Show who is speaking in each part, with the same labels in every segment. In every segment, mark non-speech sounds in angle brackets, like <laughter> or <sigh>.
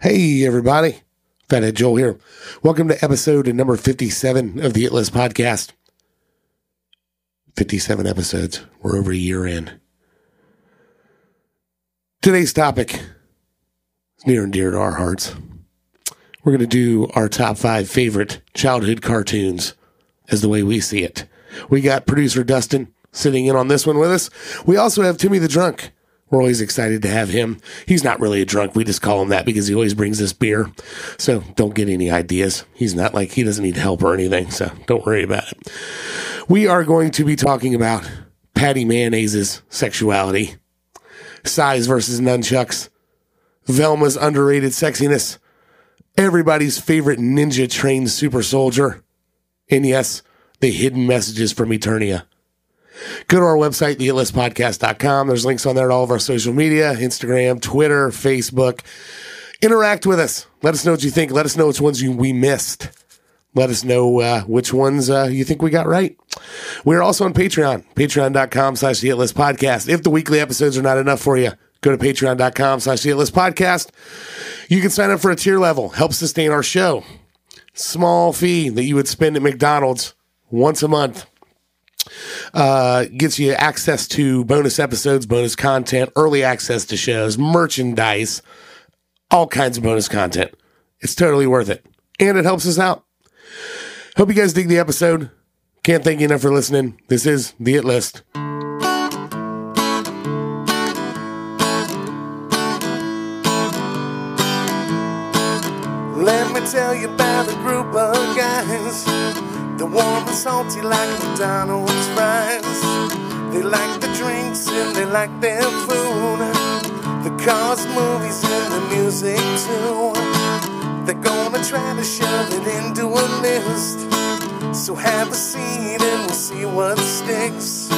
Speaker 1: Hey, everybody. Fathead Joel here. Welcome to episode number 57 of the It List podcast. 57 episodes. We're over a year in. Today's topic is near and dear to our hearts. We're going to do our top five favorite childhood cartoons as the way we see it. We got producer Dustin sitting in on this one with us. We also have Timmy the Drunk. We're always excited to have him. He's not really a drunk. We just call him that because he always brings us beer. So don't get any ideas. He's not like he doesn't need help or anything. So don't worry about it. We are going to be talking about Patty Mayonnaise's sexuality, size versus nunchucks, Velma's underrated sexiness, everybody's favorite ninja trained super soldier, and yes, the hidden messages from Eternia go to our website, theitlistpodcast.com. There's links on there to all of our social media Instagram, Twitter, Facebook. Interact with us. Let us know what you think. Let us know which ones you, we missed. Let us know uh, which ones uh, you think we got right. We're also on Patreon, patreon.com slash the Hit List Podcast. If the weekly episodes are not enough for you, go to patreon.com slash the Hit List Podcast. You can sign up for a tier level, help sustain our show. Small fee that you would spend at McDonald's once a month uh, gets you access to bonus episodes, bonus content, early access to shows, merchandise, all kinds of bonus content. It's totally worth it. And it helps us out. Hope you guys dig the episode. Can't thank you enough for listening. This is The It List.
Speaker 2: Let me tell you about a group of guys. They're warm and salty like McDonald's fries. They like the drinks and they like their food. The cars, movies, and the music too. They're gonna try to shove it into a list. So have a seat and we'll see what sticks.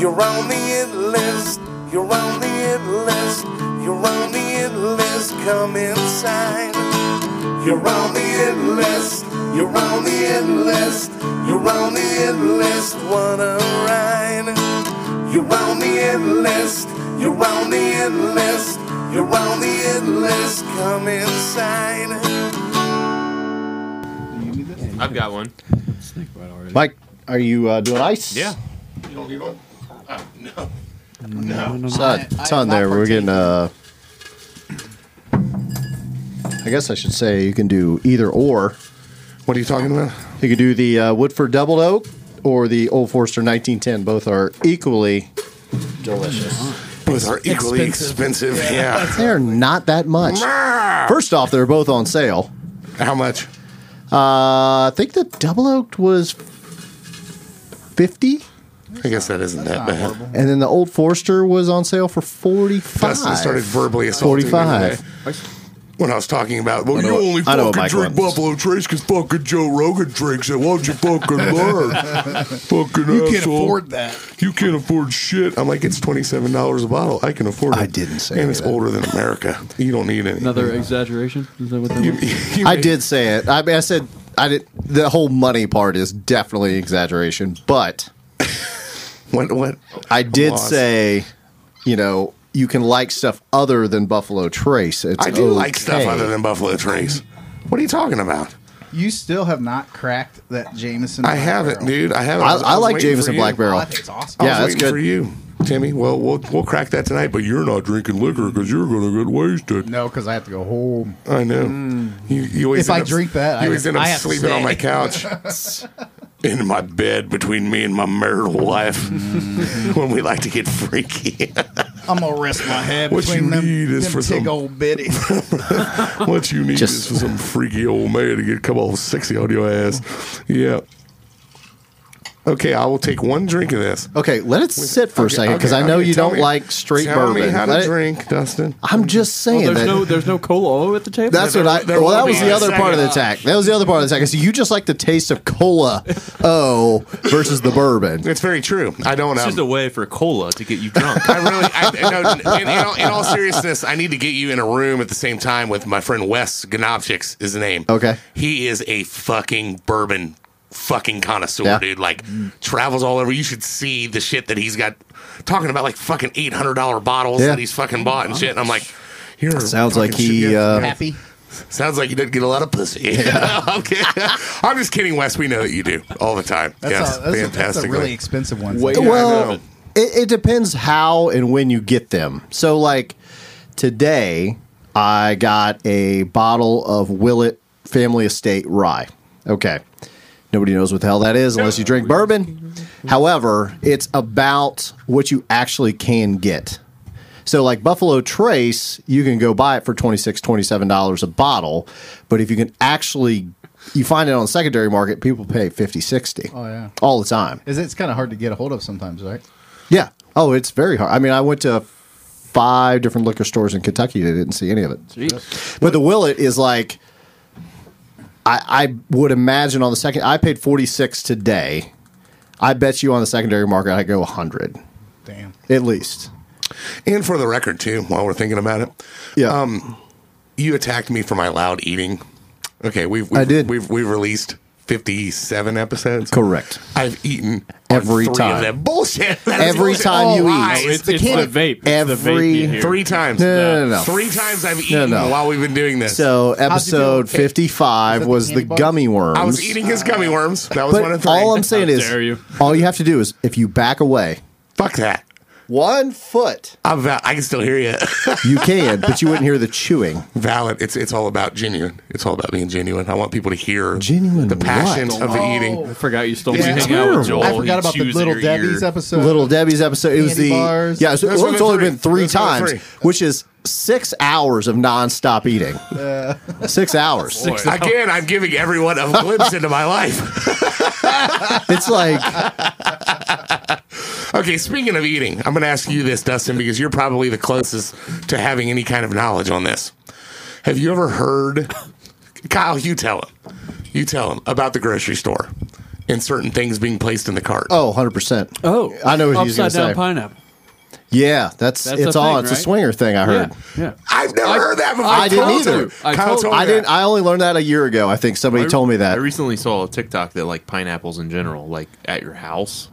Speaker 2: You're on the it list. You're on the it list. You're on the it list. Come inside. You're on the it list. You're on the it list. You're on the it list. What a ride. You're on the it list. You're on the it list. You're on the it list. Come inside.
Speaker 3: I've got one.
Speaker 4: Mike, are you uh, doing ice?
Speaker 3: Yeah.
Speaker 4: It's, uh, it's on there. We're getting. Uh, I guess I should say you can do either or.
Speaker 1: What are you talking about?
Speaker 4: You can do the uh, Woodford Doubled Oak or the Old Forester 1910. Both are equally delicious.
Speaker 1: Both are equally expensive. Yeah.
Speaker 4: They're not that much. First off, they're both on sale.
Speaker 1: How much?
Speaker 4: Uh, I think the Double Oaked was fifty,
Speaker 1: I guess that isn't that bad.
Speaker 4: and then the Old Forester was on sale for forty-five.
Speaker 1: Dustin started verbally assaulting me today.
Speaker 4: Forty-five.
Speaker 1: when I was talking about, well,
Speaker 4: know
Speaker 1: you
Speaker 4: what-
Speaker 1: only
Speaker 4: I
Speaker 1: fucking
Speaker 4: know what Mike
Speaker 1: drink
Speaker 4: wants.
Speaker 1: Buffalo Trace because fucking Joe Rogan drinks it. Why don't you
Speaker 4: <laughs>
Speaker 1: fucking learn? fucking
Speaker 5: You can't
Speaker 1: asshole.
Speaker 5: afford that.
Speaker 1: You can't afford shit. I'm like, it's $27 a bottle. I can afford it.
Speaker 4: I didn't say
Speaker 1: And
Speaker 4: any
Speaker 1: it's
Speaker 4: of that.
Speaker 1: older than America. You don't need any.
Speaker 6: Another exaggeration? Is that what that
Speaker 1: You- <laughs>
Speaker 6: was?
Speaker 1: you
Speaker 4: I
Speaker 1: may-
Speaker 4: did say it. I mean, I said I did. The whole money part is definitely exaggeration, but
Speaker 1: What? What?
Speaker 4: I did
Speaker 1: lost.
Speaker 4: say, you know, you can like stuff other than Buffalo Trace. It's
Speaker 1: I do like stuff
Speaker 4: okay.
Speaker 1: other than Buffalo Trace. What are you talking about?
Speaker 5: You still have not cracked that Jameson.
Speaker 1: I haven't, dude. I haven't.
Speaker 4: I,
Speaker 1: was-
Speaker 4: I
Speaker 1: was
Speaker 4: like
Speaker 1: waiting for
Speaker 4: Jameson
Speaker 1: you.
Speaker 4: Black Barrel.
Speaker 5: I think it's awesome.
Speaker 1: I
Speaker 4: Yeah,
Speaker 1: was
Speaker 4: that's
Speaker 1: waiting for
Speaker 4: good.
Speaker 1: you, Timmy. Well, we'll we'll crack that tonight. But you're not drinking liquor because you're going to get wasted.
Speaker 5: No, because I have to go home.
Speaker 1: I know.
Speaker 4: Mm.
Speaker 1: You, you always
Speaker 5: If
Speaker 1: end
Speaker 5: I
Speaker 1: up-
Speaker 5: drink that,
Speaker 1: you
Speaker 5: I-
Speaker 1: always end up
Speaker 5: I have to
Speaker 1: sleeping on
Speaker 5: stay.
Speaker 1: my couch,
Speaker 4: <laughs>
Speaker 1: in my bed between me and my marital life, <laughs>
Speaker 4: Mm.
Speaker 1: when we like to get freaky. <laughs>
Speaker 5: I'm gonna rest my head
Speaker 1: What
Speaker 5: between
Speaker 1: you
Speaker 5: them,
Speaker 1: need is
Speaker 5: them
Speaker 1: for
Speaker 5: tig
Speaker 1: some-
Speaker 5: old
Speaker 1: <laughs>
Speaker 5: bitties.
Speaker 1: what you need
Speaker 4: Just-
Speaker 1: is for some freaky old man to get come all sexy on your ass. Yeah. Okay, I will take one drink of this.
Speaker 4: Okay, let it sit for a second because
Speaker 1: Okay,
Speaker 4: I know
Speaker 1: okay,
Speaker 4: you
Speaker 1: tell
Speaker 4: don't
Speaker 1: me-
Speaker 4: like straight
Speaker 1: tell
Speaker 4: bourbon.
Speaker 1: me how to
Speaker 4: Let it-
Speaker 1: drink, Dustin.
Speaker 4: I'm just saying
Speaker 6: Well, there's
Speaker 4: that.
Speaker 6: no there's no cola at the table.
Speaker 4: that's what I.
Speaker 1: there
Speaker 4: Well, that
Speaker 1: will
Speaker 4: was
Speaker 1: be
Speaker 4: the
Speaker 1: a
Speaker 4: other part of the attack. That was the other part of the attack. So you just like the taste of cola, oh, versus the bourbon.
Speaker 1: It's very true. I don't
Speaker 3: It's
Speaker 1: know.
Speaker 3: just a way for cola to get
Speaker 6: <laughs>
Speaker 3: you drunk.
Speaker 1: I really, I, no, in, in, all, in all seriousness, I need to get you in a room at the same time with my friend Wes Gnopchix, is the name.
Speaker 4: Okay.
Speaker 1: He is a fucking bourbon fucking connoisseur,
Speaker 4: Yeah.
Speaker 1: dude. Like, travels all over. You should see the shit that he's got. Talking about like fucking $800 bottles
Speaker 4: Yeah.
Speaker 1: that he's fucking bought and shit. And I'm like, you're
Speaker 4: Sounds like
Speaker 1: fucking
Speaker 4: he,
Speaker 1: shit- yeah,
Speaker 4: uh,
Speaker 1: yeah.
Speaker 5: Happy.
Speaker 1: Sounds like you didn't get a lot of pussy. okay. <laughs> I'm just kidding, Wes. We know that you do all the time.
Speaker 5: That's,
Speaker 1: yes,
Speaker 5: a, that's, a, that's a
Speaker 1: fantastically.
Speaker 5: really expensive one.
Speaker 6: Wait.
Speaker 5: Sometimes.
Speaker 4: well, it. it depends how and when you get them. So, like today, I got a bottle of Willet Family Estate rye. Okay. Nobody knows what the hell that is unless you drink bourbon. However, it's about what you actually can get. So, like Buffalo Trace, you can go buy it for $26, $27 a bottle. But if you can actually, you find it on the secondary market, people pay 50 60
Speaker 5: Oh, yeah.
Speaker 4: all the time.
Speaker 5: Is it's kind of hard to get a hold of sometimes, right?
Speaker 4: Yeah. Oh, it's very hard. I mean, I went to five different liquor stores in Kentucky. and I didn't see any of it. But the Willet is like, I, I would imagine on the second, I paid 46 today. I bet you on the secondary market, I go 100
Speaker 5: Damn.
Speaker 4: at least.
Speaker 1: And for the record, too, while we're thinking about it,
Speaker 4: Yeah.
Speaker 1: Um, you attacked me for my loud eating. Okay, we've, we've
Speaker 4: I did.
Speaker 1: We've we've released fifty-seven episodes.
Speaker 4: Correct.
Speaker 1: I've eaten
Speaker 4: Every
Speaker 1: on three
Speaker 4: time.
Speaker 1: Of them. Bullshit. <laughs> That is
Speaker 4: Every
Speaker 1: bullshit.
Speaker 4: time
Speaker 1: All
Speaker 4: you eat.
Speaker 1: lies.
Speaker 6: It's,
Speaker 1: The
Speaker 6: it's
Speaker 1: kid-
Speaker 6: the vape. It's the vape
Speaker 4: Every-
Speaker 6: you hear.
Speaker 1: three times.
Speaker 4: No, no, no, no.
Speaker 1: Three times I've eaten
Speaker 4: no.
Speaker 1: while we've been doing this.
Speaker 4: So episode
Speaker 5: feel?
Speaker 4: 55
Speaker 5: Is it
Speaker 4: was
Speaker 5: the
Speaker 4: the
Speaker 5: candy bar?
Speaker 4: gummy worms.
Speaker 1: I was eating his gummy worms. That was one of
Speaker 4: um, But
Speaker 1: three.
Speaker 4: all I'm saying
Speaker 6: How
Speaker 4: is,
Speaker 6: dare you.
Speaker 4: all you have to do is if you back away
Speaker 1: Fuck that.
Speaker 4: one foot,
Speaker 1: I'm val- I can still hear you.
Speaker 4: you can, but you wouldn't hear the chewing.
Speaker 1: <laughs> Valid. It's it's all about genuine. It's all about being genuine. I want people to hear
Speaker 4: Genuine
Speaker 1: the passion
Speaker 4: what?
Speaker 1: of the eating.
Speaker 6: I forgot you stole
Speaker 3: We
Speaker 6: my
Speaker 3: hang
Speaker 6: hang
Speaker 3: out
Speaker 6: out
Speaker 4: terrible.
Speaker 3: with Joel.
Speaker 5: Oh. I forgot
Speaker 3: He
Speaker 5: about the
Speaker 3: chews in
Speaker 5: Little
Speaker 3: your ear.
Speaker 5: Debbie's episode.
Speaker 4: Little Debbie's episode. It was
Speaker 5: Candy
Speaker 4: the
Speaker 5: bars.
Speaker 4: yeah. It's,
Speaker 1: Those
Speaker 4: well,
Speaker 1: were
Speaker 4: it's
Speaker 1: the
Speaker 4: only
Speaker 1: three.
Speaker 4: been three
Speaker 1: Those were the
Speaker 4: times,
Speaker 1: three.
Speaker 4: which is six hours of nonstop eating. six hours.
Speaker 1: Again, I'm giving everyone a <laughs> glimpse into my life.
Speaker 4: It's like
Speaker 1: Okay, speaking of eating, I'm going to ask you this, Dustin, because you're probably the closest to having any kind of knowledge on this. Have you ever heard, Kyle? You tell him. You tell him about the grocery store and certain things being placed in the cart.
Speaker 4: oh, 100 percent.
Speaker 6: Oh,
Speaker 4: I know what he's gonna
Speaker 6: upside down
Speaker 4: say.
Speaker 6: pineapple.
Speaker 4: Yeah, that's,
Speaker 6: That's
Speaker 4: it's
Speaker 6: a
Speaker 4: all.
Speaker 6: thing,
Speaker 4: it's a
Speaker 6: right?
Speaker 4: swinger thing. I heard.
Speaker 6: Yeah,
Speaker 1: I've never heard that before.
Speaker 4: I didn't
Speaker 1: Kyle
Speaker 4: either.
Speaker 1: told-
Speaker 6: I
Speaker 1: Kyle
Speaker 6: told-
Speaker 1: told me
Speaker 4: I didn't.
Speaker 1: that.
Speaker 4: I only learned that a year ago. I think somebody told me that.
Speaker 3: I recently saw a TikTok that like pineapples in general, like at your house.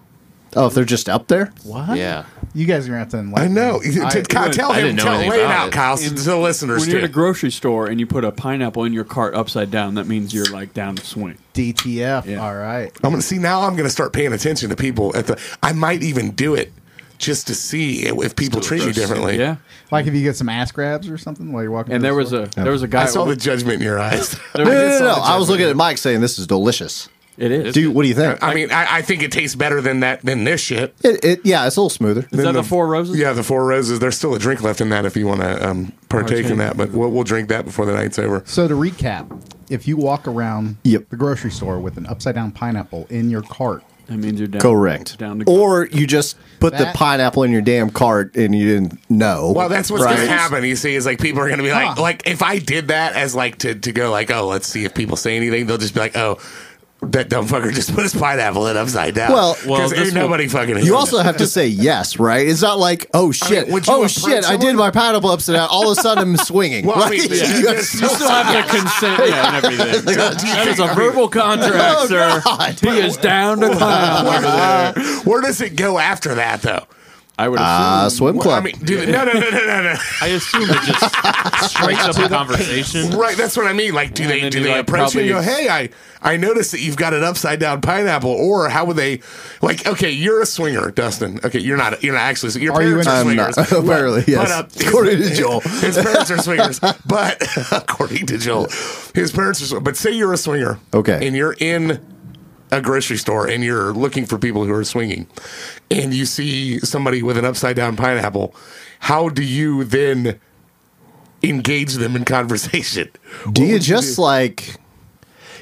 Speaker 4: oh, if they're just up there.
Speaker 5: What?
Speaker 3: Yeah.
Speaker 5: You guys are going to have to
Speaker 1: I
Speaker 5: enlighten
Speaker 1: know.
Speaker 5: me.
Speaker 1: T- Kyle,
Speaker 6: wouldn't-
Speaker 1: tell
Speaker 3: I
Speaker 1: him.
Speaker 3: didn't know
Speaker 1: Tell,
Speaker 3: anything
Speaker 1: lay it
Speaker 3: about
Speaker 1: out,
Speaker 3: it.
Speaker 1: Kyle, so the listeners.
Speaker 6: when you're at a
Speaker 1: Too.
Speaker 6: grocery store and you put a pineapple in your cart upside down, that means you're like down the swing.
Speaker 5: DTF.
Speaker 6: Yeah.
Speaker 5: All right.
Speaker 1: I'm gonna see now. I'm gonna start paying attention to people at the. I might even do it just to see if people treat you differently.
Speaker 6: Yeah,
Speaker 5: Like if you get some ass grabs or something while you're walking.
Speaker 6: and
Speaker 5: to
Speaker 6: there
Speaker 5: the
Speaker 6: was
Speaker 5: store.
Speaker 6: a there was a guy.
Speaker 1: I saw the judgment in your eyes.
Speaker 6: there
Speaker 4: No,
Speaker 6: was-
Speaker 4: no, no, no. I was looking at Mike saying this is delicious.
Speaker 6: It is.
Speaker 4: Dude, what do you think?
Speaker 1: I mean, I, I think it tastes better than that than this shit.
Speaker 4: It, it, yeah, it's a little smoother.
Speaker 6: is that the, four roses?
Speaker 1: Yeah, the four roses. There's still a drink left in that if you want to um, partake in that, but we'll, we'll drink that before the night's over.
Speaker 5: So to recap, if you walk around
Speaker 4: Yep.
Speaker 5: the grocery store with an upside down pineapple in your cart,
Speaker 6: That means you're down.
Speaker 4: Correct.
Speaker 6: Down to
Speaker 4: or you just put the
Speaker 5: That-
Speaker 4: pineapple in your damn cart and you didn't know.
Speaker 1: Well, that's what's
Speaker 4: right?
Speaker 1: gonna happen. You see, is like people are gonna be like,
Speaker 5: Huh.
Speaker 1: like if I did that as like to to go like, oh, let's see if people say anything. They'll just be like, oh, that dumb fucker just <laughs> put his pineapple in upside down.
Speaker 4: Well-
Speaker 6: Well,
Speaker 1: because
Speaker 6: this
Speaker 1: ain't
Speaker 6: will-
Speaker 1: nobody fucking.
Speaker 4: You
Speaker 1: hears
Speaker 4: also
Speaker 1: it.
Speaker 4: have to say yes, right? It's not like, oh shit,
Speaker 1: would you
Speaker 4: oh
Speaker 1: approach
Speaker 4: shit, I
Speaker 1: someone?
Speaker 4: did my pineapple upside down. All of a sudden, I'm swinging.
Speaker 1: Well, I
Speaker 4: right?
Speaker 1: mean,
Speaker 4: <laughs> You
Speaker 1: yeah,
Speaker 4: go,
Speaker 1: it's- <laughs>
Speaker 6: You still have to consent yeah, and everything. that is a verbal contract,
Speaker 4: Oh,
Speaker 6: sir.
Speaker 4: God.
Speaker 6: He is down to clown.
Speaker 1: Where does it go after that though?
Speaker 6: I would assume.
Speaker 4: uh, swim
Speaker 1: Well, I
Speaker 4: club.
Speaker 1: mean, do no, no, no, no, no, no.
Speaker 6: I assume it just
Speaker 3: Strikes up a conversation.
Speaker 1: <laughs> Right, that's what I mean. Like, do
Speaker 6: And
Speaker 1: they
Speaker 6: then
Speaker 1: do
Speaker 6: you,
Speaker 1: they
Speaker 6: like,
Speaker 1: approach you and go,
Speaker 6: probably-
Speaker 1: "Hey, I I noticed that you've got an upside down pineapple," or how would they? Like, okay, you're a swinger, Dustin. Okay, you're not. You're not actually. Your
Speaker 5: Are you
Speaker 1: parents are
Speaker 4: I'm
Speaker 1: swingers. uh,
Speaker 4: not. <laughs> Apparently, yes.
Speaker 1: his-
Speaker 4: According to Joel.
Speaker 1: his parents are swingers. But <laughs> according to Joel, his parents are. swi- But say you're a swinger,
Speaker 4: Okay.
Speaker 1: and you're in a grocery store and you're looking for people who are swinging, and you see somebody with an upside down pineapple. How do you then? Engage them in conversation.
Speaker 4: do
Speaker 1: What
Speaker 4: you
Speaker 1: would
Speaker 4: just like,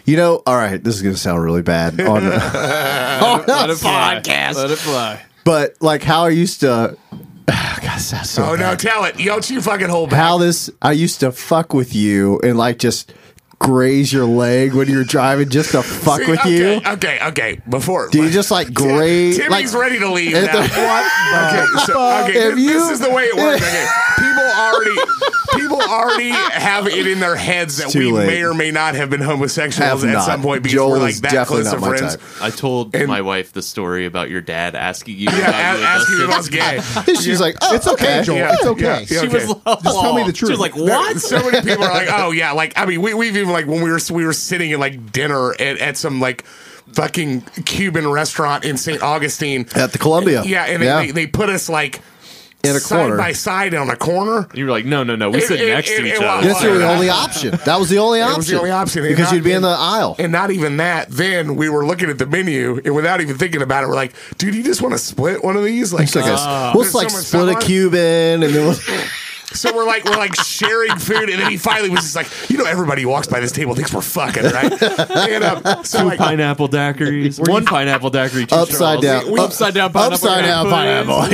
Speaker 4: you know, all right, this is going to sound really
Speaker 1: <laughs>
Speaker 4: bad. On,
Speaker 6: let it fly. Let it fly.
Speaker 4: but like, how I used to. <sighs> God, that sounds so
Speaker 1: Oh no,
Speaker 4: bad.
Speaker 1: tell it. Don't you fucking hold back.
Speaker 4: How this, I used to fuck with you and like just graze your leg when you're driving just to fuck
Speaker 1: See,
Speaker 4: with
Speaker 1: okay,
Speaker 4: you?
Speaker 1: Okay, okay. Before
Speaker 4: Do you just like graze?
Speaker 1: Timmy's
Speaker 4: like,
Speaker 1: ready to leave.
Speaker 4: Is
Speaker 1: Now.
Speaker 4: <laughs> the-
Speaker 1: okay, so, okay
Speaker 4: If
Speaker 1: this,
Speaker 4: you-
Speaker 1: is the way it works. Okay, people already people already have it in their heads that
Speaker 4: It's too
Speaker 1: we
Speaker 4: late.
Speaker 1: may or may not have been homosexuals
Speaker 4: Have
Speaker 1: at
Speaker 4: not.
Speaker 1: some point because
Speaker 4: Joel
Speaker 1: we're like
Speaker 4: is
Speaker 1: that
Speaker 4: definitely
Speaker 1: close
Speaker 4: not
Speaker 1: of
Speaker 4: my
Speaker 1: friends.
Speaker 4: type.
Speaker 3: I told
Speaker 1: And-
Speaker 3: my wife the story about your dad asking you.
Speaker 1: Yeah,
Speaker 3: about
Speaker 1: a- asking if I was gay. <laughs>
Speaker 4: <laughs> She's like, oh,
Speaker 5: It's okay, Joel.
Speaker 1: Yeah,
Speaker 5: It's okay.
Speaker 1: yeah, yeah,
Speaker 3: She
Speaker 1: okay.
Speaker 3: was like,
Speaker 5: Just tell me the truth.
Speaker 3: She was like,
Speaker 1: There-
Speaker 3: "What?"
Speaker 1: So many people are
Speaker 4: <laughs>
Speaker 1: like, "Oh yeah," like I mean, we, we've even like when we were we were sitting at like dinner at, at some like fucking Cuban restaurant in St. Augustine.
Speaker 4: At the Columbia.
Speaker 1: Yeah, and they, they, they put us like
Speaker 4: in a
Speaker 1: side
Speaker 4: corner.
Speaker 1: by side on a corner.
Speaker 3: You were like, "No, no, no. We
Speaker 1: It-
Speaker 3: sit
Speaker 1: it-
Speaker 3: next
Speaker 1: it-
Speaker 3: to each
Speaker 1: it
Speaker 3: other."
Speaker 4: That's your
Speaker 1: Yeah.
Speaker 4: only option. That was
Speaker 1: <laughs>
Speaker 4: the only option.
Speaker 1: was the only option. And
Speaker 4: Because
Speaker 1: not- Ah.
Speaker 4: you'd be in
Speaker 1: and-
Speaker 4: the aisle.
Speaker 1: And not even that. Then we were looking at the menu, and without even thinking about it, we're like, "Dude, you just want to split one of these?" Like,
Speaker 4: It's like a-
Speaker 1: uh,
Speaker 4: we'll
Speaker 1: there's
Speaker 4: like
Speaker 1: so much
Speaker 4: split a
Speaker 1: stuff on it.
Speaker 4: Cuban, and
Speaker 1: <laughs>
Speaker 4: then we'll,
Speaker 1: So we're like, we're like sharing food, and then he finally was just like, "You know, everybody who walks by this table thinks we're fucking right." And um, so like,
Speaker 6: pineapple daiquiris. One pineapple daiquiri. Two
Speaker 4: Upside
Speaker 6: straws.
Speaker 4: down.
Speaker 6: We- upside down pineapple.
Speaker 4: upside down
Speaker 1: <laughs>
Speaker 4: pineapple.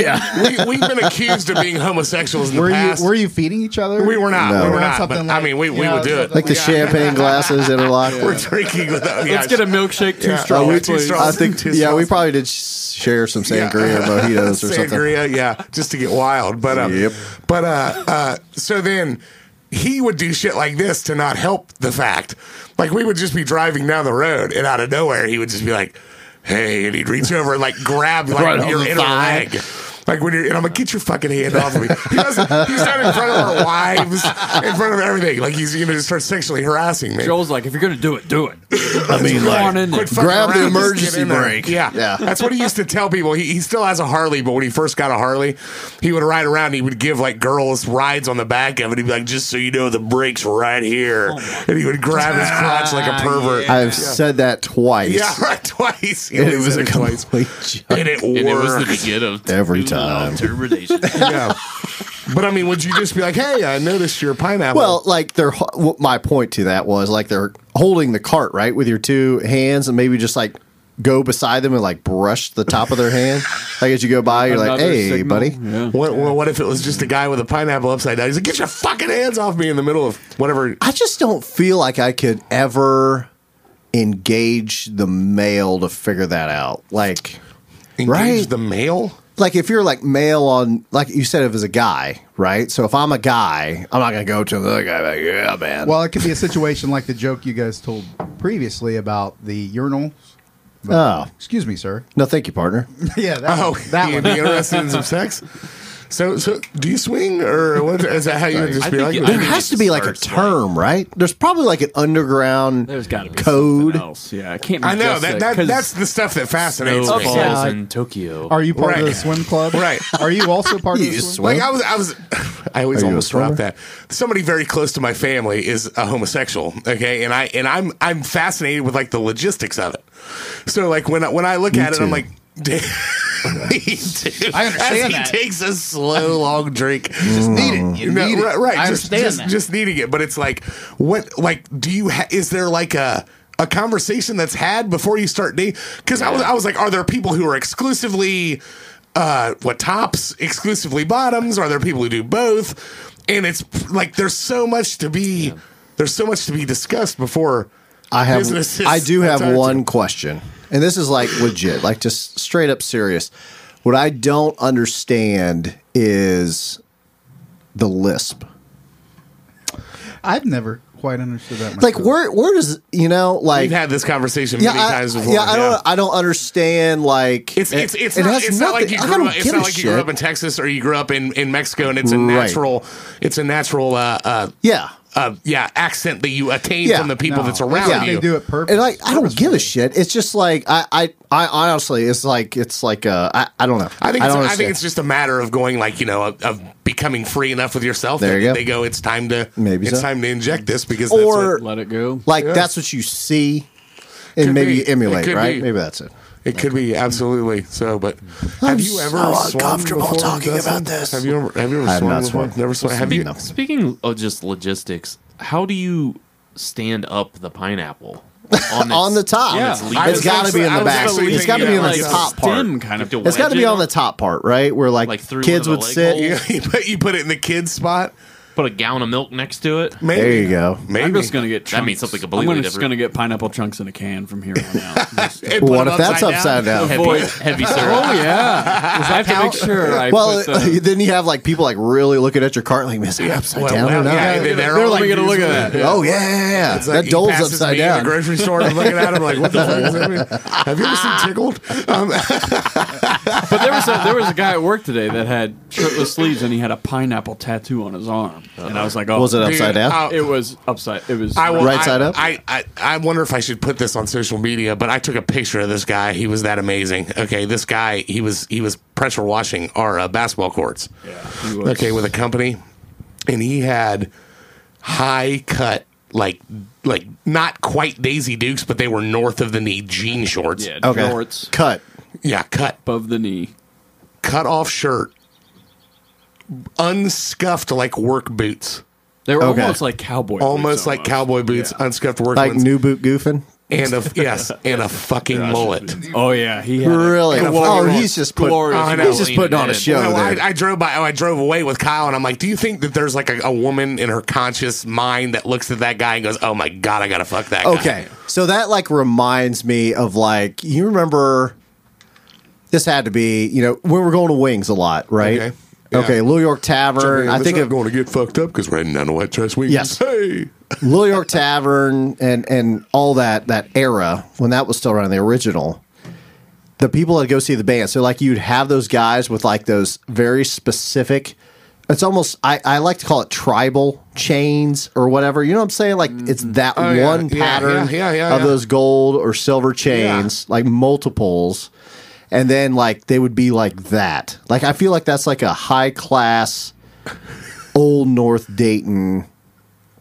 Speaker 1: we,
Speaker 4: Yeah.
Speaker 1: we've been accused of being homosexuals in the
Speaker 5: Were you
Speaker 1: past.
Speaker 5: were you feeding each other?
Speaker 1: we were not.
Speaker 4: No.
Speaker 1: We were
Speaker 4: Or
Speaker 1: not. But,
Speaker 5: something
Speaker 1: I mean, we,
Speaker 5: like-
Speaker 1: we
Speaker 5: yeah,
Speaker 1: would do it.
Speaker 5: something
Speaker 4: Like the
Speaker 1: Yeah.
Speaker 4: champagne glasses and a lot.
Speaker 1: <laughs> We're drinking with the, yeah,
Speaker 6: Let's get a milkshake. Two
Speaker 1: Yeah.
Speaker 6: straws.
Speaker 1: Oh, we-
Speaker 6: please.
Speaker 1: two straws.
Speaker 4: I think,
Speaker 1: Two
Speaker 4: yeah, we
Speaker 1: straws.
Speaker 4: probably did sh- share some sangria or mojitos
Speaker 1: <laughs>
Speaker 4: or something.
Speaker 1: Sangria, yeah, just to get wild. But um,
Speaker 4: Yep.
Speaker 1: but uh, uh, so then he would do shit like this to not help the fact. Like we would just be driving down the road, and out of nowhere, he would just be like, "Hey," and he'd reach over and like grab like
Speaker 4: Right on
Speaker 1: your
Speaker 4: the
Speaker 1: inner
Speaker 4: thigh.
Speaker 1: leg. Like when you're, and I'm like, get your fucking hand off of me. He doesn't, he's not in front of our wives, in front of everything. Like he's gonna just start sexually harassing me.
Speaker 6: Joel's like, if you're gonna do it, do it.
Speaker 4: I mean,
Speaker 6: Come on in there.
Speaker 1: Quit fucking
Speaker 4: Grab the
Speaker 1: around, just
Speaker 4: emergency
Speaker 1: get in there.
Speaker 4: brake.
Speaker 1: Yeah.
Speaker 4: Yeah.
Speaker 1: <laughs> That's what he used to tell people. He, he still has a Harley, but when he first got a Harley, he would ride around and he would give like girls rides on the back of it. He'd be like, just so you know, the brake's right here.
Speaker 3: Oh
Speaker 1: and he would grab his crotch like a pervert.
Speaker 4: I've said that twice.
Speaker 1: yeah, <laughs> right, twice. He
Speaker 4: And
Speaker 1: only
Speaker 4: <laughs> it was
Speaker 1: said
Speaker 4: a
Speaker 1: it
Speaker 4: <laughs>
Speaker 1: twice.
Speaker 4: complete joke.
Speaker 1: And it worked.
Speaker 3: and it <laughs> was the beginning of
Speaker 4: Every time.
Speaker 3: long-term relationship.
Speaker 1: yeah. But I mean, would you just be like, hey, I noticed your pineapple?
Speaker 4: Well, like they're ho- what my point to that was like they're holding the cart right with your two hands and maybe just like go beside them and like brush the top of their hand.
Speaker 1: <laughs>
Speaker 4: Like as you go by, you're like,
Speaker 6: Another
Speaker 4: "Hey,
Speaker 6: signal.
Speaker 4: buddy."
Speaker 6: Yeah.
Speaker 1: what, well, what if it was just a guy with a pineapple upside down? He's like, get your fucking hands off me in the middle of whatever.
Speaker 4: I just don't feel like I could ever engage the male to figure that out. Like
Speaker 1: Engage
Speaker 4: Right.
Speaker 1: the male?
Speaker 4: like if you're like male on like you said if it's a guy, right? So if I'm a guy, I'm not gonna go to another guy like, yeah, man.
Speaker 5: Well, it could be a situation like the joke you guys told previously about the urinal.
Speaker 4: oh.
Speaker 5: Excuse me, sir. <laughs>
Speaker 4: No, thank you, partner.
Speaker 5: Yeah, that,
Speaker 1: Oh,
Speaker 5: that
Speaker 1: you'd
Speaker 5: one.
Speaker 1: be interested in some sex. So, so do you swing or what, is that how you would just
Speaker 3: I
Speaker 1: be
Speaker 3: think
Speaker 1: like?
Speaker 3: you-
Speaker 4: There
Speaker 3: I think
Speaker 4: has
Speaker 3: it
Speaker 4: to be like a
Speaker 3: starts, like-
Speaker 4: term, right? There's probably like an underground
Speaker 6: There's <laughs> got to be
Speaker 4: code.
Speaker 6: something else. Yeah, I can't. Be
Speaker 1: I know
Speaker 6: just
Speaker 1: that,
Speaker 6: it,
Speaker 1: that
Speaker 6: 'cause
Speaker 1: that's the stuff that fascinates
Speaker 3: Snow
Speaker 1: me.
Speaker 3: falls
Speaker 5: Yeah.
Speaker 3: in Tokyo.
Speaker 5: Are you part of
Speaker 1: Right.
Speaker 5: the swim club?
Speaker 1: Right.
Speaker 5: Are you also part
Speaker 4: <laughs>
Speaker 5: of
Speaker 4: You
Speaker 5: the swim?
Speaker 4: swim?
Speaker 1: Like I was, I was, I always
Speaker 4: Are you a
Speaker 1: almost drop
Speaker 4: swimmer?
Speaker 1: that. Somebody very close to my family is a homosexual. Okay, and I and I'm I'm fascinated with like the logistics of it. So like when I, when I look at it, I'm
Speaker 4: too.
Speaker 1: like. <laughs> "Damn." <laughs> He did.
Speaker 5: I understand
Speaker 1: As he
Speaker 5: that.
Speaker 1: takes a slow, long drink.
Speaker 5: Need it. You
Speaker 1: No,
Speaker 5: need it.
Speaker 1: right, right.
Speaker 5: I
Speaker 1: just,
Speaker 5: understand
Speaker 1: just,
Speaker 5: that.
Speaker 1: just needing it, but it's like, what? Like, do you? Ha- is there like a a conversation that's had before you start dating? Because I was, I was like, are there people who are exclusively uh what tops, exclusively bottoms? Are there people who do both? And it's like there's so much to be there's so much to be discussed before.
Speaker 4: I have
Speaker 1: business is
Speaker 4: I do have
Speaker 1: attempted.
Speaker 4: one question. And this is like legit, like just straight up serious. What I don't understand is the lisp.
Speaker 5: I've never quite understood that.
Speaker 4: Like
Speaker 5: myself.
Speaker 4: where where does you know like
Speaker 1: We've had this conversation
Speaker 4: yeah,
Speaker 1: many
Speaker 4: I,
Speaker 1: times before.
Speaker 4: yeah, I don't I don't understand like
Speaker 1: It's it's it's, not, it's not like you
Speaker 4: I
Speaker 1: grew
Speaker 4: don't
Speaker 1: up. It's
Speaker 4: give
Speaker 1: not
Speaker 4: a
Speaker 1: like you grew
Speaker 4: shit.
Speaker 1: up in Texas or you grew up in, in Mexico, and it's a
Speaker 4: Right.
Speaker 1: natural. It's a natural. Uh, uh,
Speaker 4: Yeah.
Speaker 1: uh, yeah, accent that you attain
Speaker 4: Yeah.
Speaker 1: from the people
Speaker 5: No.
Speaker 1: that's around
Speaker 4: Yeah.
Speaker 1: you.
Speaker 5: they do it purpose.
Speaker 4: And like I don't give a shit. It's just like I I, I honestly it's like it's like uh I, I don't know.
Speaker 1: I think it's,
Speaker 4: I, don't
Speaker 1: I, think
Speaker 4: understand.
Speaker 1: it's just a matter of going like you know of, of becoming free enough with yourself.
Speaker 4: There
Speaker 1: that
Speaker 4: you go.
Speaker 1: They go. It's time to
Speaker 4: Maybe
Speaker 1: it's
Speaker 4: so.
Speaker 1: time to inject this because
Speaker 4: Or-
Speaker 1: or
Speaker 6: Let it go.
Speaker 4: Like that's what you see, and
Speaker 1: Could
Speaker 4: maybe
Speaker 1: be.
Speaker 4: you emulate,
Speaker 1: It could
Speaker 4: right?
Speaker 1: be.
Speaker 4: Maybe that's it.
Speaker 1: it could be absolutely so. But have you ever
Speaker 4: so
Speaker 1: swum
Speaker 4: uncomfortable
Speaker 1: before,
Speaker 4: talking
Speaker 1: Dustin?
Speaker 4: about this.
Speaker 1: Have you ever have you ever
Speaker 4: I have
Speaker 1: swum
Speaker 4: not
Speaker 1: before?
Speaker 4: swum.
Speaker 1: Never swum. Have you?
Speaker 4: No.
Speaker 3: Speaking of just logistics, how do you stand up the pineapple on,
Speaker 4: On the top,
Speaker 6: Yeah. I
Speaker 4: it's
Speaker 1: was
Speaker 4: got to be
Speaker 1: actually-
Speaker 4: in
Speaker 1: I
Speaker 4: the
Speaker 1: was
Speaker 4: back.
Speaker 1: actually
Speaker 4: It's got to
Speaker 1: thinking
Speaker 4: be in
Speaker 1: that,
Speaker 4: the
Speaker 1: like,
Speaker 4: top part.
Speaker 6: Stem kind of.
Speaker 4: It's got to
Speaker 3: wedge
Speaker 4: be
Speaker 3: it
Speaker 4: on the top part, right? Where like,
Speaker 3: Like through
Speaker 4: kids
Speaker 3: one of
Speaker 4: would
Speaker 1: <laughs>
Speaker 3: the leg
Speaker 4: sit.
Speaker 3: holes.
Speaker 1: You, you put you put it in the kids spot.
Speaker 3: Put a gallon of milk next to it.
Speaker 1: Maybe.
Speaker 4: There you go.
Speaker 1: Maybe.
Speaker 6: I'm just gonna get. Chunks.
Speaker 3: That means something
Speaker 6: I'm
Speaker 3: completely
Speaker 6: gonna- just
Speaker 3: different.
Speaker 6: going to get pineapple chunks in a can from here on out.
Speaker 1: <laughs>
Speaker 6: Just-
Speaker 1: Hey, put
Speaker 4: What
Speaker 1: them
Speaker 4: if that's upside down?
Speaker 3: Heavy,
Speaker 4: <laughs>
Speaker 3: heavy syrup.
Speaker 6: oh yeah, I have to make sure. I
Speaker 4: Well, <laughs>
Speaker 6: put uh, the,
Speaker 4: then you have like people like really looking at your cart like, "Is it upside
Speaker 1: Well,
Speaker 4: down
Speaker 1: well,
Speaker 4: or not?"
Speaker 1: yeah, they- they're all
Speaker 4: like,
Speaker 1: gonna look at that.
Speaker 4: "Oh yeah, yeah, yeah.
Speaker 1: It's
Speaker 4: that
Speaker 1: like he
Speaker 4: dole's
Speaker 1: passes
Speaker 4: upside
Speaker 1: me in
Speaker 4: down."
Speaker 1: The grocery store. and I'm looking at him like, what the fuck
Speaker 4: <laughs>
Speaker 1: does that mean? Have you ever seen <laughs> Tickled? Um,
Speaker 6: but there was a, there was a guy at work today that had shirtless sleeves and he had a pineapple tattoo on his arm, and I was like, oh,
Speaker 4: Was it upside down?
Speaker 1: I'll-
Speaker 6: It was upside. It was.
Speaker 1: I will,
Speaker 4: Right
Speaker 1: I-
Speaker 4: side up?
Speaker 1: I, I, I wonder if I should put this on social media, but I took a picture of this guy. He was that amazing. Okay, this guy he was he was pressure washing our uh, basketball courts.
Speaker 6: he was.
Speaker 1: Okay, with a company, and he had high cut like like not quite Daisy Dukes, but they were north of the knee jean shorts.
Speaker 6: yeah,
Speaker 4: okay,
Speaker 6: shorts
Speaker 4: cut.
Speaker 1: yeah cut
Speaker 6: above the knee.
Speaker 1: cut off shirt, unscuffed like work boots,
Speaker 6: They were
Speaker 4: Okay.
Speaker 6: almost like cowboy. boots,
Speaker 1: almost like cowboy boots, unscuffed work
Speaker 4: Like
Speaker 1: ones,
Speaker 4: new boot goofing.
Speaker 1: and
Speaker 4: <laughs>
Speaker 1: a yes, and a fucking mullet.
Speaker 6: Oh yeah, he had
Speaker 4: Really?
Speaker 6: It.
Speaker 4: Oh, he's just put,
Speaker 6: Glorious
Speaker 1: I know.
Speaker 4: he's just putting on a show.
Speaker 1: No,
Speaker 4: there.
Speaker 1: I, I drove by. I drove away with Kyle, and I'm like, "Do you think that there's like a, a woman in her conscious mind that looks at that guy and goes, oh my god, I gotta fuck that guy'?"
Speaker 4: Okay. So that like reminds me of like you remember this had to be, you know, we were going to Wings a lot, right?
Speaker 1: Okay.
Speaker 4: Okay.
Speaker 1: Yeah.
Speaker 4: Little York Tavern. I think of
Speaker 1: going to get fucked up because we're heading down to White Trash Wings.
Speaker 4: Yes.
Speaker 1: Hey.
Speaker 4: Little York Tavern and and all that that era when that was still around the original. The people that go see the band, so like you'd have those guys with like those very specific. It's almost I, I like to call it tribal chains or whatever. You know what I'm saying? Like it's that
Speaker 1: Oh,
Speaker 4: one
Speaker 1: yeah. Yeah,
Speaker 4: pattern
Speaker 1: yeah, yeah, yeah,
Speaker 4: of
Speaker 1: yeah.
Speaker 4: those gold or silver chains, like multiples, and then like they would be like that. Like I feel like that's like a high class, old North Dayton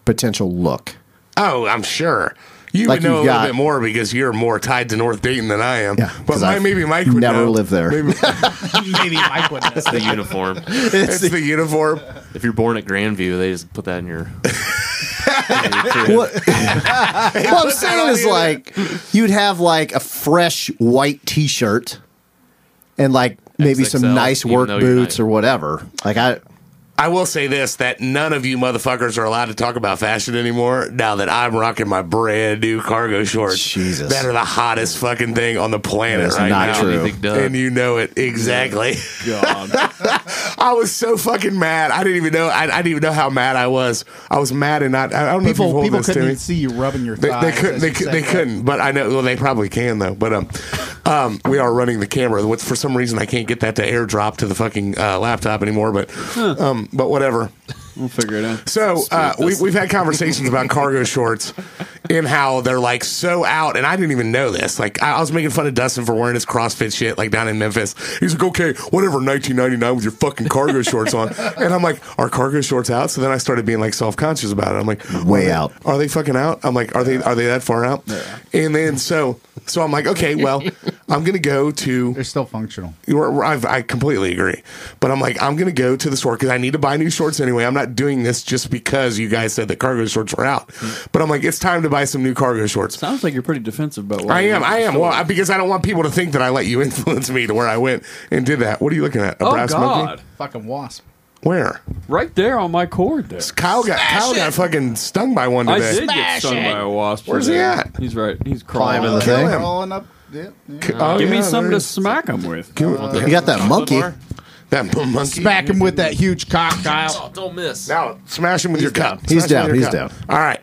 Speaker 4: potential look.
Speaker 1: Oh, I'm sure. You
Speaker 4: Like
Speaker 1: would know a
Speaker 4: you've
Speaker 1: little
Speaker 4: got-
Speaker 1: bit more because you're more tied to North Dayton than I am.
Speaker 4: Yeah,
Speaker 1: but
Speaker 4: 'cause
Speaker 1: my,
Speaker 4: I've
Speaker 1: maybe Mike would
Speaker 4: never
Speaker 1: know.
Speaker 4: lived there. <laughs>
Speaker 1: Maybe
Speaker 5: Maybe Mike
Speaker 1: <laughs>
Speaker 5: wouldn't.
Speaker 3: It's the uniform.
Speaker 1: it's
Speaker 4: <laughs>
Speaker 1: the uniform.
Speaker 3: If you're born at Grandview, they just put that in your.
Speaker 4: What, what I'm saying is like you'd have like a fresh white T-shirt and like maybe
Speaker 3: XXL,
Speaker 4: some nice
Speaker 3: even
Speaker 4: work
Speaker 3: though you're
Speaker 4: boots
Speaker 3: not-
Speaker 4: or whatever. Like I,
Speaker 1: I will say this: that none of you motherfuckers are allowed to talk about fashion anymore. Now that I'm rocking my brand new cargo shorts,
Speaker 4: Jesus.
Speaker 1: that are the hottest fucking thing on the planet
Speaker 4: That's
Speaker 1: right
Speaker 4: not
Speaker 1: now.
Speaker 4: true.
Speaker 3: Big Doug.
Speaker 1: And you know it exactly. <laughs>
Speaker 6: God.
Speaker 1: I was so fucking mad. I didn't even know. I, I didn't even know how mad I was. I was mad and not. I, I don't know if
Speaker 5: People,
Speaker 1: you've
Speaker 5: people
Speaker 1: this to
Speaker 5: couldn't
Speaker 1: me.
Speaker 5: even see you rubbing your
Speaker 1: They,
Speaker 5: thighs.
Speaker 1: they couldn't.
Speaker 5: as
Speaker 1: They,
Speaker 5: you
Speaker 1: could,
Speaker 5: said
Speaker 1: they
Speaker 5: that.
Speaker 1: couldn't. But I know. Well, they probably can though. But um, um, we are running the camera. Which for some reason I can't get that to airdrop to the fucking uh, laptop anymore. But um, but whatever.
Speaker 6: we'll figure it out.
Speaker 1: So uh, we, we've had conversations about cargo shorts and how they're like so out. And I didn't even know this. Like I, I was making fun of Dustin for wearing his CrossFit shit like down in Memphis. He's like, okay, whatever, 1999 with your fucking cargo shorts on. And I'm like, are cargo shorts out? So then I started being like self conscious about it. I'm like,
Speaker 4: Way
Speaker 1: are they-
Speaker 4: out.
Speaker 1: Are they fucking out? I'm like, are they are they that far out? And then so so I'm like, okay,
Speaker 4: <laughs>
Speaker 1: well, I'm gonna go to
Speaker 5: They're still functional.
Speaker 1: you were- I've, I completely agree. But I'm like, I'm going to go to the store because I need to buy new shorts anyway. I'm not doing this just because you guys said that cargo shorts were out. But I'm like, it's time to buy some new cargo shorts.
Speaker 6: Sounds like you're pretty defensive about.
Speaker 1: I am. I am. Well, I- because I don't want people to think that I let you <laughs> influence me to where I went and did that. What are you looking at? A
Speaker 6: oh
Speaker 1: brass
Speaker 6: God!
Speaker 1: monkey?
Speaker 5: Fucking wasp.
Speaker 1: Where?
Speaker 6: Right there on my cord. There.
Speaker 1: Kyle got Kyle got fucking stung by one
Speaker 6: I
Speaker 1: today.
Speaker 6: did get stung by a wasp.
Speaker 1: Where's
Speaker 6: today.
Speaker 1: he at?
Speaker 6: He's right. He's crawling.
Speaker 4: Climbing the
Speaker 1: Kill
Speaker 4: thing.
Speaker 1: him.
Speaker 5: Crawling up. Yeah, yeah.
Speaker 1: Oh,
Speaker 6: Give
Speaker 1: yeah,
Speaker 6: me something to
Speaker 1: there's-
Speaker 6: smack him with.
Speaker 4: you got that monkey.
Speaker 1: that monkey.
Speaker 5: Smack him with that huge cock, Kyle.
Speaker 3: Oh, don't miss.
Speaker 1: Now smash him with your cup. Smash
Speaker 4: He's
Speaker 1: him
Speaker 4: down.
Speaker 1: with your
Speaker 4: He's
Speaker 1: cup.
Speaker 4: down.
Speaker 1: All right.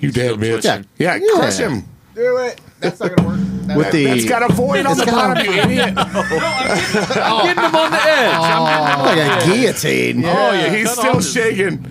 Speaker 1: You dead bitch.
Speaker 4: Yeah.
Speaker 1: Yeah.
Speaker 4: Yeah.
Speaker 1: Crush him.
Speaker 5: Do it. That's not gonna work. That-
Speaker 4: With the-
Speaker 1: That's got a void on
Speaker 4: It's
Speaker 1: the
Speaker 4: got a-
Speaker 1: bottom, you idiot.
Speaker 6: I'm getting him on
Speaker 3: <laughs>
Speaker 6: the edge. I'm getting him
Speaker 4: like a guillotine.
Speaker 1: Oh yeah, he's
Speaker 6: cut
Speaker 1: still
Speaker 6: off his-
Speaker 1: shaking.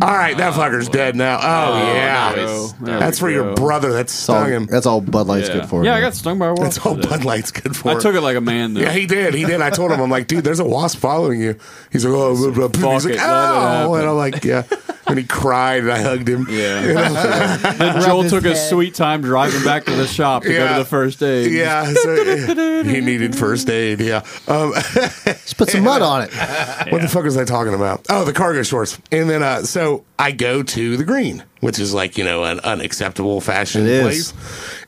Speaker 1: All right, that fucker's dead now. Oh, yeah,
Speaker 6: nice. There
Speaker 1: that's for
Speaker 6: we
Speaker 1: your
Speaker 6: go.
Speaker 1: brother that
Speaker 4: That's all,
Speaker 1: stung him.
Speaker 4: that's all Bud Light's
Speaker 6: Yeah.
Speaker 4: good for.
Speaker 6: yeah, I
Speaker 4: man.
Speaker 6: got stung by a wasp.
Speaker 1: That's all
Speaker 6: today.
Speaker 1: Bud Light's good for.
Speaker 6: I took it like a man
Speaker 1: <laughs>
Speaker 6: though.
Speaker 1: Yeah, he did. He did. I told him, I'm like, dude, there's a wasp following you. He's like, oh, blah, blah, blah. he's
Speaker 6: Fuck
Speaker 1: like,
Speaker 6: it, let it
Speaker 1: oh, and
Speaker 6: happen.
Speaker 1: I'm like, yeah. And he cried, and I hugged him.
Speaker 6: <laughs> Yeah. then Joel took his sweet time driving back to the shop to go
Speaker 1: Yeah.
Speaker 6: to the first aid.
Speaker 1: Yeah, so, yeah, he needed first aid. Yeah. Um,
Speaker 4: Just put some mud on it.
Speaker 1: <laughs> What the fuck was I talking about? Oh, the cargo shorts. And then, uh, so I go to the green, which is like, you know, an unacceptable fashion
Speaker 4: It
Speaker 1: place.
Speaker 4: is.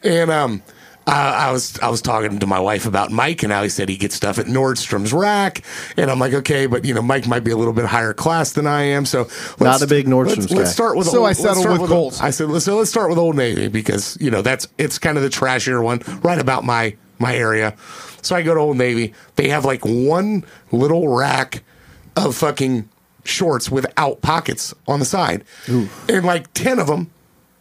Speaker 1: And um, I, I was I was talking to my wife about Mike and how he said he gets stuff at Nordstrom's Rack, and I'm like, okay, but you know, Mike might be a little bit higher class than I am, so let's,
Speaker 4: Not a big Nordstrom's
Speaker 1: Let's,
Speaker 4: guy.
Speaker 1: let's start with
Speaker 5: So I
Speaker 1: let's
Speaker 5: settled
Speaker 1: start
Speaker 5: with Kohl's.
Speaker 1: I said, let's, so let's start with Old Navy because you know that's it's kind of the trashier one, right about my my area. So I go to Old Navy. They have like one little rack of fucking shorts without pockets on the side, and like ten of them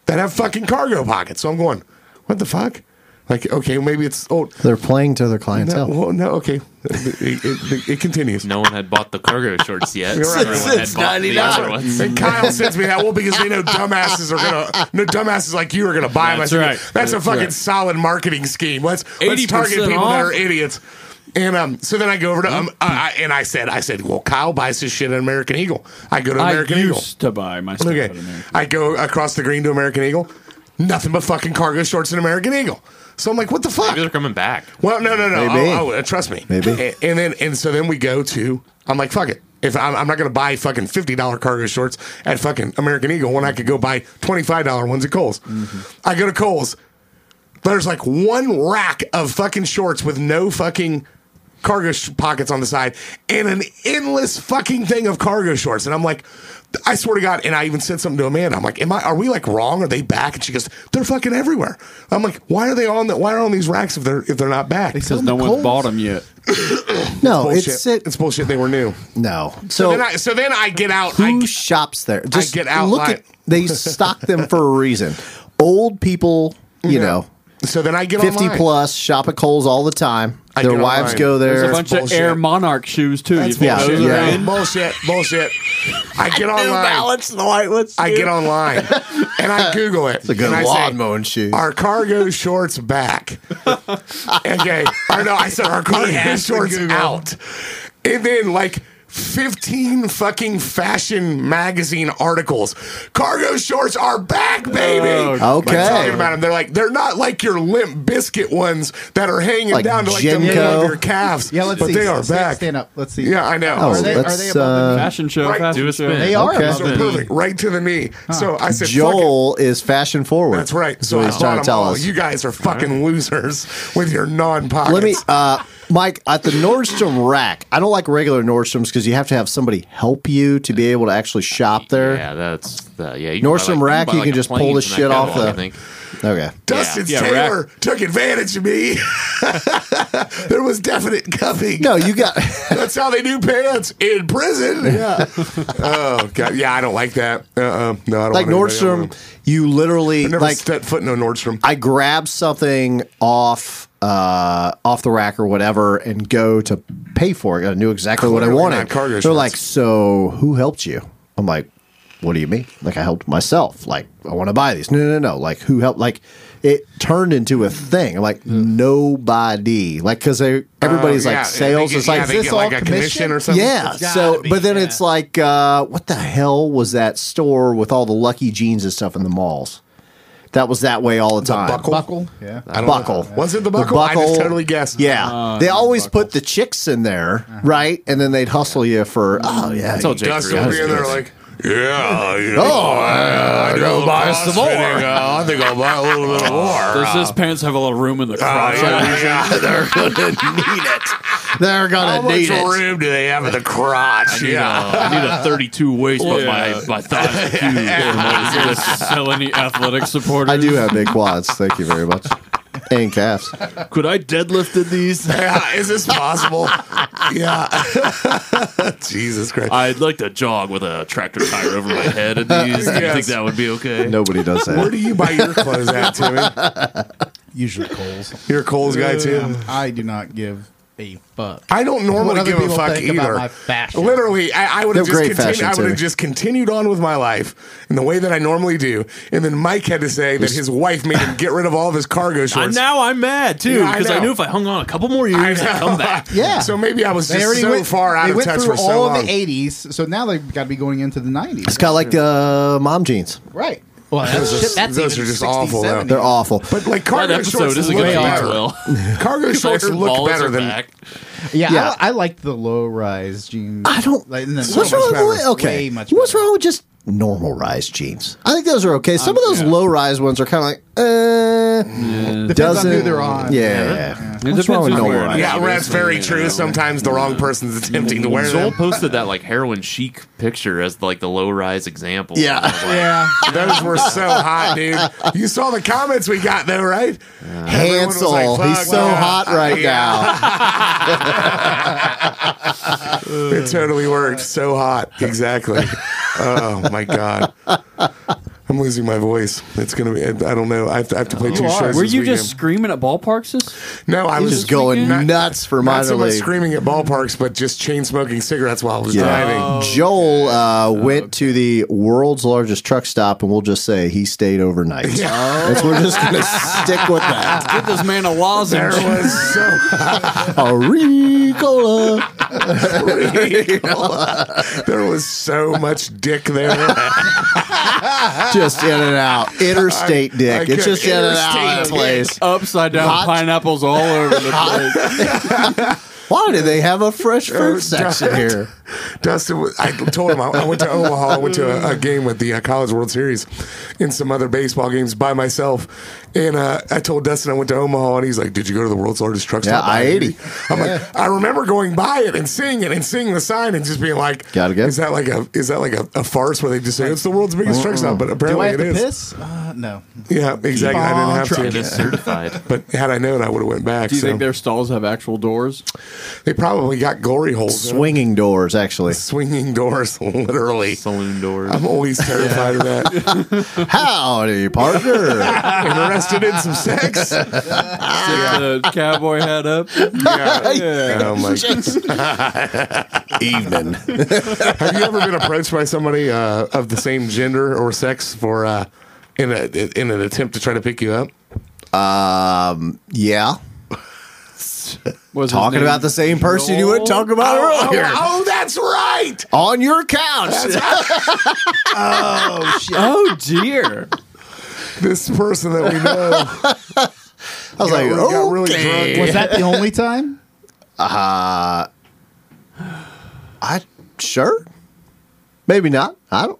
Speaker 1: that have fucking cargo pockets. So I'm going, what the fuck? Like, okay, maybe it's old.
Speaker 4: They're playing to their clientele.
Speaker 1: No, well, no, okay. It, it- it continues.
Speaker 3: No one had bought the cargo shorts yet.
Speaker 1: You're
Speaker 3: so
Speaker 1: right.
Speaker 3: everyone had
Speaker 1: Since
Speaker 3: bought the
Speaker 4: <laughs>
Speaker 3: other ones.
Speaker 1: And Kyle sends me that well because they know dumbasses are gonna no dumbasses like you are gonna buy them.
Speaker 6: That's
Speaker 1: I said,
Speaker 6: right.
Speaker 1: That's, a
Speaker 6: That's
Speaker 1: fucking
Speaker 6: right.
Speaker 1: solid marketing scheme. Let's let's
Speaker 6: 80%
Speaker 1: target people that
Speaker 6: off. Mm-hmm.
Speaker 1: are idiots. And um, so then I go over to um, I, I- and I said I said, well, Kyle buys his shit at American Eagle. I go to American
Speaker 6: I
Speaker 1: Eagle.
Speaker 6: used to buy my stuff
Speaker 1: Okay.
Speaker 6: at American.
Speaker 1: I go across the green to American Eagle. Nothing but fucking cargo shorts in American Eagle. So I'm like, what the fuck?
Speaker 3: Maybe they're coming back.
Speaker 1: Well, no, no, no.
Speaker 4: Maybe.
Speaker 1: Oh, oh, uh, trust me.
Speaker 4: Maybe.
Speaker 1: A- And then and so then we go to. I'm like, fuck it. If I'm, I'm not going to buy fucking fifty dollar cargo shorts at fucking American Eagle, when I could go buy twenty five dollar ones at Kohl's. I go to Kohl's. There's like one rack of fucking shorts with no fucking cargo sh- pockets on the side, and an endless fucking thing of cargo shorts. And I'm like, I swear to God. And I even said something to Amanda. I'm like, am I? Are we like wrong? Are they back? And she goes, they're fucking everywhere. I'm like, why are they on the? Why are on these racks if they're if they're not back?
Speaker 6: Because no one's bought them yet.
Speaker 4: No,
Speaker 1: bullshit.
Speaker 4: it's it.
Speaker 1: It's bullshit. They were new.
Speaker 4: No.
Speaker 1: So
Speaker 4: So
Speaker 1: then I, so then I get out. I,
Speaker 4: who shops there? Just
Speaker 1: get out
Speaker 4: look
Speaker 1: line.
Speaker 4: at they stock them for a reason. Old people, you know,
Speaker 1: so then I get
Speaker 4: 50
Speaker 1: online.
Speaker 4: plus shop at Kohl's all the time.
Speaker 1: I
Speaker 4: Their
Speaker 1: get
Speaker 4: wives
Speaker 1: online.
Speaker 4: go
Speaker 6: There's
Speaker 4: there.
Speaker 6: a bunch
Speaker 1: bullshit.
Speaker 6: of Air Monarch shoes too.
Speaker 1: That's
Speaker 6: You think
Speaker 1: bullshit.
Speaker 6: those are
Speaker 1: Yeah.
Speaker 6: in?
Speaker 1: Bullshit. Bullshit. I get online.
Speaker 4: the white ones.
Speaker 1: I get online
Speaker 4: <laughs>
Speaker 1: and I Google it. It's
Speaker 4: a good
Speaker 1: and I
Speaker 4: lawn mowing shoe.
Speaker 1: Are cargo shorts
Speaker 4: <laughs>
Speaker 1: back? okay. Or no, I said our cargo shorts out. And then like 15 fucking fashion magazine articles. Cargo shorts are back, baby.
Speaker 4: Oh, Okay.
Speaker 1: Like, talking about them. They're like, they're not like your limp biscuit ones that are hanging
Speaker 4: Like
Speaker 1: down to like the
Speaker 4: Jenko.
Speaker 1: middle of your calves.
Speaker 5: Yeah, let's
Speaker 1: but
Speaker 5: see.
Speaker 1: they are
Speaker 5: Stand-
Speaker 1: back.
Speaker 5: Stand up. Let's see.
Speaker 1: Yeah, I know. uh,
Speaker 4: Oh,
Speaker 5: Are they, are
Speaker 4: let's,
Speaker 5: they above the
Speaker 6: Fashion show.
Speaker 1: Right,
Speaker 6: fashion
Speaker 3: do a
Speaker 6: show.
Speaker 3: spin.
Speaker 5: They are
Speaker 4: okay.
Speaker 5: above
Speaker 1: So
Speaker 5: the-
Speaker 1: perfect, right to the knee. So I said, fuck it.
Speaker 4: Joel is fashion forward.
Speaker 1: That's right.
Speaker 4: That's
Speaker 1: So
Speaker 4: what
Speaker 1: I
Speaker 4: he's trying
Speaker 1: bought them
Speaker 4: to tell
Speaker 1: all.
Speaker 4: us.
Speaker 1: You guys are fucking losers with your non pockets.
Speaker 4: Let me, uh, Mike, at the Nordstrom rack. I don't like regular Nordstroms because you have to have somebody help you to be able to actually shop there.
Speaker 3: Yeah, that's the yeah. You
Speaker 4: Nordstrom Rack, you can just pull the shit off the- Okay.
Speaker 1: Dustin
Speaker 6: Yeah,
Speaker 1: Taylor took advantage of me. <laughs> there was definite cuffing.
Speaker 4: No, you got. <laughs>
Speaker 1: That's how they do pants in prison. Yeah. <laughs> oh god. Yeah, I don't like that. Uh. uh No, I don't
Speaker 4: like
Speaker 1: want anybody on
Speaker 4: Nordstrom,
Speaker 1: them.
Speaker 4: you literally
Speaker 1: I never
Speaker 4: like
Speaker 1: set foot in a Nordstrom.
Speaker 4: I grab something off uh, off the rack or whatever and go to pay for it. I knew exactly
Speaker 1: Clearly
Speaker 4: what I
Speaker 1: not
Speaker 4: wanted.
Speaker 1: cargo
Speaker 4: They're
Speaker 1: shorts.
Speaker 4: like, so who helped you? I'm like, what do you mean? Like I helped myself. Like I want to buy these. No, no, no. Like who helped? Like it turned into a thing. I'm like nobody. Like because everybody's
Speaker 1: Hmm. Oh, yeah,
Speaker 4: like sales.
Speaker 1: They get,
Speaker 4: it's like
Speaker 1: yeah, they
Speaker 4: this
Speaker 1: get
Speaker 4: all
Speaker 1: like a commission? or something.
Speaker 4: yeah.
Speaker 5: It's gotta
Speaker 4: So,
Speaker 5: be,
Speaker 4: but then
Speaker 5: yeah.
Speaker 4: it's like, uh, what the hell was that store with all the Lucky Jeans and stuff in the malls? That was that way all the time.
Speaker 1: buckle?
Speaker 5: buckle? Yeah.
Speaker 1: I don't know.
Speaker 4: Buckle.
Speaker 1: Was it the buckle? I just totally guessed. Uh-huh.
Speaker 4: Yeah, they always put the chicks in there, right? And then they'd hustle you for, oh yeah,
Speaker 3: That's all Jake
Speaker 1: Dustin
Speaker 3: Rios
Speaker 1: will be in there
Speaker 3: does.
Speaker 1: like, yeah, you know,
Speaker 4: Oh,
Speaker 1: I, I go buy some more. Uh, I think I'll buy a little bit more. Uh,
Speaker 6: Does this pants have a little room in the
Speaker 1: <laughs>
Speaker 6: crotch? <laughs>
Speaker 1: they're gonna need it.
Speaker 4: they're gonna
Speaker 1: How
Speaker 4: need
Speaker 1: much
Speaker 4: it.
Speaker 1: room do they have in the crotch? Yeah.
Speaker 3: <laughs> I need a 32 waist, but my my thighs
Speaker 4: <laughs>
Speaker 3: are huge.
Speaker 6: Is this sell any athletic supporters? <laughs>
Speaker 4: I do have big quads. Thank you very much. And calves.
Speaker 6: Could I deadlift in these?
Speaker 1: Yeah, is this possible?
Speaker 5: <laughs>
Speaker 1: yeah. Jesus Christ.
Speaker 3: I'd like to jog with a tractor tire over my
Speaker 1: <laughs>
Speaker 3: head in these. Do you
Speaker 1: Yes.
Speaker 3: think that would be okay?
Speaker 4: Nobody does
Speaker 1: Where
Speaker 4: that.
Speaker 1: do you buy your clothes at, Timmy?
Speaker 5: Usually
Speaker 1: <laughs>
Speaker 5: Coles.
Speaker 1: You're a Coles guy too.
Speaker 5: I do not give a fuck.
Speaker 1: I don't normally
Speaker 5: What other
Speaker 1: give a
Speaker 5: people
Speaker 1: fuck
Speaker 5: think about
Speaker 1: either.
Speaker 5: my fashion.
Speaker 1: Literally, I, I would have
Speaker 4: They're
Speaker 1: just
Speaker 4: great
Speaker 1: continued.
Speaker 4: fashion,
Speaker 1: I would
Speaker 4: Timmy.
Speaker 1: have just continued on with my life in the way that I normally do, and then Mike had to say that his wife made him get rid of all of his cargo <laughs>
Speaker 3: I,
Speaker 1: shorts.
Speaker 3: now I'm mad too
Speaker 1: Yeah, I
Speaker 3: because I,
Speaker 1: know.
Speaker 3: knew if I hung on a couple more years, I'd
Speaker 1: <laughs>
Speaker 3: come back.
Speaker 4: Yeah.
Speaker 1: So maybe I was
Speaker 5: They
Speaker 1: just
Speaker 5: already
Speaker 1: so
Speaker 5: went
Speaker 1: far out
Speaker 5: they
Speaker 1: of
Speaker 5: went
Speaker 1: touch
Speaker 5: through
Speaker 1: for so
Speaker 5: all
Speaker 1: long.
Speaker 5: of the '80s, so now they've got to be going into the '90s.
Speaker 4: It's kind of like uh, mom jeans.
Speaker 5: right. Well, that's,
Speaker 1: Those are-
Speaker 5: shit, that's
Speaker 1: those
Speaker 5: even
Speaker 1: are just
Speaker 5: 60s,
Speaker 1: awful, though.
Speaker 5: 70s.
Speaker 4: They're awful.
Speaker 1: but like
Speaker 3: That
Speaker 1: cargo shorts
Speaker 3: episode isn't
Speaker 1: look
Speaker 3: going to age
Speaker 1: better. <laughs>
Speaker 3: well.
Speaker 1: Cargo shorts look better than
Speaker 5: Yeah,
Speaker 4: Yeah.
Speaker 5: I, I liked the low rise jeans.
Speaker 4: I don't.
Speaker 5: Like, and then
Speaker 4: what's
Speaker 5: so
Speaker 4: wrong
Speaker 5: much
Speaker 4: with
Speaker 5: better.
Speaker 4: okay?
Speaker 5: Way much
Speaker 4: what's
Speaker 5: better.
Speaker 4: wrong with just normal rise jeans? I think those are okay. Some
Speaker 6: Um,
Speaker 4: of those
Speaker 6: yeah.
Speaker 4: low rise ones are kind of like, uh,
Speaker 6: It
Speaker 5: Depends on who
Speaker 4: doesn't-
Speaker 5: they're on.
Speaker 4: Yeah.
Speaker 6: depends
Speaker 4: wrong with
Speaker 6: who's
Speaker 4: no
Speaker 6: wearing
Speaker 4: one?
Speaker 6: it.
Speaker 1: Yeah, well, that's very true.
Speaker 3: Yeah.
Speaker 1: Sometimes the wrong person's attempting to wear
Speaker 3: Joel
Speaker 1: them. <laughs>
Speaker 3: posted that like heroin chic picture as like the low rise example.
Speaker 4: Yeah.
Speaker 3: And I was like,
Speaker 5: Yeah.
Speaker 1: Those were so hot, dude. You saw the comments we got though, right? Everyone was
Speaker 4: Hansel,
Speaker 1: like,
Speaker 4: he's
Speaker 1: "Fuck,
Speaker 4: so
Speaker 1: yeah."
Speaker 4: hot right now.
Speaker 1: It totally worked. So hot. Exactly. oh my god. I'm losing my voice. It's gonna be. I don't know. I have to, I have to play two shows.
Speaker 6: Were
Speaker 1: this
Speaker 6: you
Speaker 1: weekend.
Speaker 6: just screaming at ballparks?
Speaker 1: No, I was
Speaker 4: Just going
Speaker 1: not-
Speaker 4: nuts for
Speaker 1: Not
Speaker 4: minor
Speaker 1: so much
Speaker 4: league.
Speaker 1: screaming at ballparks, but just chain smoking cigarettes while I was driving.
Speaker 4: Joel
Speaker 1: Oh,
Speaker 4: uh, went to the world's largest truck stop, and we'll just say he
Speaker 1: <laughs>
Speaker 4: stayed overnight. That's- we're just going to
Speaker 1: Oh.
Speaker 4: stick with that.
Speaker 6: Give this man a
Speaker 1: There
Speaker 6: lozenge.
Speaker 1: was so
Speaker 6: <laughs>
Speaker 4: Agricola.
Speaker 1: <laughs> there was so much dick there.
Speaker 4: Just in and out. Interstate dick.
Speaker 1: I
Speaker 4: it's just in
Speaker 1: could-
Speaker 4: and out of the
Speaker 1: interstate
Speaker 4: place.
Speaker 6: Upside down
Speaker 4: Hot-
Speaker 6: pineapples all over the place.
Speaker 4: Why do they have a fresh
Speaker 1: Oh,
Speaker 4: fruit section
Speaker 1: <laughs>
Speaker 4: here?
Speaker 1: Dustin, was- I told him I, I went to Omaha. I went to a, a game with the uh, College World Series and some other baseball games by myself. And uh, I told Dustin I went to Omaha, and he's like, "Did you go to the world's largest truck
Speaker 4: Yeah,
Speaker 1: stop?" by
Speaker 4: I-80?
Speaker 1: I'm like, I remember going by it and seeing it and seeing the sign and just being like,
Speaker 4: Gotta go.
Speaker 1: Is that like a is that like a, a farce where they just say it's the world's biggest truck stop? But
Speaker 5: Do
Speaker 1: apparently
Speaker 5: I have
Speaker 1: it
Speaker 5: to
Speaker 1: is.
Speaker 5: piss? Uh,
Speaker 1: <laughs>
Speaker 5: no.
Speaker 1: Yeah, exactly.
Speaker 5: on
Speaker 1: I didn't
Speaker 5: trucking.
Speaker 1: have
Speaker 3: It
Speaker 1: to.
Speaker 3: is
Speaker 1: <laughs>
Speaker 3: certified.
Speaker 1: But had I known, I would have went back.
Speaker 6: Do you
Speaker 1: so.
Speaker 6: think their stalls have actual doors?
Speaker 1: they probably got glory holes, in it.
Speaker 4: Swinging doors,
Speaker 1: <laughs>
Speaker 4: actually.
Speaker 1: swinging doors, <laughs> literally.
Speaker 3: Saloon doors.
Speaker 1: I'm always terrified of that.
Speaker 4: Howdy, partner.
Speaker 1: interested in some sex. <laughs>
Speaker 6: Stick
Speaker 1: Ah.
Speaker 6: the cowboy hat up.
Speaker 1: Oh my- <laughs>
Speaker 4: Evening.
Speaker 1: Have you ever been approached by somebody uh, of the same gender or sex for uh, in a in an attempt to try to pick you up?
Speaker 4: Yeah.
Speaker 6: Was his
Speaker 4: Talking
Speaker 6: name
Speaker 4: about the same person you would
Speaker 6: Joel?
Speaker 4: talk about earlier.
Speaker 1: oh, that's right.
Speaker 4: On your couch.
Speaker 6: Oh dear.
Speaker 1: This person that we know
Speaker 4: I was like, "Oh,
Speaker 1: really- got really
Speaker 4: okay.
Speaker 1: drunk.
Speaker 5: Was that the only time?
Speaker 4: I sure. Maybe not. I don't.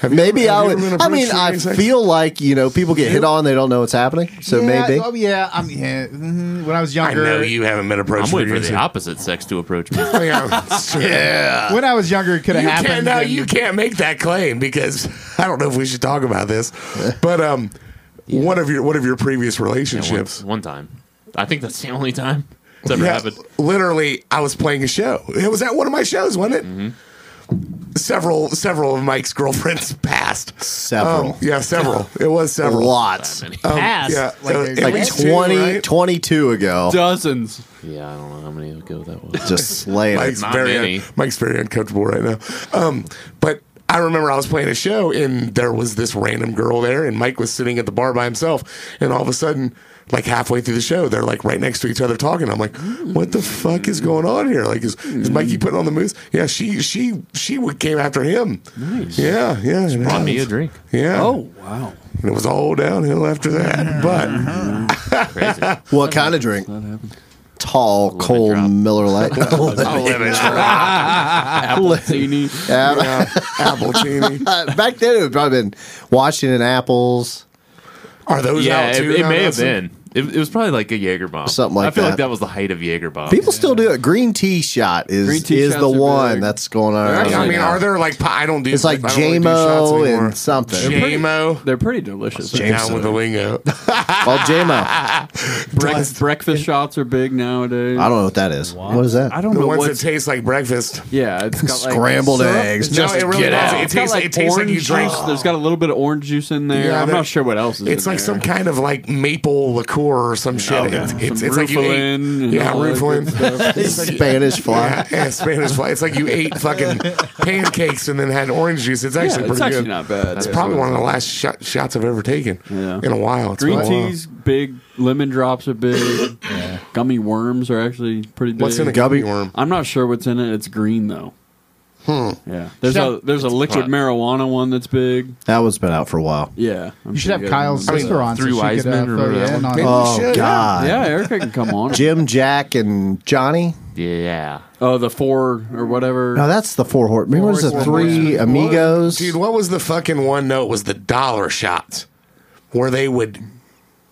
Speaker 1: Have you
Speaker 4: Maybe
Speaker 1: ever-
Speaker 4: I
Speaker 1: have you ever
Speaker 4: would.
Speaker 1: been
Speaker 4: I
Speaker 1: approached
Speaker 4: mean,
Speaker 1: for
Speaker 4: I
Speaker 1: any sex?
Speaker 4: feel like you know people get hit on. They don't know what's happening. So
Speaker 5: yeah,
Speaker 4: maybe.
Speaker 5: Oh, yeah. I'm, yeah. mhm, When I was
Speaker 1: I
Speaker 5: younger,
Speaker 1: know you haven't been approached.
Speaker 3: I'm waiting for
Speaker 1: your
Speaker 3: the
Speaker 1: sex.
Speaker 3: opposite sex to
Speaker 1: <laughs>
Speaker 3: approach me.
Speaker 1: Oh, <laughs> yeah, it's true.
Speaker 5: when I was younger, it could have
Speaker 1: You
Speaker 5: happened.
Speaker 1: can't, no,
Speaker 5: and-
Speaker 1: you can't make that claim because I don't know if we should talk about this, but um, one of your one of your previous
Speaker 3: One,
Speaker 1: relationships.
Speaker 3: one time. I think that's the only time it's ever
Speaker 1: Yeah,
Speaker 3: happened.
Speaker 1: literally, I was playing a show. It was at one of my shows, wasn't it?
Speaker 3: Mm-hmm.
Speaker 1: Several, several of Mike's girlfriends <laughs> passed.
Speaker 4: Several.
Speaker 1: Um, yeah, several. It was several.
Speaker 4: Lots.
Speaker 1: Um,
Speaker 5: Passed?
Speaker 1: Yeah,
Speaker 5: Like
Speaker 1: uh,
Speaker 5: they-
Speaker 1: at
Speaker 4: Like
Speaker 1: least two,
Speaker 4: 20,
Speaker 1: right?
Speaker 4: 22 ago.
Speaker 6: Dozens.
Speaker 3: Yeah, I don't know how many ago that
Speaker 1: <laughs>
Speaker 3: was.
Speaker 4: Just slaying. it.
Speaker 1: Mike's
Speaker 3: Not
Speaker 1: very
Speaker 3: many.
Speaker 1: un- Mike's very uncomfortable right now. Um, but I remember I was playing a show and there was this random girl there, and Mike was sitting at the bar by himself, and all of a sudden. Like halfway through the show, they're like right next to each other talking. I'm like, "What the fuck is going on here? Like, is, is Mikey putting on the moves? Yeah, she she she would- came after him. Nice. Yeah, yeah. it
Speaker 3: Brought me a
Speaker 1: happens.
Speaker 3: drink.
Speaker 1: Yeah.
Speaker 6: Oh wow.
Speaker 1: and it was all downhill after that. But
Speaker 3: Crazy.
Speaker 1: <laughs>
Speaker 4: what kind of drink? Tall, cold
Speaker 3: drop.
Speaker 6: <laughs>
Speaker 4: Miller Light.
Speaker 6: Appletini.
Speaker 4: <laughs> yeah.
Speaker 3: <laughs>
Speaker 4: Uh,
Speaker 1: yeah, apple teeny.
Speaker 4: Back then, it would probably been Washington apples.
Speaker 1: Are those
Speaker 3: yeah,
Speaker 1: out
Speaker 3: it,
Speaker 1: too?
Speaker 3: it
Speaker 1: now,
Speaker 3: may have
Speaker 1: Dustin?
Speaker 3: been. It, it was probably like a Jaeger bomb.
Speaker 4: Something like
Speaker 3: I feel
Speaker 4: that.
Speaker 3: like that was the height of Jaeger bomb.
Speaker 4: People still do it. Green tea shot
Speaker 6: Green
Speaker 4: is
Speaker 6: tea
Speaker 4: is the
Speaker 6: shots are
Speaker 4: one
Speaker 6: big.
Speaker 4: that's going on.
Speaker 1: I,
Speaker 4: around right
Speaker 1: mean,
Speaker 4: now.
Speaker 1: are there like pi- I don't do.
Speaker 4: It's like
Speaker 1: I don't really do shots
Speaker 4: JMO
Speaker 1: anymore.
Speaker 4: and something.
Speaker 1: JMO.
Speaker 6: They're pretty delicious.
Speaker 1: Down with the
Speaker 4: <laughs>
Speaker 1: lingo.
Speaker 4: Well, JMO.
Speaker 6: Brec- breakfast shots are big nowadays.
Speaker 4: I don't know what that is. What is that?
Speaker 6: I don't
Speaker 1: The
Speaker 6: know
Speaker 1: ones
Speaker 6: what's
Speaker 1: that taste like breakfast.
Speaker 6: yeah. It's got like
Speaker 4: <laughs> Scrambled
Speaker 6: syrup.
Speaker 4: eggs.
Speaker 6: It's
Speaker 4: Just
Speaker 1: no, it really
Speaker 4: get
Speaker 1: doesn't.
Speaker 4: out.
Speaker 1: It tastes like, it tastes like you
Speaker 6: orange
Speaker 1: drink.
Speaker 6: juice. There's got a little bit of orange juice in there.
Speaker 1: Yeah,
Speaker 6: I'm
Speaker 1: there-
Speaker 6: not sure what else is.
Speaker 1: It's
Speaker 6: in
Speaker 1: like
Speaker 6: there.
Speaker 1: some kind of like maple liqueur or some shit. It's, it's,
Speaker 6: Some
Speaker 1: it's like you ate,
Speaker 6: Rufalin and
Speaker 1: yeah,
Speaker 6: all that good
Speaker 1: Rufalin.
Speaker 6: stuff.
Speaker 4: Spanish fly.
Speaker 1: <laughs> Yeah, yeah, Spanish fly. It's like you ate
Speaker 6: <laughs>
Speaker 1: fucking pancakes and then had orange juice. It's
Speaker 6: yeah,
Speaker 1: actually
Speaker 6: it's
Speaker 1: pretty
Speaker 6: actually
Speaker 1: good.
Speaker 6: not bad.
Speaker 1: It's probably one of the last shot, shots I've ever taken
Speaker 6: Yeah.
Speaker 1: in a while. It's
Speaker 6: Green
Speaker 1: been a while.
Speaker 6: teas, big. Lemon drops are big. Gummy worms are actually pretty big.
Speaker 1: What's in a
Speaker 4: Gubby.
Speaker 1: gummy worm?
Speaker 6: I'm not sure what's in it. It's green though. Hmm. Yeah. There's a there's a liquid
Speaker 3: Right.
Speaker 6: marijuana one that's big.
Speaker 4: That one's been out for a while.
Speaker 6: Yeah. I'm
Speaker 5: You should
Speaker 6: sure
Speaker 5: have
Speaker 6: you guys
Speaker 5: Kyle's
Speaker 6: remember
Speaker 5: sister on. so
Speaker 3: Through
Speaker 5: she could,
Speaker 3: Wiseman,
Speaker 5: uh, throw
Speaker 3: remember
Speaker 5: you
Speaker 3: that
Speaker 5: in
Speaker 3: one?
Speaker 5: on-
Speaker 1: Maybe we
Speaker 4: Oh
Speaker 1: should, yeah.
Speaker 4: God.
Speaker 6: that. Yeah, Erica can come
Speaker 4: <laughs>
Speaker 6: on.
Speaker 4: Jim, Jack, and Johnny.
Speaker 3: Yeah.
Speaker 6: Oh, the four or whatever.
Speaker 4: No, that's the four horse. Remember, it was the
Speaker 1: Horsemen.
Speaker 4: three
Speaker 1: What-
Speaker 4: amigos.
Speaker 1: Dude, what was the fucking one? No, it was the dollar shots where they would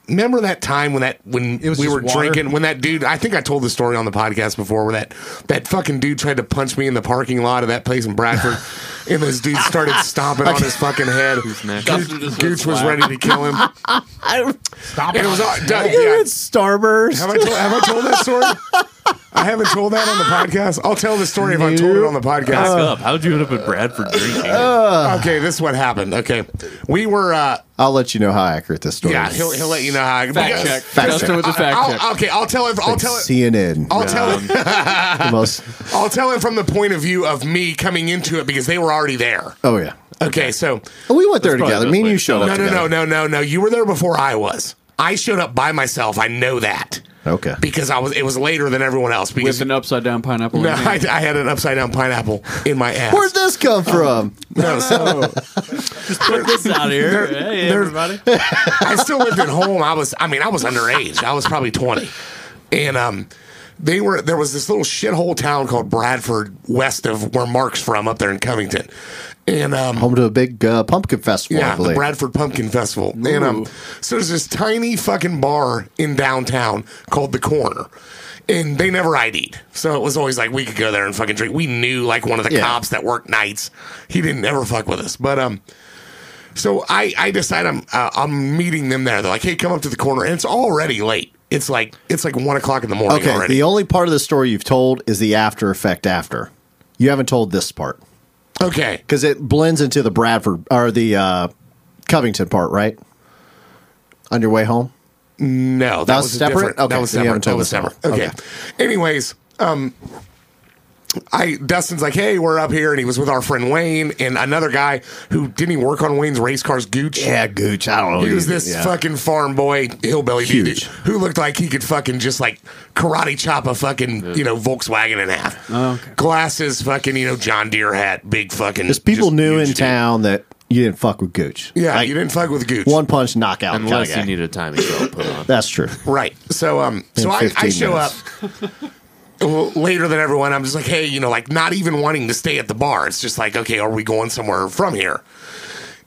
Speaker 1: remember that time when that when
Speaker 5: It was
Speaker 1: we
Speaker 5: just
Speaker 1: were
Speaker 5: water.
Speaker 1: drinking when that dude I think I told the story on the podcast before where that that fucking dude tried to punch me in the parking lot of that place in
Speaker 5: <laughs>
Speaker 1: Bradford and this dude started stomping on his fucking head.
Speaker 3: next?
Speaker 1: Gooch, Gooch was ready to kill him.
Speaker 5: Stop
Speaker 1: And it was all, Doug,
Speaker 4: You're
Speaker 1: yeah,
Speaker 4: at Starburst.
Speaker 1: have I, told, have I told that story? I haven't told that on the podcast. I'll tell the story if I told it on the podcast.
Speaker 3: Back up. How'd you end up at Bradford
Speaker 4: Uh,
Speaker 3: drinking?
Speaker 1: okay, this is what happened. Okay, we were. uh
Speaker 4: I'll let you know how accurate this story
Speaker 1: Yeah,
Speaker 4: is.
Speaker 1: he'll, he'll let you know how.
Speaker 6: Fact
Speaker 1: because-
Speaker 6: check.
Speaker 4: Fact
Speaker 6: Justin
Speaker 4: check.
Speaker 6: with the fact check.
Speaker 1: I'll, okay, I'll tell it. I'll tell it.
Speaker 4: CNN.
Speaker 1: I'll tell it.
Speaker 4: the most,
Speaker 1: I'll tell it from the point of view of me coming into it because they were already there.
Speaker 4: oh, yeah.
Speaker 1: Okay, so
Speaker 4: Oh, we went there together.
Speaker 3: the
Speaker 4: Me and
Speaker 3: best
Speaker 4: you
Speaker 3: way
Speaker 4: showed
Speaker 3: to
Speaker 4: up
Speaker 1: no, no,
Speaker 4: together.
Speaker 1: no, no, no, no. You were there before I was. I showed up by myself. I know that
Speaker 4: Okay.
Speaker 1: because I was. It was later than everyone else
Speaker 6: with
Speaker 1: because
Speaker 6: an upside down pineapple.
Speaker 1: no, <laughs>
Speaker 6: in
Speaker 1: I,
Speaker 6: hand.
Speaker 1: I had an upside down pineapple in my ass.
Speaker 4: Where'd this come
Speaker 1: Oh.
Speaker 4: from?
Speaker 3: Put this out here. Hey, everybody.
Speaker 1: I still lived at home. I was, I mean, I was underage. I was probably 20. And, um, they were, there was this little shithole town called Bradford, west of where Mark's from up there in Covington. And, um,
Speaker 4: Home to a big uh, pumpkin festival, I
Speaker 1: yeah, the
Speaker 4: believe.
Speaker 1: Bradford Pumpkin Festival. And um, so there's this tiny fucking bar in downtown called The Corner. And they never ID'd. So it was always like we could go there and fucking drink. We knew like one of the
Speaker 4: Yeah.
Speaker 1: cops that worked nights. He didn't ever fuck with us. But um so I I decide I'm uh, I'm meeting them there. They're like, hey, come up to the corner. And it's already late. It's like it's like one o'clock in the morning
Speaker 4: okay,
Speaker 1: already.
Speaker 4: the only part of the story you've told is the after effect after. You haven't told this part
Speaker 1: okay.
Speaker 4: because it blends into the Bradford or the uh, Covington part, right? On your way home?
Speaker 1: No, that,
Speaker 4: was
Speaker 1: was,
Speaker 4: separate?
Speaker 1: different.
Speaker 4: Okay,
Speaker 1: that was
Speaker 4: so you
Speaker 1: separate.
Speaker 4: haven't
Speaker 1: That
Speaker 4: told
Speaker 1: was
Speaker 4: us that
Speaker 1: separate. Okay.
Speaker 4: one.
Speaker 1: Anyways, um, I Dustin's like, hey, we're up here, and he was with our friend Wayne and another guy who didn't even work on Wayne's race cars, Gooch.
Speaker 4: Gooch. I don't know.
Speaker 1: He was this fucking farm boy hillbilly dude
Speaker 4: Huge.
Speaker 1: who looked like he could fucking just like karate chop a fucking you know Volkswagen in half.
Speaker 4: Oh,
Speaker 6: okay.
Speaker 1: Glasses, fucking you know John Deere hat, big fucking.
Speaker 4: Because people
Speaker 1: just
Speaker 4: knew
Speaker 1: huge
Speaker 4: in
Speaker 1: dude.
Speaker 4: town that you didn't fuck with Gooch.
Speaker 1: Yeah,
Speaker 4: Like,
Speaker 1: you didn't fuck with Gooch.
Speaker 4: one punch knockout. kinda
Speaker 3: Unless
Speaker 4: guy.
Speaker 3: you need a timing belt
Speaker 1: <laughs>
Speaker 3: put on.
Speaker 4: That's true.
Speaker 1: Right. So um so I, I
Speaker 4: 15
Speaker 1: show
Speaker 4: minutes.
Speaker 1: up l- later than everyone. I'm just like, hey, you know, like not even wanting to stay at the bar. It's just like, okay, are we going somewhere from here?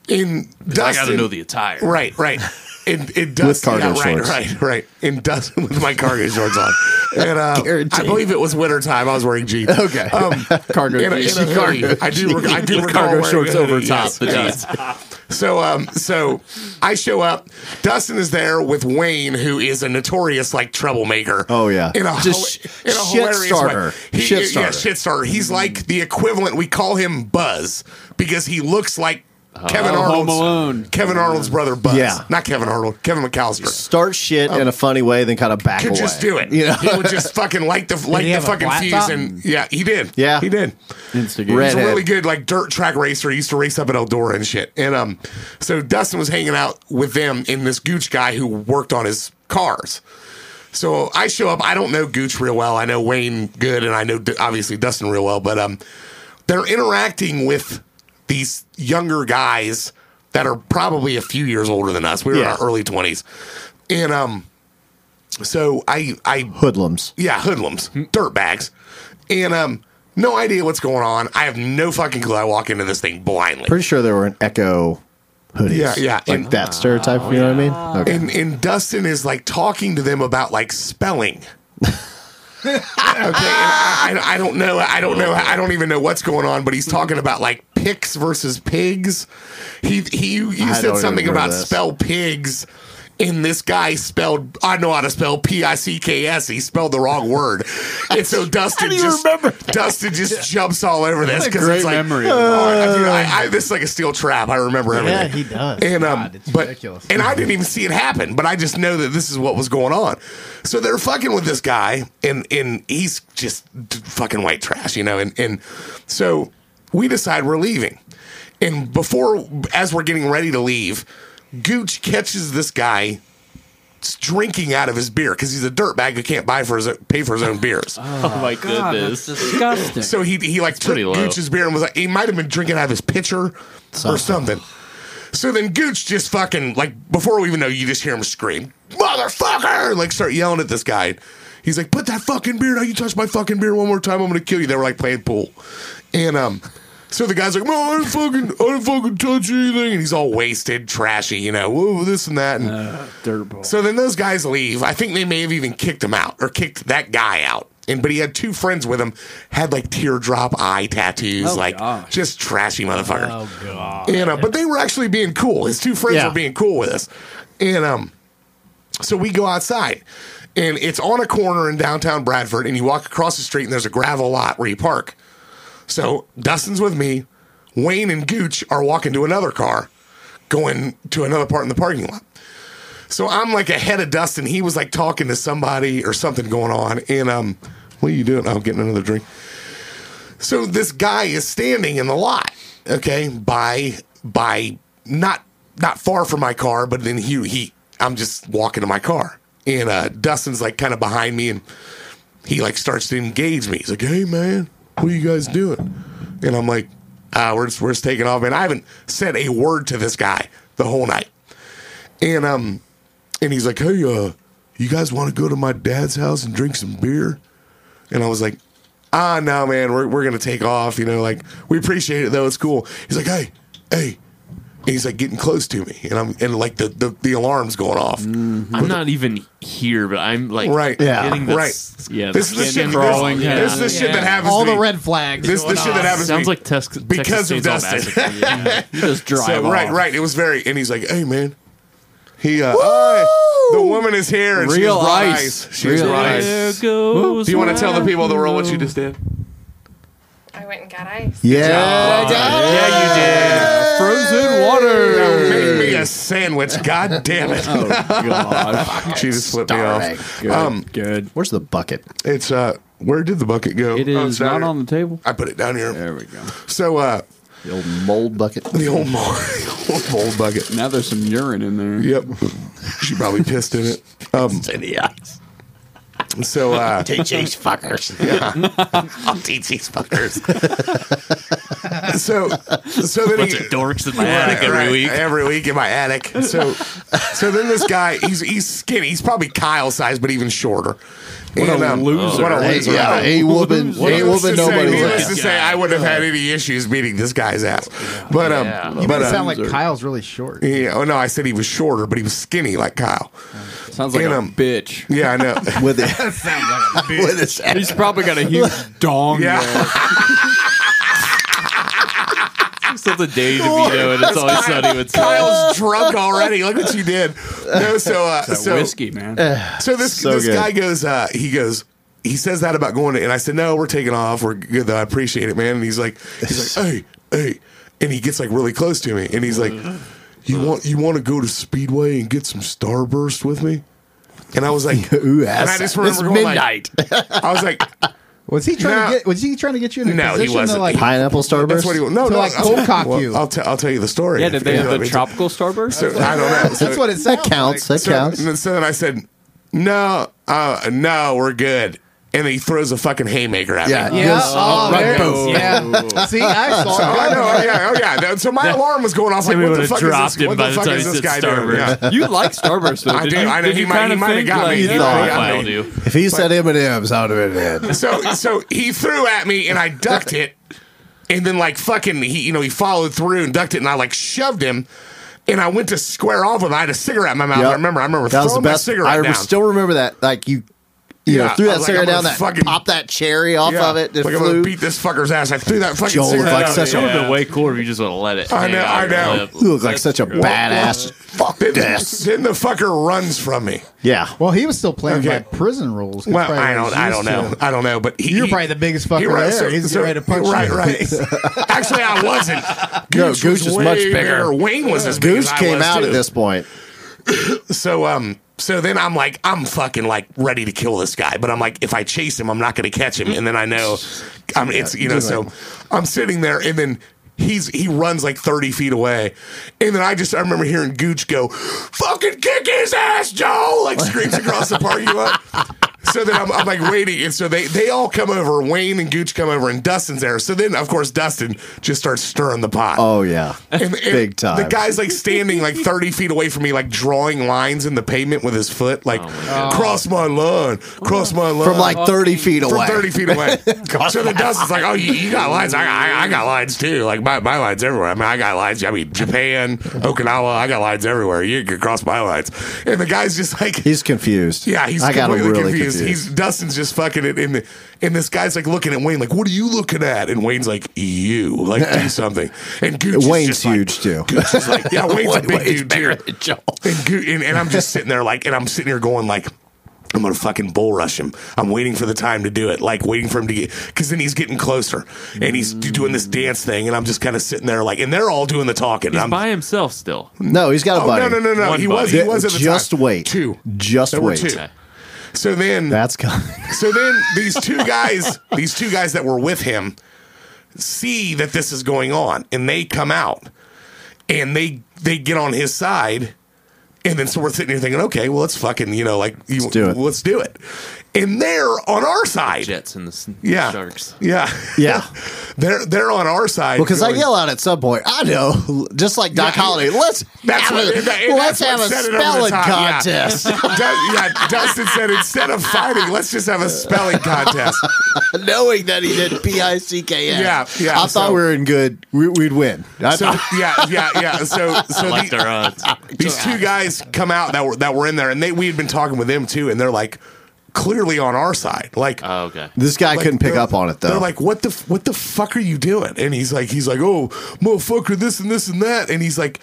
Speaker 1: In Dustin,
Speaker 3: I got to know the attire.
Speaker 1: right, right. In, in Dustin,
Speaker 4: cargo
Speaker 1: yeah, right,
Speaker 4: shorts.
Speaker 1: right, right. In Dustin <laughs> with my cargo shorts on, and uh, I
Speaker 4: Guaranteed.
Speaker 1: believe it was winter time. I was wearing jeans.
Speaker 4: Okay. <laughs>
Speaker 1: um,
Speaker 6: Cargo
Speaker 1: in a,
Speaker 6: jeans.
Speaker 1: in a hoodie. I do, rec- I do recall
Speaker 3: Cargo
Speaker 1: wearing a
Speaker 3: shorts
Speaker 1: hoodie,
Speaker 3: over top
Speaker 1: yes.
Speaker 3: the jeans.
Speaker 1: <laughs> So um so I show up. Dustin is there with Wayne, who is a notorious like troublemaker.
Speaker 4: Oh, yeah.
Speaker 1: in a
Speaker 4: Just
Speaker 1: hila- in a
Speaker 4: shit
Speaker 1: hilarious
Speaker 4: starter.
Speaker 1: way. He,
Speaker 4: Shit
Speaker 1: yeah,
Speaker 4: starter.
Speaker 1: shit starter. He's like the equivalent. We call him Buzz because he looks like Kevin
Speaker 6: Oh, Home
Speaker 1: Arnold's
Speaker 6: Alone.
Speaker 1: Kevin Arnold's brother Buzz.
Speaker 4: Mm. Yeah.
Speaker 1: not Kevin Arnold. Kevin McAllister.
Speaker 4: Start shit in a funny way, then kind of back
Speaker 1: Um, Could
Speaker 4: away.
Speaker 1: just do it.
Speaker 4: You know?
Speaker 1: He would just fucking light the light
Speaker 5: he
Speaker 1: the
Speaker 5: have a
Speaker 1: fucking
Speaker 5: flat
Speaker 1: fuse,
Speaker 5: top?
Speaker 1: and yeah, he did.
Speaker 4: Yeah.
Speaker 1: he did.
Speaker 6: Instigate.
Speaker 4: Red.
Speaker 1: He's a
Speaker 4: Redhead.
Speaker 1: really good like dirt track racer. He used to race up at Eldora and shit. And um, so Dustin was hanging out with them in this Gooch guy who worked on his cars. So I show up. I don't know Gooch real well. I know Wayne good, and I know D- obviously Dustin real well. But um, they're interacting with these younger guys that are probably a few years older than us. We were in
Speaker 4: Yeah.
Speaker 1: our early twenties, and um, so I I
Speaker 4: Hoodlums.
Speaker 1: yeah, hoodlums, dirtbags, and um, no idea what's going on. I have no fucking clue. I walk into this thing blindly.
Speaker 4: Pretty sure they were an Echo hoodies.
Speaker 1: Yeah, yeah, Oh,
Speaker 4: Like
Speaker 1: and-
Speaker 4: that stereotype, you know what I mean? Okay.
Speaker 1: and and Dustin is like talking to them about like spelling. okay, and I, I, I don't know. I don't know. I don't even know what's going on. But he's talking about like picks versus pigs. He he. You
Speaker 4: don't
Speaker 1: said
Speaker 4: even
Speaker 1: something
Speaker 4: remember
Speaker 1: about
Speaker 4: this.
Speaker 1: spell pigs. And this guy spelled, I know how to spell P I C K S. He spelled the wrong word. And so Dustin just, Dustin just jumps all over this
Speaker 6: What a
Speaker 1: because
Speaker 6: great
Speaker 1: it's like,
Speaker 6: memory.
Speaker 1: oh, dude, I, I, this is like a steel trap. I remember everything.
Speaker 5: <laughs>
Speaker 7: Yeah, he does.
Speaker 1: And um,
Speaker 5: God, it's
Speaker 1: but
Speaker 5: ridiculous.
Speaker 1: and I didn't even see it happen, but I just know that this is what was going on. So they're fucking with this guy, and and he's just d- fucking white trash, you know. And and so we decide we're leaving, and before as we're getting ready to leave, Gooch catches this guy s- drinking out of his beer because he's a dirtbag who can't buy for his o- pay for his own beers.
Speaker 3: Oh my
Speaker 6: God, that's
Speaker 3: goodness.
Speaker 1: <laughs>
Speaker 6: disgusting.
Speaker 1: So he he like took
Speaker 3: pretty low.
Speaker 1: Gooch's beer and was like he might have been drinking out of his pitcher or something. So then Gooch just fucking like before we even know, you just hear him scream, "Motherfucker!" Like start yelling at this guy. He's like, "Put that fucking beer down! You touch my fucking beer one more time, I'm gonna kill you." They were like playing pool, and um, So the guy's like, "No, I didn't fucking, I didn't fucking touch anything," and he's all wasted, trashy, you know, whoa, this and that. And
Speaker 6: Uh, Dirtball.
Speaker 1: so then those guys leave. I think they may have even kicked him out or kicked that guy out. And but he had two friends with him, had like teardrop eye tattoos,
Speaker 6: Oh,
Speaker 1: like
Speaker 6: gosh. Oh,
Speaker 1: just trashy motherfuckers. And uh, but they were actually being cool. His two friends
Speaker 4: Yeah.
Speaker 1: were being cool with us. And um so we go outside. And it's on a corner in downtown Bradford, and you walk across the street and there's a gravel lot where you park. So Dustin's with me. Wayne and Gooch are walking to another car, going to another part in the parking lot. So I'm like ahead of Dustin. He was like talking to somebody or something going on. And um, what are you doing? I'm getting another drink. So this guy is standing in the lot, okay, by by not not far from my car, but then he he I'm just walking to my car. And uh Dustin's like kind of behind me and he like starts to engage me. He's like, "Hey man, what are you guys doing?" And I'm like, uh, "We're just we're just taking off." And I haven't said a word to this guy the whole night. And um, and he's like, "Hey, uh, you guys want to go to my dad's house and drink some beer?" And I was like, "Ah, no, man, we're we're gonna take off. You know, like we appreciate it though. It's cool." He's like, "Hey, hey." And he's like getting close to me, and I'm and like the the, the alarm's going off.
Speaker 3: <laughs>
Speaker 6: Mm,
Speaker 3: I'm not even here, but I'm like
Speaker 1: Right.
Speaker 4: Yeah.
Speaker 3: getting this,
Speaker 1: Right.
Speaker 3: Yeah,
Speaker 1: This is the
Speaker 3: skin
Speaker 1: shit.
Speaker 6: crawling,
Speaker 1: This,
Speaker 6: yeah.
Speaker 1: this is the shit that happens.
Speaker 7: All
Speaker 1: to
Speaker 7: the
Speaker 1: me.
Speaker 7: red flags.
Speaker 1: This is the
Speaker 7: going
Speaker 1: shit that
Speaker 7: on.
Speaker 1: happens.
Speaker 3: Sounds
Speaker 1: to me.
Speaker 3: like Tex-
Speaker 1: Because of
Speaker 3: Texas
Speaker 1: Dustin. <laughs>
Speaker 6: You just drive
Speaker 1: So,
Speaker 6: off.
Speaker 1: right, right. It was very, and he's like, "Hey, man, he, uh, oh, the woman is here, and she has
Speaker 6: Real
Speaker 1: brought
Speaker 6: ice.
Speaker 1: ice. She has
Speaker 6: Real
Speaker 1: brought
Speaker 6: ice.
Speaker 1: ice.
Speaker 3: goes
Speaker 8: Do you want to tell the people the world what you just did?
Speaker 9: I went and got ice.
Speaker 4: Yeah.
Speaker 3: Yeah,
Speaker 6: Frozen water.
Speaker 1: Made me a sandwich. God damn
Speaker 6: <laughs>
Speaker 1: it!
Speaker 6: Oh, God.
Speaker 1: <laughs> she just flipped me off.
Speaker 4: Good.
Speaker 1: Um,
Speaker 6: Good.
Speaker 4: Where's the bucket?
Speaker 1: it's uh, where did the bucket go?
Speaker 6: It
Speaker 1: Oh,
Speaker 6: is
Speaker 1: it's down
Speaker 6: not
Speaker 1: here.
Speaker 6: on the table.
Speaker 1: I put it down here.
Speaker 6: There we go.
Speaker 1: So, uh,
Speaker 4: The old mold bucket.
Speaker 1: the old mo- the old mold bucket.
Speaker 6: Now there's some urine in there.
Speaker 1: Yep, she probably pissed in it. Um, so
Speaker 3: <laughs>
Speaker 1: uh,
Speaker 7: Teach these
Speaker 1: <laughs>
Speaker 7: fuckers.
Speaker 1: I'll teach these fuckers. so, so then
Speaker 3: bunch
Speaker 1: he,
Speaker 3: of dorks in my attic every
Speaker 1: Right,
Speaker 3: week.
Speaker 1: Every week in my attic. So, so then this guy, he's he's skinny. He's probably Kyle size, but even shorter. What
Speaker 6: a loser.
Speaker 1: What a
Speaker 4: Hey,
Speaker 1: loser!
Speaker 4: yeah, a woman, a
Speaker 1: Needless to
Speaker 4: woman,
Speaker 1: say-
Speaker 4: nobody
Speaker 1: needless
Speaker 4: likes.
Speaker 1: to say, I wouldn't have had any issues beating this guy's ass. But um,
Speaker 3: Yeah. You
Speaker 5: You
Speaker 1: but
Speaker 5: made it
Speaker 1: uh,
Speaker 5: sound like Kyle's really short.
Speaker 1: yeah, oh no, I said he was shorter, but he was skinny like Kyle.
Speaker 6: Sounds like
Speaker 1: And,
Speaker 6: a
Speaker 1: um,
Speaker 6: bitch.
Speaker 1: Yeah, I know. <laughs>
Speaker 4: With it, with his
Speaker 6: He's probably got a
Speaker 3: <laughs>
Speaker 6: huge dong.
Speaker 1: <laughs> yeah,
Speaker 3: Still the day to be doing. It's always sunny with
Speaker 1: Kyle's drunk already. Look what you did. No, so uh, <laughs>
Speaker 6: That
Speaker 1: so
Speaker 6: whiskey, man. That's
Speaker 1: So this
Speaker 4: So
Speaker 1: this
Speaker 4: good.
Speaker 1: guy goes, uh, he goes, he says that about going to, and I said, no, we're taking off. We're good though. I appreciate it, man. And he's like, he's like, hey, hey, and he gets like really close to me, and he's like, you want you want to go to Speedway and get some Starburst with me? And I was like,
Speaker 4: Ooh,
Speaker 1: and I
Speaker 4: ass.
Speaker 1: just remember going midnight. Like, I was like,
Speaker 5: Was he trying
Speaker 1: No.
Speaker 5: to get? Was he trying to get you in a
Speaker 1: No, he
Speaker 5: position
Speaker 1: wasn't.
Speaker 5: to like?
Speaker 4: pineapple starburst.
Speaker 1: that's what he no
Speaker 5: So,
Speaker 1: no
Speaker 5: like,
Speaker 1: I'll-
Speaker 5: cold cock
Speaker 1: well,
Speaker 5: you.
Speaker 1: I'll tell I'll tell you the story.
Speaker 6: yeah, did they have
Speaker 1: Yeah,
Speaker 6: the
Speaker 1: it's-
Speaker 6: tropical starburst?
Speaker 1: so, I don't know. So-
Speaker 5: That's what it sounds.
Speaker 4: that counts. That
Speaker 1: So,
Speaker 4: counts.
Speaker 1: and so then I said, no, uh, no, we're good. And he throws a fucking haymaker at me.
Speaker 4: Yeah,
Speaker 5: Yeah. Oh,
Speaker 4: right
Speaker 5: there it
Speaker 4: boom.
Speaker 5: is. Yeah. See, I saw.
Speaker 1: Oh, I
Speaker 5: it.
Speaker 1: know. Oh, yeah. Oh, yeah. That- so
Speaker 4: <laughs>
Speaker 1: my alarm was going off. Like,
Speaker 3: Somebody
Speaker 1: what the
Speaker 3: would've
Speaker 1: fuck
Speaker 3: dropped
Speaker 1: is this,
Speaker 3: him
Speaker 1: what
Speaker 3: by
Speaker 1: the
Speaker 3: the
Speaker 1: fuck
Speaker 3: time
Speaker 1: is
Speaker 3: he
Speaker 1: this
Speaker 3: said
Speaker 1: guy doing?
Speaker 3: Starburst. <laughs>
Speaker 1: Yeah.
Speaker 6: You like starburst, though.
Speaker 1: I do.
Speaker 6: You,
Speaker 1: I know.
Speaker 6: did
Speaker 1: He
Speaker 6: you
Speaker 1: might,
Speaker 6: kind
Speaker 1: he
Speaker 6: of
Speaker 1: might have
Speaker 6: think,
Speaker 1: got
Speaker 6: like,
Speaker 1: me. He
Speaker 6: yeah.
Speaker 1: might have got
Speaker 3: Profiled
Speaker 1: me.
Speaker 3: you.
Speaker 4: If he said M and M's, I would have been in.
Speaker 1: So, so he threw at me and I ducked it. And then, like, fucking, he, you know, he followed through and ducked it and I, like, shoved him. And I went to square off with him. I had a cigarette in my mouth. <laughs> I remember. I remember
Speaker 4: that
Speaker 1: throwing
Speaker 4: was the best.
Speaker 1: my cigarette
Speaker 4: I
Speaker 1: down.
Speaker 4: still remember that. Like you, you
Speaker 1: Yeah,
Speaker 4: know, threw
Speaker 1: I
Speaker 4: that
Speaker 1: was like,
Speaker 4: cigarette
Speaker 1: I'm
Speaker 4: down,
Speaker 1: gonna
Speaker 4: that
Speaker 1: fucking-
Speaker 4: popped that cherry off
Speaker 1: yeah.
Speaker 4: of it. It
Speaker 1: like, I'm
Speaker 4: flew.
Speaker 1: gonna beat this fucker's ass. I threw that fucking
Speaker 4: Joel looked
Speaker 1: cigarette
Speaker 4: like
Speaker 1: out.
Speaker 4: such a-
Speaker 3: That would have
Speaker 4: Yeah.
Speaker 3: been way cooler if you just would have let it.
Speaker 1: I
Speaker 3: hang
Speaker 1: know,
Speaker 3: out
Speaker 1: I
Speaker 3: your
Speaker 1: know.
Speaker 3: lip.
Speaker 4: You look like such a
Speaker 3: true.
Speaker 4: badass fuck
Speaker 1: Then,
Speaker 4: this.
Speaker 1: then the fucker runs from me.
Speaker 4: Yeah.
Speaker 5: Well, he was still playing
Speaker 1: Okay.
Speaker 5: by prison rules. 'cause
Speaker 1: Well,
Speaker 5: probably
Speaker 1: I
Speaker 5: he was
Speaker 1: don't, I don't
Speaker 5: used
Speaker 1: know,
Speaker 5: to-
Speaker 1: I don't know. But he,
Speaker 5: You're
Speaker 1: he-
Speaker 5: probably the biggest fucker
Speaker 1: right,
Speaker 5: there.
Speaker 1: so-
Speaker 5: He's
Speaker 1: so-
Speaker 5: getting ready to punch
Speaker 1: Right,
Speaker 5: you. <laughs>
Speaker 1: right. Actually, I wasn't.
Speaker 4: No,
Speaker 1: Gooch,
Speaker 4: Gooch is
Speaker 1: was
Speaker 4: much
Speaker 1: way
Speaker 4: bigger.
Speaker 1: Wayne was as big
Speaker 4: Goose
Speaker 1: as I
Speaker 4: came
Speaker 1: was,
Speaker 4: out
Speaker 1: too.
Speaker 4: at this point.
Speaker 1: So um, so then I'm like, I'm fucking like ready to kill this guy, but I'm like, if I chase him, I'm not going to catch him, and then I know, I'm it's you know, so I'm sitting there, and then. He's he runs like thirty feet away, and then I just I remember hearing Gooch go, "Fucking kick his ass, Joe!" Like screams across the parking lot. so then I'm, I'm like waiting, and so they they all come over. Wayne and Gooch come over, and Dustin's there. So then, of course, Dustin just starts stirring the pot.
Speaker 4: Oh yeah,
Speaker 1: And- and
Speaker 4: big time.
Speaker 1: The guy's like standing like 30 feet away from me, like drawing lines in the pavement with his foot, like cross my line, cross my line.
Speaker 4: from like thirty feet
Speaker 1: uh, From
Speaker 4: away.
Speaker 1: 30 feet
Speaker 4: <laughs>
Speaker 1: away. so the dust is like, oh, you, you got lines. I, I, I got lines too. Like my, my lines everywhere. I mean, I got lines. I mean, Japan, Okinawa, I got lines everywhere. You can cross my lines. And the guy's just like,
Speaker 4: He's confused.
Speaker 1: yeah, he's
Speaker 4: I got him
Speaker 1: completely
Speaker 4: really
Speaker 1: confused.
Speaker 4: confused.
Speaker 1: He's Dustin's just fucking it in the and this guy's like looking at Wayne like, "What are you looking at?" And Wayne's like, "You like
Speaker 4: <laughs>
Speaker 1: do something." And Gooch
Speaker 4: Wayne's
Speaker 1: is just like-
Speaker 4: huge, too.
Speaker 1: Gooch is like,
Speaker 4: <laughs>
Speaker 1: "Yeah, Wayne's a big dude too." <laughs>
Speaker 4: Joel.
Speaker 1: And, Goo- and and I'm just sitting there like, and I'm sitting here going like. I'm gonna fucking bull rush him. I'm waiting for the time to do it, like waiting for him to get, because then he's getting closer and he's d- doing this dance thing, and I'm just kind of sitting there like, and they're all doing the talking. and
Speaker 3: He's
Speaker 1: I'm
Speaker 3: by himself still.
Speaker 4: No, he's got a
Speaker 1: oh,
Speaker 4: buddy.
Speaker 1: no, no, no, no.
Speaker 3: One
Speaker 1: He was, he
Speaker 3: buddy.
Speaker 1: was at the
Speaker 4: Just
Speaker 1: time.
Speaker 4: wait.
Speaker 1: Two,
Speaker 4: Just
Speaker 1: there
Speaker 4: wait.
Speaker 1: Were two. So then,
Speaker 4: That's kind.
Speaker 1: so then these two guys, these two guys that were with him, see that this is going on, and they come out, and they they get on his side, and then so we're sitting here thinking, okay, well let's fucking you know like you, let's
Speaker 4: do it.
Speaker 1: let's do it, and they're on our side,
Speaker 3: Jets and the s-
Speaker 1: yeah,
Speaker 3: Sharks.
Speaker 1: yeah,
Speaker 4: <laughs> Yeah.
Speaker 1: they're they're on our side
Speaker 4: Because I
Speaker 1: going-
Speaker 4: yell out at some point. I know, <laughs> just like Doc
Speaker 1: Yeah.
Speaker 4: Holliday. Let's
Speaker 1: <laughs> That's
Speaker 4: have
Speaker 1: what,
Speaker 4: a,
Speaker 1: and that- and
Speaker 4: let's
Speaker 1: that's
Speaker 4: have
Speaker 1: what
Speaker 4: a
Speaker 1: set it over the
Speaker 4: spelling
Speaker 1: top, <laughs>
Speaker 4: contest.
Speaker 1: Yeah. Du- yeah, Dustin said instead of fighting, let's just have a
Speaker 4: <laughs>
Speaker 1: spelling contest.
Speaker 4: Knowing that he did P I C K S.
Speaker 1: Yeah, yeah,
Speaker 4: I thought
Speaker 1: so-
Speaker 4: we were in good. We, we'd win. I,
Speaker 1: <laughs> So yeah, yeah, yeah. So so
Speaker 3: Like
Speaker 1: the-
Speaker 3: their odds.
Speaker 1: these two guys come out that were that were in there, and they we had been talking with them too, and they're like clearly on our side. Like
Speaker 3: Oh, okay.
Speaker 4: this guy
Speaker 1: like,
Speaker 4: couldn't pick
Speaker 1: they're-
Speaker 4: up on it though.
Speaker 1: They're
Speaker 4: <laughs>
Speaker 1: like, "What the f- what the fuck are you doing?" And he's like, "He's like, oh, motherfucker, this and this and that." And he's like,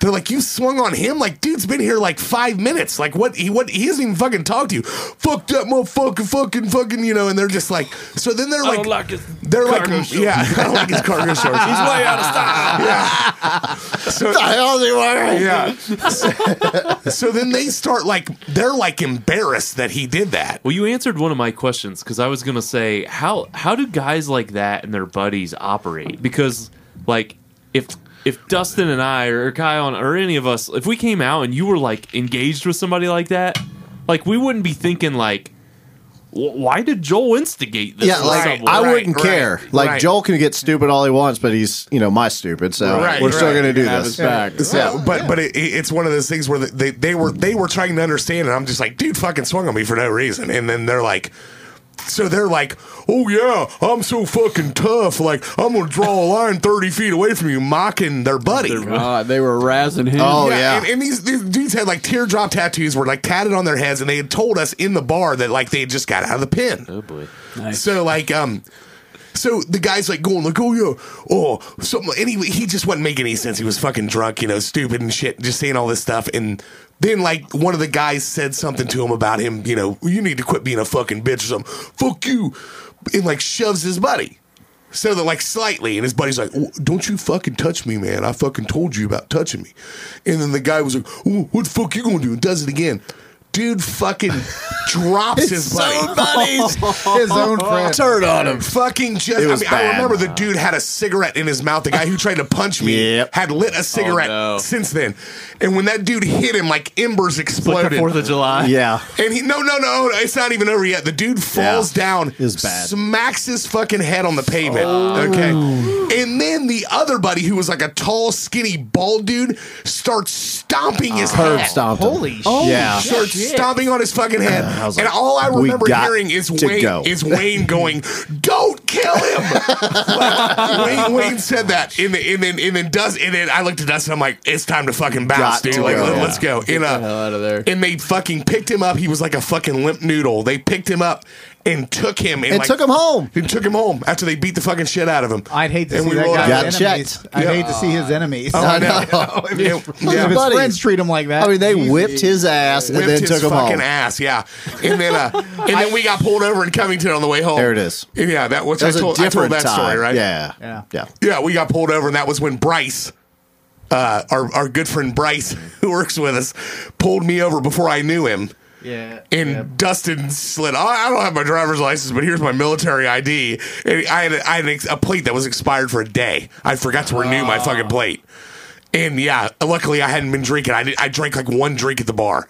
Speaker 1: "They're like, you swung on him. Like, dude's been here like five minutes. Like, what? He what? He hasn't even fucking talked to you. Fuck that motherfucker, fucking, fucking. You know." And they're just like, so then they're like, they're like, yeah, <laughs> I don't like his cargo shorts. He's way out of style. Yeah. So, yeah. So, <laughs> so then they start like they're like embarrassed that he did that.
Speaker 3: Well, you answered one of my questions because I was gonna say how how do guys like that and their buddies operate? Because like if if Dustin and I or Kion or any of us, if we came out and you were like engaged with somebody like that, like we wouldn't be thinking like, "Wh- why did Joel instigate this?
Speaker 4: yeah,
Speaker 3: in
Speaker 4: like
Speaker 3: some way?"
Speaker 4: I
Speaker 1: right,
Speaker 4: wouldn't
Speaker 1: right,
Speaker 4: care. Like
Speaker 1: right.
Speaker 4: Joel can get stupid all he wants, but he's you know my stupid. So
Speaker 1: Right,
Speaker 4: we're still
Speaker 1: right.
Speaker 4: gonna do
Speaker 6: Have
Speaker 4: this.
Speaker 6: his back.
Speaker 1: So, but but it, it- it's one of those things where they, they were they were trying to understand, and I'm just like, dude, fucking swung on me for no reason, and then they're like. So they're like, oh yeah, I'm so fucking tough. Like, I'm going to draw a line 30 feet away from you, mocking their buddy.
Speaker 6: God, they were razzing him.
Speaker 4: Oh, yeah.
Speaker 1: And, and these, these dudes had like teardrop tattoos, were like tatted on their heads, and they had told us in the bar that like they had just got out of the pen.
Speaker 3: oh boy,
Speaker 1: So like um so the guy's like going like oh yeah oh something and he, he just wasn't making any sense. He was fucking drunk, you know, stupid and shit, just saying all this stuff and then like one of the guys said something to him about him, you know, you need to quit being a fucking bitch or something. Fuck you. And like shoves his buddy. So that like slightly, and his buddy's like, "Oh, "Don't you fucking touch me, man! I fucking told you about touching me." And then the guy was like, oh, "What the fuck you gonna do?" And does it again. Dude, fucking <laughs> drops his buddy. <laughs>
Speaker 5: His own
Speaker 1: Oh,
Speaker 5: friend.
Speaker 4: Turn on him.
Speaker 1: Fucking just.
Speaker 4: was
Speaker 1: I, mean, I
Speaker 4: bad.
Speaker 1: remember the dude had a cigarette in his mouth. The guy who tried to punch me
Speaker 4: Yep. Oh,
Speaker 1: had lit a cigarette
Speaker 6: no.
Speaker 1: since then. And when that dude hit him, like embers
Speaker 3: like the
Speaker 1: exploded.
Speaker 3: Fourth of July.
Speaker 4: Yeah.
Speaker 1: and he no no no it's not even over yet. The dude falls
Speaker 4: Yeah.
Speaker 1: down,
Speaker 4: It was bad. Oh.
Speaker 1: smacks his fucking head on the pavement. Okay, and then the other buddy who was like a tall, skinny, bald dude starts stomping his
Speaker 4: Curb
Speaker 1: head.
Speaker 4: stomped him.
Speaker 5: Holy
Speaker 4: yeah.
Speaker 1: Starts stomping on his fucking head,
Speaker 4: I was
Speaker 1: and
Speaker 4: like,
Speaker 1: all I
Speaker 4: "We
Speaker 1: remember
Speaker 4: got
Speaker 1: hearing is
Speaker 4: to
Speaker 1: Wayne
Speaker 4: go."
Speaker 1: is Wayne going, "Don't kill
Speaker 4: <laughs>
Speaker 1: him." Wayne, Wayne said that, and then and then and then does and then I looked at Dustin. I'm like, "It's time to fucking bounce,
Speaker 4: Got
Speaker 1: dude.
Speaker 4: to
Speaker 1: Like,
Speaker 4: go,
Speaker 1: let-
Speaker 4: yeah.
Speaker 1: let's go." And uh,
Speaker 6: hell out of there.
Speaker 1: and they fucking picked him up. He was like a fucking limp noodle. They picked him up and took him and,
Speaker 4: And
Speaker 1: like,
Speaker 4: took him home.
Speaker 1: And took him home after they beat the fucking shit out of him.
Speaker 5: I'd hate to
Speaker 1: And
Speaker 5: see
Speaker 1: we
Speaker 5: that
Speaker 1: rolled
Speaker 4: Got
Speaker 5: guy's
Speaker 4: checked.
Speaker 5: enemies. I'd
Speaker 1: Yeah.
Speaker 5: hate to see his enemies.
Speaker 1: Oh, I know.
Speaker 5: if, <laughs>
Speaker 1: <laughs>
Speaker 5: his-
Speaker 1: It- yeah.
Speaker 5: if his
Speaker 4: Buddy.
Speaker 5: friends treat him like that.
Speaker 4: I mean, they
Speaker 5: he's-
Speaker 4: whipped his ass and
Speaker 1: Whipped
Speaker 4: then
Speaker 1: his
Speaker 4: took him
Speaker 1: fucking
Speaker 4: home.
Speaker 1: ass, yeah. And then uh, and
Speaker 4: <laughs>
Speaker 1: then we got pulled over in Covington on the way home.
Speaker 4: There it is.
Speaker 1: Yeah, that was,
Speaker 4: That was
Speaker 1: I,
Speaker 4: a
Speaker 1: told, I told
Speaker 4: different
Speaker 1: that
Speaker 4: time.
Speaker 1: story, right?
Speaker 4: Yeah.
Speaker 5: Yeah.
Speaker 4: Yeah.
Speaker 1: Yeah, we got pulled over, and that was when Bryce, uh, our our good friend Bryce, <laughs> who works with us, pulled me over before I knew him.
Speaker 5: Yeah.
Speaker 1: And Dustin slid. "Oh, I don't have my driver's license, but here's my military ID. And I had a, I had an ex- a plate that was expired for a day. I forgot to renew my fucking plate. And yeah, luckily I hadn't been drinking. I did, I drank like one drink at the bar,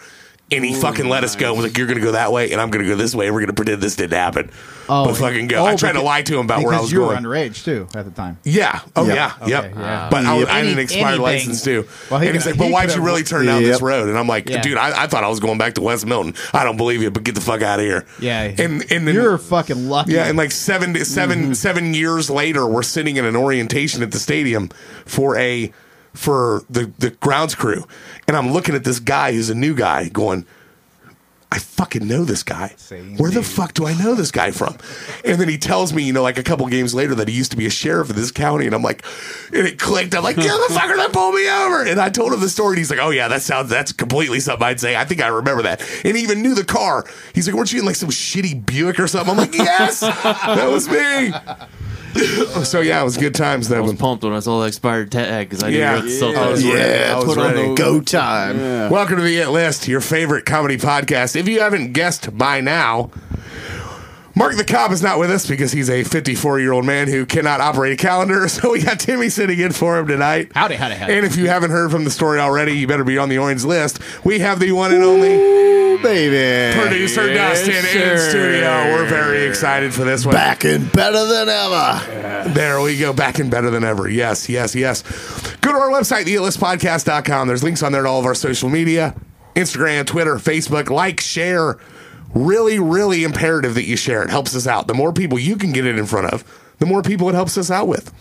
Speaker 1: And he fucking let us go. I was like, "You're gonna go that way, and I'm gonna go this way, and we're gonna pretend this didn't happen."
Speaker 5: Oh,
Speaker 1: but fucking go! I tried to lie to him about where I was
Speaker 5: you were
Speaker 1: going.
Speaker 5: underage too at the time.
Speaker 1: Yeah. Oh yeah. Yep.
Speaker 10: yeah.
Speaker 1: But I,
Speaker 4: Yep.
Speaker 1: I had an
Speaker 10: Any-
Speaker 1: expired
Speaker 10: anything.
Speaker 1: license too.
Speaker 5: Well, he
Speaker 1: and he's
Speaker 5: could-
Speaker 1: like, "Well,
Speaker 5: he
Speaker 1: why'd
Speaker 5: could
Speaker 1: you
Speaker 5: have-
Speaker 1: really turn down
Speaker 4: Yep.
Speaker 1: this road?" And I'm like,
Speaker 10: Yeah.
Speaker 1: "Dude, I, I thought I was going back to West Milton. I don't believe you, but get the fuck out of here."
Speaker 10: Yeah.
Speaker 1: And and then,
Speaker 5: You're fucking lucky.
Speaker 1: yeah, and like seven seven- seven years later, we're sitting in an orientation at the stadium for a for the the grounds crew, and I'm looking at this guy who's a new guy going. I fucking know this guy.
Speaker 5: Same
Speaker 1: Where the
Speaker 5: dude.
Speaker 1: fuck do I know this guy from? And then he tells me, you know, like a couple games later that he used to be a sheriff of this county. And I'm like, and it clicked. I'm like, you're the fucker that pulled me over. And I told him the story. And he's like, oh, yeah, that sounds, that's completely something I'd say. I think I remember that. And he even knew the car. He's like, weren't you in like some shitty Buick or something? I'm like, yes, that was me. <laughs> so, yeah, it was good times that
Speaker 3: I was
Speaker 1: one.
Speaker 3: pumped when I saw the expired tag because I knew
Speaker 1: Yeah.
Speaker 3: yeah. still
Speaker 1: I was
Speaker 3: yeah.
Speaker 1: ready. I was
Speaker 4: put on
Speaker 1: ready.
Speaker 4: the go time.
Speaker 1: Welcome to the It List, your favorite comedy podcast. If you haven't guessed by now, Mark the Cop is not with us because he's a 54 year old man who cannot operate a calendar. <laughs> So we got Timmy sitting in for him tonight.
Speaker 10: Howdy, howdy, howdy.
Speaker 1: And if you haven't heard from the story already, you better be on the orange list. We have the one and only
Speaker 4: Baby.
Speaker 1: producer Dustin in studio. We're very excited for this one.
Speaker 4: Back and better than ever.
Speaker 1: There we go. Back and better than ever. Yes, yes, yes. Go to our website, theelistpodcast.com. There's links on there to all of our social media Instagram, Twitter, Facebook. Like, share. Really, really imperative that you share. It helps us out. The more people you can get it in front of, the more people it helps us out with.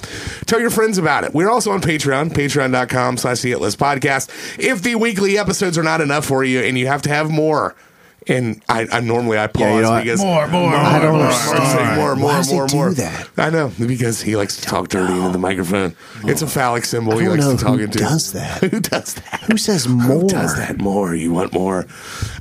Speaker 1: Tell your friends about it. We're also on Patreon, patreon.com slash the It List podcast. If the weekly episodes are not enough for you and you have to have more, and I, I normally I pause
Speaker 4: you know what?
Speaker 1: because
Speaker 10: More, more,
Speaker 4: I don't
Speaker 1: Say
Speaker 4: understand.
Speaker 1: more, more,
Speaker 4: Why does he
Speaker 1: more,
Speaker 4: do
Speaker 1: more.
Speaker 4: that?
Speaker 1: I know because he likes to talk dirty into the microphone. It's a phallic symbol. He likes to talk into.
Speaker 4: that?
Speaker 1: <laughs> Who does that?
Speaker 4: Who says
Speaker 1: Who does that more? You want more?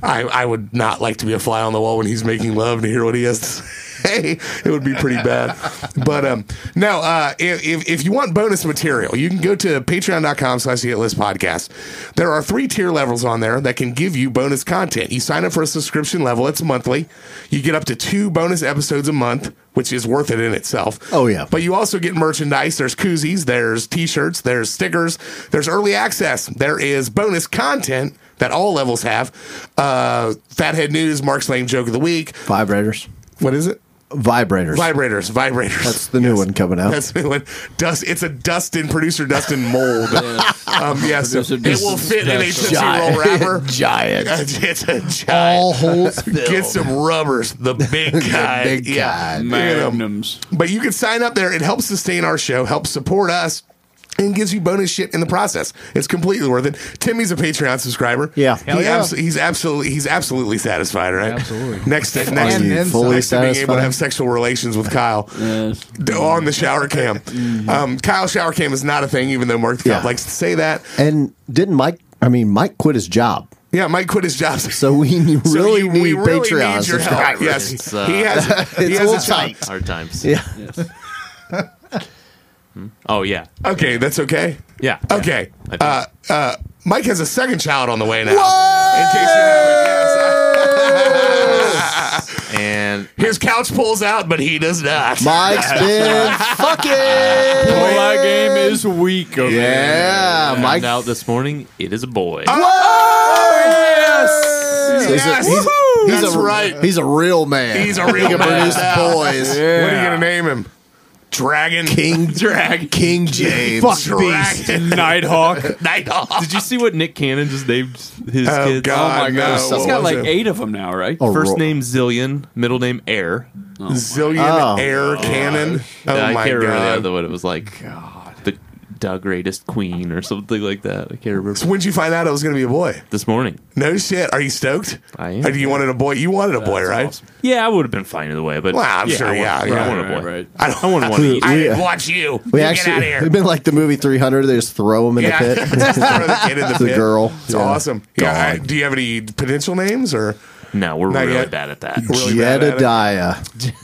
Speaker 1: I, I would not like to be a fly on the wall when he's making love and hear what he has to <laughs> say. It would be pretty bad. But um, no, uh, if, if, if you want bonus material, you can go to patreon.com slash the Hit list podcast. There are three tier levels on there that can give you bonus content. You sign up for a subscription level. It's monthly. You get up to two bonus episodes a month, which is worth it in itself.
Speaker 4: Oh, yeah.
Speaker 1: But you also get merchandise. There's koozies, there's t shirts, there's stickers, there's early access, there is bonus content that all levels have. Uh, Fathead News, Mark's Lame Joke of the Week.
Speaker 4: Vibrators.
Speaker 1: What is it?
Speaker 4: Vibrators.
Speaker 1: Vibrators, vibrators.
Speaker 4: That's the new one coming
Speaker 1: <laughs>
Speaker 4: out.
Speaker 1: That's the new one. Dust. It's a Dustin producer Dustin mold. um, yes,
Speaker 6: Producer
Speaker 1: it will
Speaker 6: Dustin
Speaker 1: fit in a
Speaker 6: special.
Speaker 1: Tootsie Roll wrapper.
Speaker 4: <laughs> Giant.
Speaker 1: it's a giant. <laughs>
Speaker 4: All holes filled.
Speaker 1: Get some rubbers, the big kind.
Speaker 4: big
Speaker 1: yeah,
Speaker 4: kind.
Speaker 1: You know,
Speaker 6: <laughs> Magnums.
Speaker 1: but you can sign up there. It helps sustain our show, helps support us, and gives you bonus shit in the process. It's completely worth it. Timmy's a Patreon subscriber.
Speaker 4: Yeah.
Speaker 1: He
Speaker 4: Hell
Speaker 5: yeah.
Speaker 1: abso- he's absolutely he's absolutely satisfied, right?
Speaker 5: Absolutely.
Speaker 1: Next, next,
Speaker 4: Are you
Speaker 5: then
Speaker 4: fully
Speaker 1: next to being able to
Speaker 4: satisfied?
Speaker 1: have sexual relations with Kyle
Speaker 6: Yes.
Speaker 1: d- on the shower
Speaker 4: <laughs>
Speaker 1: cam. Um, Kyle shower cam is not a thing, even though Mark the Cop
Speaker 4: Mm-hmm. Yeah.
Speaker 1: likes to say that.
Speaker 4: And didn't Mike? I mean, Mike quit his job,
Speaker 1: Yeah, Mike quit his job. <laughs>
Speaker 4: so we really
Speaker 1: So you-
Speaker 4: need
Speaker 1: we really
Speaker 4: Patreon
Speaker 1: need your help.
Speaker 4: subscribers.
Speaker 1: Yes,
Speaker 3: It's, uh,
Speaker 1: he
Speaker 4: <laughs>
Speaker 1: has. he
Speaker 4: It's a
Speaker 1: has
Speaker 4: little
Speaker 1: a job.
Speaker 4: tight.
Speaker 3: Hard times.
Speaker 4: Yeah.
Speaker 3: Hmm? Oh yeah.
Speaker 1: Okay, that's okay.
Speaker 3: Yeah.
Speaker 1: Okay.
Speaker 3: I think-
Speaker 1: Uh, uh, Mike has a second child on the way now. In case you haven't guessed.
Speaker 3: And
Speaker 1: His couch pulls out, but he does not.
Speaker 4: Mike's been
Speaker 1: <laughs>
Speaker 4: fucking.
Speaker 6: Well, my game is weak.
Speaker 3: oh,
Speaker 6: Okay?
Speaker 4: Yeah,
Speaker 3: found
Speaker 4: Mike.
Speaker 3: out this morning it is a boy.
Speaker 4: So he's a-
Speaker 1: Yes!
Speaker 4: he's-
Speaker 1: Woohoo!
Speaker 4: he's a-
Speaker 1: That's right.
Speaker 4: He's a real man.
Speaker 1: He's a real
Speaker 4: he can
Speaker 1: man
Speaker 4: Produce
Speaker 1: now.
Speaker 4: boys.
Speaker 1: What are you gonna name him? Dragon
Speaker 4: King
Speaker 3: <laughs>
Speaker 1: Drag
Speaker 4: King James.
Speaker 1: Dragon
Speaker 6: Nighthawk.
Speaker 1: Nighthawk.
Speaker 3: Did you see what Nick Cannon just named his
Speaker 1: Oh,
Speaker 3: kids?
Speaker 1: God,
Speaker 6: my
Speaker 1: no.
Speaker 6: God.
Speaker 1: What
Speaker 6: He's got
Speaker 1: was
Speaker 6: like
Speaker 1: it?
Speaker 6: eight of them now, right?
Speaker 4: Oh,
Speaker 3: First
Speaker 4: ro-
Speaker 3: name Zillion, middle name Air.
Speaker 1: <laughs> Zillion
Speaker 4: Oh.
Speaker 1: air cannon. Oh
Speaker 3: I
Speaker 1: my
Speaker 3: can't remember
Speaker 1: god!
Speaker 3: the- what it was like. The, the greatest queen or something like that. I can't remember.
Speaker 1: So when'd you find out it was gonna be a boy?
Speaker 3: This morning.
Speaker 1: No shit. Are you stoked?
Speaker 3: I am.
Speaker 1: Or do you wanted a boy? You wanted a boy, right?
Speaker 3: Yeah, I would have been fine either way, but
Speaker 1: Well, I'm sure,
Speaker 3: I
Speaker 1: yeah,
Speaker 3: want,
Speaker 1: yeah.
Speaker 3: I want a boy.
Speaker 6: Right, right.
Speaker 1: I don't.
Speaker 3: I
Speaker 1: <laughs>
Speaker 3: wouldn't want to eat.
Speaker 1: I
Speaker 4: We-
Speaker 1: didn't watch you.
Speaker 4: <laughs> We
Speaker 1: you
Speaker 4: actually,
Speaker 1: get out of here.
Speaker 4: we've been like the movie 300. They just throw him in
Speaker 1: yeah,
Speaker 4: the pit.
Speaker 1: Just <laughs> throw the kid in the
Speaker 4: It's a
Speaker 1: pit.
Speaker 4: girl.
Speaker 1: It's
Speaker 4: Yeah.
Speaker 1: awesome. Yeah. I-
Speaker 4: God.
Speaker 1: do you have any potential names or
Speaker 3: No, we're
Speaker 1: Not
Speaker 3: really
Speaker 1: yet.
Speaker 3: bad
Speaker 1: <laughs>
Speaker 3: at that.
Speaker 1: really bad at it? Oh.
Speaker 4: Jedediah.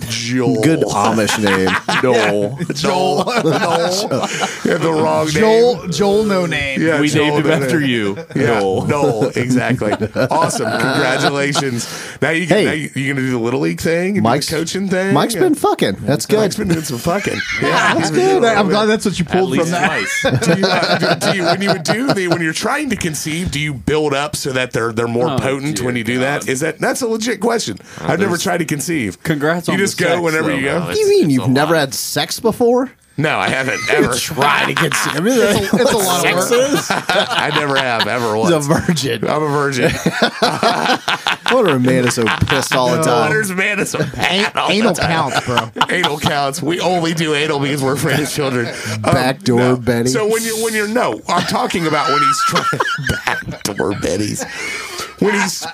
Speaker 1: Joel?
Speaker 4: Good Amish name.
Speaker 1: <laughs>
Speaker 4: <laughs> Joel.
Speaker 1: Joel. Joel. You have the wrong name.
Speaker 5: Joel Joel no name.
Speaker 1: Yeah,
Speaker 3: we
Speaker 1: Joel
Speaker 3: named him
Speaker 1: did
Speaker 3: after
Speaker 1: it. <laughs>
Speaker 3: you.
Speaker 1: Yeah, Noel.
Speaker 4: <laughs>
Speaker 1: exactly. awesome. Congratulations. Now you can,
Speaker 4: Hey.
Speaker 1: now you, you're gonna do the little league thing and
Speaker 4: Mike's
Speaker 1: do the coaching thing.
Speaker 4: Mike's been fucking. That's good.
Speaker 1: Mike's been doing some fucking.
Speaker 4: <laughs>
Speaker 1: Yeah,
Speaker 5: That's good. I'm glad that's what you
Speaker 3: At
Speaker 5: pulled from
Speaker 1: <laughs>
Speaker 3: least
Speaker 5: that.
Speaker 3: twice.
Speaker 1: Do you, uh, do, do you, when you would do the, when you're trying to conceive, do you build up so that they're they're more
Speaker 6: Oh,
Speaker 1: potent
Speaker 6: dear
Speaker 1: when you do that?
Speaker 6: God.
Speaker 1: Is that that's a legit question? I've never
Speaker 3: there's-
Speaker 1: tried to conceive.
Speaker 6: Congrats
Speaker 1: You
Speaker 6: on
Speaker 1: just
Speaker 6: the
Speaker 1: go
Speaker 6: sex,
Speaker 1: whenever you go.
Speaker 3: though.
Speaker 1: No,
Speaker 3: No,
Speaker 4: you mean
Speaker 3: it's
Speaker 4: you've
Speaker 3: a
Speaker 4: never
Speaker 3: lot.
Speaker 4: had sex before?
Speaker 1: I haven't ever. <laughs>
Speaker 4: Try to get. I mean, it's
Speaker 5: It's a lot of work.
Speaker 4: <laughs>
Speaker 1: I never have ever
Speaker 4: a
Speaker 1: once.
Speaker 4: virgin.
Speaker 1: I'm a
Speaker 4: <laughs>
Speaker 1: virgin.
Speaker 4: What a man is so pissed all the time.
Speaker 1: Letters, man, it's a pat all the
Speaker 5: Anal
Speaker 1: time.
Speaker 5: counts, bro.
Speaker 1: anal counts. We only do anal because we're afraid of children. Um,
Speaker 4: Backdoor Betty.
Speaker 1: So when you when you're no, I'm talking about when he's trying <laughs> backdoor Betty's. When he's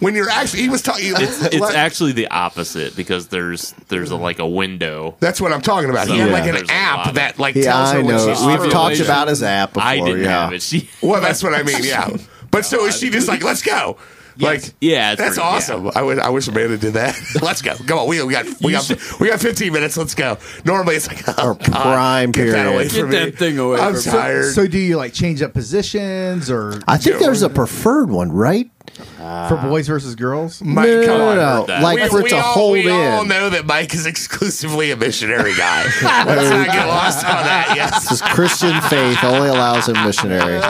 Speaker 1: when you're actually he was <laughs> talking.
Speaker 3: It's actually the opposite because there's there's a, like a window.
Speaker 1: that's what I'm talking about. He
Speaker 3: Yeah.
Speaker 1: had like an
Speaker 3: There's a lot
Speaker 1: app
Speaker 3: of-
Speaker 1: that like
Speaker 4: Yeah,
Speaker 1: tells her
Speaker 4: I
Speaker 1: when
Speaker 4: know.
Speaker 1: she's.
Speaker 4: We've talked
Speaker 6: ovulation.
Speaker 4: about his app before.
Speaker 3: I didn't
Speaker 4: yeah.
Speaker 3: have it. She
Speaker 1: Well, that's what I mean.
Speaker 4: <laughs>
Speaker 1: Yeah, but so is she just like let's go. Like
Speaker 3: <laughs> Yeah, it's
Speaker 1: that's
Speaker 3: pretty-
Speaker 1: awesome. I wish I wish Amanda did that. <laughs> Let's go. Come on, we, we got we got we got 15 minutes. Let's go. Normally it's like <laughs> oh,
Speaker 4: Our
Speaker 1: God,
Speaker 4: prime
Speaker 1: get that
Speaker 4: period.
Speaker 1: away
Speaker 6: Get
Speaker 1: from
Speaker 6: that
Speaker 1: me.
Speaker 6: thing away
Speaker 1: I'm
Speaker 6: from
Speaker 1: <laughs>
Speaker 6: me.
Speaker 1: tired.
Speaker 5: So do you like change up positions or
Speaker 4: I think there's a preferred one, right?
Speaker 5: for boys versus girls?
Speaker 1: Mike,
Speaker 4: no,
Speaker 1: come
Speaker 4: no,
Speaker 1: on.
Speaker 4: no,
Speaker 3: that.
Speaker 4: Like
Speaker 1: We,
Speaker 4: for it
Speaker 1: we
Speaker 4: to
Speaker 1: all,
Speaker 4: hold
Speaker 1: we all
Speaker 4: in.
Speaker 1: know that Mike is exclusively a missionary
Speaker 4: <laughs>
Speaker 1: guy. Let's not
Speaker 4: Oh,
Speaker 1: get lost on that. Yes,
Speaker 4: His Christian faith only allows him
Speaker 1: <laughs>
Speaker 4: missionary.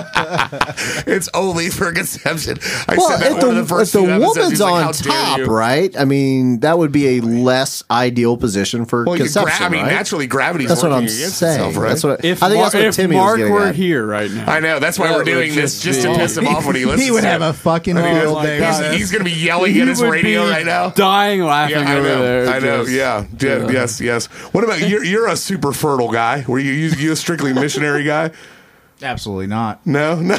Speaker 1: it's only for conception. I
Speaker 4: Well,
Speaker 1: said that
Speaker 4: if
Speaker 1: one of
Speaker 4: the,
Speaker 1: the first
Speaker 4: if the
Speaker 1: few episodes,
Speaker 4: woman's
Speaker 1: he's like,
Speaker 4: on
Speaker 1: "How dare
Speaker 4: top,
Speaker 1: you."
Speaker 4: right? I mean, that would be a less ideal position for
Speaker 1: Well, you gra-
Speaker 4: conception,
Speaker 1: I mean,
Speaker 4: right?
Speaker 1: naturally gravity's
Speaker 4: That's what
Speaker 1: working
Speaker 4: I'm
Speaker 1: against
Speaker 4: saying.
Speaker 1: itself, right?
Speaker 4: That's what I,
Speaker 6: If,
Speaker 4: I think
Speaker 6: Mar-
Speaker 4: that's what
Speaker 6: if
Speaker 4: Timmy
Speaker 6: Mark
Speaker 4: was
Speaker 6: were
Speaker 4: getting at.
Speaker 6: here right now,
Speaker 1: I know. That's why
Speaker 6: That
Speaker 1: we're doing
Speaker 6: would
Speaker 1: this, just
Speaker 6: just
Speaker 1: to
Speaker 6: be-
Speaker 1: piss
Speaker 4: <laughs>
Speaker 1: him off when he listens.
Speaker 5: <laughs> He would
Speaker 1: to
Speaker 5: have
Speaker 1: it.
Speaker 5: a fucking
Speaker 1: I mean,
Speaker 5: field
Speaker 6: my
Speaker 5: day.
Speaker 1: he's,
Speaker 5: with
Speaker 6: God.
Speaker 5: us.
Speaker 1: he's going to be yelling at his
Speaker 6: would
Speaker 1: radio
Speaker 6: be
Speaker 1: right now.
Speaker 6: dying laughing
Speaker 1: Yeah, I
Speaker 6: over
Speaker 1: know.
Speaker 6: there.
Speaker 1: I know.
Speaker 6: just-
Speaker 1: yeah. Yeah, Yes. Yes. What about you're? You're a super fertile guy. Were you you, you a strictly missionary guy?
Speaker 5: Absolutely not.
Speaker 1: No. No.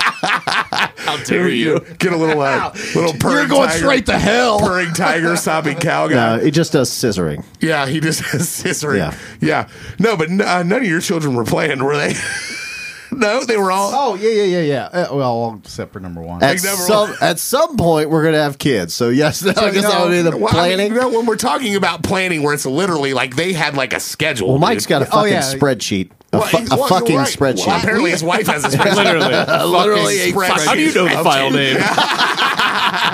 Speaker 3: how dare you?
Speaker 1: Get a little uh, little purring. You're going tiger, straight to hell. Purring tiger, sobbing cow guy.
Speaker 4: No, it just does scissoring.
Speaker 1: yeah, he just <laughs> scissoring.
Speaker 4: Yeah.
Speaker 1: Yeah. yeah, no, but n- uh, none of your children were playing, were they? <laughs> no, they were all.
Speaker 5: Oh yeah, yeah, yeah, yeah. Uh, well, except for number one.
Speaker 4: At
Speaker 1: never-
Speaker 4: some, at some point, we're going to have kids. So, yes, <laughs> I guess that would be Oh, the
Speaker 1: Well, I mean,
Speaker 4: planning.
Speaker 1: no, when we're talking about planning, where it's literally like they had like a schedule.
Speaker 4: well, Mike's
Speaker 1: dude.
Speaker 4: got a fucking
Speaker 5: Oh, yeah.
Speaker 4: spreadsheet. A,
Speaker 1: Well,
Speaker 4: fu-
Speaker 1: he's-
Speaker 4: a
Speaker 1: well, you're
Speaker 4: fucking
Speaker 1: right. Well,
Speaker 4: spreadsheet.
Speaker 1: apparently, his wife has a spreadsheet.
Speaker 3: Literally,
Speaker 1: Literally,
Speaker 3: fucking
Speaker 1: a
Speaker 3: spreadsheet. How do you know the file name?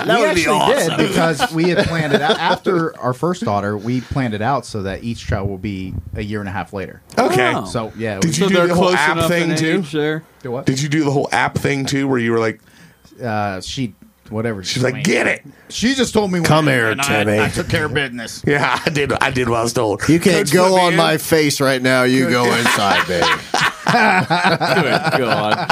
Speaker 5: we
Speaker 1: would be
Speaker 5: actually
Speaker 1: awesome.
Speaker 5: did because we had planned it out after our first daughter. We planned it out so that each child will be a year and a half later.
Speaker 1: Okay.
Speaker 6: Oh.
Speaker 5: So yeah,
Speaker 1: Did
Speaker 5: we,
Speaker 1: you
Speaker 6: So
Speaker 1: do
Speaker 6: they're
Speaker 1: the whole
Speaker 6: close
Speaker 1: app
Speaker 6: enough
Speaker 1: thing,
Speaker 6: in
Speaker 1: too? <laughs>
Speaker 6: age there.
Speaker 5: do what?
Speaker 1: Did you do the whole app thing too, where you were like,
Speaker 5: uh, she whatever.
Speaker 1: she's like, get it.
Speaker 5: She just told me.
Speaker 4: Come
Speaker 5: when-
Speaker 4: here,
Speaker 5: and I-
Speaker 4: Timmy.
Speaker 5: I, took care of business.
Speaker 1: Yeah, <laughs> I did. I did what I was told.
Speaker 4: You can't
Speaker 1: Coach put
Speaker 4: go
Speaker 1: me
Speaker 4: on
Speaker 1: in.
Speaker 4: my face right now. You go inside, baby.
Speaker 6: Good God.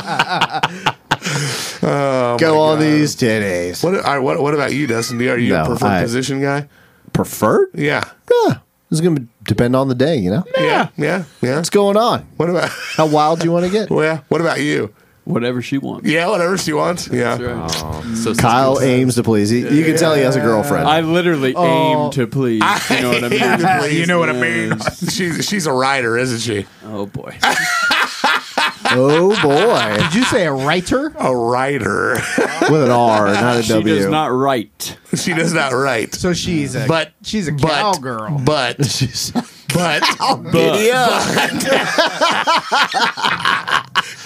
Speaker 4: go on these titties.
Speaker 1: What, all right, what? What about you, Dustin? Are you
Speaker 4: No,
Speaker 1: a preferred
Speaker 4: I-
Speaker 1: position guy?
Speaker 4: Preferred?
Speaker 1: Yeah.
Speaker 4: Yeah. It's going to depend on the day, you know?
Speaker 1: Yeah. Yeah. Yeah.
Speaker 4: What's going on?
Speaker 1: What about? <laughs>
Speaker 4: How wild do you want to get?
Speaker 1: Well, yeah. What about you?
Speaker 6: Whatever she wants.
Speaker 1: Yeah. Whatever she wants. Yeah.
Speaker 6: That's right.
Speaker 3: So
Speaker 4: Kyle aims to please. You, you can tell he has a girlfriend.
Speaker 6: I literally
Speaker 5: Oh.
Speaker 6: aim to please. You know what I
Speaker 1: <laughs>
Speaker 6: mean?
Speaker 1: you know what I mean?
Speaker 6: Yes.
Speaker 1: She's she's a writer, isn't she?
Speaker 6: Oh boy.
Speaker 4: oh boy,
Speaker 5: Did you say a writer?
Speaker 1: A writer. <laughs>
Speaker 4: with an R, not a W.
Speaker 6: she does not write.
Speaker 1: she does not write.
Speaker 5: So she's a
Speaker 1: But
Speaker 5: <laughs> she's a
Speaker 1: but,
Speaker 5: cowgirl.
Speaker 1: But
Speaker 4: <laughs>
Speaker 1: but
Speaker 4: Oh,
Speaker 1: but, <laughs>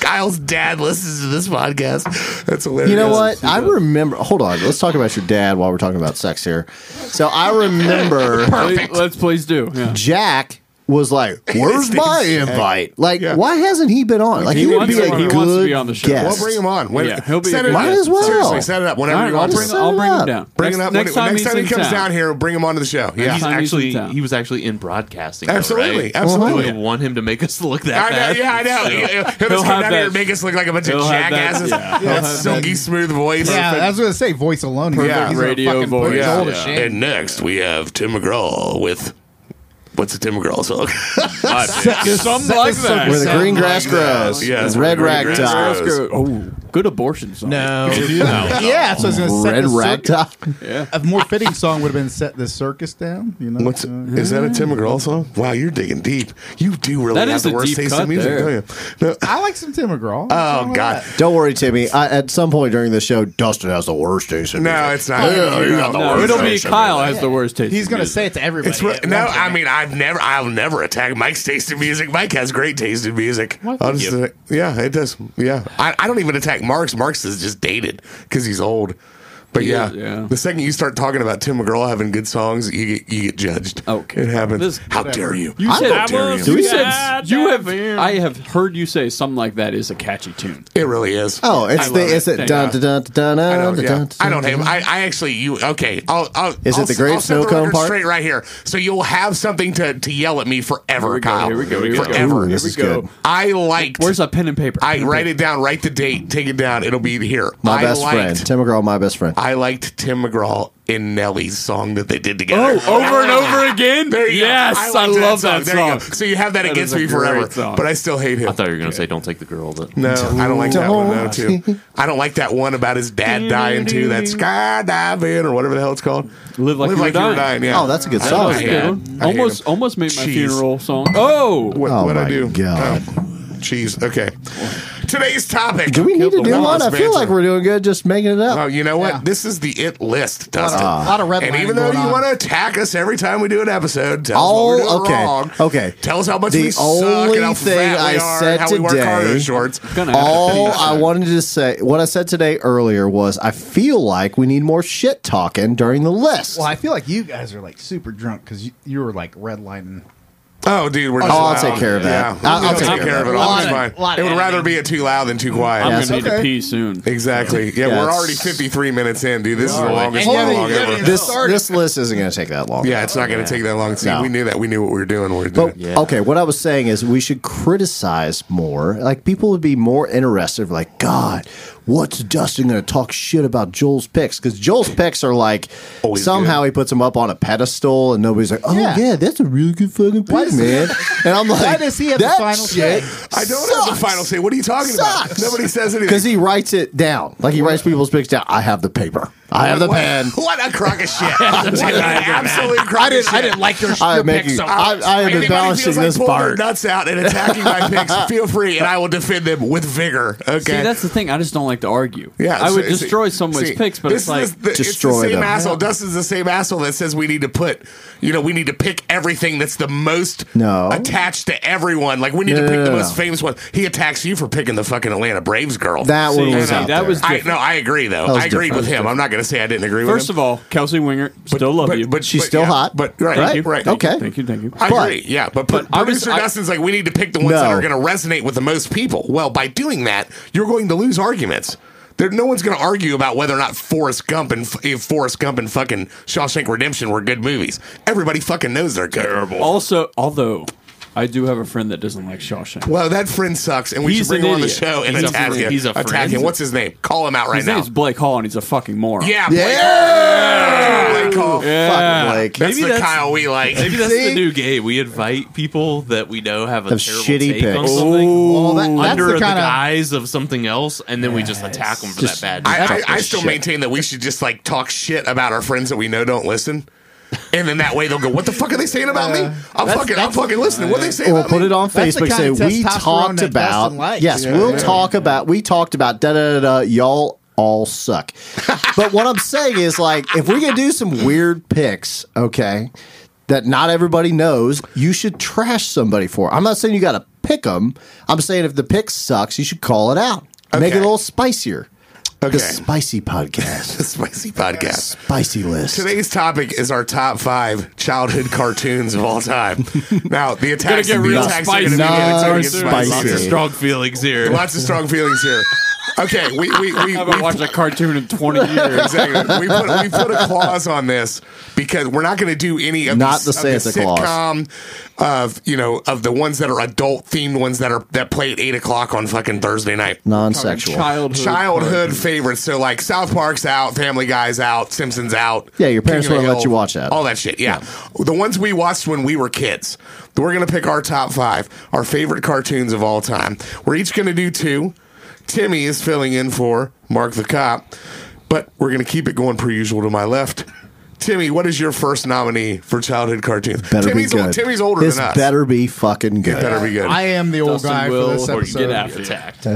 Speaker 1: Kyle's dad listens to this podcast. That's hilarious.
Speaker 4: you know what? I remember. Hold on. Let's talk about your dad while we're talking about sex here. So I remember
Speaker 6: Please- Let's please do. Yeah.
Speaker 4: Jack was
Speaker 1: <laughs>
Speaker 4: like, "Where's my invite? Like,
Speaker 1: Yeah.
Speaker 4: why hasn't he been on? Like, he,
Speaker 6: He
Speaker 4: would
Speaker 6: wants
Speaker 4: be
Speaker 6: to-
Speaker 4: a
Speaker 6: he
Speaker 4: good
Speaker 6: wants to be on the show.
Speaker 4: guest.
Speaker 1: Well, bring him on. When,
Speaker 6: Yeah, he'll be
Speaker 1: set
Speaker 6: a
Speaker 1: it
Speaker 6: good
Speaker 1: up.
Speaker 4: guest. Might as well.
Speaker 1: Seriously, set it up whenever
Speaker 6: All right,
Speaker 1: you
Speaker 6: I'll
Speaker 1: want.
Speaker 6: bring,
Speaker 4: set
Speaker 6: I'll
Speaker 4: it
Speaker 6: bring
Speaker 4: up.
Speaker 6: him down.
Speaker 1: Bring
Speaker 6: next,
Speaker 1: it up
Speaker 6: next
Speaker 1: when,
Speaker 6: time,
Speaker 1: next
Speaker 6: he's
Speaker 1: time he
Speaker 6: in
Speaker 1: comes
Speaker 6: town.
Speaker 1: down here. Bring him onto the show. Yeah,
Speaker 3: He's
Speaker 6: time he's in
Speaker 3: actually
Speaker 6: town.
Speaker 3: he was actually in broadcasting. though,
Speaker 1: absolutely,
Speaker 3: right?
Speaker 1: absolutely.
Speaker 3: We want him to make us look that
Speaker 1: I know,
Speaker 3: bad.
Speaker 1: yeah, I know. He'll, he'll just
Speaker 6: He'll
Speaker 1: come
Speaker 6: have
Speaker 1: down here and
Speaker 6: that-
Speaker 1: make us look like a bunch of
Speaker 6: he'll have that-
Speaker 1: jackasses.
Speaker 6: yeah.
Speaker 1: That,
Speaker 6: He'll have
Speaker 1: silky, smooth voice.
Speaker 5: yeah, I was gonna say voice alone. He's
Speaker 1: Yeah.
Speaker 5: gonna- he's gonna
Speaker 6: Radio
Speaker 5: fucking put
Speaker 6: voice,
Speaker 5: his whole to
Speaker 6: yeah.
Speaker 5: shame.
Speaker 1: And next we have Tim McGraw with what's a Tim McGraw song? <laughs>
Speaker 6: Something like that.
Speaker 4: Where the green grass
Speaker 1: like that.
Speaker 4: grows,
Speaker 1: Yeah,
Speaker 4: and
Speaker 1: where
Speaker 4: red
Speaker 1: the green
Speaker 4: rag
Speaker 1: grass
Speaker 4: top,
Speaker 1: grows.
Speaker 6: Oscar- Oh, good abortion song.
Speaker 5: No, yeah. So I was gonna set
Speaker 4: red
Speaker 5: the cir-
Speaker 4: rag top.
Speaker 6: Yeah.
Speaker 5: A more fitting song would have been "Set the Circus Down." You know,
Speaker 1: What's is that a Tim McGraw song? Wow, you're digging deep. You do really
Speaker 6: That
Speaker 1: have
Speaker 6: is
Speaker 1: the
Speaker 6: a
Speaker 1: worst
Speaker 6: deep
Speaker 1: taste in
Speaker 6: cut
Speaker 1: music,
Speaker 6: there.
Speaker 1: don't you? No.
Speaker 5: I like some Tim McGraw.
Speaker 1: Oh God.
Speaker 4: <laughs> Don't worry, Timmy. I, at some point during the show, Dustin has the worst taste. in
Speaker 1: No,
Speaker 4: music.
Speaker 1: it's
Speaker 6: Oh,
Speaker 1: not.
Speaker 4: Yeah, you got the
Speaker 6: No,
Speaker 4: worst
Speaker 6: it'll be
Speaker 4: taste in
Speaker 6: Kyle has the worst taste.
Speaker 5: he's
Speaker 6: in
Speaker 5: gonna
Speaker 6: music.
Speaker 5: say it to everybody.
Speaker 1: It's re- no, I mean I've never I'll never attack Mike's taste in music. Mike has great taste in music. Honestly, yeah, it does. Yeah, I, I don't even attack Mark's. Mark's is just dated because he's old. But yeah,
Speaker 6: yeah.
Speaker 1: the second you start talking about Tim McGraw having good songs, you get you get judged.
Speaker 6: Okay.
Speaker 1: it happens.
Speaker 6: This-
Speaker 1: How dare you?
Speaker 6: You said,
Speaker 1: How dare
Speaker 6: you,
Speaker 1: you?
Speaker 6: said you have. I have heard you say something like that is a catchy tune.
Speaker 1: It really is.
Speaker 4: Oh, it's
Speaker 6: I
Speaker 4: the
Speaker 6: love it.
Speaker 4: is it
Speaker 6: Thank
Speaker 4: dun
Speaker 6: God.
Speaker 4: dun dun dun
Speaker 1: I
Speaker 4: dun
Speaker 1: don't,
Speaker 4: dun
Speaker 1: yeah.
Speaker 4: dun
Speaker 1: I don't
Speaker 4: dun,
Speaker 1: have.
Speaker 4: dun.
Speaker 1: I, I actually, you okay? I'll. I'll
Speaker 4: Is it
Speaker 1: I'll,
Speaker 4: the great
Speaker 1: I'll set
Speaker 4: snow
Speaker 1: the
Speaker 4: cone
Speaker 1: record
Speaker 4: part?
Speaker 1: Straight right here, so you'll have something to to yell at me forever,
Speaker 6: Here we go,
Speaker 1: Kyle.
Speaker 6: here we go, here we go.
Speaker 1: forever.
Speaker 4: Ooh, this
Speaker 6: Here
Speaker 4: is
Speaker 6: we go.
Speaker 4: good.
Speaker 1: I liked.
Speaker 6: Where's a pen and paper?
Speaker 1: I write it down. Write the date. Take it down. It'll be here.
Speaker 4: My
Speaker 1: I
Speaker 4: best
Speaker 1: liked,
Speaker 4: friend, Tim McGraw, my best friend.
Speaker 1: I liked Tim McGraw in Nellie's song that they did together.
Speaker 6: Oh, over and over again.
Speaker 1: <laughs> There you go.
Speaker 6: yes, I,
Speaker 1: liked
Speaker 6: love that
Speaker 1: There you
Speaker 6: song.
Speaker 1: go. So you have that,
Speaker 6: is
Speaker 1: against
Speaker 6: a
Speaker 1: me forever,
Speaker 6: great song.
Speaker 1: but I still hate him.
Speaker 3: I thought you were gonna say, "Don't take the girl." But
Speaker 1: No, I don't like that one though.
Speaker 4: Don't. Mm-hmm.
Speaker 1: Too, I don't like that one about his dad dying too. That skydiving or whatever the hell it's called.
Speaker 6: Live like you were dying.
Speaker 1: Yeah.
Speaker 4: Oh, that's a good
Speaker 1: I
Speaker 4: song.
Speaker 1: hate it.
Speaker 6: Good one.
Speaker 1: I hate
Speaker 6: Almost,
Speaker 1: him.
Speaker 6: almost made my
Speaker 1: Jeez.
Speaker 6: funeral song. Oh,
Speaker 1: What
Speaker 4: Oh
Speaker 1: what I
Speaker 4: my
Speaker 1: do?
Speaker 4: God.
Speaker 1: Jeez. Okay. Today's topic.
Speaker 4: Do we need to
Speaker 1: The
Speaker 4: do one?
Speaker 1: Wallace
Speaker 4: I feel
Speaker 1: Mansion.
Speaker 4: like we're doing good just making it
Speaker 1: Oh,
Speaker 4: up.
Speaker 1: you know what?
Speaker 5: Yeah.
Speaker 1: This is the it list,
Speaker 5: A lot
Speaker 1: Dustin.
Speaker 5: of, lot of redlining
Speaker 1: and even though
Speaker 5: going
Speaker 1: you
Speaker 5: on.
Speaker 1: want to attack us every time we do an episode, tell us what
Speaker 4: Oh,
Speaker 1: we're doing
Speaker 4: okay.
Speaker 1: wrong.
Speaker 4: Okay.
Speaker 1: Tell us how much
Speaker 4: The
Speaker 1: we suck
Speaker 4: only
Speaker 1: and how
Speaker 4: thing
Speaker 1: fat we
Speaker 4: I
Speaker 1: are
Speaker 4: said
Speaker 1: and how we wear
Speaker 4: today-
Speaker 1: cargo shorts.
Speaker 6: gonna have to
Speaker 4: All
Speaker 6: finish
Speaker 4: I
Speaker 6: that.
Speaker 4: wanted to say, what I said today earlier was, I feel like we need more shit talking during the list.
Speaker 5: Well, I feel like you guys are like super drunk because you, you were like redlining.
Speaker 1: Oh, dude, we're
Speaker 4: Oh,
Speaker 1: just
Speaker 4: I'll
Speaker 1: loud.
Speaker 4: take care of that.
Speaker 1: Yeah,
Speaker 4: I'll- I'll
Speaker 1: we'll take care of it. I'll
Speaker 6: Lot
Speaker 1: be
Speaker 6: of-
Speaker 1: fine.
Speaker 6: lot
Speaker 1: It
Speaker 6: of
Speaker 1: would rather
Speaker 6: editing.
Speaker 1: be too loud than too quiet.
Speaker 6: I'm
Speaker 4: Yes,
Speaker 6: gonna need
Speaker 4: okay.
Speaker 6: to pee soon.
Speaker 1: Exactly. Yeah,
Speaker 4: Yeah,
Speaker 1: we're
Speaker 4: it's-
Speaker 1: already 53 minutes in, dude. This is the longest
Speaker 4: And
Speaker 1: monologue
Speaker 4: yet-
Speaker 1: ever.
Speaker 4: this this list isn't going to take that long.
Speaker 1: Yeah, it's not going to take that long. See,
Speaker 4: No.
Speaker 1: we knew that. We knew what we were doing. when We were doing.
Speaker 4: But
Speaker 1: it.
Speaker 4: okay, what I was saying is we should criticize more. Like people would be more interested. Like, God, what's Dustin going to talk shit about Joel's picks? Because Joel's picks are like
Speaker 1: Always
Speaker 4: somehow
Speaker 1: good.
Speaker 4: he puts them up on a pedestal, and nobody's like, "Oh yeah,
Speaker 5: Yeah.
Speaker 4: that's a really good fucking pick, man." and I'm like,
Speaker 5: Why does he have the
Speaker 4: "That
Speaker 5: final
Speaker 4: shit
Speaker 1: I don't have
Speaker 4: sucks."
Speaker 1: the final say. What are you talking
Speaker 4: Sucks.
Speaker 1: about? Nobody says anything.
Speaker 4: Because he writes it down. Like he writes people's picks down. I have the paper. I have the
Speaker 1: What-
Speaker 4: pen.
Speaker 1: <laughs> What a crock
Speaker 4: <laughs>
Speaker 1: of shit! what an absolute crock I didn't, of shit! I didn't like your.
Speaker 4: I am making. I, I am embellishing this part.
Speaker 1: Their nuts out and attacking my picks. Feel free, and I will defend them with vigor. Okay.
Speaker 6: See, that's the thing. I just don't like to argue.
Speaker 1: yeah,
Speaker 6: I
Speaker 1: so-
Speaker 6: would
Speaker 1: see-
Speaker 6: destroy someone's
Speaker 1: see,
Speaker 6: picks, but
Speaker 1: this
Speaker 6: it's like
Speaker 1: is the,
Speaker 4: Destroy
Speaker 1: it's the same
Speaker 4: them.
Speaker 1: asshole. Dustin's the same asshole that says we need to put, you know, we need to pick everything that's the most
Speaker 4: No.
Speaker 1: attached to everyone. Like we need
Speaker 4: No,
Speaker 1: to
Speaker 4: no,
Speaker 1: pick
Speaker 4: no,
Speaker 1: the
Speaker 4: no.
Speaker 1: most famous one. He attacks you for picking the fucking Atlanta Braves girl.
Speaker 4: That one
Speaker 6: See,
Speaker 4: was
Speaker 6: see,
Speaker 4: out
Speaker 6: that
Speaker 4: there.
Speaker 6: was
Speaker 1: I, no, I agree though.
Speaker 4: was
Speaker 1: I agreed
Speaker 4: different.
Speaker 1: with him. I'm not going to say I didn't agree
Speaker 6: first
Speaker 1: with him.
Speaker 6: of all, Kelsey Winger, still love
Speaker 1: but,
Speaker 6: you,
Speaker 1: but
Speaker 4: She's
Speaker 1: but,
Speaker 4: still
Speaker 1: yeah,
Speaker 4: hot.
Speaker 1: But right,
Speaker 4: Thank you.
Speaker 1: right.
Speaker 4: Okay.
Speaker 6: thank you, thank you.
Speaker 1: I
Speaker 4: But-
Speaker 1: agree. Yeah, but, but
Speaker 6: but I was-
Speaker 1: producer
Speaker 6: I-
Speaker 1: Dustin's like, we need to pick the ones
Speaker 4: No.
Speaker 1: that are going to resonate with the most people. Well, by doing that, you're going to lose arguments. There, no one's going to argue about whether or not Forrest Gump and f- if Forrest Gump and fucking Shawshank Redemption were good movies. Everybody fucking knows they're good. Oh, terrible.
Speaker 6: Also, although I do have a friend that doesn't like Shawshank.
Speaker 1: well, that friend sucks, and we
Speaker 6: He's
Speaker 1: should bring
Speaker 6: an
Speaker 1: him on the
Speaker 6: idiot.
Speaker 1: show and
Speaker 3: He's a
Speaker 1: attack
Speaker 3: friend.
Speaker 1: him.
Speaker 3: He's a
Speaker 1: attack
Speaker 3: friend.
Speaker 1: him. What's his name? Call him out right
Speaker 6: His
Speaker 1: now.
Speaker 6: name's Blake Hall, and he's a fucking moron.
Speaker 1: yeah, Blake-
Speaker 4: Yeah.
Speaker 1: Blake Hall.
Speaker 6: yeah.
Speaker 4: Fuck, Blake.
Speaker 1: That's
Speaker 3: Maybe
Speaker 1: the
Speaker 3: that's-
Speaker 1: Kyle we like.
Speaker 3: Maybe that's
Speaker 4: See?
Speaker 3: the new game. We invite people that we know have a
Speaker 4: Have
Speaker 3: terrible
Speaker 4: shitty
Speaker 3: take on
Speaker 4: picks.
Speaker 3: something
Speaker 5: Well, that- that's
Speaker 3: under
Speaker 5: the
Speaker 3: the,
Speaker 5: kinda-
Speaker 3: guise of something else, and then we just attack them for
Speaker 4: Just-
Speaker 3: that bad.
Speaker 1: I, I, I
Speaker 4: Fucking
Speaker 1: still
Speaker 4: shit.
Speaker 1: maintain that we should just like talk shit about our friends that we know don't listen. And then that way they'll go, what the fuck are they saying about me? I'm fucking, I'm fucking listening. what are they saying
Speaker 4: We'll
Speaker 1: about
Speaker 4: put
Speaker 1: me?
Speaker 4: it on
Speaker 5: That's the
Speaker 4: Facebook. Say
Speaker 5: kind of
Speaker 4: we
Speaker 5: testosterone
Speaker 4: talked
Speaker 5: that
Speaker 4: about.
Speaker 5: Dustin likes."
Speaker 4: Yes,
Speaker 5: Yeah,
Speaker 4: we'll
Speaker 5: yeah.
Speaker 4: talk about. We talked about. Da da da. da y'all all
Speaker 1: <laughs>
Speaker 4: suck. but what I'm saying is, like, if we can do some weird picks, okay, that not everybody knows, you should trash somebody for. I'm not saying you got to pick them. I'm saying if the pick sucks, you should call it out. Make it
Speaker 1: Okay.
Speaker 4: a little spicier.
Speaker 1: Okay.
Speaker 4: The spicy podcast.
Speaker 1: The <laughs> spicy podcast.
Speaker 4: spicy list.
Speaker 1: Today's topic is our top five childhood cartoons of all time. Now, the attacks,
Speaker 6: get
Speaker 1: the
Speaker 6: real
Speaker 1: attacks
Speaker 6: spicy.
Speaker 1: are gonna be- it's gonna get
Speaker 4: Nice spicy.
Speaker 3: Lots of strong feelings here.
Speaker 1: Lots of strong feelings here. Okay, we, we, we,
Speaker 6: <laughs> I
Speaker 1: we
Speaker 6: haven't watched a cartoon
Speaker 1: <laughs>
Speaker 6: in <laughs> 20 years.
Speaker 1: exactly. We put, we put a clause on this because we're not going to do any of
Speaker 4: Not the
Speaker 1: of the
Speaker 4: Santa Claus.
Speaker 1: sitcom of you know of the ones that are adult themed ones that are that play at eight o'clock on fucking Thursday night.
Speaker 4: Non-sexual.
Speaker 6: Childhood.
Speaker 1: Childhood favorites, so like South Park's out, Family Guy's out, Simpsons out.
Speaker 4: Yeah, your parents
Speaker 1: King of the
Speaker 4: wouldn't let
Speaker 1: Hill,
Speaker 4: you watch that.
Speaker 1: All that shit. Yeah. the ones we watched when we were kids. We're gonna pick our top five, our favorite cartoons of all time. We're each gonna do two. Timmy is filling in for Mark the Cop, but we're gonna keep it going per usual to my left. Timmy, what is your first nominee for childhood cartoons?
Speaker 4: Better
Speaker 1: Timmy's
Speaker 4: be
Speaker 1: ol-
Speaker 4: good.
Speaker 1: Timmy's older
Speaker 4: this
Speaker 1: than us.
Speaker 4: Better be fucking good.
Speaker 1: better be good.
Speaker 5: I am the old
Speaker 6: Dustin
Speaker 5: guy
Speaker 6: will
Speaker 5: for this
Speaker 6: or
Speaker 5: episode.
Speaker 6: get after it.
Speaker 3: attacked.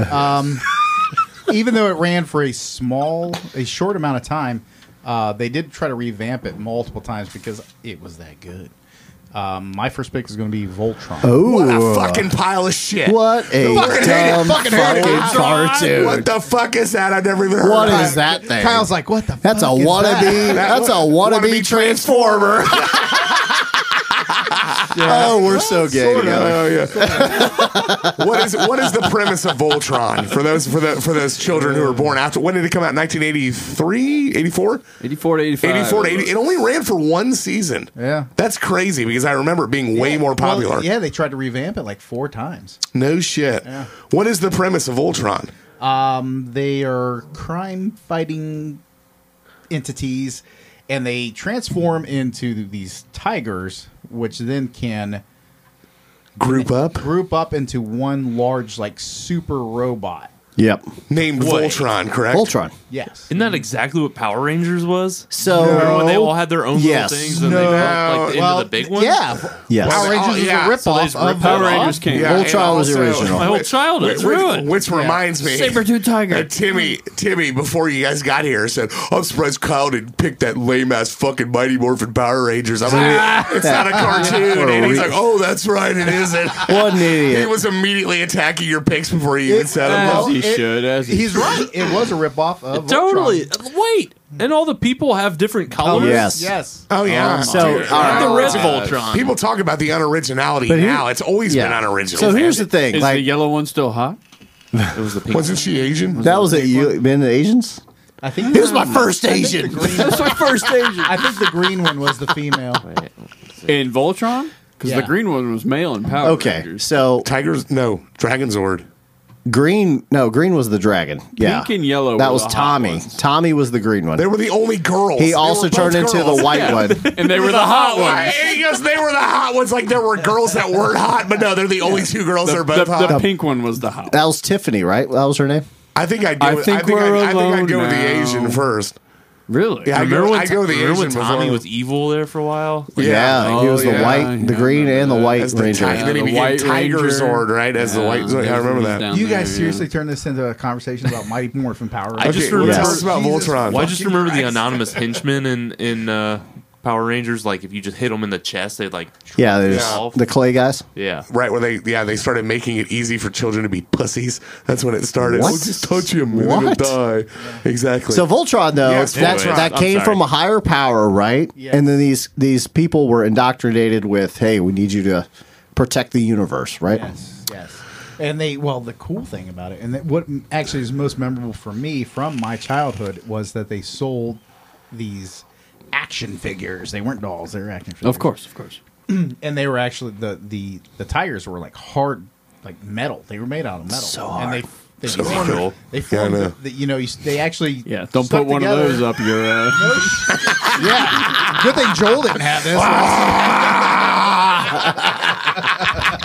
Speaker 5: Even though it ran for a small, a short amount of time, uh, they did try to revamp it multiple times because it was that good. Um, my first pick is going to be Voltron.
Speaker 1: What a
Speaker 4: Ooh.
Speaker 1: fucking pile of shit.
Speaker 4: What a
Speaker 1: Fucking hate it.
Speaker 4: dumb
Speaker 1: Fucking hate it.
Speaker 4: fucking cartoon.
Speaker 1: What the fuck is that? I've never even heard
Speaker 4: What
Speaker 1: of
Speaker 4: is that thing?
Speaker 5: Kyle's like, what the?
Speaker 4: That's a
Speaker 5: fuck is
Speaker 4: wannabe.
Speaker 5: that?
Speaker 4: That's a wannabe transform.
Speaker 1: Former.
Speaker 4: Oh, we're so gay together.
Speaker 1: <laughs> Oh, yeah. what is what is the premise of Voltron for those for the for those children who were born after when did it come out 1983 84
Speaker 6: 84 to 85.
Speaker 1: 84 to 80 it only ran for one season
Speaker 5: Yeah.
Speaker 1: that's crazy because I remember it being way more
Speaker 5: Well,
Speaker 1: popular
Speaker 5: yeah, they tried to revamp it like four times.
Speaker 1: no shit what is the premise of Voltron
Speaker 5: Um, They are crime fighting entities, and they transform into these tigers, which then can
Speaker 1: group up
Speaker 5: group up into one large like super robot.
Speaker 4: Yep.
Speaker 1: named
Speaker 3: Wait.
Speaker 1: Voltron correct
Speaker 4: Voltron.
Speaker 5: Yes.
Speaker 3: Isn't that exactly what Power Rangers was?
Speaker 4: So
Speaker 3: Remember when they all had their own
Speaker 4: Yes.
Speaker 3: little things and they
Speaker 1: No.
Speaker 3: built like,
Speaker 5: Well,
Speaker 3: into the big one?
Speaker 5: Yeah.
Speaker 4: Yes.
Speaker 5: Power Rangers
Speaker 1: Oh,
Speaker 5: is
Speaker 1: yeah.
Speaker 5: a ripoff
Speaker 1: So
Speaker 3: they just
Speaker 5: of
Speaker 3: ripped Power
Speaker 5: Voltron.
Speaker 6: Rangers came.
Speaker 1: Yeah, and
Speaker 4: Voltron was
Speaker 1: <laughs>
Speaker 4: original.
Speaker 3: My whole
Speaker 1: Wh-
Speaker 3: childhood's
Speaker 1: wh- which,
Speaker 6: ruined.
Speaker 1: Which reminds me,
Speaker 6: Saber-tooth tiger.
Speaker 1: Uh, Timmy, Timmy, before you guys got here, said, "I'm surprised Kyle didn't pick that lame ass fucking Mighty Morphin Power Rangers." I'm like, "It's not a cartoon," and he's like, "Oh, that's right, it
Speaker 4: <laughs>
Speaker 1: isn't."
Speaker 4: What an
Speaker 1: He
Speaker 4: idiot.
Speaker 1: was immediately attacking your picks before you even said them.
Speaker 6: As
Speaker 1: Well,
Speaker 6: he
Speaker 5: it-
Speaker 6: should. As he
Speaker 5: He's right. It was a ripoff of
Speaker 6: Totally.
Speaker 5: Voltron.
Speaker 6: Wait. And all the people have different colors?
Speaker 4: Oh, yes.
Speaker 5: Yes.
Speaker 1: oh yeah.
Speaker 4: Um, So, all
Speaker 1: Dude,
Speaker 4: right.
Speaker 6: The red
Speaker 1: unoriginal.
Speaker 6: Voltron.
Speaker 1: People talk about the unoriginality
Speaker 4: here-
Speaker 1: now. It's always
Speaker 4: Yeah.
Speaker 1: been unoriginal.
Speaker 4: So here's the
Speaker 1: man.
Speaker 4: thing.
Speaker 6: Is
Speaker 4: like
Speaker 6: the yellow one still hot? It was the pink.
Speaker 1: Wasn't she Asian?
Speaker 4: that was at you. Been the Asians?
Speaker 5: I think
Speaker 4: Here's my first
Speaker 5: I think <laughs> the
Speaker 4: Asian.
Speaker 5: green-
Speaker 6: That's my first Asian.
Speaker 5: I think the green one was the female.
Speaker 6: In Voltron? Because
Speaker 5: Yeah.
Speaker 6: the green one was male in Power
Speaker 4: Okay.
Speaker 6: Rangers.
Speaker 4: So
Speaker 1: Tigers? No, Dragonzord.
Speaker 4: green. No, green was the dragon. Yeah.
Speaker 6: Pink and yellow
Speaker 4: That
Speaker 6: were
Speaker 4: was
Speaker 6: the hot
Speaker 4: Tommy.
Speaker 6: ones. <laughs>
Speaker 4: Tommy was the green one.
Speaker 1: They were the only girls. They
Speaker 4: He
Speaker 1: were
Speaker 4: also
Speaker 1: both
Speaker 4: turned
Speaker 1: <laughs>
Speaker 4: into
Speaker 1: girls.
Speaker 4: the white one.
Speaker 6: And they were the
Speaker 4: <laughs>
Speaker 6: hot
Speaker 1: Oh,
Speaker 6: ones.
Speaker 1: Yes, they were the hot ones. Like there were girls that weren't hot, but no, they're the only two girls that are both
Speaker 6: the,
Speaker 1: hot.
Speaker 6: the pink one was the hot.
Speaker 4: That was Tiffany, right? That was her name.
Speaker 1: I think I'd go.
Speaker 6: I
Speaker 1: with,
Speaker 6: think
Speaker 1: I think,
Speaker 6: we're
Speaker 1: I'd, I think I'd
Speaker 6: alone
Speaker 1: go with the
Speaker 6: now.
Speaker 1: Asian first.
Speaker 6: Really?
Speaker 1: Yeah, I
Speaker 3: Remember
Speaker 1: go,
Speaker 3: when,
Speaker 1: I go with the
Speaker 3: remember when
Speaker 1: Asian
Speaker 3: Tommy
Speaker 1: before.
Speaker 3: was evil there for a while? Like,
Speaker 4: Yeah,
Speaker 1: Yeah.
Speaker 4: he
Speaker 1: Oh,
Speaker 4: was the
Speaker 1: yeah,
Speaker 4: white, the
Speaker 6: yeah,
Speaker 4: green, and Uh, the white
Speaker 1: As the
Speaker 4: ranger.
Speaker 1: tiger, then he
Speaker 6: the
Speaker 1: became
Speaker 6: White
Speaker 1: Tiger
Speaker 6: Ranger.
Speaker 1: Zord, right? As the
Speaker 6: Yeah,
Speaker 1: white, Zord. I
Speaker 6: there's
Speaker 1: remember
Speaker 6: these
Speaker 1: that.
Speaker 6: down
Speaker 5: You
Speaker 6: there,
Speaker 5: guys
Speaker 6: yeah.
Speaker 5: seriously turned this into a conversation about Mighty Morphin Power
Speaker 3: I
Speaker 5: Rangers.
Speaker 3: just
Speaker 1: Okay,
Speaker 3: remember.
Speaker 1: well, tell us about
Speaker 5: Jesus
Speaker 1: Voltron.
Speaker 3: Well, I just remember the
Speaker 5: Christ.
Speaker 3: anonymous henchmen in in uh, Power Rangers. Like if you just hit them in the chest, they'd like
Speaker 4: Yeah, there's
Speaker 1: Yeah.
Speaker 4: the clay guys.
Speaker 3: yeah.
Speaker 1: Right where they, yeah, they started making it easy for children to be pussies. That's when it started.
Speaker 4: What?
Speaker 1: Oh, just touch him, and
Speaker 4: What?
Speaker 1: he'll die. Exactly.
Speaker 4: So Voltron though,
Speaker 1: Yes,
Speaker 4: that's
Speaker 1: Voltron.
Speaker 4: that
Speaker 3: I'm
Speaker 4: came
Speaker 3: sorry.
Speaker 4: from a higher power, right?
Speaker 5: Yes.
Speaker 4: And then these these people were indoctrinated with, "Hey, we need you to protect the universe," right?
Speaker 5: Yes, yes. And they, well, the cool thing about it, and that what actually is most memorable for me from my childhood was that they sold these action figures. They weren't dolls; they were action figures.
Speaker 6: Of course, of course.
Speaker 5: and they were actually the the the tires were like hard, like metal. They were made out of metal.
Speaker 4: So
Speaker 5: And they
Speaker 4: hard.
Speaker 5: they
Speaker 1: So
Speaker 5: they,
Speaker 1: hard.
Speaker 5: formed- they
Speaker 1: Yeah, I
Speaker 5: formed
Speaker 1: know.
Speaker 5: the, the- you know you, s- they actually
Speaker 6: Yeah, don't
Speaker 5: stuck
Speaker 6: put one
Speaker 5: together.
Speaker 6: of those up your. Uh,
Speaker 5: Yeah, good thing Joel didn't have this.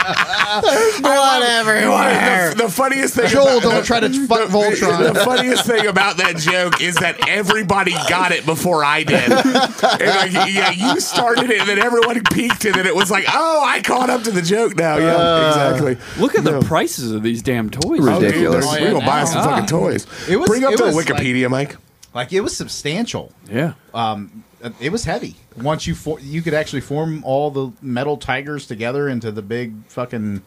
Speaker 4: Blood everywhere.
Speaker 1: The, the funniest thing.
Speaker 5: Joel,
Speaker 1: about-
Speaker 5: don't try
Speaker 1: <laughs>
Speaker 5: to fuck
Speaker 1: The,
Speaker 5: Voltron.
Speaker 1: funniest thing about that joke is that everybody got it before I did. And like, yeah, you started it, and then everyone peaked, and then it was like, oh, I caught up to the joke now. Yeah, exactly.
Speaker 6: look at the prices of these damn toys.
Speaker 4: Ridiculous.
Speaker 1: Dude, there's-
Speaker 5: Oh,
Speaker 1: we
Speaker 5: yeah,
Speaker 1: gonna buy
Speaker 5: now.
Speaker 1: some fucking toys.
Speaker 5: It was-
Speaker 1: Bring up
Speaker 5: it
Speaker 1: the
Speaker 5: was like-
Speaker 1: Wikipedia, Mike.
Speaker 5: like it was substantial.
Speaker 6: Yeah.
Speaker 5: Uh, It was heavy. Once you for- you could actually form all the metal tigers together into the big fucking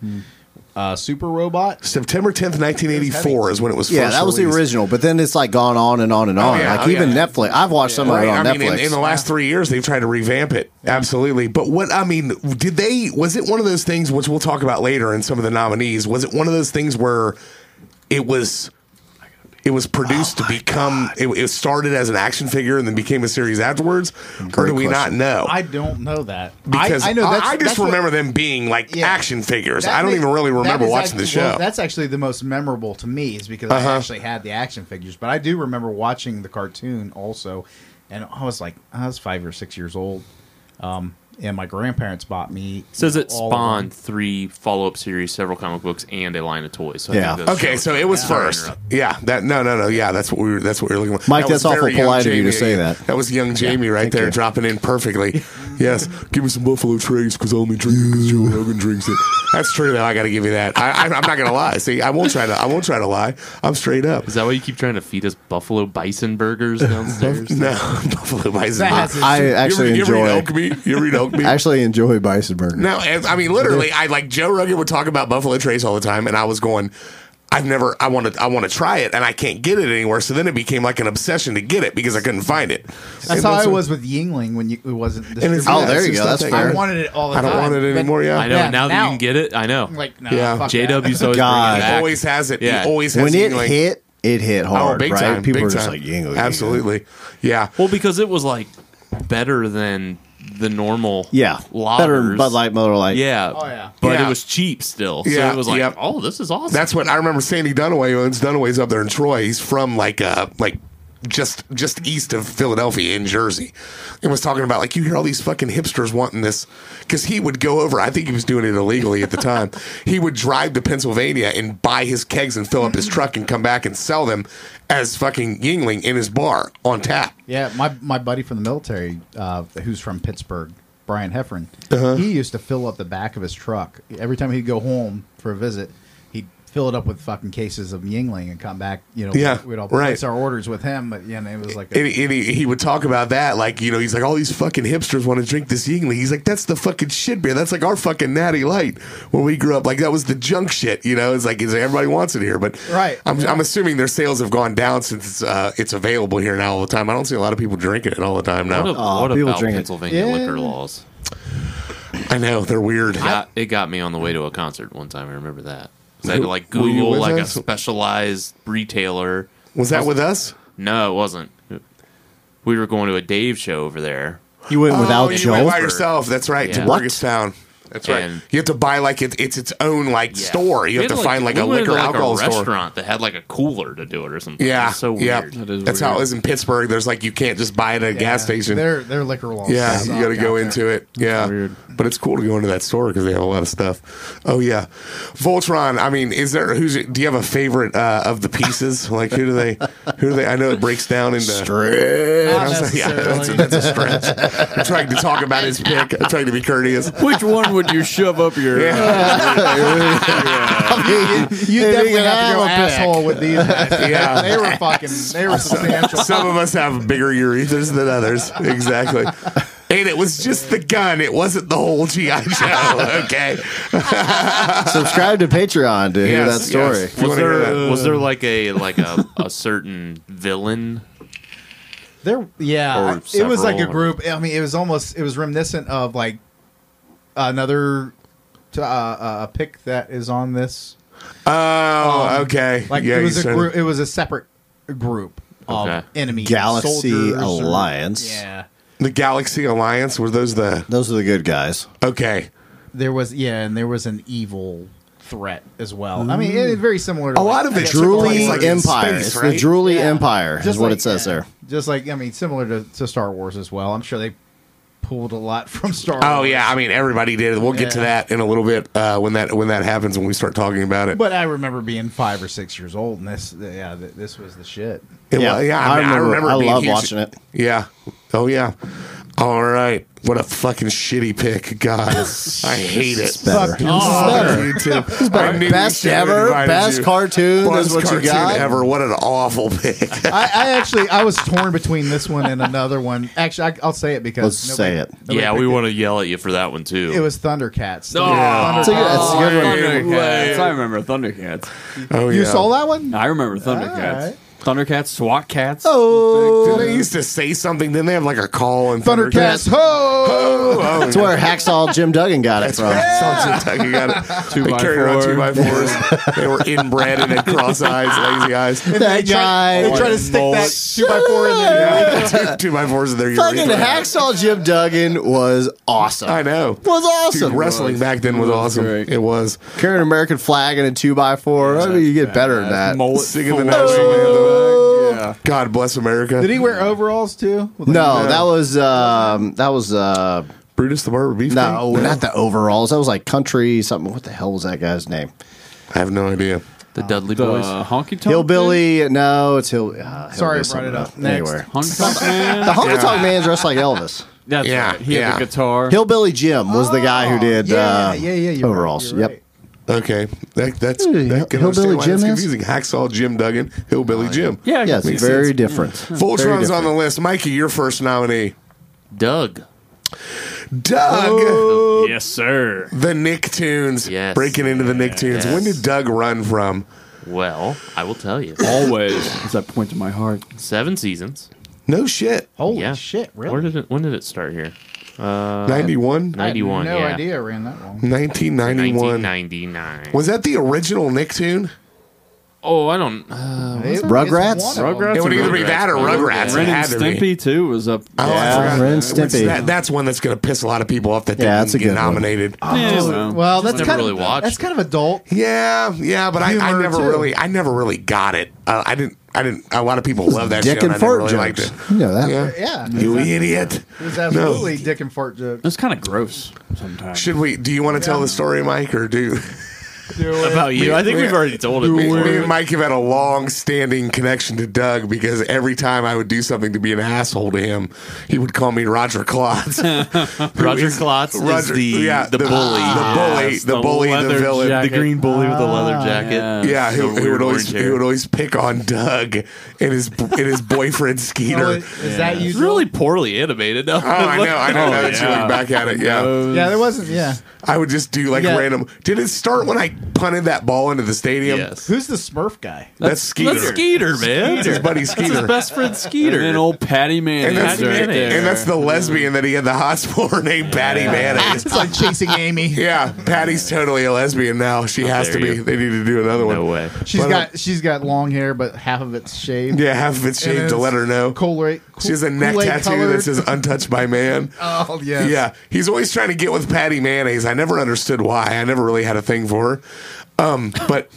Speaker 5: uh, super robot.
Speaker 1: September 10th, 1984 is when it was.
Speaker 4: Yeah,
Speaker 1: first
Speaker 4: that was the
Speaker 1: released.
Speaker 4: original, but then it's like gone on and on and on.
Speaker 1: yeah,
Speaker 4: like
Speaker 1: oh,
Speaker 4: even
Speaker 1: yeah.
Speaker 4: Netflix, I've watched some of
Speaker 1: Right.
Speaker 4: it on
Speaker 1: I mean,
Speaker 4: Netflix.
Speaker 1: in, in the last three years, they've tried to revamp it. Absolutely. But what, I mean, did they, was it one of those things, which we'll talk about later in some of the nominees, was it one of those things where it was. It was
Speaker 4: Oh
Speaker 1: produced to become. It, it started as an action figure and then became a series afterwards. or do we not
Speaker 4: question.
Speaker 1: know?
Speaker 5: I don't know that
Speaker 1: because I,
Speaker 5: know
Speaker 1: I,
Speaker 5: that's-
Speaker 1: just
Speaker 5: that's what-
Speaker 1: remember them being like
Speaker 5: Yeah.
Speaker 1: action figures.
Speaker 5: that
Speaker 1: I don't
Speaker 5: is-
Speaker 1: even really
Speaker 5: that
Speaker 1: remember
Speaker 5: is
Speaker 1: watching the
Speaker 5: actually-
Speaker 1: show. Uh-huh.
Speaker 5: well, that's actually the most memorable to me is because I actually had the action figures, but I do remember watching the cartoon also, and I was like I was five or six years old, um, and my grandparents bought me
Speaker 3: Says
Speaker 5: you know,
Speaker 3: it
Speaker 5: all of them.
Speaker 3: spawned three follow up series, several comic books, and a line of toys. So I
Speaker 4: Yeah.
Speaker 3: think those
Speaker 1: Okay,
Speaker 3: shows-
Speaker 1: so it was
Speaker 3: Sorry to
Speaker 1: first.
Speaker 3: interrupt.
Speaker 1: Yeah, that no, no, no. Yeah, that's what we were. That's what we were looking for.
Speaker 4: Mike,
Speaker 1: That was
Speaker 4: that's awful
Speaker 1: very young
Speaker 4: polite of you
Speaker 1: Jamie.
Speaker 4: to say that.
Speaker 1: That was young Jamie right
Speaker 4: thank
Speaker 1: there,
Speaker 4: you. <laughs>
Speaker 1: dropping in perfectly. Yes, give me some Buffalo Trace because I only drink it because Joe Rogan drinks it. That's true, though. I got to give you that. I, I, I'm not going to lie. See, I won't try to. I won't try to lie. I'm straight up.
Speaker 3: Is that why you keep trying to feed us buffalo
Speaker 1: <laughs>
Speaker 3: bison burgers downstairs?
Speaker 1: No, Buffalo Bison.
Speaker 5: That's
Speaker 1: Burger.
Speaker 5: it.
Speaker 4: I
Speaker 1: you
Speaker 4: actually
Speaker 1: ever, You
Speaker 4: enjoy
Speaker 1: ever eat elk meat? You ever eat
Speaker 4: <laughs>
Speaker 1: elk meat?
Speaker 4: actually enjoy bison burger.
Speaker 1: No, and, I mean literally. I like Joe Rogan would talk about Buffalo Trace all the time, and I was going, I've never, I want to, I want to try it, and I can't get it anywhere. So then it became like an obsession to get it because I couldn't find it.
Speaker 5: That's how I was with Yingling when you, it wasn't.
Speaker 1: And it's,
Speaker 5: distributed.
Speaker 4: Oh,
Speaker 1: yeah,
Speaker 4: there
Speaker 1: it's
Speaker 4: you
Speaker 1: just
Speaker 4: go.
Speaker 1: that
Speaker 4: That's
Speaker 1: thing.
Speaker 4: fair.
Speaker 5: I wanted it all the
Speaker 1: I
Speaker 5: time.
Speaker 1: don't want it
Speaker 5: but
Speaker 1: anymore. Yeah,
Speaker 3: I know.
Speaker 5: Yeah,
Speaker 3: now that
Speaker 5: now-
Speaker 3: you can get it, I know.
Speaker 5: I'm Like, no,
Speaker 1: Yeah.
Speaker 5: fuck
Speaker 3: JW's
Speaker 5: that.
Speaker 3: always
Speaker 4: God.
Speaker 3: bringing it
Speaker 1: He
Speaker 3: back.
Speaker 1: always has it.
Speaker 3: Yeah.
Speaker 1: He always has
Speaker 4: when it
Speaker 1: Yingling.
Speaker 4: hit, it hit hard,
Speaker 1: Oh, big
Speaker 4: right?
Speaker 1: time.
Speaker 4: People
Speaker 1: big
Speaker 4: were just
Speaker 1: time.
Speaker 4: like yingling.
Speaker 1: Absolutely. Yeah.
Speaker 3: Well, because it was like better than the normal.
Speaker 4: Yeah, better than
Speaker 3: lagers.
Speaker 4: Bud Light, Miller Light.
Speaker 3: Yeah.
Speaker 5: Oh, yeah.
Speaker 3: But
Speaker 1: Yeah.
Speaker 3: it was cheap still.
Speaker 1: Yeah,
Speaker 3: So it was like,
Speaker 1: yep.
Speaker 3: oh, this is awesome.
Speaker 1: That's what I remember. Sandy Dunaway owns Dunaway's up there in Troy. He's from like uh like just just east of Philadelphia in Jersey, and was talking about like you hear all these fucking hipsters wanting this because he would go over. I think he was doing it illegally at the time. he would drive to Pennsylvania and buy his kegs and fill up his truck and come back and sell them as fucking Yingling in his bar on tap.
Speaker 5: Yeah, my my buddy from the military, uh, who's from Pittsburgh, Brian Heffron,
Speaker 1: Uh-huh.
Speaker 5: he used to fill up the back of his truck every time he'd go home for a visit. He'd fill it up with fucking cases of Yingling and come back. You know,
Speaker 1: Yeah,
Speaker 5: we'd all
Speaker 1: right.
Speaker 5: place our orders with him, but you know, it was like a,
Speaker 1: And, and he, he would talk about that, like you know, he's like, all these fucking hipsters want to drink this Yingling. He's like, that's the fucking shit beer. That's like our fucking Natty Light when we grew up. Like that was the junk shit, you know. It's like it's, everybody wants it here, but
Speaker 5: Right.
Speaker 1: I'm, I'm assuming their sales have gone down since it's, uh, it's available here now all the time. I don't see a lot of people drinking it all the time
Speaker 3: what
Speaker 1: now.
Speaker 3: a- what
Speaker 4: Oh, people
Speaker 3: about
Speaker 4: drink it.
Speaker 3: Pennsylvania
Speaker 5: Yeah.
Speaker 3: liquor laws?
Speaker 1: I know they're weird.
Speaker 3: Got, it got me on the way to a concert one time. I remember that. 'Cause I had to like
Speaker 1: Were you
Speaker 3: Google
Speaker 1: with
Speaker 3: like
Speaker 1: us?
Speaker 3: a specialized retailer.
Speaker 1: was that with us?
Speaker 3: No, it wasn't. We were going to a Dave show over there.
Speaker 4: You went without
Speaker 1: oh, you
Speaker 4: Joe.
Speaker 1: went by yourself. That's right. To
Speaker 3: Yeah.
Speaker 4: What?
Speaker 1: Burgestown. That's right.
Speaker 3: And-
Speaker 1: you have to buy like it, it's its own like
Speaker 3: Yeah.
Speaker 1: store. You
Speaker 3: We
Speaker 1: have to
Speaker 3: had,
Speaker 1: find like
Speaker 3: we
Speaker 1: a
Speaker 3: went into,
Speaker 1: liquor
Speaker 3: like,
Speaker 1: alcohol
Speaker 3: a
Speaker 1: store.
Speaker 3: restaurant that had like a cooler to do it or something.
Speaker 1: Yeah,
Speaker 3: It's so
Speaker 1: yeah.
Speaker 3: weird.
Speaker 6: That is
Speaker 1: That's how
Speaker 6: weird.
Speaker 1: it is in Pittsburgh. There's like you can't just buy it at a gas station.
Speaker 5: Their their liquor laws.
Speaker 1: yeah,
Speaker 5: suck
Speaker 1: you got to
Speaker 5: out
Speaker 1: go
Speaker 5: there.
Speaker 1: into it. Yeah, but it's cool to go into that store because they have a lot of stuff. Oh yeah, Voltron. I mean, is there who's? Do you have a favorite uh, of the pieces? like who do they? Who do they? I know it breaks down into. I
Speaker 5: Not
Speaker 1: was like, <laughs> yeah, that's a,
Speaker 5: necessarily.
Speaker 1: that's a stretch. I'm trying to talk about his pick. I'm trying to be courteous.
Speaker 6: Which one would you shove up your?
Speaker 1: <laughs>
Speaker 6: <laughs>
Speaker 1: Yeah,
Speaker 5: You
Speaker 4: They
Speaker 5: definitely
Speaker 4: didn't
Speaker 5: have to go
Speaker 4: have a pick.
Speaker 5: asshole with
Speaker 1: <laughs>
Speaker 5: these guys.
Speaker 1: Yeah.
Speaker 5: They were fucking. They were substantial.
Speaker 1: some of us have bigger urethras than others. Exactly. And it was just the gun. It wasn't the whole GI Joe. Okay.
Speaker 4: Subscribe to Patreon to hear that
Speaker 1: Yes,
Speaker 4: story.
Speaker 1: yes. If you
Speaker 3: Was
Speaker 1: wanna hear
Speaker 3: there
Speaker 1: that.
Speaker 3: was there like a like a, a certain
Speaker 5: <laughs>
Speaker 3: villain?
Speaker 5: There, yeah,
Speaker 3: Or
Speaker 5: I- it was like a
Speaker 3: several, or-
Speaker 5: group. I mean, it was almost it was reminiscent of like another t- uh, uh, a pick that is on this.
Speaker 1: Oh, okay.
Speaker 5: Like
Speaker 1: Yeah,
Speaker 5: it was
Speaker 1: you
Speaker 5: a
Speaker 1: said-
Speaker 5: group. It was a separate group of
Speaker 3: Okay.
Speaker 5: enemy
Speaker 4: Galaxy
Speaker 5: soldiers or-
Speaker 4: Alliance.
Speaker 5: yeah,
Speaker 1: The Galaxy Alliance were those the
Speaker 4: Those are the good guys.
Speaker 1: okay?
Speaker 5: there was yeah, and there was an evil threat as well. I mean, it's very similar. to
Speaker 1: A
Speaker 5: like-
Speaker 1: lot of
Speaker 5: I
Speaker 1: it
Speaker 5: guess
Speaker 1: drew
Speaker 5: similar to,
Speaker 4: Drooly
Speaker 1: like in
Speaker 4: Empire.
Speaker 1: space,
Speaker 4: it's
Speaker 1: right?
Speaker 4: the Drooly
Speaker 5: Yeah.
Speaker 4: Empire is
Speaker 5: Just
Speaker 4: what
Speaker 5: like-
Speaker 4: it says
Speaker 5: yeah.
Speaker 4: there.
Speaker 5: Just like I mean, similar to, to Star Wars as well. I'm sure they pulled a lot from Star.
Speaker 1: Oh
Speaker 5: Wars.
Speaker 1: yeah, I mean everybody did. We'll get to
Speaker 5: Yeah.
Speaker 1: that in a little bit uh, when that when that happens when we start talking about it.
Speaker 5: But I remember being five or six years old, and this, yeah, th- this was the shit.
Speaker 1: It wa- yeah, I, mean, I remember.
Speaker 4: I
Speaker 1: being
Speaker 4: love
Speaker 1: huge-
Speaker 4: watching it.
Speaker 1: Yeah. Oh yeah. All right. What a fucking shitty pick. God, I hate it.
Speaker 4: It's better.
Speaker 1: Oh, you too. I knew we
Speaker 4: Best
Speaker 1: should've
Speaker 4: ever,
Speaker 1: invited
Speaker 4: best
Speaker 1: you.
Speaker 4: cartoon.
Speaker 1: Best
Speaker 4: is what
Speaker 1: cartoon
Speaker 4: you got.
Speaker 1: ever. What an awful
Speaker 4: <laughs>
Speaker 1: pick.
Speaker 5: I, I actually I was torn between this one and another one. Actually, I, I'll say it because
Speaker 4: Let's say it.
Speaker 5: nobody
Speaker 3: yeah, we
Speaker 5: picked
Speaker 3: want to yell at you for that one too.
Speaker 5: it. It was Thundercats.
Speaker 3: No.
Speaker 5: Thunder-
Speaker 4: It's a good, it's a good one.
Speaker 6: Oh, Thundercats. I remember Thundercats.
Speaker 1: Oh,
Speaker 5: you
Speaker 1: yeah.
Speaker 5: saw that one?
Speaker 6: I remember Thundercats.
Speaker 5: right.
Speaker 6: Thundercats, SWAT cats.
Speaker 4: Oh,
Speaker 5: Oh.
Speaker 1: Didn't they used to say something? Didn't they have like a call and
Speaker 5: Thundercats. Ho!
Speaker 1: Oh,
Speaker 4: That's where Hacksaw Jim Duggan got it
Speaker 1: That's
Speaker 4: from.
Speaker 1: right. <laughs> Sounds like you got
Speaker 4: <laughs>
Speaker 1: it.
Speaker 6: Two
Speaker 1: they
Speaker 6: by
Speaker 1: carry around two
Speaker 6: four.
Speaker 1: by fours. they were inbred and had cross eyes, lazy
Speaker 4: <laughs>
Speaker 1: eyes. <laughs>
Speaker 4: That guy.
Speaker 5: They try to stick that two by four in there.
Speaker 1: two, two by fours in their
Speaker 4: Fucking
Speaker 1: urethra.
Speaker 4: Hacksaw Jim Duggan was awesome.
Speaker 1: I know.
Speaker 4: Was awesome.
Speaker 1: Dude, wrestling back then was awesome.
Speaker 6: great.
Speaker 1: It was.
Speaker 4: Carrying an American flag and a two by four. I mean, you get better than that.
Speaker 6: Mullet
Speaker 1: Singing the
Speaker 6: full
Speaker 1: national
Speaker 6: of-
Speaker 1: anthem. God bless America.
Speaker 5: Did he wear overalls too? With
Speaker 4: No, that was um, that was uh,
Speaker 1: Brutus the Barber Beef?
Speaker 4: no,
Speaker 1: King?
Speaker 4: not the overalls. That was like country something. What the hell was that guy's name?
Speaker 1: I have no idea.
Speaker 3: the Dudley
Speaker 6: The
Speaker 3: Boys.
Speaker 6: honky tonk.
Speaker 4: Hillbilly? No, it's hill. Uh,
Speaker 5: Sorry,
Speaker 4: hillbilly
Speaker 5: I brought it up.
Speaker 4: something. Anyway,
Speaker 5: Next.
Speaker 6: man? Honky tonk
Speaker 4: the
Speaker 6: man.
Speaker 4: honky tonk man's dressed like Elvis.
Speaker 6: That's
Speaker 1: Yeah,
Speaker 6: right. He had
Speaker 1: yeah.
Speaker 6: the guitar.
Speaker 4: Hillbilly Jim was the guy who did
Speaker 5: yeah,
Speaker 4: uh,
Speaker 5: yeah, yeah, you're right,
Speaker 4: overalls.
Speaker 5: you're
Speaker 4: yep.
Speaker 5: right.
Speaker 1: Okay, that, that's
Speaker 4: Hey,
Speaker 1: that can
Speaker 4: Hillbilly
Speaker 1: understand why that's
Speaker 4: Jim is?
Speaker 1: confusing. Hacksaw Jim Duggan, Hillbilly Jim.
Speaker 6: Yeah, I
Speaker 4: Yes,
Speaker 6: can see
Speaker 1: Makes
Speaker 4: very
Speaker 1: sense.
Speaker 4: different. Very
Speaker 1: Voltron's
Speaker 4: different.
Speaker 1: on the list. Mikey, your first nominee.
Speaker 3: Doug.
Speaker 1: Doug,
Speaker 6: Yes, sir.
Speaker 1: the Nicktoons.
Speaker 3: Yes.
Speaker 1: Breaking into the Nicktoons. When
Speaker 3: Yes.
Speaker 1: did Doug run from?
Speaker 3: Well, I will tell you.
Speaker 6: Always. As I point to my heart.
Speaker 3: Seven seasons.
Speaker 1: No shit.
Speaker 5: Holy
Speaker 3: Yeah.
Speaker 5: shit! Really?
Speaker 3: Where did it, when did it start here?
Speaker 1: 91?
Speaker 5: I had
Speaker 3: 91,
Speaker 5: No
Speaker 3: yeah.
Speaker 5: idea. I ran that long.
Speaker 1: 1991.
Speaker 3: 1999.
Speaker 1: Was that the original Nicktoon?
Speaker 3: Oh, I don't. Uh,
Speaker 5: It-
Speaker 4: Rugrats?
Speaker 5: it's one of them.
Speaker 6: Rugrats?
Speaker 1: It would either be that or Rugrats. It
Speaker 6: Ren and
Speaker 1: had to be.
Speaker 6: Stimpy too was up.
Speaker 1: Oh,
Speaker 4: Yeah,
Speaker 1: I forgot.
Speaker 4: Ren and
Speaker 1: Which-
Speaker 4: Stimpy.
Speaker 1: that- that's one that's going to piss a lot of people off that
Speaker 4: Yeah,
Speaker 1: didn't
Speaker 4: that's a
Speaker 1: get
Speaker 4: good one.
Speaker 1: nominated.
Speaker 6: Yeah, well,
Speaker 5: Well, that's
Speaker 3: Never
Speaker 5: kind
Speaker 3: really
Speaker 5: of
Speaker 3: watched
Speaker 5: that's kind of adult. <laughs>
Speaker 1: Yeah, yeah, but I, I
Speaker 5: Humor,
Speaker 1: never
Speaker 5: too.
Speaker 1: really, I never really got it. Uh, I didn't, I didn't. A lot of people love that
Speaker 4: Dick
Speaker 1: show,
Speaker 4: and
Speaker 1: I never
Speaker 4: fart
Speaker 1: really liked
Speaker 4: jokes.
Speaker 1: it.
Speaker 4: You know that.
Speaker 1: Yeah,
Speaker 5: Yeah,
Speaker 1: you idiot.
Speaker 5: it was absolutely dick and fart jokes.
Speaker 6: it's kind of gross sometimes.
Speaker 1: Should we? Do you want to tell the story, Mike, or do?
Speaker 3: about you? I think we've already told it.
Speaker 1: Me, me
Speaker 3: before.
Speaker 1: and Mike have had a long-standing connection to Doug because every time I would do something to be an asshole to him, he would call me Roger Klotz.
Speaker 3: Roger Klotz is
Speaker 1: Roger-
Speaker 3: the,
Speaker 1: yeah,
Speaker 3: the,
Speaker 1: the-
Speaker 3: bully.
Speaker 1: the bully,
Speaker 3: Yes,
Speaker 1: the bully, the
Speaker 3: leather Ah,
Speaker 1: villain.
Speaker 3: The green bully with the leather jacket.
Speaker 1: Yeah, he,
Speaker 3: The
Speaker 1: he
Speaker 3: weird
Speaker 1: would always
Speaker 3: orange
Speaker 1: he would
Speaker 3: hair.
Speaker 1: always pick on Doug and his and his
Speaker 3: <laughs>
Speaker 1: boyfriend
Speaker 5: Oh,
Speaker 1: Skeeter.
Speaker 5: is that you?
Speaker 3: It's really poorly animated. though.
Speaker 1: Oh,
Speaker 3: <laughs>
Speaker 1: I know, I know. now that you look back at it, yeah,
Speaker 5: Yeah, there wasn't. Yeah.
Speaker 1: I would just do like
Speaker 5: Yeah.
Speaker 1: random. Did it start when I punted that ball into the stadium?
Speaker 3: Yes.
Speaker 5: Who's the
Speaker 1: <laughs>
Speaker 5: Smurf guy?
Speaker 1: that's, Skeeter.
Speaker 3: That's Skeeter, man.
Speaker 1: That's his buddy
Speaker 3: That's his
Speaker 1: Skeeter.
Speaker 3: best <laughs> friend Skeeter.
Speaker 6: And then old Patty
Speaker 1: And
Speaker 6: Mayonnaise
Speaker 1: that's,
Speaker 6: right
Speaker 1: and,
Speaker 6: there.
Speaker 1: and that's the lesbian that he had the hots <laughs> for named Patty Mayonnaise.
Speaker 5: It's like chasing
Speaker 1: <laughs>
Speaker 5: Amy.
Speaker 1: Yeah, Patty's totally a lesbian now. She has to
Speaker 3: there
Speaker 1: be.
Speaker 3: you-
Speaker 1: They need to do another
Speaker 3: no
Speaker 1: one.
Speaker 3: way.
Speaker 5: She's
Speaker 1: But, uh,
Speaker 5: got she's got long hair, but half of it's shaved.
Speaker 1: Yeah, half of it's
Speaker 5: And
Speaker 1: shaved to
Speaker 5: it's
Speaker 1: let her know.
Speaker 5: Kool-Aid,
Speaker 1: She has a neck
Speaker 5: Kool-Aid
Speaker 1: tattoo
Speaker 5: colored.
Speaker 1: that says "Untouched by Man."
Speaker 5: "Oh yeah,
Speaker 1: Yeah, he's always trying to get with Patty Mayonnaise. I never understood why. I never really had a thing for her. Um, but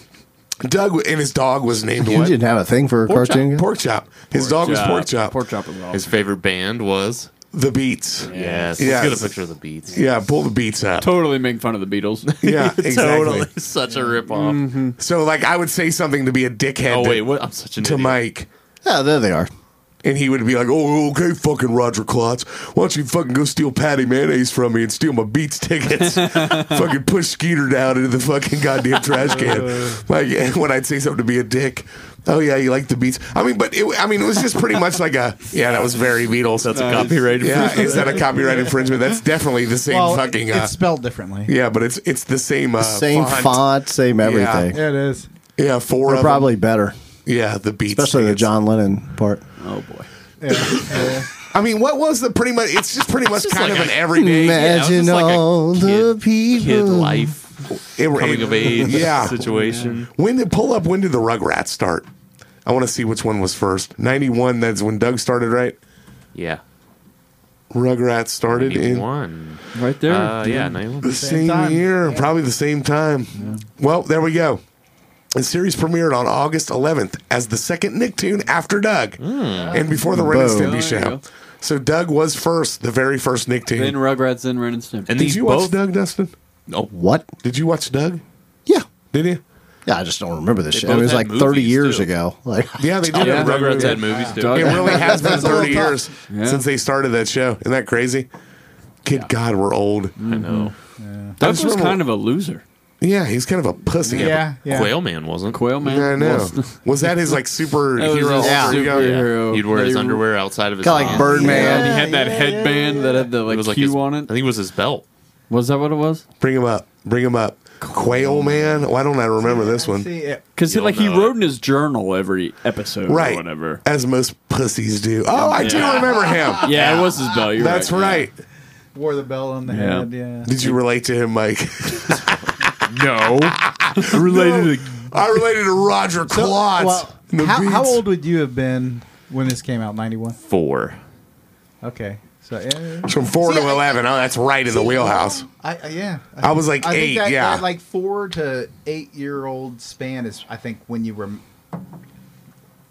Speaker 1: Doug and his dog was named
Speaker 4: You
Speaker 1: what?
Speaker 4: didn't have a thing for a
Speaker 1: Pork
Speaker 4: cartoon.
Speaker 1: chop.
Speaker 4: guy?
Speaker 1: Pork chop. His dog was pork chop.
Speaker 6: Pork chop was awesome.
Speaker 3: His favorite band was.
Speaker 1: The Beats. Yeah. Yes.
Speaker 3: Yes. Let's get a picture of the beats.
Speaker 1: pull the beats up.
Speaker 6: totally making fun of the Beatles.
Speaker 3: <laughs>
Speaker 1: Yeah, exactly.
Speaker 3: Totally. <laughs> Such a ripoff.
Speaker 1: So like, I would say something to be a dickhead.
Speaker 3: Oh,
Speaker 1: to-
Speaker 3: wait. What? I'm such an
Speaker 1: To
Speaker 3: idiot.
Speaker 1: Mike.
Speaker 4: Yeah, there they are.
Speaker 1: And he would be like, "Oh, okay, fucking Roger Klotz. Why don't you fucking go steal Patty mayonnaise from me and steal my Beats
Speaker 3: <laughs>
Speaker 1: tickets? fucking push Skeeter down into the fucking goddamn trash
Speaker 3: <laughs>
Speaker 1: can." Like <laughs> and when I'd say something to be a dick. Oh yeah, you like the Beats? I mean, but it, I mean, it was just pretty much like a <laughs> yeah. That was very Beatles. That's a
Speaker 3: Copyrighted.
Speaker 1: Yeah, is that a copyright infringement? That's definitely the same
Speaker 5: Well,
Speaker 1: fucking. Uh,
Speaker 5: it's spelled differently.
Speaker 1: yeah, but it's it's the same uh,
Speaker 4: Same font, same everything.
Speaker 5: Yeah, it is.
Speaker 1: Yeah, four
Speaker 4: Or
Speaker 1: of 'em.
Speaker 4: probably better,
Speaker 1: Yeah, the Beats.
Speaker 4: especially the
Speaker 1: tickets.
Speaker 4: John Lennon part.
Speaker 6: oh boy.
Speaker 1: I mean, what was the pretty much? It's just pretty much
Speaker 3: just
Speaker 1: kind
Speaker 3: like
Speaker 1: of an
Speaker 3: a-
Speaker 1: everyday.
Speaker 3: <laughs>
Speaker 4: Imagine
Speaker 3: like a
Speaker 4: all the people.
Speaker 3: Kid life.
Speaker 1: It-
Speaker 3: Coming
Speaker 1: it-
Speaker 3: of age
Speaker 1: Yeah.
Speaker 3: situation.
Speaker 1: When did pull up? When did the Rugrats start? I want to see which one was first. Ninety one. That's when Doug started, right?
Speaker 3: Yeah.
Speaker 1: Rugrats started in
Speaker 3: 91.
Speaker 6: Right there.
Speaker 3: Uh, yeah,
Speaker 1: the
Speaker 3: 91.
Speaker 1: same,
Speaker 5: Same time.
Speaker 1: year, probably the same time. Well, there we go. The series premiered on August 11th as the second Nicktoon after Doug
Speaker 3: Hmm.
Speaker 1: and before the Ren and
Speaker 4: Boom.
Speaker 1: Stimpy
Speaker 6: Oh, there you
Speaker 1: show.
Speaker 6: go.
Speaker 1: So Doug was first, the very first
Speaker 6: Then
Speaker 1: Nicktoon.
Speaker 6: Rugrats, then Ren and Stimpy.
Speaker 3: And
Speaker 1: Did
Speaker 3: these
Speaker 1: you watch
Speaker 3: both. Oh,
Speaker 1: Doug, Dustin?
Speaker 4: What?
Speaker 1: Did you watch Doug?
Speaker 4: Yeah.
Speaker 1: Did you?
Speaker 4: Yeah, I just don't remember this shit.
Speaker 3: both
Speaker 4: It was
Speaker 3: had
Speaker 4: like 30
Speaker 3: movies,
Speaker 4: years
Speaker 3: too.
Speaker 4: ago. <laughs> Like,
Speaker 1: Yeah, they did.
Speaker 3: yeah,
Speaker 1: Rugrats
Speaker 3: Rugrats
Speaker 1: did.
Speaker 3: had movies too.
Speaker 6: Doug-
Speaker 1: It
Speaker 5: <laughs>
Speaker 1: really has been
Speaker 5: a long
Speaker 1: 30
Speaker 5: time.
Speaker 1: years
Speaker 6: Yeah.
Speaker 1: since they started that show. Isn't that crazy? Kid God, we're old.
Speaker 3: I know.
Speaker 6: Doug
Speaker 1: just
Speaker 6: was
Speaker 1: remember-
Speaker 6: kind of a loser.
Speaker 1: Yeah, he's kind of a pussy.
Speaker 5: Yeah, yeah.
Speaker 3: Quail Man wasn't.
Speaker 6: Quail man.
Speaker 1: I know.
Speaker 6: Lost-
Speaker 1: Was that his like
Speaker 6: <laughs> That was
Speaker 1: superhero?
Speaker 6: his
Speaker 1: alter ego?
Speaker 6: superhero.
Speaker 3: He'd wear his
Speaker 6: They-
Speaker 3: underwear outside of his.
Speaker 4: Kinda like
Speaker 3: pants.
Speaker 4: Birdman.
Speaker 6: And he had that headband that had the
Speaker 3: It
Speaker 6: like,
Speaker 3: was like
Speaker 6: Q
Speaker 3: his,
Speaker 6: on
Speaker 3: I
Speaker 6: it.
Speaker 3: think it was his belt.
Speaker 6: Was that what it was?
Speaker 1: Bring him up. Bring him up. Quail Man. Why don't I remember this one?
Speaker 5: See, it,
Speaker 6: Because
Speaker 3: You'll
Speaker 6: like he
Speaker 3: know
Speaker 6: wrote
Speaker 3: it.
Speaker 6: in his journal every episode
Speaker 1: Right.
Speaker 6: or whatever.
Speaker 1: As most pussies do. Oh, I do remember
Speaker 5: <laughs>
Speaker 1: him.
Speaker 6: Yeah, it was his belt. You're
Speaker 1: Ah, That's
Speaker 6: <laughs>
Speaker 1: right.
Speaker 5: wore the bell on the
Speaker 6: Yeah.
Speaker 5: head. Yeah.
Speaker 1: Did you relate to him, Mike? <laughs>
Speaker 6: No, related to
Speaker 1: I related to Roger Klotz.
Speaker 5: well,
Speaker 1: The
Speaker 5: how, how
Speaker 1: Beats.
Speaker 5: old would you have been when this came out? Ninety one.
Speaker 3: Four.
Speaker 5: Okay. So eh, yeah,
Speaker 1: From four
Speaker 5: See,
Speaker 1: to
Speaker 5: I-
Speaker 1: eleven. Oh, that's right in the wheelhouse.
Speaker 5: I, I yeah.
Speaker 1: I was like
Speaker 5: I
Speaker 1: eight.
Speaker 5: Think that,
Speaker 1: yeah,
Speaker 5: that, like four to eight year old span is I think when you rem-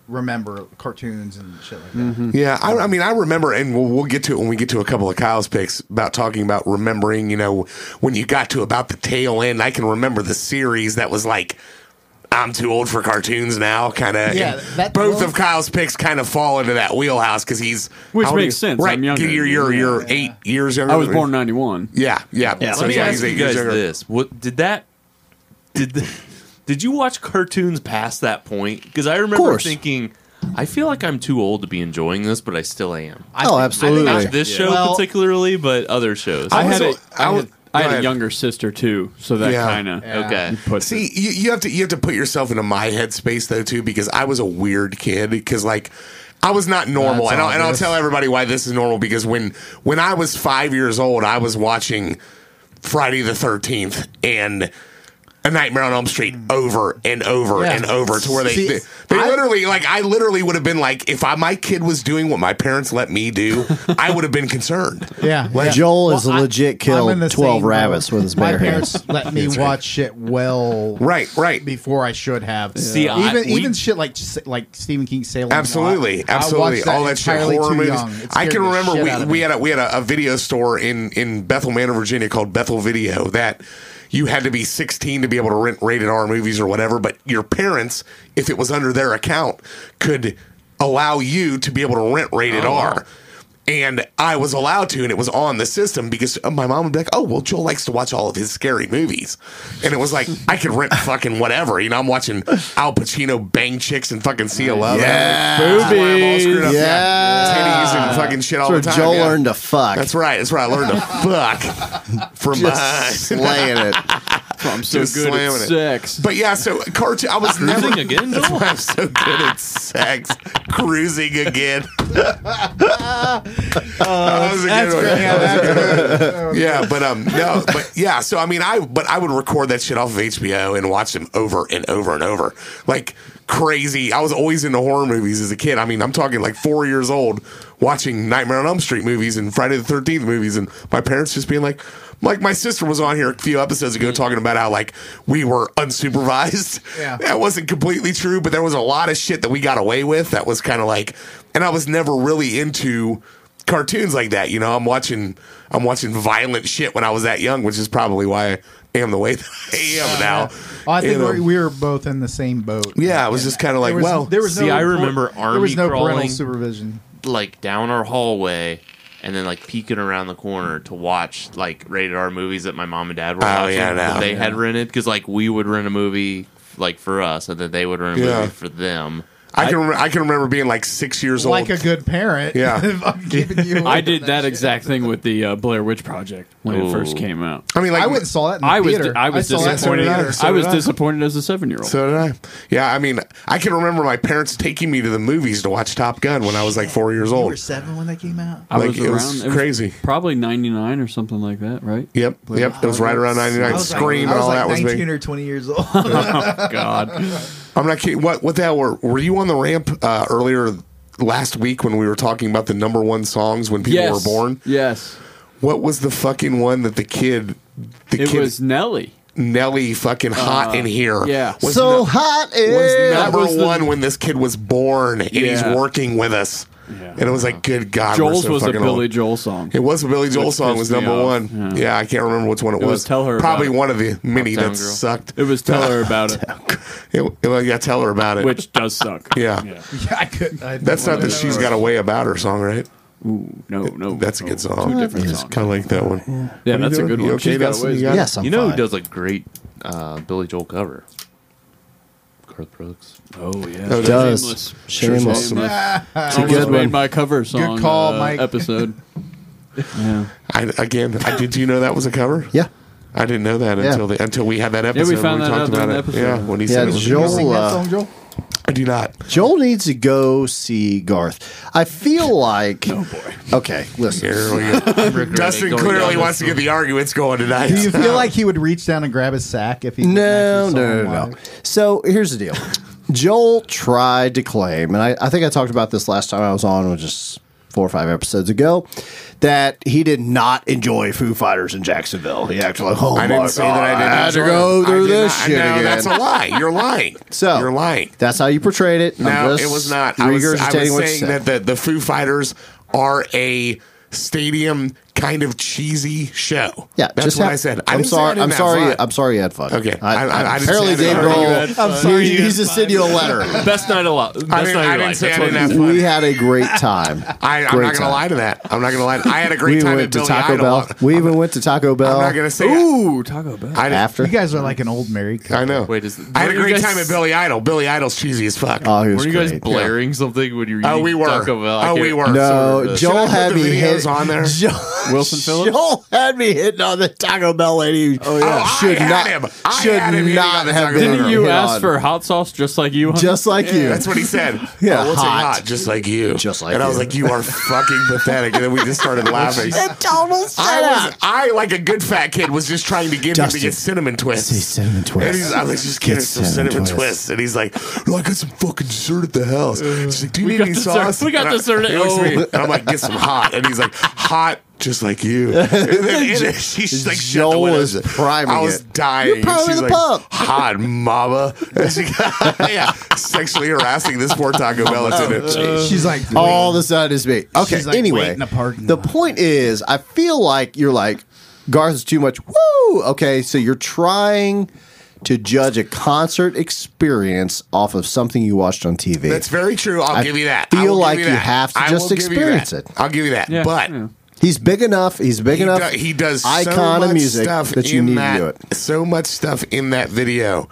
Speaker 5: remember cartoons and shit like that.
Speaker 3: Mm-hmm.
Speaker 1: Yeah, I, I mean, I remember, and we'll, we'll get to it when we get to a couple of Kyle's picks about talking about remembering, you know, when you got to about the tail end. I can remember the series that was like I'm too old for cartoons now kind of.
Speaker 5: Yeah, that-
Speaker 1: both
Speaker 5: well-
Speaker 1: of Kyle's picks kind of fall into that wheelhouse because he's
Speaker 6: Which
Speaker 1: how old
Speaker 6: makes
Speaker 1: is-
Speaker 6: sense.
Speaker 1: Right,
Speaker 6: I'm younger
Speaker 1: You're
Speaker 6: than
Speaker 1: you're,
Speaker 6: you.
Speaker 1: you're eight years younger.
Speaker 6: I was
Speaker 1: than
Speaker 6: born in
Speaker 1: me.
Speaker 6: '91.
Speaker 1: Yeah, yeah. yeah.
Speaker 3: Let me
Speaker 1: yeah,
Speaker 3: ask
Speaker 1: he's eight
Speaker 3: you
Speaker 1: years
Speaker 3: guys
Speaker 1: younger.
Speaker 3: this: What did that? Did the, did you watch cartoons past that point? Because I remember
Speaker 4: course.
Speaker 3: thinking, I feel like I'm too old to be enjoying this, but I still am.
Speaker 4: oh, absolutely.
Speaker 3: Not this show
Speaker 5: Well-
Speaker 3: particularly, but other shows.
Speaker 6: I had a,
Speaker 1: was a- I
Speaker 6: I
Speaker 1: was-
Speaker 6: had, I
Speaker 1: go
Speaker 6: had
Speaker 1: ahead.
Speaker 6: a younger sister too, so that
Speaker 1: Yeah.
Speaker 6: kind of
Speaker 5: Yeah.
Speaker 3: okay.
Speaker 6: puts
Speaker 1: See,
Speaker 6: it-
Speaker 1: you, you have to you have to put yourself into my headspace though too, because I was a weird kid. Because like I was not normal,
Speaker 5: That's
Speaker 1: and I'll, and I'll
Speaker 5: obvious.
Speaker 1: tell everybody why this is normal. Because when when I was five years old, I was watching Friday the Thirteenth and. A Nightmare on Elm Street over and over
Speaker 5: Yeah.
Speaker 1: and over to where they
Speaker 5: See,
Speaker 1: they, they
Speaker 5: I-
Speaker 1: literally like I literally would have been like if I my kid was doing what my parents let me
Speaker 5: <laughs>
Speaker 1: do I would have been concerned.
Speaker 5: Yeah, yeah.
Speaker 4: Joel
Speaker 5: Well,
Speaker 4: is a
Speaker 5: I-
Speaker 4: legit
Speaker 5: I'm in
Speaker 4: killed
Speaker 5: the
Speaker 4: 12
Speaker 5: same
Speaker 4: rabbits
Speaker 5: boat.
Speaker 4: with his
Speaker 5: My
Speaker 4: bare hands.
Speaker 1: <laughs>
Speaker 5: parents let me watch shit well
Speaker 1: Right, right.
Speaker 5: before I should have.
Speaker 3: See, I-
Speaker 5: even
Speaker 3: we-
Speaker 5: even shit like like Stephen King Salem.
Speaker 1: Absolutely,
Speaker 5: Lot, I
Speaker 1: absolutely.
Speaker 5: watched
Speaker 1: All that shit,
Speaker 5: entirely
Speaker 1: horror
Speaker 5: too
Speaker 1: movies.
Speaker 5: young. It
Speaker 1: I
Speaker 5: scared
Speaker 1: can
Speaker 5: the
Speaker 1: remember
Speaker 5: shit
Speaker 1: we,
Speaker 5: out of
Speaker 1: we
Speaker 5: me.
Speaker 1: had a we had a, a video store in in Bethel Manor, Virginia called Bethel Video that you had to be 16 to be able to rent rated R movies or whatever, but your parents, if it was under their account, could allow you to be able to rent rated
Speaker 5: Oh,
Speaker 1: R. And I was allowed to, and it was on the system because my mom would be like, "Oh, well, Joel likes to watch all of his scary movies," and it was like I could rent fucking whatever, you know. I'm watching Al Pacino bang chicks and fucking see a love.
Speaker 4: Yeah.
Speaker 1: That's why I'm all screwed up.
Speaker 4: Yeah.
Speaker 1: Titties and fucking shit all
Speaker 4: That's where
Speaker 1: the time.
Speaker 4: Joel
Speaker 1: yeah.
Speaker 4: learned to fuck.
Speaker 1: That's right. That's where I learned to
Speaker 4: <laughs>
Speaker 1: fuck from
Speaker 4: Just
Speaker 1: <laughs> behind.
Speaker 4: slaying it.
Speaker 6: I'm so
Speaker 1: just
Speaker 6: good at
Speaker 1: slamming it.
Speaker 6: sex.
Speaker 1: But yeah, so cartoon. I was never
Speaker 3: Cruising <laughs> again,
Speaker 1: That's
Speaker 3: Joel?
Speaker 1: why I'm so good at sex. Cruising again. that was a good one. yeah, but um, no, but yeah. So I mean, I but I would record that shit off of HBO and watch them over and over and over, like crazy. I was always into horror movies as a kid. I mean, I'm talking like four years old, watching Nightmare on Elm Street movies and Friday the Thirteenth movies, and my parents just being like. Like my sister was on here a few episodes ago talking about how like we were unsupervised. <laughs>
Speaker 5: Yeah.
Speaker 1: That wasn't completely true, but there was a lot of shit that we got away with that was kind of like and I was never really into cartoons like that. You know, I'm watching I'm watching violent shit when I was that young, which is probably why I am the way <laughs> that I am now.
Speaker 5: Well, I
Speaker 1: You
Speaker 5: think
Speaker 1: know?
Speaker 5: we're, we were both in the same boat.
Speaker 1: Yeah, I was just kinda like,
Speaker 5: there was,
Speaker 1: well-
Speaker 5: there was
Speaker 3: See,
Speaker 5: no
Speaker 3: I
Speaker 5: par-
Speaker 3: remember
Speaker 5: there
Speaker 3: army
Speaker 5: was no
Speaker 3: crawling.
Speaker 5: parental supervision.
Speaker 3: like down our hallway and then like peeking around the corner to watch like rated R movies that my mom and dad were
Speaker 1: Oh,
Speaker 3: watching
Speaker 1: yeah, no.
Speaker 3: that they had rented because like we would rent a movie like for us and then they would rent a
Speaker 1: Yeah.
Speaker 3: movie for them.
Speaker 1: I can rem- I can remember being like six years
Speaker 5: Like
Speaker 1: old.
Speaker 5: a good parent.
Speaker 1: Yeah. <laughs>
Speaker 5: if <laughs> I'm keeping you
Speaker 6: I
Speaker 5: away
Speaker 6: did
Speaker 5: from
Speaker 6: that
Speaker 5: shit.
Speaker 6: exact thing with the uh, Blair Witch Project when it first
Speaker 3: Ooh.
Speaker 6: came out.
Speaker 1: I mean, like
Speaker 5: I went and saw that in the
Speaker 6: I was
Speaker 5: theater.
Speaker 6: I was
Speaker 5: saw that in the
Speaker 6: disappointed.
Speaker 5: theater.
Speaker 1: so
Speaker 6: I
Speaker 1: did
Speaker 6: was
Speaker 1: I.
Speaker 6: disappointed as a seven year old.
Speaker 1: So did I. Yeah, I mean, I can remember my parents taking me to the movies to watch Top Gun when I was like four years
Speaker 5: You
Speaker 1: old.
Speaker 5: were seven when that came out.
Speaker 6: I
Speaker 1: Like,
Speaker 6: was
Speaker 1: it
Speaker 6: around
Speaker 1: was
Speaker 6: it was
Speaker 1: crazy.
Speaker 6: probably ninety nine or something like that, right?
Speaker 1: Yep, yep. It was right around ninety nine.
Speaker 5: was like-
Speaker 1: Scream
Speaker 5: I
Speaker 1: and all
Speaker 5: like
Speaker 1: that was
Speaker 5: 19
Speaker 1: big.
Speaker 5: or 20
Speaker 1: <laughs>
Speaker 5: years old.
Speaker 6: Oh God,
Speaker 1: I'm not kidding. What what the hell were were you on the ramp uh, earlier last week when we were talking about the number one songs when people
Speaker 6: yes,
Speaker 1: were born?
Speaker 6: Yes,
Speaker 1: What was the fucking one that the kid the
Speaker 6: it
Speaker 1: kid
Speaker 6: was Nelly.
Speaker 1: Nelly fucking hot in here?
Speaker 6: yeah.
Speaker 1: Was
Speaker 4: so
Speaker 1: no-
Speaker 4: hot
Speaker 1: was
Speaker 4: is.
Speaker 1: number
Speaker 6: was the-
Speaker 1: one when this kid was born and he's
Speaker 6: Yeah.
Speaker 1: working with us. And it was like, good God, we're
Speaker 6: Joel's
Speaker 1: so
Speaker 6: was a
Speaker 1: fucking
Speaker 6: Billy
Speaker 1: old.
Speaker 6: Joel song.
Speaker 1: It was a Billy Joel
Speaker 6: Which
Speaker 1: song was
Speaker 6: pissed me
Speaker 1: number
Speaker 6: off.
Speaker 1: one. Yeah. I can't remember which one it,
Speaker 6: It was
Speaker 1: was.
Speaker 6: Tell Her
Speaker 1: Probably
Speaker 6: About It.
Speaker 1: one of the many
Speaker 3: Uptown
Speaker 1: that
Speaker 3: Girl.
Speaker 1: sucked.
Speaker 6: It was Tell
Speaker 1: <laughs>
Speaker 6: Her About It,
Speaker 1: It, it- yeah, tell her about it.
Speaker 6: which does suck.
Speaker 1: yeah.
Speaker 5: yeah, I couldn't. I
Speaker 1: That's not
Speaker 5: the
Speaker 1: that she's
Speaker 5: <laughs>
Speaker 1: got a way about her song, right?
Speaker 6: No, no,
Speaker 1: <laughs> That's a
Speaker 6: no.
Speaker 1: good song.
Speaker 6: Two different songs.
Speaker 1: Kind of like that one.
Speaker 6: Yeah, that's a
Speaker 1: doing?
Speaker 6: good
Speaker 1: You
Speaker 6: one.
Speaker 1: okay,
Speaker 6: She's got a
Speaker 1: Dustin?
Speaker 6: ways
Speaker 1: You
Speaker 6: to
Speaker 1: got-
Speaker 4: Yes, I'm
Speaker 3: you know
Speaker 4: fine.
Speaker 3: who does a great uh, Billy Joel cover? Garth Brooks. <laughs>
Speaker 6: go. Oh yeah,
Speaker 1: does.
Speaker 4: Does.
Speaker 6: It's
Speaker 4: Shameless. a
Speaker 5: <laughs>
Speaker 4: good one.
Speaker 6: My cover song.
Speaker 5: call,
Speaker 6: uh,
Speaker 5: Mike.
Speaker 6: Episode.
Speaker 1: <laughs>
Speaker 6: yeah.
Speaker 1: I, again, I, did you know that was a cover?
Speaker 4: <laughs> Yeah.
Speaker 1: I didn't know that
Speaker 4: Yeah.
Speaker 1: until the, until we had that episode.
Speaker 6: found
Speaker 1: when
Speaker 6: that out during the
Speaker 1: Yeah,
Speaker 6: episode.
Speaker 1: when he
Speaker 4: Yeah,
Speaker 1: said it was-
Speaker 4: Joel.
Speaker 5: that
Speaker 4: Uh,
Speaker 5: song, Joel?
Speaker 1: I do not.
Speaker 4: Joel needs to go see Garth.
Speaker 1: <laughs>
Speaker 4: I feel like. Oh boy. Okay, listen.
Speaker 1: Here
Speaker 6: <laughs>
Speaker 1: we go. Dustin
Speaker 3: going
Speaker 1: clearly
Speaker 3: down
Speaker 1: wants to get the arguments going tonight.
Speaker 5: Do you feel like he would reach down and grab his sack if he couldn't
Speaker 4: No,
Speaker 5: actually saw
Speaker 4: no,
Speaker 5: him
Speaker 4: no, no, no.
Speaker 5: live?
Speaker 4: So here's the deal. <laughs> Joel tried to claim, and I, I think I talked about this last time I was on, which is four or five episodes ago, that he did not enjoy Foo Fighters in Jacksonville. He acted like, oh
Speaker 1: I
Speaker 4: my
Speaker 1: didn't say
Speaker 4: God,
Speaker 1: that I didn't
Speaker 4: had to
Speaker 1: enjoy
Speaker 4: go
Speaker 1: it. I
Speaker 4: through
Speaker 1: did
Speaker 4: this
Speaker 1: not.
Speaker 4: shit
Speaker 1: no,
Speaker 4: again.
Speaker 1: that's a lie. You're lying.
Speaker 4: <laughs> So-
Speaker 1: you're lying.
Speaker 4: That's how you portrayed it. I'm
Speaker 1: No,
Speaker 4: just
Speaker 1: it was not. I was, I
Speaker 4: regurgitating
Speaker 1: was
Speaker 4: what you
Speaker 1: saying
Speaker 4: said.
Speaker 1: that the, the Foo Fighters are a stadium kind of cheesy show.
Speaker 4: Yeah,
Speaker 1: that's
Speaker 4: just
Speaker 1: what
Speaker 4: have-
Speaker 1: I said. I
Speaker 4: I'm
Speaker 1: didn't say I
Speaker 4: sorry.
Speaker 1: didn't
Speaker 4: I'm
Speaker 1: have
Speaker 4: sorry.
Speaker 1: fun.
Speaker 4: I'm sorry. You had fun.
Speaker 1: Okay.
Speaker 4: I,
Speaker 1: I- I- I didn't
Speaker 4: apparently,
Speaker 1: say I
Speaker 4: Dave
Speaker 1: didn't have
Speaker 4: Grohl.
Speaker 1: fun.
Speaker 4: I'm sorry. He, just sent
Speaker 1: <laughs>
Speaker 4: you a letter.
Speaker 3: Best night of life. Best
Speaker 1: I didn't,
Speaker 3: night
Speaker 1: I
Speaker 3: of your
Speaker 1: didn't
Speaker 3: life.
Speaker 1: say I
Speaker 3: That's what
Speaker 1: didn't
Speaker 3: it
Speaker 1: have
Speaker 3: is.
Speaker 1: fun.
Speaker 4: we had a great time.
Speaker 1: I, I'm
Speaker 4: Great
Speaker 1: not going to
Speaker 4: time.
Speaker 1: lie to that. I'm not going to lie. I had a great
Speaker 4: we
Speaker 1: time at
Speaker 4: went to
Speaker 1: Billy
Speaker 4: Taco
Speaker 1: Idol.
Speaker 4: Bell. Oh. We even went to Taco Bell.
Speaker 1: I'm not going to say
Speaker 6: Ooh, Taco Bell.
Speaker 1: I, I, didn't-
Speaker 4: after.
Speaker 5: You guys are like an old married couple.
Speaker 1: I know.
Speaker 3: Wait, is-
Speaker 1: I had a
Speaker 3: were you
Speaker 1: great
Speaker 3: guys-
Speaker 1: time at Billy Idol. Billy Idol's cheesy as fuck.
Speaker 4: oh, he was
Speaker 3: Were you guys
Speaker 4: great.
Speaker 3: blaring something when you were
Speaker 1: Oh,
Speaker 3: eating
Speaker 1: we were.
Speaker 3: Taco Bell? I
Speaker 1: Oh,
Speaker 3: can't-
Speaker 1: we were.
Speaker 4: No,
Speaker 1: Should I
Speaker 4: Joel
Speaker 1: put
Speaker 4: had
Speaker 1: the
Speaker 4: me
Speaker 1: videos
Speaker 4: hit
Speaker 1: on there.
Speaker 4: <laughs> Joel,
Speaker 6: Wilson Phillips?
Speaker 4: Joel had me hitting on the Taco Bell lady. Oh
Speaker 1: yeah. I
Speaker 4: should
Speaker 1: had
Speaker 4: not
Speaker 1: him. I
Speaker 4: should
Speaker 1: had him hitting
Speaker 4: not
Speaker 1: on the
Speaker 4: have
Speaker 1: Taco
Speaker 4: been.
Speaker 1: Bell
Speaker 6: Didn't
Speaker 1: Burger.
Speaker 6: you
Speaker 4: hit
Speaker 6: ask
Speaker 4: on.
Speaker 6: for hot sauce just like you? Hunter?
Speaker 4: just like you?
Speaker 1: That's what he said.
Speaker 4: <laughs> Yeah,
Speaker 1: oh, what's
Speaker 4: hot.
Speaker 1: hot. hot, just like you,
Speaker 4: Just like
Speaker 1: And I was
Speaker 4: you.
Speaker 1: like, you are fucking pathetic. And then we just
Speaker 4: <laughs>
Speaker 1: started laughing. I was, I like a good fat kid was just trying to get him
Speaker 4: Dustin.
Speaker 1: to get cinnamon twists.
Speaker 4: cinnamon
Speaker 1: And he's, I was just getting
Speaker 4: Get
Speaker 1: some
Speaker 4: cinnamon
Speaker 1: cinnamon twists.
Speaker 4: twists.
Speaker 1: and he's like, "No, I got some fucking dessert at the house." She's like, "Do you need
Speaker 3: got
Speaker 1: any
Speaker 3: dessert.
Speaker 1: sauce?"
Speaker 3: We got
Speaker 1: And I-
Speaker 3: dessert at
Speaker 1: he looks me,
Speaker 3: home.
Speaker 1: and I'm like, "Get some hot," and he's like, "Hot, just like you." And then,
Speaker 4: <laughs>
Speaker 1: and then she's like, shut the
Speaker 4: Joel
Speaker 1: windows.
Speaker 4: is priming
Speaker 1: I was
Speaker 4: it.
Speaker 1: dying.
Speaker 4: You're priming
Speaker 1: she's
Speaker 4: the
Speaker 1: like,
Speaker 4: pump.
Speaker 1: "Hot,
Speaker 4: <laughs>
Speaker 1: mama." And she got, yeah, sexually harassing this poor Taco
Speaker 4: Oh,
Speaker 1: Bell attendant.
Speaker 5: She's like
Speaker 4: all the sudden is me. Okay.
Speaker 5: She's like
Speaker 4: anyway,
Speaker 5: waiting in a parking
Speaker 4: the
Speaker 5: lot.
Speaker 4: point is, I feel like you're like Garth is too much. Woo. Okay, so you're trying to judge a concert experience off of something you watched on TV.
Speaker 1: That's very true. I'll
Speaker 4: I
Speaker 1: give you that.
Speaker 4: feel
Speaker 1: I will give
Speaker 4: like you
Speaker 1: that.
Speaker 4: have to
Speaker 1: I
Speaker 4: just
Speaker 1: will give you
Speaker 4: experience
Speaker 1: that.
Speaker 4: it.
Speaker 1: I'll give you that.
Speaker 6: Yeah,
Speaker 1: But
Speaker 6: yeah.
Speaker 4: he's big enough. He's big
Speaker 1: he,
Speaker 4: enough.
Speaker 1: do- he does
Speaker 4: icon
Speaker 1: so
Speaker 4: of
Speaker 1: much
Speaker 4: music
Speaker 1: stuff
Speaker 4: that you
Speaker 1: in
Speaker 4: need
Speaker 1: that,
Speaker 4: to do it.
Speaker 1: So much stuff in that video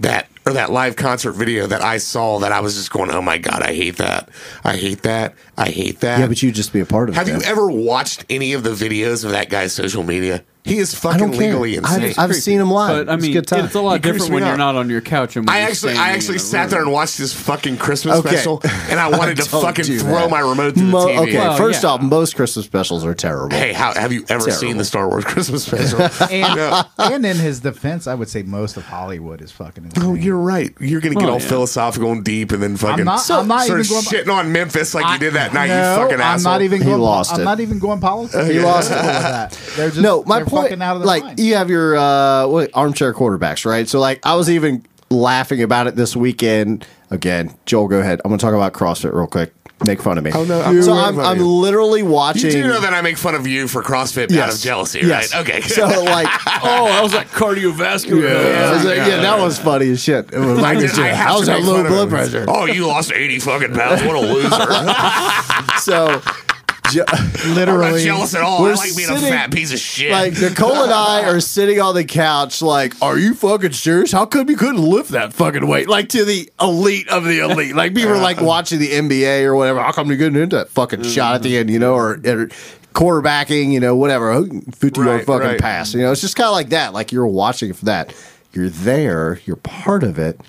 Speaker 1: that or that live concert video that I saw that I was just going, oh my god, I hate that. I hate that. I hate that.
Speaker 4: Yeah, but you'd just be a part of
Speaker 1: have
Speaker 4: it.
Speaker 1: you
Speaker 4: then.
Speaker 1: ever watched any of the videos of that guy's social media? He is
Speaker 4: I don't
Speaker 1: fucking
Speaker 4: care.
Speaker 1: legally insane.
Speaker 4: I've, I've seen him live.
Speaker 6: But I mean,
Speaker 4: it's a good time.
Speaker 6: it's a lot
Speaker 1: It creeps
Speaker 6: different
Speaker 1: me
Speaker 6: when
Speaker 1: out.
Speaker 6: you're not on your couch. And when
Speaker 1: I
Speaker 6: you're
Speaker 1: actually,
Speaker 6: standing
Speaker 1: I
Speaker 6: in
Speaker 1: actually
Speaker 6: a
Speaker 1: sat there
Speaker 6: room.
Speaker 1: and watched his fucking Christmas
Speaker 4: Okay.
Speaker 1: special, and
Speaker 4: <laughs>
Speaker 1: I wanted to
Speaker 4: Don't
Speaker 1: fucking
Speaker 4: do
Speaker 1: throw
Speaker 4: that.
Speaker 1: my remote to the
Speaker 4: Mo-
Speaker 1: TV.
Speaker 4: okay,
Speaker 6: Well,
Speaker 4: first
Speaker 6: yeah.
Speaker 4: off, most Christmas specials are terrible.
Speaker 1: Hey, how, have you ever
Speaker 4: Terrible.
Speaker 1: seen the Star Wars Christmas special?
Speaker 4: <laughs>
Speaker 1: <laughs>
Speaker 5: and,
Speaker 1: Yeah.
Speaker 5: and in his defense, I would say most of Hollywood is fucking. Insane.
Speaker 1: Oh, you're right. You're gonna get
Speaker 6: Well,
Speaker 1: all
Speaker 6: yeah.
Speaker 1: philosophical and deep, and then fucking
Speaker 5: not- I'm not
Speaker 1: start
Speaker 5: even going-
Speaker 1: shitting on Memphis like you did that night.
Speaker 5: No,
Speaker 1: you fucking
Speaker 5: I'm
Speaker 1: asshole.
Speaker 5: not even
Speaker 4: He
Speaker 5: going.
Speaker 4: lost
Speaker 5: I'm
Speaker 4: it.
Speaker 5: not even going politics.
Speaker 4: He lost it.
Speaker 5: With that.
Speaker 4: <laughs>
Speaker 5: They're just,
Speaker 4: no, my
Speaker 5: they're
Speaker 4: point,
Speaker 5: Fucking out of their
Speaker 4: like
Speaker 5: mind.
Speaker 4: you have your uh, what, armchair quarterbacks, right? So, like, I was even laughing about it this weekend. Again, Joel, go ahead. I'm going to talk about CrossFit real quick. Make fun of me.
Speaker 1: Oh, no, I'm
Speaker 4: so
Speaker 1: not
Speaker 4: I'm,
Speaker 1: making fun
Speaker 4: I'm
Speaker 1: of you.
Speaker 4: literally watching.
Speaker 1: You do know that I make fun of you for CrossFit out
Speaker 4: Yes.
Speaker 1: of jealousy,
Speaker 4: Yes.
Speaker 1: right? Okay. <laughs>
Speaker 4: <laughs> So like,
Speaker 6: Oh, that
Speaker 4: <laughs>
Speaker 6: was like cardiovascular.
Speaker 4: I was like, yeah,
Speaker 1: Yeah.
Speaker 4: that was funny as shit. It was like,
Speaker 1: I just- I have
Speaker 4: how's
Speaker 1: to
Speaker 4: that
Speaker 1: make
Speaker 4: low
Speaker 1: fun of
Speaker 4: blood
Speaker 1: him.
Speaker 4: pressure?
Speaker 1: Oh, you lost eighty fucking pounds.
Speaker 4: <laughs>
Speaker 1: What a loser!
Speaker 4: So, <laughs> ju-
Speaker 1: I'm not
Speaker 4: literally,
Speaker 1: jealous at all.
Speaker 4: we're
Speaker 1: I like being
Speaker 4: sitting-
Speaker 1: a fat piece of shit.
Speaker 4: Like
Speaker 1: <laughs>
Speaker 4: Nicole and I are sitting on the couch, like, are you fucking serious? How come you couldn't lift that fucking weight? Like to the elite of the elite. Like we were like watching the NBA or whatever. How come you couldn't hit that fucking shot at the end? You know, or, or quarterbacking, you know, whatever, fifty yard
Speaker 1: Right,
Speaker 4: fucking
Speaker 1: right.
Speaker 4: pass. You know, it's just kind of like that. Like you're watching for that. You're there. You're part of it.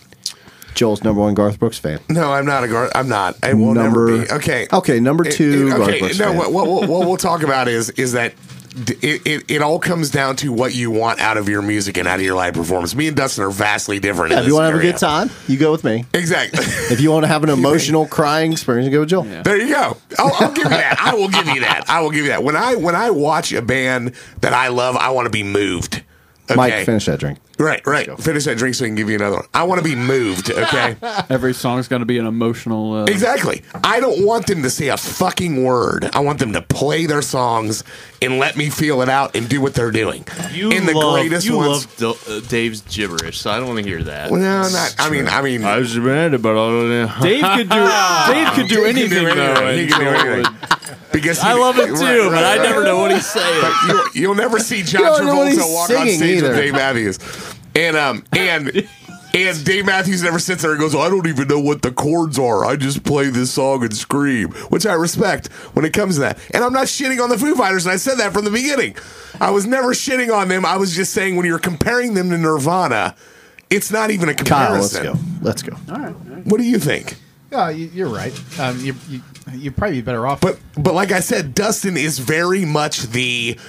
Speaker 4: Joel's number one Garth Brooks fan.
Speaker 1: no, I'm not a guard. I'm not. I will
Speaker 4: Number
Speaker 1: never be. Okay.
Speaker 4: Okay, number
Speaker 1: It-
Speaker 4: two.
Speaker 1: it-
Speaker 4: Garth
Speaker 1: okay,
Speaker 4: Brooks
Speaker 1: no.
Speaker 4: fan.
Speaker 1: What, what, what, what we'll talk about is is that d- it, it, it all comes down to what you want out of your music and out of your live performance. Me and Dustin are vastly different. in
Speaker 4: Yeah, if you
Speaker 1: this
Speaker 4: want to have a
Speaker 1: area.
Speaker 4: good time, you go with me.
Speaker 1: exactly.
Speaker 4: <laughs> If you want to have an emotional crying experience, you go with Joel.
Speaker 1: There you go. I'll, I'll give you that. I will give you that. I will give you that. When I when I watch a band that I love, I want to be moved. Okay.
Speaker 4: Mike, finish that drink.
Speaker 1: Right, right. Finish that drink so we can give you another one. I want to be moved. Okay.
Speaker 6: Every song's going to be an emotional. Uh,
Speaker 1: exactly. I don't want them to say a fucking word. I want them to play their songs and let me feel it out and do what they're doing.
Speaker 3: You
Speaker 1: and the
Speaker 3: love,
Speaker 1: greatest
Speaker 3: you
Speaker 1: ones.
Speaker 3: love D- uh, Dave's gibberish, so I don't want to hear that.
Speaker 1: well, no, not. I mean, I mean.
Speaker 3: was mad about all of
Speaker 6: <laughs>
Speaker 3: that.
Speaker 6: Dave could do.
Speaker 1: <laughs>
Speaker 6: Dave could do
Speaker 1: He can
Speaker 6: anything though.
Speaker 1: He
Speaker 6: and
Speaker 1: can do
Speaker 6: Joel
Speaker 1: anything.
Speaker 6: would-
Speaker 1: Because he-
Speaker 3: I love him too,
Speaker 1: <laughs> right, right,
Speaker 3: but I
Speaker 1: right.
Speaker 3: never know what he's saying.
Speaker 1: But you, will never see John
Speaker 4: You don't know what he's
Speaker 1: Travolta walk on
Speaker 4: singing
Speaker 1: stage
Speaker 4: either.
Speaker 1: with Dave Matthews. And um and and Dave Matthews never sits there and goes, I don't even know what the chords are. I just play this song and scream, which I respect when it comes to that. And I'm not shitting on the Foo Fighters, and I said that from the beginning. I was never shitting on them. I was just saying when you're comparing them to Nirvana, it's not even a
Speaker 4: Kyle, let's
Speaker 1: comparison.
Speaker 4: go. Let's go.
Speaker 1: What do you think?
Speaker 5: yeah, you, you're right. Um, you, you you'd probably be better off.
Speaker 1: But but like I said, Dustin is very much the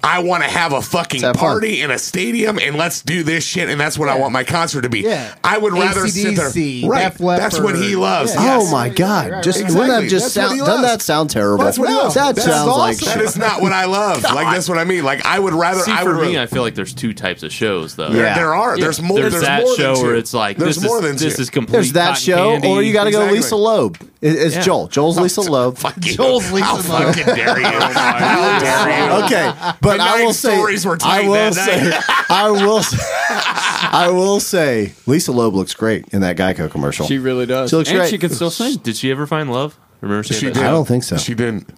Speaker 1: I want to have a fucking
Speaker 4: Let's have fun.
Speaker 1: party in a stadium and let's do this shit and that's what I want my concert to be.
Speaker 5: Yeah.
Speaker 1: I would rather sit
Speaker 5: AC/DC,
Speaker 1: there. Right.
Speaker 5: Def Leppard.
Speaker 1: That's what he loves.
Speaker 5: Yeah.
Speaker 1: Yes.
Speaker 4: Oh my God!
Speaker 5: right,
Speaker 4: just
Speaker 5: right,
Speaker 1: right.
Speaker 4: wouldn't that
Speaker 1: Exactly.
Speaker 4: just
Speaker 1: That's what
Speaker 4: sound?
Speaker 1: he
Speaker 4: Doesn't
Speaker 1: loves.
Speaker 4: that sound terrible?
Speaker 1: That's what he loves.
Speaker 4: That
Speaker 1: That's
Speaker 4: sounds
Speaker 5: awesome.
Speaker 4: like
Speaker 1: That
Speaker 4: shit.
Speaker 1: is not what I love. Like that's what I mean. Like I would rather
Speaker 3: See,
Speaker 1: I
Speaker 3: for
Speaker 1: would
Speaker 3: me,
Speaker 1: rather-
Speaker 3: I feel like there's two types of shows though.
Speaker 1: there,
Speaker 4: Yeah.
Speaker 1: there are. There's more
Speaker 3: There's,
Speaker 1: there's
Speaker 3: that
Speaker 1: more
Speaker 3: show
Speaker 1: than two.
Speaker 3: where it's like
Speaker 1: there's
Speaker 3: this
Speaker 1: more
Speaker 3: is,
Speaker 1: than
Speaker 3: this
Speaker 1: two.
Speaker 3: is complete.
Speaker 4: There's that
Speaker 3: cotton
Speaker 4: show,
Speaker 3: candy.
Speaker 4: or you got to go
Speaker 1: Exactly.
Speaker 4: Lisa Loeb. It- It's
Speaker 3: Yeah.
Speaker 4: Joel.
Speaker 1: <laughs>
Speaker 4: Joel's Lisa Love.
Speaker 1: Joel's Lisa How fucking
Speaker 3: <laughs>
Speaker 1: dare you?
Speaker 3: Oh
Speaker 1: How
Speaker 4: <laughs>
Speaker 1: dare you?
Speaker 4: Okay, but I
Speaker 1: nine
Speaker 4: will say,
Speaker 1: stories were tight
Speaker 4: I will
Speaker 1: that
Speaker 4: say, <laughs> I will, say, I will say, Lisa Loeb looks great in that Geico commercial.
Speaker 6: She really does.
Speaker 4: She looks
Speaker 6: and
Speaker 4: great.
Speaker 6: she can still sing.
Speaker 3: Did she ever find love? Remember saying
Speaker 4: did.
Speaker 3: that?
Speaker 4: I don't think so.
Speaker 1: She didn't.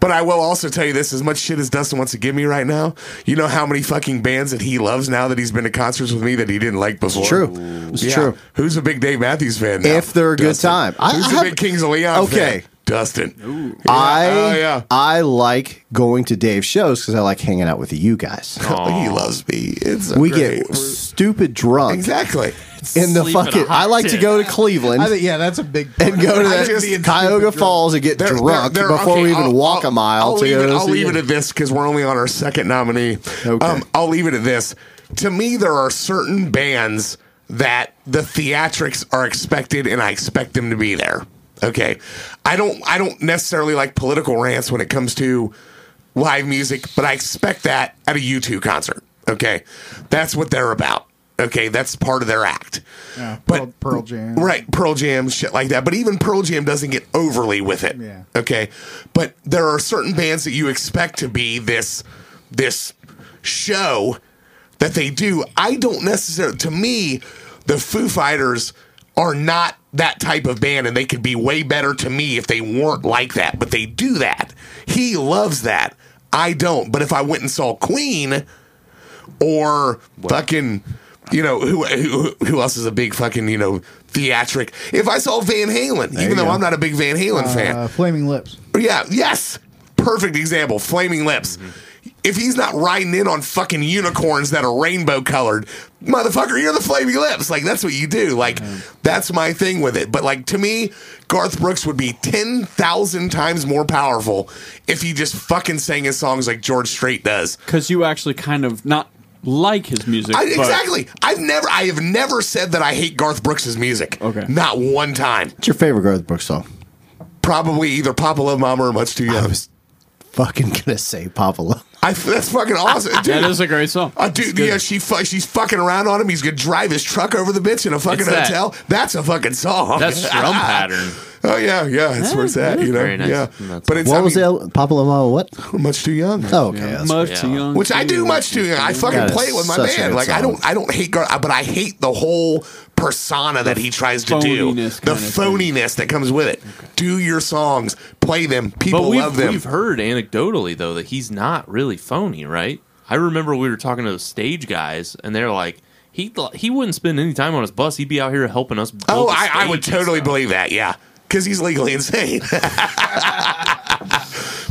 Speaker 1: But I will also tell you this: as much shit as Dustin wants to give me right now, you know how many fucking bands that he loves now that he's been to concerts with me that he didn't like before.
Speaker 4: true. It's
Speaker 1: Yeah.
Speaker 4: true.
Speaker 1: Who's a big Dave Matthews fan? Now?
Speaker 4: If they're a good
Speaker 1: Dustin.
Speaker 4: time. I-
Speaker 1: Who's
Speaker 4: I
Speaker 1: a
Speaker 4: have-
Speaker 1: big Kings of Leon?
Speaker 4: Okay.
Speaker 1: fan? Dustin. Yeah.
Speaker 4: I
Speaker 1: Oh, yeah.
Speaker 4: I like going to Dave's shows because I like hanging out with you guys.
Speaker 1: he loves me. It's
Speaker 4: we
Speaker 1: Oh, great.
Speaker 4: get stupid drunk
Speaker 1: exactly.
Speaker 4: in the
Speaker 3: Sleep in a
Speaker 4: fucking.
Speaker 3: hot
Speaker 4: I like to
Speaker 3: tub.
Speaker 4: go to Cleveland.
Speaker 5: I think, yeah, that's a big.
Speaker 4: and go to
Speaker 1: I
Speaker 4: that
Speaker 1: just-
Speaker 4: Cuyahoga Falls and get
Speaker 1: They're-
Speaker 4: drunk
Speaker 1: they're- they're-
Speaker 4: before we
Speaker 1: okay,
Speaker 4: even
Speaker 1: I'll-
Speaker 4: walk
Speaker 1: I'll-
Speaker 4: a mile
Speaker 1: I'll
Speaker 4: to
Speaker 1: leave
Speaker 4: go
Speaker 1: it,
Speaker 4: to
Speaker 1: I'll
Speaker 4: see
Speaker 1: leave it
Speaker 4: you.
Speaker 1: at this because we're only on our second nominee.
Speaker 4: Okay.
Speaker 1: Um, I'll leave it at this. To me, there are certain bands that the theatrics are expected, and I expect them to be there. Okay, I don't. I don't necessarily like political rants when it comes to live music, but I expect that at a U2 concert. Okay, that's what they're about. Okay, that's part of their act. but
Speaker 5: Pearl- Pearl Jam.
Speaker 1: right? Pearl Jam, shit like that. But even Pearl Jam doesn't get overly with it.
Speaker 5: Yeah.
Speaker 1: Okay. But there are certain bands that you expect to be this this show that they do. I don't necessarily to me, the Foo Fighters are not that type of band and they could be way better to me if they weren't like that. But they do that. He loves that. I don't. But if I went and saw Queen or fucking you know who, who who else is a big fucking you know theatric if i saw van halen even though i'm not a big van halen fan
Speaker 5: Uh, Flaming Lips.
Speaker 1: yeah, yes. Perfect example. Flaming lips. If he's not riding in on fucking unicorns that are rainbow colored, motherfucker, you're the flaming lips. Like that's what you do. Like that's my thing with it. But like to me, Garth Brooks would be ten thousand times more powerful if he just fucking sang his songs like George Strait does.
Speaker 6: Because you actually kind of not like his music.
Speaker 1: I,
Speaker 6: but-
Speaker 1: exactly. I've never, I have never said that I hate Garth Brooks's music.
Speaker 6: Okay.
Speaker 1: Not one time.
Speaker 4: What's your favorite Garth Brooks song?
Speaker 1: Probably either Papa Love Mama or Much Too Young. I
Speaker 4: Fucking gonna say Papa Love.
Speaker 1: that's fucking awesome, dude.
Speaker 6: That is a great song.
Speaker 1: Uh, dude, yeah, she fu- she's fucking around on him. He's gonna drive his truck over the bitch in a fucking
Speaker 3: It's that.
Speaker 1: hotel. That's a fucking song.
Speaker 3: That's
Speaker 1: <laughs>
Speaker 3: drum pattern.
Speaker 1: oh yeah, yeah, that's where it's at. You know,
Speaker 3: Very nice.
Speaker 1: yeah.
Speaker 3: That's-
Speaker 1: But it's
Speaker 4: What
Speaker 1: I
Speaker 4: was
Speaker 1: mean,
Speaker 4: the Papa Love? Mama What?
Speaker 1: much too young.
Speaker 4: Oh, okay. that's-
Speaker 6: Much
Speaker 3: yeah.
Speaker 6: too young.
Speaker 1: Which I do much too young. I
Speaker 4: That
Speaker 1: fucking
Speaker 4: is
Speaker 1: play it with my
Speaker 4: such a
Speaker 1: band.
Speaker 4: good
Speaker 1: Like I
Speaker 4: song.
Speaker 1: don't, I don't hate, Gar- but I hate the whole persona that he tries to do.
Speaker 6: phoniness
Speaker 1: The
Speaker 6: kind of
Speaker 1: phoniness that comes with it. Do your songs, play them. People
Speaker 3: But we've,
Speaker 1: love them.
Speaker 3: we've heard anecdotally though that he's not really phony, right? I remember we were talking to the stage guys, and they're like, he he wouldn't spend any time on his bus. He'd be out here helping us. Build
Speaker 1: Oh,
Speaker 3: the
Speaker 1: I, I
Speaker 3: stage
Speaker 1: would
Speaker 3: and
Speaker 1: totally
Speaker 3: stuff.
Speaker 1: believe that. Yeah, because he's legally insane. <laughs>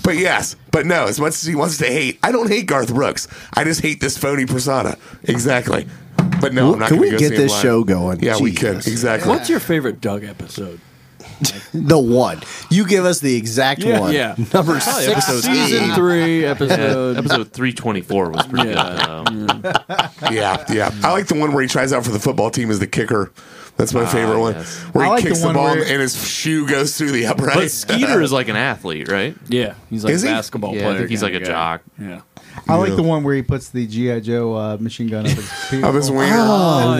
Speaker 1: but yes, but no. As much as he wants to hate, I don't hate Garth Brooks. I just hate this phony persona. Exactly. But no, I'm not
Speaker 4: Can
Speaker 1: going
Speaker 4: we
Speaker 1: to go
Speaker 4: get
Speaker 1: see him
Speaker 4: this
Speaker 1: live.
Speaker 4: show going?
Speaker 1: Yeah, we could
Speaker 4: Jesus.
Speaker 1: exactly.
Speaker 6: What's your favorite Doug episode?
Speaker 4: The one. You give us the exact
Speaker 6: Yeah,
Speaker 4: one.
Speaker 3: <laughs>
Speaker 6: yeah.
Speaker 4: Number six.
Speaker 6: Season three episode.
Speaker 3: Episode three twenty four was pretty good.
Speaker 6: Yeah.
Speaker 3: Um,
Speaker 1: Yeah, yeah. I like the one where he tries out for the football team as the kicker. That's my favorite one,
Speaker 3: Ah, yes.
Speaker 1: where
Speaker 5: I
Speaker 1: he
Speaker 5: like the
Speaker 1: kicks the,
Speaker 5: one
Speaker 1: ball
Speaker 5: where-
Speaker 1: and his shoe goes through the upright. <laughs>
Speaker 3: But Skeeter is like an athlete, right?
Speaker 6: yeah, he's like
Speaker 1: Is
Speaker 6: a
Speaker 1: he?
Speaker 6: basketball
Speaker 3: Yeah, I
Speaker 6: player.
Speaker 3: think he's
Speaker 6: kinda
Speaker 3: like a
Speaker 6: guy.
Speaker 3: jock.
Speaker 6: Yeah.
Speaker 5: I like the one where he puts the GI Joe uh, machine gun
Speaker 1: <laughs>
Speaker 5: up his penis.
Speaker 1: That was weird.
Speaker 5: Ah.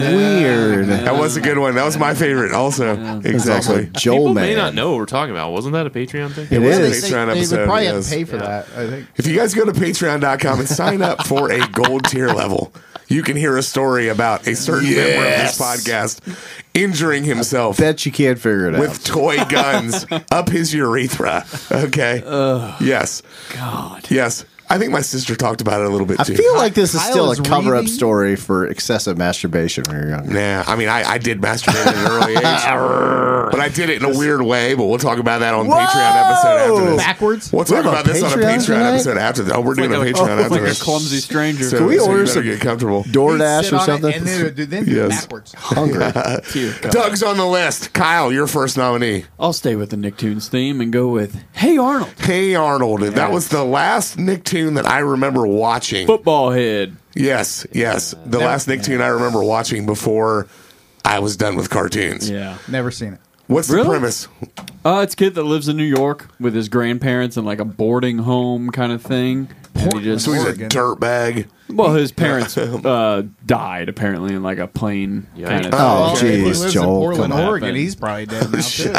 Speaker 4: Oh, weird.
Speaker 1: That was a good one. That was my favorite, also.
Speaker 4: It's also
Speaker 1: Exactly.
Speaker 4: Joel
Speaker 3: People
Speaker 4: Man.
Speaker 3: may not know what we're talking about. Wasn't that a Patreon thing?
Speaker 4: It
Speaker 5: They,
Speaker 4: is.
Speaker 5: they,
Speaker 1: Patreon
Speaker 5: they
Speaker 1: episode,
Speaker 5: would probably
Speaker 1: yes.
Speaker 5: have to pay for that. I think.
Speaker 1: If you guys go to patreon.com and sign up for
Speaker 5: <laughs>
Speaker 1: a gold tier level, you can hear a story about a certain member of this
Speaker 4: Yes.
Speaker 1: podcast injuring himself
Speaker 4: Bet you can't figure it
Speaker 1: with toy
Speaker 5: <laughs>
Speaker 1: guns up his urethra. Okay. yes.
Speaker 6: <laughs> God.
Speaker 1: Yes. I think my sister talked about it a little bit
Speaker 4: out. I
Speaker 1: too.
Speaker 4: feel like this is
Speaker 5: Kyle
Speaker 4: still a
Speaker 5: is
Speaker 4: cover up
Speaker 5: reading?
Speaker 4: story for excessive masturbation when you're young.
Speaker 1: Nah, I mean, I, I did masturbate at an early
Speaker 4: <laughs>
Speaker 1: age, but I did it in a weird way. But we'll talk about that on Patreon episode after this.
Speaker 5: Backwards?
Speaker 1: We'll talk
Speaker 4: have a
Speaker 1: about this on a
Speaker 4: Patreon
Speaker 1: Patreon
Speaker 4: tonight?
Speaker 1: episode after this. Oh, we're doing a
Speaker 6: Like a,
Speaker 1: Patreon after
Speaker 6: like a
Speaker 1: this.
Speaker 6: clumsy stranger.
Speaker 1: So,
Speaker 4: Can we
Speaker 1: so you
Speaker 4: order
Speaker 1: better
Speaker 4: some
Speaker 1: get comfortable.
Speaker 4: DoorDash
Speaker 5: Sit
Speaker 4: or
Speaker 5: on it,
Speaker 4: something?
Speaker 5: And then, it would do- then do it
Speaker 1: Yes.
Speaker 5: backwards.
Speaker 4: Hungry.
Speaker 6: Dear God.
Speaker 1: Doug's on the list. Kyle, your first nominee.
Speaker 6: I'll stay with the Nicktoons theme and go with Hey Arnold,
Speaker 1: Hey Arnold. And That was the last Nicktoon that I remember watching.
Speaker 6: football head.
Speaker 1: Yes, yes. The last Nicktoon I remember watching before I was done with cartoons.
Speaker 6: Yeah.
Speaker 5: Never seen it.
Speaker 1: What's the
Speaker 6: Really?
Speaker 1: premise?
Speaker 6: Uh, it's a kid that lives in New York with his grandparents in like a boarding home kind of thing. And he just-
Speaker 1: So he's a
Speaker 5: Oregon.
Speaker 1: dirt bag.
Speaker 6: well, his
Speaker 1: <laughs>
Speaker 6: parents uh, died apparently in like a plane kind of thing.
Speaker 4: Oh,
Speaker 5: Well, if he
Speaker 4: jeez,
Speaker 5: lives
Speaker 4: Joel,
Speaker 5: in Portland,
Speaker 4: come on.
Speaker 5: Oregon.
Speaker 6: Ben.
Speaker 5: He's probably dead
Speaker 1: <laughs>
Speaker 5: now too.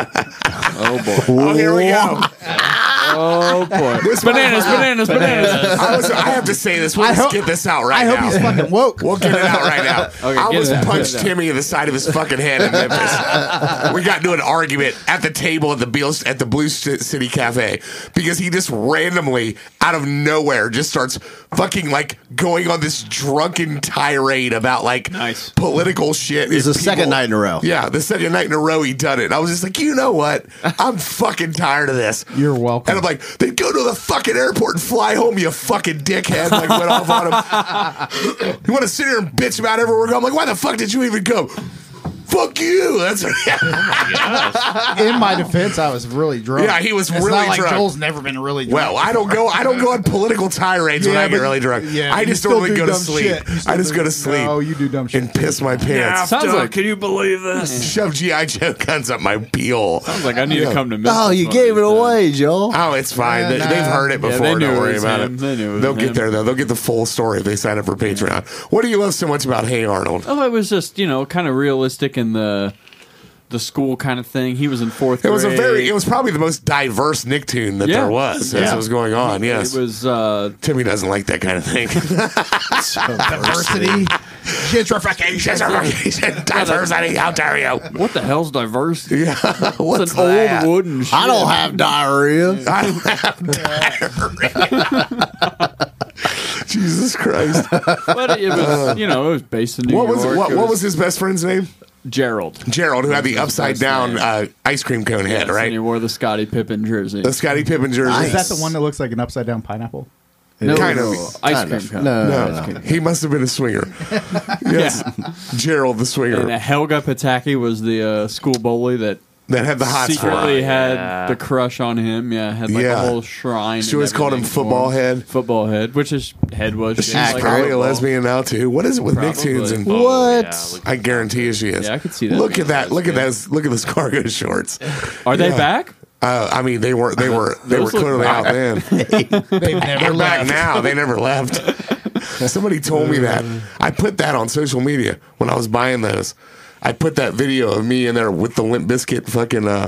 Speaker 1: Oh, here we go.
Speaker 6: <laughs> Oh boy!
Speaker 1: <laughs> This bananas,
Speaker 6: bananas, bananas.
Speaker 1: I, was, I have to say this. We'll just get this out right
Speaker 5: I
Speaker 1: now.
Speaker 5: hope he's fucking woke.
Speaker 1: We'll get it out right now.
Speaker 6: <laughs>
Speaker 1: I
Speaker 6: get
Speaker 1: almost
Speaker 6: it out,
Speaker 1: punched
Speaker 6: get it out.
Speaker 1: Timmy in the side of his fucking head in Memphis. we got into an argument at the table at the Beals, at the Blue Ci- City Cafe because he just randomly out of nowhere just starts fucking like going on this drunken tirade about like
Speaker 6: Nice.
Speaker 1: political shit.
Speaker 4: It's
Speaker 1: and
Speaker 4: the second night in a row.
Speaker 1: Yeah, the second night in a row he done it. I was just like, you know
Speaker 4: <laughs>
Speaker 1: what? I'm fucking tired of this.
Speaker 5: You're welcome.
Speaker 1: And I'm like, then go to the fucking airport and fly home, you fucking dickhead. Like, went off on him.
Speaker 5: <laughs>
Speaker 1: you want to sit here and bitch about everywhere? I'm like, why the fuck did you even come? Fuck you. That's
Speaker 5: In my defense, I was really drunk.
Speaker 1: <laughs> Yeah, he was
Speaker 5: It's
Speaker 1: really
Speaker 5: not like
Speaker 1: drunk.
Speaker 5: Joel's never been really drunk.
Speaker 1: well. I don't go. I don't go on political tirades when
Speaker 5: Yeah,
Speaker 1: I get
Speaker 5: but-
Speaker 1: really drunk.
Speaker 5: yeah,
Speaker 1: I
Speaker 5: you
Speaker 1: just
Speaker 5: still
Speaker 1: normally
Speaker 5: do
Speaker 1: go to
Speaker 5: dumb
Speaker 1: sleep.
Speaker 5: shit. You still
Speaker 1: I just
Speaker 5: do-
Speaker 1: go to sleep.
Speaker 5: No, you do dumb shit.
Speaker 1: and pipiss my pants.
Speaker 6: Sounds like
Speaker 3: Can you believe this?
Speaker 1: <laughs> Shove GI Joe guns up my peel.
Speaker 6: sounds like I need to come to.
Speaker 4: Oh,
Speaker 6: Memphis
Speaker 4: you
Speaker 6: one
Speaker 4: gave
Speaker 6: of
Speaker 4: it
Speaker 6: these
Speaker 4: away, Joel.
Speaker 1: Oh, it's fine. they,
Speaker 5: nah.
Speaker 1: have heard it
Speaker 6: Yeah, they
Speaker 1: before.
Speaker 6: knew
Speaker 1: Don't
Speaker 6: it
Speaker 1: worry
Speaker 6: was
Speaker 1: about
Speaker 6: him.
Speaker 1: it.
Speaker 6: They knew it was
Speaker 1: will get
Speaker 6: him.
Speaker 1: there though. They'll get the full story if they sign up for Patreon. What do you love so much about Hey Arnold?
Speaker 6: Oh, it was just you know kind of realistic in the the school kind of thing. He was in fourth.
Speaker 1: It
Speaker 6: grade.
Speaker 1: was a very. It was probably the most diverse Nicktoon that
Speaker 6: Yeah.
Speaker 1: there was. That's
Speaker 6: Yeah.
Speaker 1: what was going on. Yes.
Speaker 6: It was uh,
Speaker 1: Timmy doesn't like that kind of
Speaker 6: <laughs>
Speaker 1: thing.
Speaker 5: <laughs> diversity,
Speaker 1: Gentrification,
Speaker 6: <laughs>
Speaker 1: gentrification, diversity. How dare you?
Speaker 6: what the hell's diversity?
Speaker 1: Yeah, <laughs>
Speaker 6: It's
Speaker 1: what's
Speaker 6: an
Speaker 1: that?
Speaker 6: old wooden. Shit.
Speaker 4: I don't have diarrhea.
Speaker 1: <laughs> I don't have
Speaker 6: <laughs>
Speaker 1: diarrhea. Jesus Christ!
Speaker 6: But it was you know it was based in <laughs> New
Speaker 1: Uh, What
Speaker 6: York.
Speaker 1: was it, what, what was his best friend's name?
Speaker 6: Gerald?
Speaker 1: Gerald, who had the upside down uh, ice cream cone head,
Speaker 6: Yes, And he
Speaker 1: right?
Speaker 6: wore the Scottie Pippen jersey.
Speaker 1: The Scotty Pippen jersey.
Speaker 5: is that the one that looks like an upside down pineapple?
Speaker 6: no,
Speaker 1: kind of.
Speaker 6: ice
Speaker 4: Kind
Speaker 6: cream
Speaker 4: of.
Speaker 6: cone.
Speaker 4: No, no,
Speaker 1: No, he must have been a swinger. <laughs> yes, Gerald the
Speaker 6: And uh,
Speaker 1: swinger
Speaker 6: Helga Pataki was the uh, school bully that
Speaker 1: that had the hots for
Speaker 6: secretly
Speaker 1: her.
Speaker 6: had the crush on him. Yeah, had like
Speaker 1: Yeah.
Speaker 6: a whole shrine.
Speaker 1: She
Speaker 6: and
Speaker 1: always called him
Speaker 6: everything for
Speaker 1: football head.
Speaker 6: Football head, which his head was.
Speaker 1: She's
Speaker 6: shaped like
Speaker 1: probably a
Speaker 6: football.
Speaker 1: lesbian now too. What is it with Nicktoons
Speaker 3: Oh,
Speaker 1: and
Speaker 4: What?
Speaker 1: I guarantee you she is.
Speaker 6: Yeah, I could see that
Speaker 1: Look
Speaker 6: being
Speaker 1: at that. Look at
Speaker 6: lesbian.
Speaker 1: those. Look at those cargo shorts.
Speaker 6: Are they back?
Speaker 1: Uh, I mean, they were they were they were
Speaker 6: Those look
Speaker 1: clearly out then. <laughs>
Speaker 5: They've
Speaker 1: They're
Speaker 5: never
Speaker 1: back
Speaker 5: left.
Speaker 1: now. They never left. <laughs> Somebody told me that. I put that on social media when I was buying those. I put that video of me in there with the Limp Biscuit fucking uh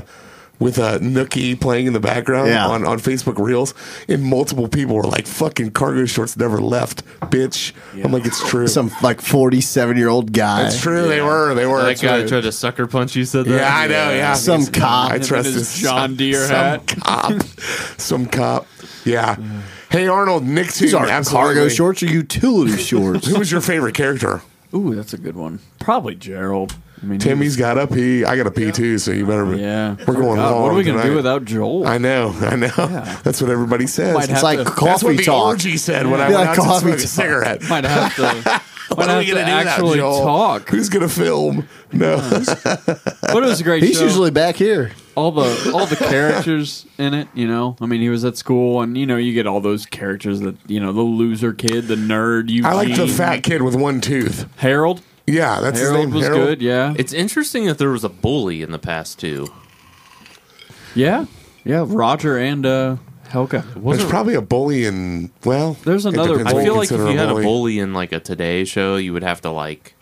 Speaker 1: with a Nookie playing in the background
Speaker 4: Yeah.
Speaker 1: on, on Facebook Reels, and multiple people were like, "Fucking cargo shorts never left, bitch." I'm like, "It's true.
Speaker 4: Some like forty-seven-year-old guy.
Speaker 1: it's true. They were. They were.
Speaker 3: That
Speaker 1: It's
Speaker 3: guy
Speaker 1: true.
Speaker 3: tried to sucker punch you. Said that.
Speaker 1: Yeah, I know. Yeah,
Speaker 4: Some
Speaker 1: He's-
Speaker 4: cop.
Speaker 1: I
Speaker 4: Him
Speaker 1: trust
Speaker 6: and his
Speaker 1: this
Speaker 6: John Deere
Speaker 1: some
Speaker 6: hat.
Speaker 1: Cop. <laughs> Some cop. Yeah. Hey Arnold, Nick.
Speaker 4: These
Speaker 1: Toon,
Speaker 4: aren't
Speaker 1: absolutely.
Speaker 4: cargo shorts
Speaker 1: <laughs>
Speaker 4: or utility shorts.
Speaker 1: Who was your favorite character?
Speaker 6: Ooh, that's a good one. Probably Gerald. I mean, he
Speaker 1: Timmy's got a pee. I got a pee too, so you better.
Speaker 6: was- Yeah, Oh,
Speaker 1: We're going
Speaker 6: God,
Speaker 1: long
Speaker 6: What are we gonna
Speaker 1: tonight.
Speaker 6: do without Joel?
Speaker 1: I know. I know. <laughs> That's what everybody says.
Speaker 6: Might
Speaker 4: it's
Speaker 6: have
Speaker 4: like
Speaker 6: to-
Speaker 1: That's what
Speaker 4: coffee
Speaker 1: the
Speaker 4: talk.
Speaker 1: orgy said when I
Speaker 4: Yeah,
Speaker 1: went out to
Speaker 4: coffee
Speaker 1: smoke a
Speaker 4: talk.
Speaker 1: cigarette.
Speaker 6: Might have to.
Speaker 1: <laughs> What
Speaker 6: might
Speaker 1: are
Speaker 6: have
Speaker 1: we gonna
Speaker 6: to
Speaker 1: do
Speaker 6: actually
Speaker 1: now, Joel?
Speaker 6: talk.
Speaker 1: Who's gonna film? No.
Speaker 6: But it was a great
Speaker 4: He's
Speaker 6: show.
Speaker 4: usually back here.
Speaker 6: all the all the characters in it. You know, I mean, he was at school, and you know, you get all those characters that you know, the loser kid, the nerd. You,
Speaker 1: I like the fat kid with one tooth.
Speaker 6: Harold.
Speaker 1: Yeah, that's his
Speaker 6: Harold
Speaker 1: name.
Speaker 6: was
Speaker 1: Harold.
Speaker 6: good. Yeah,
Speaker 3: It's interesting that there was a bully in the past too.
Speaker 6: yeah, yeah. Roger and uh, Helga.
Speaker 1: There's probably a bully in. Well,
Speaker 6: There's
Speaker 1: it
Speaker 6: another-
Speaker 1: depends
Speaker 3: I
Speaker 1: what
Speaker 3: feel
Speaker 1: you
Speaker 3: like if
Speaker 1: consider
Speaker 3: you had a
Speaker 1: bully.
Speaker 3: bully in like a Today Show, you would have to like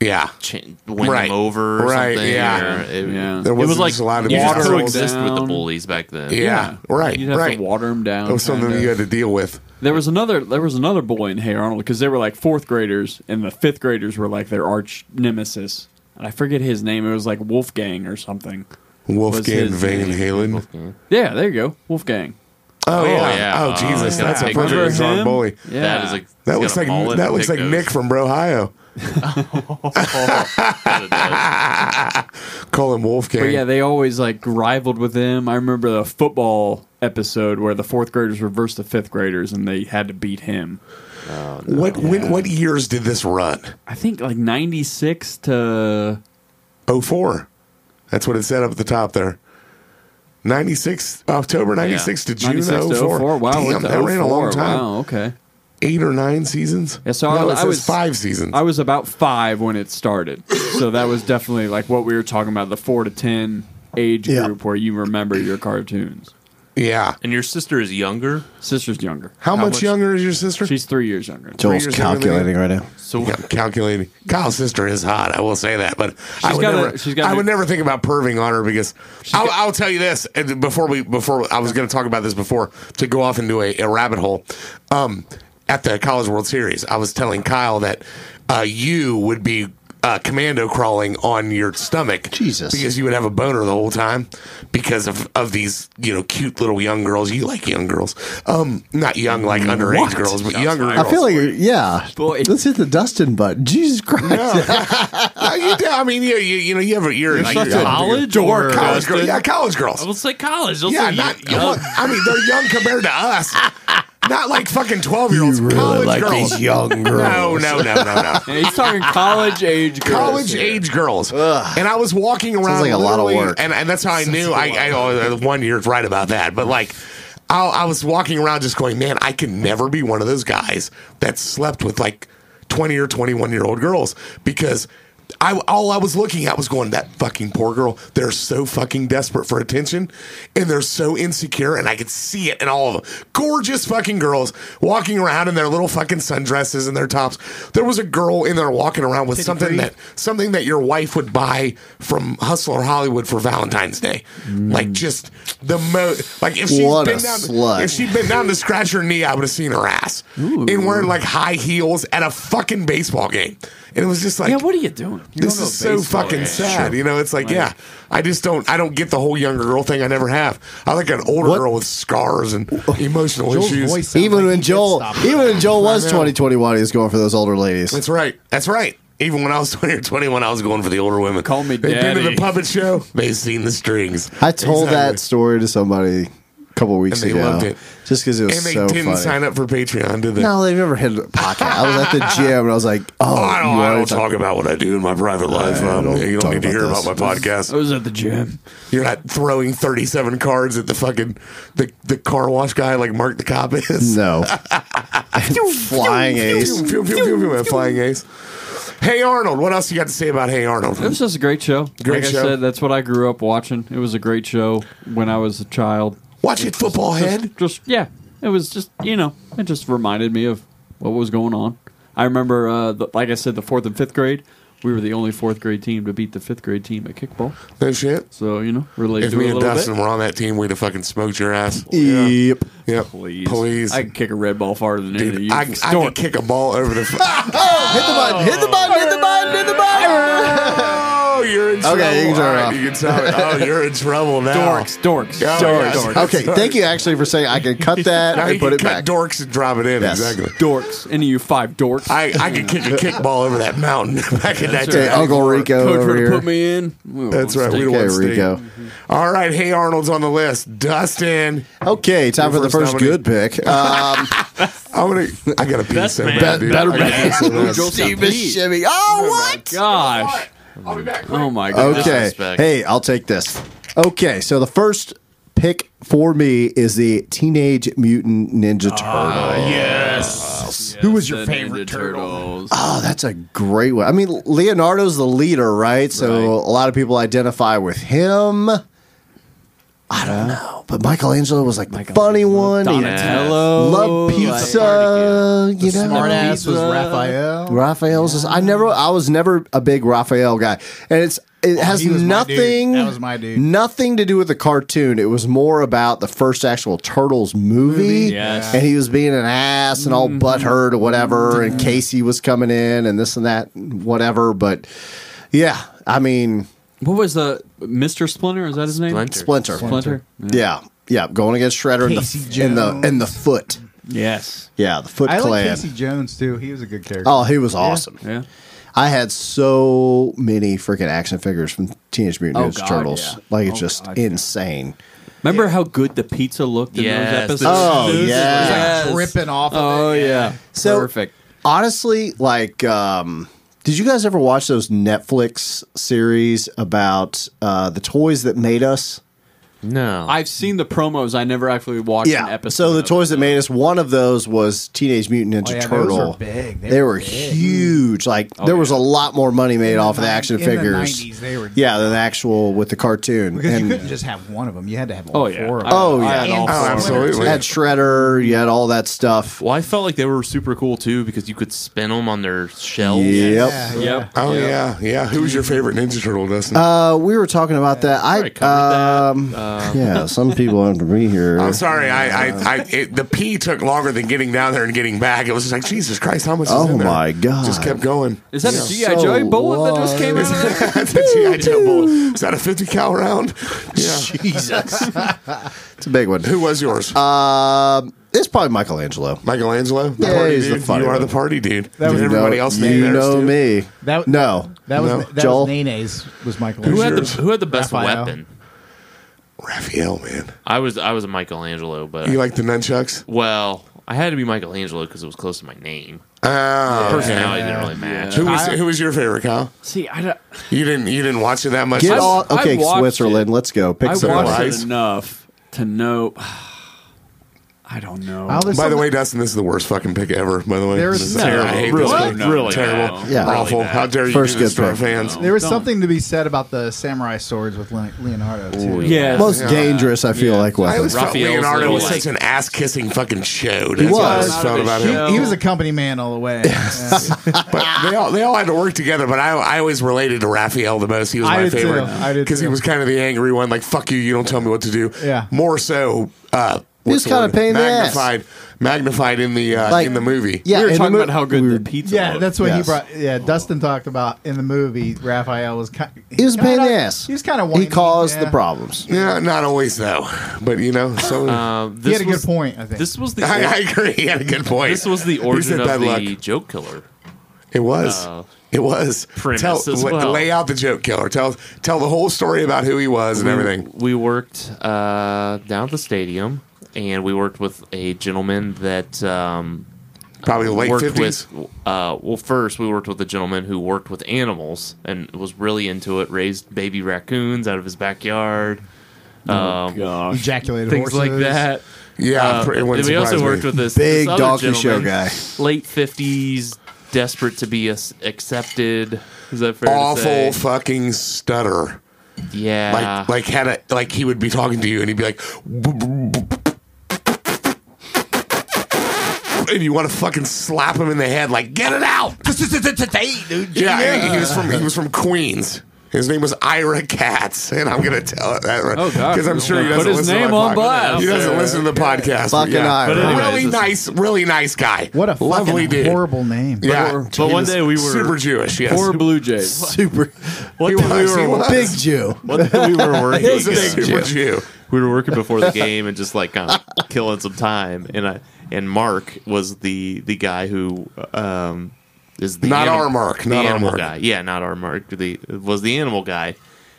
Speaker 1: yeah,
Speaker 3: ch- win
Speaker 1: Right.
Speaker 3: them over, or
Speaker 1: Right,
Speaker 3: something.
Speaker 1: yeah.
Speaker 3: Or it,
Speaker 6: Yeah.
Speaker 1: there
Speaker 3: it was
Speaker 1: wasn't
Speaker 3: like
Speaker 1: just a lot of
Speaker 3: you
Speaker 1: water.
Speaker 3: just coexist with the
Speaker 6: Down.
Speaker 3: bullies back then.
Speaker 1: Yeah, right,
Speaker 6: You'd have
Speaker 1: right.
Speaker 6: to water him down.
Speaker 1: That was something
Speaker 6: kinda.
Speaker 1: you had to deal with.
Speaker 6: There was another. There was another boy in Hey Arnold because they were like fourth graders, and the fifth graders were like their arch nemesis. And I forget his name. It was like Wolfgang or something.
Speaker 1: Wolfgang
Speaker 6: his
Speaker 1: Van Halen.
Speaker 6: Yeah, there you go, Wolfgang.
Speaker 1: Oh, yeah.
Speaker 3: yeah.
Speaker 1: Oh
Speaker 3: Oh,
Speaker 1: Jesus,
Speaker 3: yeah.
Speaker 1: that's a
Speaker 3: Remember
Speaker 1: perfect
Speaker 6: him?
Speaker 1: song bully.
Speaker 6: Yeah,
Speaker 3: That is like
Speaker 1: That looks like that looks like Nick
Speaker 3: <laughs>
Speaker 1: from Brohio. Call him Wolfgang.
Speaker 6: But yeah, they always like rivaled with them. I remember the football episode where the fourth graders reversed the fifth graders and they had to beat him.
Speaker 1: what when, what years did this run?
Speaker 6: I think like 96 to
Speaker 1: 04. That's what it said up at the top there. 96 October 96 to June
Speaker 6: 96 to
Speaker 1: 04.
Speaker 6: 04. Wow,
Speaker 1: Damn,
Speaker 6: went to
Speaker 1: that ran a
Speaker 6: 04.
Speaker 1: long time.
Speaker 6: Wow, okay.
Speaker 1: Eight or nine seasons?
Speaker 6: Yeah, so I
Speaker 1: no,
Speaker 6: was-
Speaker 1: it
Speaker 6: I
Speaker 1: says
Speaker 6: was-
Speaker 1: five seasons.
Speaker 6: I was about five when it started. so that was definitely like what we were talking about the four to ten age
Speaker 1: Yeah.
Speaker 6: group where you remember your cartoons.
Speaker 1: Yeah.
Speaker 3: And your sister is younger,
Speaker 6: Sister's younger.
Speaker 1: How, much,
Speaker 3: much-
Speaker 1: younger is your sister?
Speaker 6: She's three years younger. She's
Speaker 4: Joel's
Speaker 1: years younger than
Speaker 4: calculating right now.
Speaker 3: so
Speaker 1: Yeah, I'm calculating. Kyle's sister is hot. I will say that, but I would
Speaker 6: got a-
Speaker 1: never.
Speaker 6: she's got
Speaker 1: I
Speaker 6: a-
Speaker 1: would never think about perving on her because I'll, I'll tell you this. And before we, before I was going to talk about this before to go off into a, a rabbit hole. Um, at the College World Series, I was telling Kyle that uh, you would be uh, commando crawling on your stomach,
Speaker 4: Jesus.
Speaker 1: because you would have a boner the whole time because of of these you know cute little young girls. You like young girls, um, not young like underage girls, but younger.
Speaker 4: I
Speaker 1: girls.
Speaker 4: feel like, yeah.
Speaker 6: Boy.
Speaker 4: Let's hit the Dustin button. Jesus Christ.
Speaker 1: Uh, you do- I mean, you you, you know, you ever you're, you're,
Speaker 6: such
Speaker 1: you're
Speaker 6: a
Speaker 3: college or
Speaker 1: college girl, yeah, college
Speaker 3: I
Speaker 1: girls,
Speaker 3: will say college. I'll
Speaker 1: yeah,
Speaker 3: say
Speaker 1: not
Speaker 3: young.
Speaker 1: look, I mean, they're young compared to
Speaker 3: <laughs>
Speaker 1: us, not like fucking twelve year olds. college girls,
Speaker 4: young
Speaker 1: no, no, no, no, no.
Speaker 6: And he's talking college age girls.
Speaker 1: College
Speaker 6: here.
Speaker 1: age girls, and I was walking around.
Speaker 4: like a lot of
Speaker 1: literally-
Speaker 4: work.
Speaker 1: and, and that's how I knew. I, I oh, one year's right about that, but like, I, I was walking around just going, man, I can never be one of those guys that slept with like twenty or twenty-one year old girls because. I, all I was looking at was going, that fucking poor girl. They're so fucking desperate for attention and they're so insecure. And I could see it in all of them. Gorgeous fucking girls walking around in their little fucking sundresses and their tops. There was a girl in there walking around with something that something that your wife would buy from Hustler Hollywood for Valentine's Day. Like just the most. Like if she's
Speaker 4: Mm. What
Speaker 1: been
Speaker 4: a
Speaker 1: down,
Speaker 4: slut.
Speaker 1: if she'd been down to scratch her knee, I would have seen her ass. And wearing like high heels at a fucking baseball game. And it was just like,
Speaker 6: Yeah, what are you doing?
Speaker 1: this is so fucking sad. You know, it's like, yeah, I just don't, I don't get the whole younger girl thing. I never have. I like an older
Speaker 4: What?
Speaker 1: girl with scars and emotional
Speaker 5: Joel's
Speaker 1: issues.
Speaker 5: voice sounds
Speaker 4: Even
Speaker 5: like
Speaker 4: when
Speaker 5: he did
Speaker 4: Joel,
Speaker 5: stop
Speaker 4: even when Joel was
Speaker 1: know.
Speaker 4: 2021, he was going for those older ladies.
Speaker 1: That's right. That's right. Even when I was <laughs> 20 or 21, I was going for the older women.
Speaker 6: Call me
Speaker 1: They've been to the
Speaker 6: daddy.
Speaker 1: puppet show. They've seen the strings.
Speaker 4: I told
Speaker 1: Exactly.
Speaker 4: that story to somebody a couple weeks
Speaker 1: And they
Speaker 4: ago.
Speaker 1: loved it.
Speaker 4: Just because it was
Speaker 1: And they
Speaker 4: so
Speaker 1: didn't
Speaker 4: funny.
Speaker 1: sign up for Patreon, did they?
Speaker 4: No, they've never hit a pocket. I was at the
Speaker 1: <laughs>
Speaker 4: gym and I was like,
Speaker 1: Oh,
Speaker 4: oh,
Speaker 1: I don't,
Speaker 4: you
Speaker 1: I
Speaker 4: wanna
Speaker 1: don't talk about what I do in my private life. Um,
Speaker 4: don't
Speaker 1: you don't
Speaker 4: talk
Speaker 1: need to
Speaker 4: about
Speaker 1: hear
Speaker 4: this.
Speaker 1: about my podcast.
Speaker 6: I was at the gym.
Speaker 1: You're not throwing 37 cards at the fucking the, the car wash guy like Mark the cop is.
Speaker 4: <laughs> No.
Speaker 1: <laughs>
Speaker 4: Flying ace.
Speaker 1: Pew, pew, pew, pew, pew, a flying ace. Hey Arnold, what else you got to say about Hey Arnold?
Speaker 6: It was just a great show.
Speaker 1: Great
Speaker 6: like
Speaker 1: show.
Speaker 6: I said, that's what I grew up watching. It was a great show when I was a child.
Speaker 1: Watch it, football head.
Speaker 6: Just yeah, it was just you know, it just reminded me of what was going on. I remember, uh, the, like I said, the fourth and fifth grade. We were the only fourth grade team to beat the fifth grade team at kickball.
Speaker 1: No shit.
Speaker 6: So you know, relate
Speaker 1: If
Speaker 6: to it
Speaker 1: me
Speaker 6: a
Speaker 1: and
Speaker 6: little
Speaker 1: Dustin
Speaker 6: bit.
Speaker 1: were on that team, we'd have fucking smoked your ass.
Speaker 4: Yep.
Speaker 1: Yep.
Speaker 6: Please,
Speaker 1: Please.
Speaker 6: I can kick a red ball farther than any of
Speaker 1: Dude,
Speaker 6: you.
Speaker 1: I,
Speaker 6: can
Speaker 1: I
Speaker 6: store
Speaker 1: could
Speaker 6: it.
Speaker 1: kick a ball over
Speaker 4: <laughs>
Speaker 1: the. F-
Speaker 4: Hit the button. Hit the button. Hit the button. Hit the button.
Speaker 1: oh, you're in trouble.
Speaker 4: Okay, you can turn
Speaker 1: All
Speaker 4: it
Speaker 1: right,
Speaker 4: off.
Speaker 1: you can tell it. Oh, you're in trouble now.
Speaker 6: dorks, dorks,
Speaker 1: Oh,
Speaker 6: dorks,
Speaker 1: yes.
Speaker 6: dorks,
Speaker 4: Okay, thank you actually for saying I can
Speaker 1: <laughs>
Speaker 4: cut that
Speaker 1: Now you
Speaker 4: and put
Speaker 1: can
Speaker 4: it
Speaker 1: cut
Speaker 4: back.
Speaker 1: dorks and drop it in.
Speaker 4: Yes.
Speaker 1: Exactly.
Speaker 6: dorks. Any of you five dorks?
Speaker 1: I, I could kick a kickball over that mountain <laughs> back in that
Speaker 4: Okay,
Speaker 1: day.
Speaker 4: Uncle Rico
Speaker 6: Coach
Speaker 4: over
Speaker 6: would
Speaker 4: here.
Speaker 6: have put me in. Oh, We would've
Speaker 1: That's
Speaker 6: won
Speaker 1: right. We
Speaker 6: state.
Speaker 1: don't
Speaker 4: Okay,
Speaker 1: want
Speaker 4: Rico.
Speaker 1: Rico. All right. Hey, Arnold's on the list. Dustin.
Speaker 4: Okay, time for
Speaker 1: Your
Speaker 4: the
Speaker 1: first
Speaker 4: first
Speaker 1: <laughs>
Speaker 4: good pick. Um,
Speaker 1: I want to. I got to pee so
Speaker 3: man.
Speaker 1: bad, dude.
Speaker 4: better
Speaker 1: I gotta pee so bad.
Speaker 6: Joel said
Speaker 4: Steve is
Speaker 6: Pete.
Speaker 4: shimmy. Oh, what?
Speaker 6: Gosh.
Speaker 1: I'll be back.
Speaker 6: Oh my god.
Speaker 4: Okay.
Speaker 3: Disrespect.
Speaker 4: Hey, I'll take this. Okay, so the first pick for me is the Teenage Mutant
Speaker 5: Ah,
Speaker 4: Ninja Turtle.
Speaker 5: Yes. Who was your
Speaker 6: The
Speaker 5: favorite
Speaker 6: Ninja
Speaker 5: turtle?
Speaker 6: Turtles.
Speaker 3: Uh,
Speaker 4: Oh, that's a great one. I mean, Leonardo's the leader, right? So
Speaker 6: Right.
Speaker 4: a lot of people identify with him. I don't know, but Michelangelo was like the funny one. He
Speaker 6: Donatello.
Speaker 4: loved pizza. You know,
Speaker 5: Smart ass was
Speaker 6: Pizza.
Speaker 5: Raphael.
Speaker 4: Raphael's. Is, I never. I was never a big Raphael guy, and it's it has
Speaker 5: Oh, he was my dude.
Speaker 4: nothing.
Speaker 5: That was my dude.
Speaker 4: Nothing to do with the cartoon. It was more about the first actual Turtles movie.
Speaker 6: yes. Mm-hmm.
Speaker 4: and he was being an ass and all butthurt or whatever, and Casey was coming in and this and that, whatever. But yeah, I mean
Speaker 6: What was the Mr. Splinter? Is that his name?
Speaker 3: Splinter.
Speaker 4: Splinter.
Speaker 6: Splinter.
Speaker 4: Yeah, yeah, going against Shredder
Speaker 5: Casey
Speaker 4: in the in the in the foot.
Speaker 6: Yes.
Speaker 4: Yeah, the Foot
Speaker 5: I like
Speaker 4: Clan.
Speaker 5: Casey Jones too. He was a good character.
Speaker 4: Oh, he was awesome.
Speaker 6: Yeah.
Speaker 4: I had so many freaking action figures from Teenage Mutant
Speaker 6: Oh,
Speaker 4: Ninja
Speaker 6: God,
Speaker 4: Turtles.
Speaker 6: yeah.
Speaker 4: Like it's
Speaker 6: Oh,
Speaker 4: just
Speaker 6: God, yeah.
Speaker 4: insane.
Speaker 6: Remember how good the pizza looked in
Speaker 3: Yes.
Speaker 6: those episodes?
Speaker 4: Oh,
Speaker 6: It was
Speaker 4: yeah.
Speaker 6: like dripping.
Speaker 5: dripping off.
Speaker 6: Oh
Speaker 5: of it.
Speaker 6: yeah.
Speaker 4: So-
Speaker 6: Perfect.
Speaker 4: Honestly, like, um, did you guys ever watch those Netflix series about uh, the toys that made us?
Speaker 3: No.
Speaker 6: I've seen the promos. I never actually watched an episode.
Speaker 4: So the
Speaker 6: of
Speaker 4: toys that made us, one of those was Teenage Mutant Ninja
Speaker 5: Oh, yeah, those
Speaker 4: Turtle.
Speaker 5: were big.
Speaker 4: They,
Speaker 5: They
Speaker 4: were
Speaker 5: were big.
Speaker 4: huge. Like there was a lot more money made off of the
Speaker 5: nin-
Speaker 4: action
Speaker 5: in the
Speaker 4: figures.
Speaker 5: 90s, they were-
Speaker 4: yeah, than the actual with the cartoon.
Speaker 5: Because
Speaker 4: and
Speaker 5: you couldn't just have one of them. You had to have all
Speaker 6: Oh,
Speaker 5: four
Speaker 6: yeah.
Speaker 5: of them.
Speaker 6: I-
Speaker 4: Oh,
Speaker 6: I had
Speaker 5: yeah.
Speaker 6: all
Speaker 5: And-
Speaker 6: four.
Speaker 1: Oh,
Speaker 4: you
Speaker 1: absolutely.
Speaker 4: had Shredder. You had all that stuff.
Speaker 3: Well, I felt like they were super cool too because you could spin them on their shells.
Speaker 4: Yep.
Speaker 5: Yeah,
Speaker 6: Yep.
Speaker 1: Oh yeah, yeah. Who's your favorite Ninja Turtle, Dustin?
Speaker 4: Uh, we were talking about that. I,
Speaker 3: I covered
Speaker 4: um, yeah, some people have to be here.
Speaker 1: I'm sorry, <laughs> I,
Speaker 4: uh,
Speaker 1: I, I it, the pee took longer than getting down there and getting back. It was just like Jesus Christ, how much? Is
Speaker 4: Oh,
Speaker 1: in there?
Speaker 4: my God.
Speaker 1: Just kept going.
Speaker 6: Is that
Speaker 4: Yeah.
Speaker 6: a GI
Speaker 4: So
Speaker 6: Joe bullet that just came out? of
Speaker 1: <laughs>
Speaker 6: there?
Speaker 1: That's a GI Joe bullet.
Speaker 4: <laughs>
Speaker 1: Is that a 50 cal round? Yeah.
Speaker 4: Jesus, it's a big one.
Speaker 1: Who was yours?
Speaker 4: Um, it's probably Michelangelo.
Speaker 1: Michelangelo. The
Speaker 4: yeah,
Speaker 1: party
Speaker 4: he's the
Speaker 1: dude.
Speaker 4: funny
Speaker 1: you are
Speaker 4: one.
Speaker 1: the party dude.
Speaker 5: That
Speaker 1: Did
Speaker 5: was-
Speaker 1: everybody
Speaker 4: know,
Speaker 1: else name
Speaker 4: you
Speaker 1: theirs
Speaker 4: know
Speaker 1: too?
Speaker 4: me.
Speaker 5: That-
Speaker 4: no,
Speaker 5: That was
Speaker 1: No.
Speaker 5: that
Speaker 4: Joel?
Speaker 5: was Nene's was Michael.
Speaker 3: Who had, the,
Speaker 1: Yours.
Speaker 3: who had the best
Speaker 5: Raphael.
Speaker 3: weapon?
Speaker 1: Raphael, man.
Speaker 3: I was I was a Michelangelo, but
Speaker 1: You like the nunchucks?
Speaker 3: well, I had to be Michelangelo because it was close to my name.
Speaker 1: Ah.
Speaker 3: Personality didn't really match.
Speaker 1: Who was who was your favorite, Kyle?
Speaker 6: <laughs> See, I, don't-
Speaker 1: You didn't you didn't watch it that much.
Speaker 4: Get
Speaker 1: I-
Speaker 4: all
Speaker 6: I
Speaker 4: okay,
Speaker 6: watched
Speaker 4: Switzerland.
Speaker 6: it.
Speaker 4: Let's go. Pick
Speaker 6: I
Speaker 4: some
Speaker 6: watched
Speaker 4: rice.
Speaker 1: Lies.
Speaker 6: it enough to know. <sighs> I don't know.
Speaker 5: Oh, there's
Speaker 1: By the
Speaker 5: something-
Speaker 1: way, Dustin, this is the worst fucking pick ever. By the way,
Speaker 5: There is
Speaker 1: This is
Speaker 5: no-
Speaker 1: terrible. I hate
Speaker 3: really,
Speaker 1: this pick.
Speaker 3: no, really
Speaker 1: terrible,
Speaker 3: bad.
Speaker 4: Yeah.
Speaker 1: awful.
Speaker 3: Really bad.
Speaker 1: How dare you
Speaker 4: First
Speaker 1: do this
Speaker 4: good
Speaker 1: to our
Speaker 4: pick.
Speaker 1: fans?
Speaker 5: there was
Speaker 6: Don't.
Speaker 5: something to be said about the samurai swords with Leon- Leonardo too.
Speaker 3: Ooh,
Speaker 6: yeah,
Speaker 4: Most dangerous, I feel like
Speaker 1: I always
Speaker 4: weapons.
Speaker 1: felt
Speaker 3: Raphael's
Speaker 1: Leonardo
Speaker 3: little,
Speaker 1: was
Speaker 3: like-
Speaker 1: such an ass kissing fucking show. That's what I
Speaker 4: was.
Speaker 1: always felt about him.
Speaker 5: He was a company man all the way. Yeah.
Speaker 1: But they all they all had to work together. But I I always related to Raphael the most. He was
Speaker 5: I
Speaker 1: my
Speaker 5: did too.
Speaker 1: favorite
Speaker 5: I did
Speaker 1: because he
Speaker 5: too.
Speaker 1: was kind of the angry one. Like fuck you, you don't tell me what to do.
Speaker 5: Yeah.
Speaker 1: More so, uh,
Speaker 4: He
Speaker 1: what's
Speaker 4: was
Speaker 1: the
Speaker 4: kinda
Speaker 1: word?
Speaker 4: pain in the ass.
Speaker 1: magnified, magnified in the uh,
Speaker 4: Like-
Speaker 1: in the movie.
Speaker 4: Yeah,
Speaker 6: we were
Speaker 4: and
Speaker 6: talking
Speaker 4: the mo-
Speaker 6: about how good
Speaker 4: we were-
Speaker 6: the pizza.
Speaker 5: yeah,
Speaker 6: looked.
Speaker 5: that's what
Speaker 4: Yes.
Speaker 5: he brought. Yeah, Dustin talked about in the movie. Raphael was kind.
Speaker 4: He was a pain in the
Speaker 5: kinda-
Speaker 4: ass.
Speaker 5: He was kind of
Speaker 4: He caused the problems.
Speaker 1: Yeah, not always though, but you know, so
Speaker 3: <laughs> Um,
Speaker 5: He
Speaker 3: this
Speaker 5: had a good
Speaker 3: was-
Speaker 5: point. I think
Speaker 3: This was the
Speaker 1: <laughs> I, I agree. He had a good point.
Speaker 3: this
Speaker 1: <laughs>
Speaker 3: was the
Speaker 1: He
Speaker 3: origin
Speaker 1: said
Speaker 3: of
Speaker 1: bad
Speaker 3: the
Speaker 1: luck.
Speaker 3: joke killer.
Speaker 1: It was.
Speaker 3: uh,
Speaker 1: it was.
Speaker 3: premise
Speaker 1: tell,
Speaker 3: as
Speaker 1: la-
Speaker 3: well.
Speaker 1: Lay out the joke killer. Tell tell the whole story about who he was and everything.
Speaker 3: We worked uh, down at the stadium, and we worked with a gentleman that um,
Speaker 1: Probably the late
Speaker 3: worked
Speaker 1: fifties.
Speaker 3: with. Uh, well, first we worked with a gentleman who worked with animals and was really into it. Raised baby raccoons out of his backyard. Um,
Speaker 6: Gosh.
Speaker 5: ejaculated
Speaker 3: things
Speaker 5: horses.
Speaker 3: like that.
Speaker 1: Yeah,
Speaker 3: Uh,
Speaker 1: pr- it
Speaker 3: and
Speaker 1: wouldn't
Speaker 3: we also
Speaker 1: surprise
Speaker 3: worked
Speaker 1: me.
Speaker 3: with this
Speaker 4: Big
Speaker 3: this other
Speaker 4: donkey show
Speaker 3: gentleman,
Speaker 4: guy.
Speaker 3: late fifties, desperate to be as- accepted. Is that fair? to
Speaker 1: awful
Speaker 3: say?
Speaker 1: fucking stutter.
Speaker 3: yeah,
Speaker 1: Like
Speaker 6: Ah.
Speaker 1: <laughs> like had a like he would be talking to you and he'd be like. And you want to fucking slap him in the head, like get it out. Yeah, He, he was from he was from Queens. His name was Ira Katz, and I'm gonna tell it that
Speaker 6: Oh, God.
Speaker 1: because I'm sure he
Speaker 6: Put
Speaker 1: doesn't
Speaker 6: his
Speaker 1: listen to
Speaker 6: name
Speaker 1: my
Speaker 6: on
Speaker 1: podcast.
Speaker 6: blast.
Speaker 1: He doesn't listen to the podcast.
Speaker 4: Fucking Ira. But
Speaker 6: anyways,
Speaker 1: really
Speaker 6: this-
Speaker 1: nice, really nice guy.
Speaker 5: What a
Speaker 1: lovely
Speaker 5: fucking
Speaker 1: dude.
Speaker 5: horrible name.
Speaker 1: Yeah,
Speaker 6: But-
Speaker 3: but
Speaker 1: He
Speaker 3: one
Speaker 1: was
Speaker 3: day we were-
Speaker 1: super Jewish. Yes,
Speaker 6: Poor Blue Jays.
Speaker 4: Super
Speaker 3: what the-
Speaker 1: was,
Speaker 3: we
Speaker 1: he
Speaker 3: were
Speaker 1: was.
Speaker 4: big Jew.
Speaker 3: what the- we were <laughs> working.
Speaker 1: He was a
Speaker 3: uh,
Speaker 1: super Jew.
Speaker 3: we were working before the game and just like kind of killing some time. And I and Mark was the the guy who um, is the
Speaker 1: Not our Mark,
Speaker 3: the
Speaker 1: not our
Speaker 3: animal
Speaker 1: Mark.
Speaker 3: guy. Yeah, not our Mark. The was the animal guy.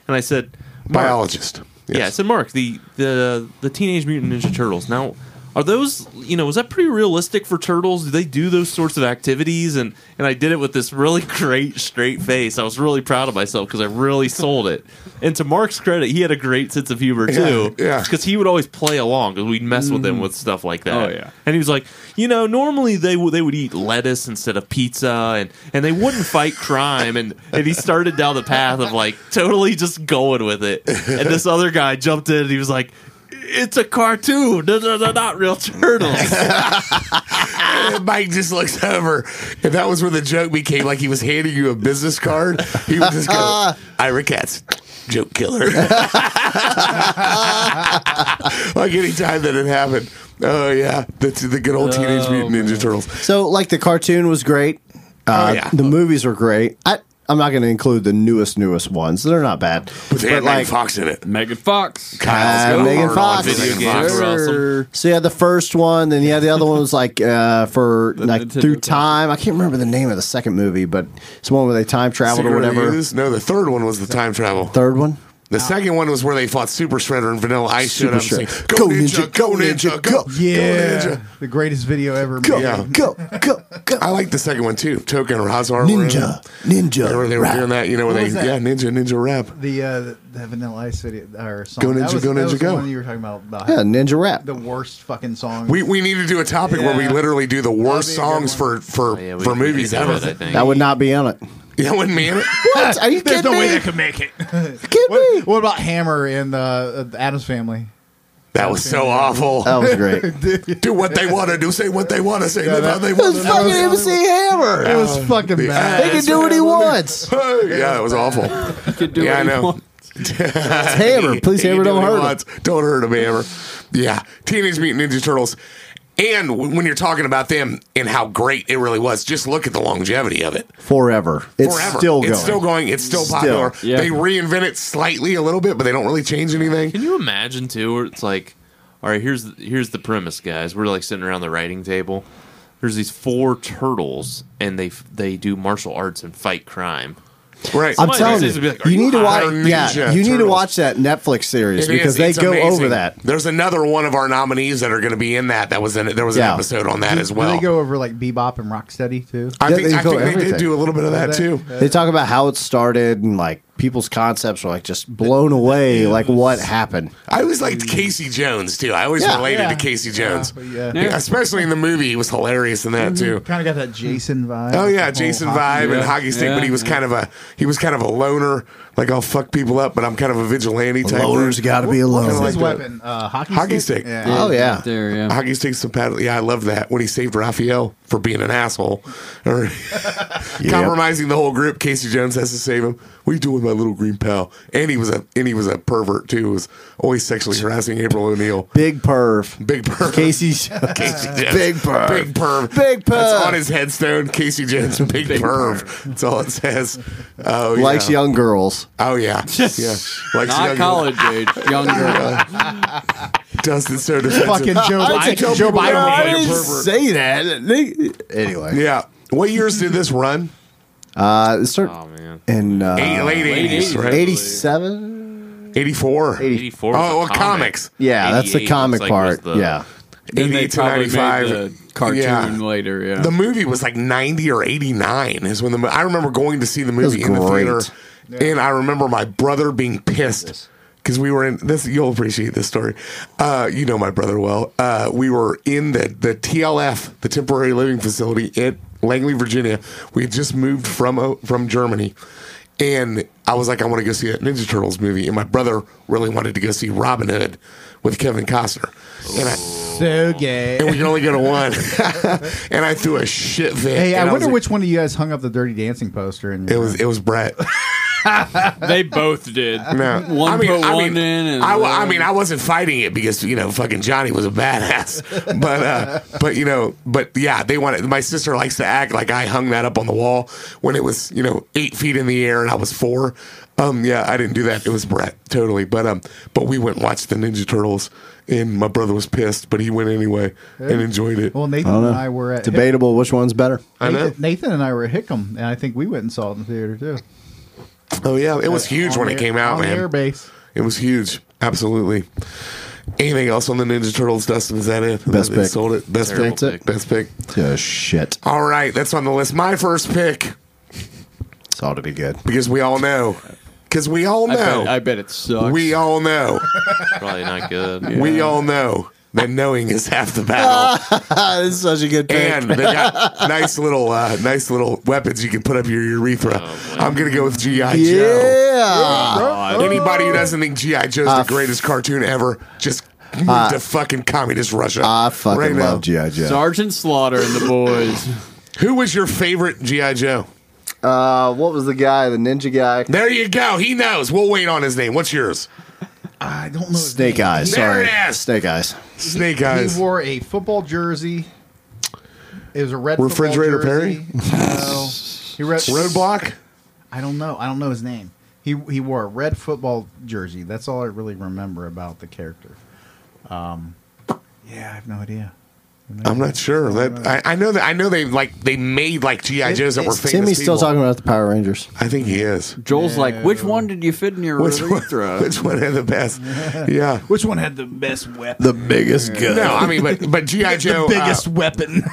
Speaker 3: And I said, Mark,
Speaker 1: Biologist.
Speaker 3: Yeah, I said Mark, the the the Teenage Mutant Ninja Turtles. Now, are those you know is that pretty realistic for turtles? Do they do those sorts of activities? And and I did it with this really <laughs> great straight face. I was really proud of myself because I really sold it. And to Mark's credit, he had a great sense of humor too.
Speaker 1: yeah.
Speaker 3: because he would always play along because we'd mess with him with stuff like that.
Speaker 6: Oh, yeah.
Speaker 3: and he was like, you know, normally they would they would eat lettuce instead of pizza, and and they wouldn't fight crime, and and he started down the path of like totally just going with it, and this other guy jumped in, and he was like. It's a cartoon. No, no, no, not real turtles.
Speaker 1: <laughs> And Mike just looks over, and that was where the joke became like he was handing you a business card. He would just
Speaker 4: <laughs>
Speaker 1: go, Ira Katz, joke killer. <laughs> like any time that it happened. Oh, yeah. The, the good old Teenage Mutant Ninja Turtles.
Speaker 4: So, like, the cartoon was great. Uh,
Speaker 1: Oh, yeah.
Speaker 4: The movies were great. I, I'm not going to include the newest, newest ones. They're not bad.
Speaker 1: But they had like, Fox in it.
Speaker 6: Megan Fox.
Speaker 1: Kyle's going
Speaker 4: uh, Megan
Speaker 1: hard on
Speaker 4: Fox.
Speaker 1: Megan
Speaker 3: <laughs> Video
Speaker 1: Fox.
Speaker 3: games are awesome.
Speaker 4: So you had the first one, then you had the other one was like uh, for like
Speaker 6: Nintendo
Speaker 4: through
Speaker 6: version.
Speaker 4: time. I can't remember the name of the second movie, but it's the one where they time traveled
Speaker 1: Secret
Speaker 4: or
Speaker 1: of the
Speaker 4: whatever.
Speaker 1: Ooze? No, the third one was the time travel.
Speaker 4: Third one.
Speaker 1: The second one was where they fought Super Shredder and Vanilla Ice showed
Speaker 4: Super
Speaker 1: up and
Speaker 4: Shredder.
Speaker 1: said, Go, ninja, go ninja, go.
Speaker 5: Yeah, the greatest video ever.
Speaker 4: Go,
Speaker 5: made.
Speaker 1: Yeah.
Speaker 4: go, go, go.
Speaker 1: I like the second one too. Token or Hazard.
Speaker 4: Ninja, ninja.
Speaker 1: Remember they were
Speaker 4: rap.
Speaker 1: doing that, you know, when
Speaker 5: What
Speaker 1: they,
Speaker 5: was that?
Speaker 1: yeah, ninja, ninja rap.
Speaker 5: The uh, the, the Vanilla Ice video or song.
Speaker 1: Go
Speaker 5: That
Speaker 1: Ninja,
Speaker 5: was-
Speaker 1: Go
Speaker 5: that
Speaker 1: Ninja,
Speaker 5: was the
Speaker 1: Go.
Speaker 5: one you were talking about. about
Speaker 4: Yeah,
Speaker 5: how-
Speaker 4: ninja rap.
Speaker 5: the worst fucking song.
Speaker 1: We, we need to do a topic where we
Speaker 5: Yeah.
Speaker 1: literally do the worst
Speaker 5: That'd be a good
Speaker 1: songs for for,
Speaker 3: Oh, Yeah, we-
Speaker 1: for
Speaker 3: we
Speaker 1: movies
Speaker 3: do that,
Speaker 1: ever. <laughs>
Speaker 3: I think.
Speaker 4: That would not be on it.
Speaker 1: That wouldn't mean it.
Speaker 4: What?
Speaker 1: <laughs>
Speaker 4: Are you kidding me?
Speaker 5: could make it.
Speaker 4: Kidding me?
Speaker 5: what, what about Hammer and uh, uh, the Adams Family?
Speaker 1: That was so awful.
Speaker 4: That
Speaker 1: <laughs>
Speaker 4: was great.
Speaker 1: do what they want to do, say what they want to say, live how they
Speaker 4: It
Speaker 1: want
Speaker 4: was
Speaker 1: to live.
Speaker 4: fucking MC Hammer.
Speaker 5: It was fucking
Speaker 1: the
Speaker 5: bad.
Speaker 4: He can do what he wants.
Speaker 1: Hey, <laughs> yeah, that was awful.
Speaker 6: You could do
Speaker 1: Yeah,
Speaker 6: what
Speaker 1: I
Speaker 6: you
Speaker 1: know.
Speaker 6: want.
Speaker 4: It's Hammer. Please,
Speaker 1: He can
Speaker 4: Hammer,
Speaker 1: do
Speaker 4: don't
Speaker 1: what he
Speaker 4: hurt him.
Speaker 1: wants. Don't hurt him, Hammer. Yeah, Teenage Mutant Ninja Turtles. And w- when you're talking about them and how great it really was, just look at the longevity of it.
Speaker 4: Forever. It's
Speaker 1: Forever.
Speaker 4: still going.
Speaker 1: It's still going. It's still popular.
Speaker 6: Yeah.
Speaker 1: They reinvent it slightly a little bit, but they don't really change anything.
Speaker 3: Can you imagine too? Where it's like, all right, here's here's the premise, guys. We're like sitting around the writing table. There's these four turtles, and they they do martial arts and fight crime.
Speaker 1: Right.
Speaker 4: I'm
Speaker 3: Somebody
Speaker 4: telling
Speaker 3: needs to be
Speaker 4: you,
Speaker 3: like, are
Speaker 4: you
Speaker 3: you
Speaker 4: need to watch.
Speaker 1: high?
Speaker 4: Yeah,
Speaker 1: Ninja
Speaker 4: you need to
Speaker 1: Turtles.
Speaker 4: watch that Netflix series
Speaker 1: It
Speaker 4: because
Speaker 1: is.
Speaker 4: they
Speaker 1: It's
Speaker 4: go
Speaker 1: amazing.
Speaker 4: over that.
Speaker 1: There's another one of our nominees that are going to be in that. That was in, there was an
Speaker 4: Yeah.
Speaker 1: episode on that as
Speaker 5: Do
Speaker 1: well.
Speaker 5: they go over like bebop and rocksteady too?
Speaker 1: I
Speaker 4: Yeah,
Speaker 1: think,
Speaker 4: they
Speaker 1: I
Speaker 4: go
Speaker 1: think they did
Speaker 4: everything.
Speaker 1: do a little bit of that too.
Speaker 4: They talk about how it started and like people's concepts are like just blown away. Like what happened?
Speaker 1: I always liked Casey Jones too. I always
Speaker 4: Mm. Yeah.
Speaker 1: related
Speaker 5: Yeah.
Speaker 1: to Casey Jones,
Speaker 5: Yeah,
Speaker 1: Yeah, especially in the movie. He was hilarious in that too.
Speaker 5: kind of got that Jason vibe.
Speaker 1: Oh
Speaker 5: with the
Speaker 1: yeah,
Speaker 5: whole
Speaker 1: Jason
Speaker 5: hockey-
Speaker 1: Vibe and
Speaker 6: Yeah.
Speaker 1: Hockey Stick, but he
Speaker 6: Yeah.
Speaker 1: was kind of a he was kind of a loner. Like I'll fuck people up, but I'm kind of a vigilante type. dude.
Speaker 4: got to be
Speaker 5: What was
Speaker 1: I like
Speaker 5: his
Speaker 1: that.
Speaker 5: weapon? Uh, hockey,
Speaker 1: Hockey stick.
Speaker 5: Yeah.
Speaker 4: Oh yeah,
Speaker 6: There, yeah.
Speaker 1: Hockey Stick's compatible. Yeah, I love that when he saved Raphael for being an asshole or <laughs> compromising the whole group. Casey Jones has to save him. What are you doing, with my little green pal? And he was a and he was a pervert too. He was always sexually harassing April O'Neil.
Speaker 4: big perv.
Speaker 1: Big pervert.
Speaker 4: Casey's
Speaker 1: Casey Jones.
Speaker 4: big perv.
Speaker 1: Big perv.
Speaker 4: Big
Speaker 1: That's
Speaker 4: perv.
Speaker 1: on his headstone. Casey Jones, big, perv. That's all it says. Oh,
Speaker 4: likes
Speaker 1: yeah.
Speaker 4: young girls.
Speaker 1: Oh, yeah. Yeah. Likes
Speaker 6: Not
Speaker 1: young.
Speaker 6: college age,
Speaker 1: <laughs>
Speaker 6: young girl.
Speaker 1: Does it so defensive. <laughs>
Speaker 5: Fucking Joe Biden.
Speaker 1: Joe
Speaker 5: Joe
Speaker 1: Biden.
Speaker 5: Biden.
Speaker 1: I
Speaker 4: I
Speaker 1: didn't
Speaker 4: didn't say that. anyway,
Speaker 1: Yeah. What years did this run?
Speaker 4: uh, it started
Speaker 3: Oh man,
Speaker 4: in uh,
Speaker 1: Eight, late 80s, right?
Speaker 4: 87?
Speaker 1: 84.
Speaker 3: 84.
Speaker 1: Oh, well, comics.
Speaker 4: Yeah, that's the
Speaker 3: 88
Speaker 4: comic
Speaker 3: looks like was
Speaker 4: part.
Speaker 3: the-
Speaker 4: yeah.
Speaker 6: Then they
Speaker 1: 88 to
Speaker 6: probably made
Speaker 1: 95.
Speaker 6: the cartoon
Speaker 1: Yeah.
Speaker 6: later. Yeah.
Speaker 1: The movie was like 90 or 89 is when the mo- I remember going to see the
Speaker 4: was
Speaker 1: movie in the
Speaker 4: great.
Speaker 1: theater and I remember my brother being pissed cuz we were in this you'll appreciate this story. Uh you know my brother well. Uh we were in the the TLF, the temporary living facility at Langley, Virginia. We had just moved from uh, from Germany. And I was like, I want to go see that Ninja Turtles movie. And my brother really wanted to go see Robin Hood with Kevin Costner. And I,
Speaker 5: So gay.
Speaker 1: and we can only go to
Speaker 5: <laughs>
Speaker 1: one. and I threw a shit fit.
Speaker 5: Hey,
Speaker 1: And
Speaker 5: I wonder
Speaker 1: was like-
Speaker 5: which one of you guys hung up the Dirty Dancing poster. And uh,
Speaker 1: It was it was Brett.
Speaker 6: they both
Speaker 1: <laughs>
Speaker 6: did.
Speaker 1: No,
Speaker 6: <laughs> One put one in and
Speaker 1: I, wa-
Speaker 6: one-
Speaker 1: I mean, I wasn't fighting it because you know, fucking Johnny was a badass. <laughs> But uh, but you know, but yeah, they wanted. My sister likes to act like I hung that up on the wall when it was you know eight feet in the air and I was four. Um, yeah, I didn't do that. It was Brett totally. But um, but we went and watched the Ninja Turtles, and my brother was pissed, but he went anyway and enjoyed it.
Speaker 5: well, Nathan and I were at
Speaker 4: Debatable which one's better.
Speaker 1: I know.
Speaker 5: Nathan, Nathan and I were at Hickam, and I think we went and saw it in the theater too.
Speaker 1: Oh yeah, it was huge
Speaker 5: On
Speaker 1: when
Speaker 5: the
Speaker 1: it
Speaker 5: air-
Speaker 1: came out,
Speaker 5: on
Speaker 1: man.
Speaker 5: The airbase.
Speaker 1: It was huge. Absolutely. Anything else on the Ninja Turtles, Dustin? Is that it?
Speaker 4: Best
Speaker 1: They
Speaker 4: pick.
Speaker 1: Sold it. Best pick.
Speaker 4: That's it.
Speaker 1: Best pick.
Speaker 4: Yeah, Oh, shit.
Speaker 1: All right, that's on the list. My first pick,
Speaker 4: It's ought to be good.
Speaker 1: because we all know. Because we all
Speaker 6: I, bet, I
Speaker 1: know.
Speaker 6: bet it sucks.
Speaker 1: We all know.
Speaker 3: probably
Speaker 1: <laughs>
Speaker 3: not good.
Speaker 1: We all know that knowing is half the battle.
Speaker 4: <laughs> this is such a good
Speaker 1: and they got nice little uh, nice little weapons you can put up your urethra.
Speaker 3: Oh, boy.
Speaker 1: I'm going to go with G.I. Joe.
Speaker 4: Yeah.
Speaker 1: Anybody who doesn't think G.I. Joe's the greatest cartoon ever, just move to fucking communist Russia.
Speaker 4: I fucking
Speaker 1: Right now.
Speaker 4: love G.I. Joe.
Speaker 6: Sergeant Slaughter and the boys.
Speaker 1: Who was your favorite G.I. Joe?
Speaker 4: Uh, what was the guy, the ninja guy?
Speaker 1: There you go. He knows. We'll wait on his name. What's yours?
Speaker 5: I don't know. his
Speaker 4: Snake
Speaker 5: name.
Speaker 4: Eyes.
Speaker 1: There
Speaker 4: Sorry.
Speaker 1: it is.
Speaker 4: Snake Eyes.
Speaker 1: Snake
Speaker 5: He
Speaker 1: Eyes.
Speaker 5: wore a football jersey. It was a red
Speaker 1: Refrigerator
Speaker 5: football jersey. No, he read,
Speaker 1: <laughs> Roadblock?
Speaker 5: I don't know. I don't know his name. He he wore a red football jersey. That's all I really remember about the character. Um, yeah, I have no idea.
Speaker 1: I'm not sure that I, I know that I know they like they made like GI Joes that were famous.
Speaker 4: Timmy's
Speaker 1: people.
Speaker 4: still talking about the Power Rangers.
Speaker 1: I think he is.
Speaker 6: Joel's like, which one did you fit in your
Speaker 1: Which one,
Speaker 6: urethra?
Speaker 1: which one had the best? Yeah.
Speaker 5: Which one had the best weapon?
Speaker 4: The biggest gun.
Speaker 1: No, I mean,
Speaker 5: <laughs>
Speaker 1: but but GI Joe,
Speaker 5: the
Speaker 1: uh,
Speaker 5: biggest weapon.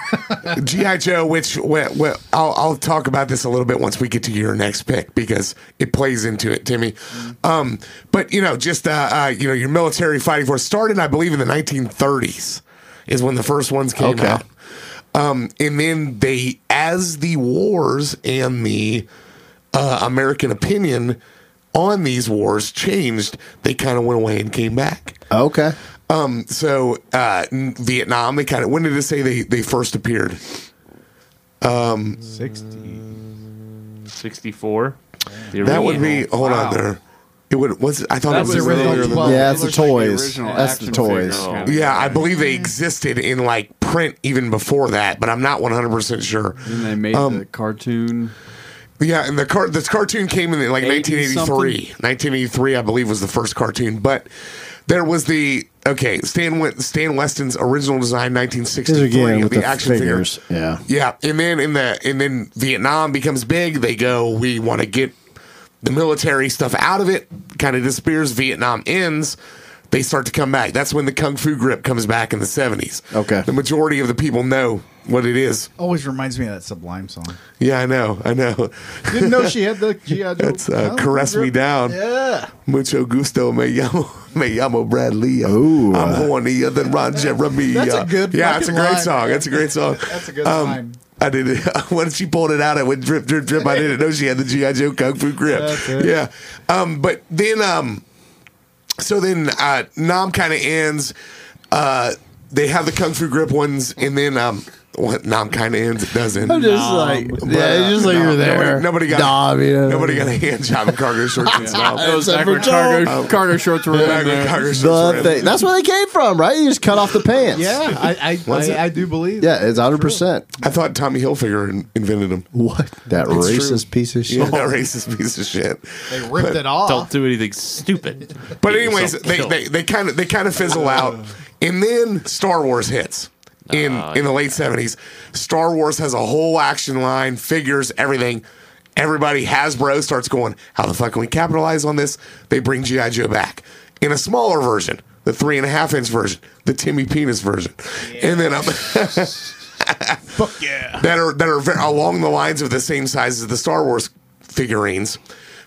Speaker 5: <laughs>
Speaker 1: GI Joe, which well, well, I'll I'll talk about this a little bit once we get to your next pick because it plays into it, Timmy. Um, but you know, just uh, uh, you know, your military fighting force started, I believe, in the 1930s is when the first ones came
Speaker 4: Okay.
Speaker 1: out. Um, and then they, as the wars and the uh, American opinion on these wars changed, they kind of went away and came back.
Speaker 4: Okay.
Speaker 1: Um, so uh, n- Vietnam, they kind of when did it say they they first appeared?
Speaker 5: 60.
Speaker 3: 64.
Speaker 1: That would be hold on there. It would was I thought it
Speaker 6: That
Speaker 1: was
Speaker 6: was
Speaker 1: earlier
Speaker 6: original
Speaker 1: than
Speaker 6: twelve.
Speaker 1: that.
Speaker 4: yeah, that's the
Speaker 6: looks like the
Speaker 4: toys.
Speaker 6: original
Speaker 4: that's the
Speaker 6: action
Speaker 4: toys.
Speaker 6: figure. Oh.
Speaker 1: Yeah, I believe
Speaker 4: Mm.
Speaker 1: they existed in like print even before that, but I'm not 100 percent sure.
Speaker 6: And they made
Speaker 1: Um,
Speaker 6: the cartoon.
Speaker 1: Yeah, and the car this cartoon came in like
Speaker 6: 80 something?
Speaker 1: 1983. 1983, I believe, was the first cartoon. But there was the okay Stan Wen- Stan Weston's original design,
Speaker 4: These are
Speaker 1: 1963,
Speaker 4: getting
Speaker 1: of
Speaker 4: with
Speaker 1: the,
Speaker 4: the,
Speaker 1: action figure.
Speaker 4: figures. Yeah.
Speaker 1: Yeah, and then in the and then Vietnam becomes big. They go, we want to get the military stuff out of it. Kind of disappears. Vietnam ends. They start to come back. That's when the kung fu grip comes back in the seventies.
Speaker 4: Okay.
Speaker 1: the majority of the people know what it is.
Speaker 5: Always reminds me of that Sublime song.
Speaker 1: Yeah, I know, I know. <laughs>
Speaker 5: Didn't know she had the GI Joe.
Speaker 1: That's uh, caress me down. <laughs>
Speaker 5: Yeah.
Speaker 1: Mucho gusto, me llamo, <laughs> me llamo Brad Lee.
Speaker 4: Ooh.
Speaker 1: I'm hornier than Ron Jeremy.
Speaker 5: <laughs> That's a good
Speaker 1: Yeah, it's a
Speaker 5: fucking
Speaker 1: great
Speaker 5: line.
Speaker 1: song. It's a great song.
Speaker 5: <laughs>
Speaker 1: Um,
Speaker 5: That's a good line.
Speaker 1: I did it. <laughs> When she pulled it out, it went drip, drip, drip. I didn't know she had the GI Joe kung fu grip.
Speaker 5: That's it.
Speaker 1: Yeah, um, but then, um, so then uh, Nam kind of ends. Uh, they have the kung fu grip ones, and then um, what Nam kind of ends. It doesn't.
Speaker 4: I'm just like, yeah, it's just like
Speaker 1: no,
Speaker 4: you're there.
Speaker 1: nobody- nobody got-
Speaker 4: Nah, you know,
Speaker 1: Nobody got a hand job in cargo
Speaker 5: <laughs>
Speaker 1: shorts and stuff.
Speaker 6: Those
Speaker 4: Except for
Speaker 6: backward cargo,
Speaker 1: Joel.
Speaker 6: cargo shorts were in
Speaker 1: Cargo
Speaker 6: there.
Speaker 1: Oh. shorts were
Speaker 4: the
Speaker 1: in.
Speaker 4: thing. That's where they came from, right? You just cut off the pants.
Speaker 5: Yeah, I I,
Speaker 1: it?
Speaker 5: I, I do believe.
Speaker 4: Yeah, it's 100%.
Speaker 1: I thought Tommy Hilfiger in- invented them.
Speaker 4: What? That
Speaker 1: It's
Speaker 4: racist
Speaker 1: true.
Speaker 4: piece of shit.
Speaker 1: Yeah, <laughs> that racist piece of shit.
Speaker 5: They ripped it off.
Speaker 3: Don't do anything stupid.
Speaker 1: But
Speaker 3: Get
Speaker 1: anyways,
Speaker 3: yourself
Speaker 1: they
Speaker 3: killed.
Speaker 1: they they kind of they kind of fizzle
Speaker 4: <sighs>
Speaker 1: out, and then Star Wars hits in
Speaker 6: Oh,
Speaker 1: in the late seventies. Star Wars has a whole action line, figures, everything. Everybody Hasbro starts going, how the fuck can we capitalize on this? They bring GI Joe back in a smaller version, the three and a half inch version, the Timmy Penis version, and
Speaker 6: <laughs>
Speaker 1: then up.
Speaker 5: Fuck yeah.
Speaker 1: that are that are ver along the lines of the same size as the Star Wars figurines.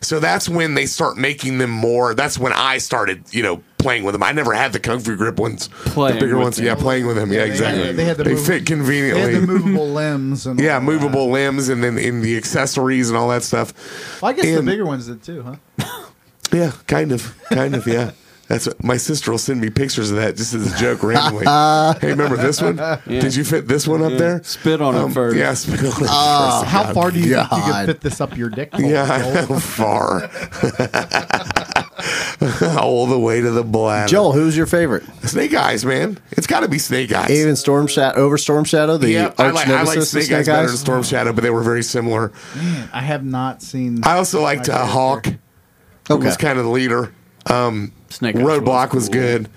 Speaker 1: So that's when they start making them more. That's when I started, you know, playing with them. I never had the Kung Fu grip ones,
Speaker 6: Playing
Speaker 1: the bigger
Speaker 6: with
Speaker 1: ones. Yeah, playing with them. Yeah,
Speaker 5: they had-
Speaker 1: exactly.
Speaker 5: they had the move-
Speaker 1: fit
Speaker 5: They
Speaker 1: conveniently.
Speaker 5: had the movable limbs and
Speaker 1: yeah,
Speaker 5: all that.
Speaker 1: movable limbs and then in the accessories and all that stuff.
Speaker 5: Well, I guess the
Speaker 1: and-
Speaker 5: bigger ones did too, huh?
Speaker 1: Yeah, kind of, kind of. Yeah, that's what, my sister will send me pictures of that just as a joke
Speaker 5: <laughs>
Speaker 1: randomly. hey, remember this one? Did you fit this one up there? Um,
Speaker 6: Spit on it first.
Speaker 1: Yeah, spit on it first.
Speaker 5: Ah, How far do you think you
Speaker 4: God.
Speaker 5: could fit this up your dick? Oh, hole,
Speaker 1: Yeah, I
Speaker 5: Joel?
Speaker 1: know, far. <laughs> All the way to the bladder.
Speaker 4: Joel, who's your favorite?
Speaker 1: Snake Eyes, man. It's got to be Snake Eyes.
Speaker 4: Even Storm Shadow, over Storm Shadow, the
Speaker 1: yeah,
Speaker 4: arch
Speaker 1: I like, I
Speaker 4: nemesis
Speaker 1: like
Speaker 4: of
Speaker 1: Snake, Eyes better than Storm Shadow, but they were very similar.
Speaker 5: I have not seen.
Speaker 1: I also liked uh, Hawk, who
Speaker 4: Okay.
Speaker 1: was kind of the leader. Um,
Speaker 6: Snake Eyes
Speaker 1: Roadblock was
Speaker 6: cool.
Speaker 1: good.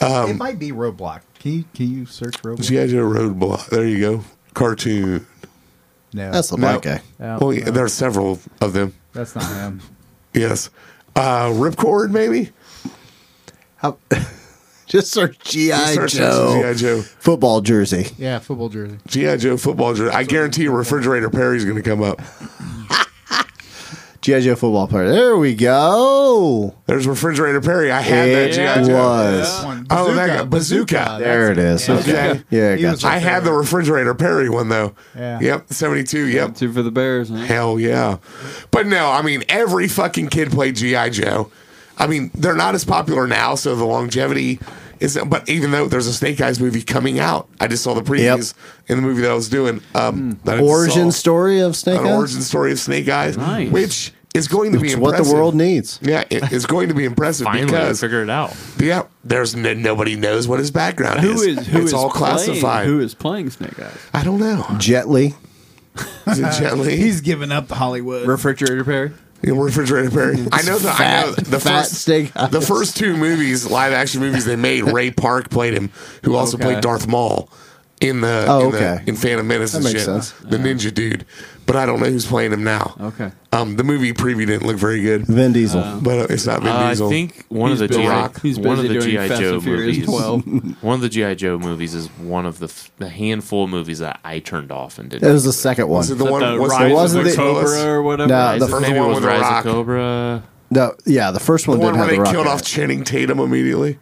Speaker 5: it might be Roblox. Can you can you search Roblox?
Speaker 1: G.I. Joe Roadblock. There you go. Cartoon.
Speaker 5: No,
Speaker 4: That's the
Speaker 1: No.
Speaker 4: black guy.
Speaker 5: Yeah,
Speaker 1: well, yeah,
Speaker 5: no.
Speaker 1: there are several of them.
Speaker 5: that's not him.
Speaker 1: Yes. Uh, Ripcord, maybe?
Speaker 4: How- <laughs> just search G.I.
Speaker 1: Search- search G.I.
Speaker 4: Joe
Speaker 1: Joe.
Speaker 4: football jersey.
Speaker 5: Yeah, football jersey.
Speaker 1: G.I. Joe football jersey. I guarantee you, Refrigerator Perry's going to come up.
Speaker 4: G.I. Joe football player. There we go.
Speaker 1: There's Refrigerator Perry. I had
Speaker 4: It
Speaker 1: that GI Joe.
Speaker 4: was.
Speaker 5: One,
Speaker 1: Oh, that guy, Bazooka.
Speaker 4: There it is.
Speaker 1: Okay.
Speaker 4: Yeah, I
Speaker 5: He
Speaker 4: got
Speaker 5: was
Speaker 4: you.
Speaker 1: I had the Refrigerator Perry one though.
Speaker 5: Yeah.
Speaker 1: Yep. Seventy two. Yep.
Speaker 6: Two for the Bears. Huh?
Speaker 1: Hell yeah. But no, I mean every fucking kid played GI Joe. I mean they're not as popular now, so the longevity is. But even though there's a Snake Eyes movie coming out, I just saw the previews in the movie that I was doing. Um, that I just
Speaker 4: origin
Speaker 1: saw.
Speaker 4: story of Snake
Speaker 1: An
Speaker 4: Eyes?
Speaker 1: origin story of Snake Eyes,
Speaker 6: Nice.
Speaker 1: which is going to be
Speaker 4: It's what
Speaker 1: impressive.
Speaker 4: the world needs.
Speaker 1: Yeah, it- it's going to be impressive
Speaker 3: Finally, I
Speaker 1: because
Speaker 3: figure it out.
Speaker 1: Yeah, there's no, nobody knows what his background
Speaker 6: Who
Speaker 1: is.
Speaker 6: is who
Speaker 1: it's
Speaker 6: is
Speaker 1: all
Speaker 6: playing-
Speaker 1: classified.
Speaker 6: Who is playing Snake Eyes?
Speaker 1: I don't know.
Speaker 4: Jet Li.
Speaker 1: Is it Jet Li?
Speaker 5: He's giving up the Hollywood.
Speaker 6: Refrigerator Perry.
Speaker 1: You know, refrigerator Perry. I know the I know the
Speaker 4: fat
Speaker 1: first
Speaker 4: steak.
Speaker 1: the first two movies, live action movies they made. Ray Park played him, who also
Speaker 6: Okay.
Speaker 1: played Darth Maul in the,
Speaker 4: Oh,
Speaker 1: in, the-
Speaker 4: okay.
Speaker 1: in Phantom Menace
Speaker 4: That
Speaker 1: and
Speaker 4: makes
Speaker 1: shit.
Speaker 4: sense.
Speaker 1: The ninja dude, but I don't know who's playing him now.
Speaker 6: Okay.
Speaker 1: Um, the movie preview didn't look very good,
Speaker 4: Vin Diesel.
Speaker 1: but uh, it's not Vin
Speaker 3: Uh, I
Speaker 1: Diesel.
Speaker 3: think one
Speaker 6: He's
Speaker 3: of the
Speaker 6: busy-
Speaker 3: GI
Speaker 6: Rock. he's
Speaker 3: one of
Speaker 6: busy
Speaker 3: the
Speaker 6: doing
Speaker 3: GI
Speaker 6: Fast
Speaker 3: Joe
Speaker 6: and Furious
Speaker 3: movies.
Speaker 6: 12.
Speaker 3: <laughs> one of the GI Joe movies is one of the f- the handful of movies that I turned off and
Speaker 4: it
Speaker 3: didn't.
Speaker 4: was the second one.
Speaker 1: Is it the one?
Speaker 6: the
Speaker 1: what's
Speaker 6: Rise
Speaker 1: the,
Speaker 4: of
Speaker 1: what's
Speaker 4: the
Speaker 1: the-
Speaker 6: Cobra or whatever.
Speaker 4: No,
Speaker 6: Rise
Speaker 4: the
Speaker 6: of-
Speaker 1: first
Speaker 3: Maybe
Speaker 1: one
Speaker 3: it was
Speaker 1: with the
Speaker 3: Rise
Speaker 1: Rock.
Speaker 3: of Cobra.
Speaker 4: no, yeah, the first one
Speaker 1: The
Speaker 4: didn't
Speaker 1: one where
Speaker 4: have
Speaker 1: they
Speaker 4: the rock.
Speaker 1: killed
Speaker 4: in it.
Speaker 1: off Channing Tatum immediately.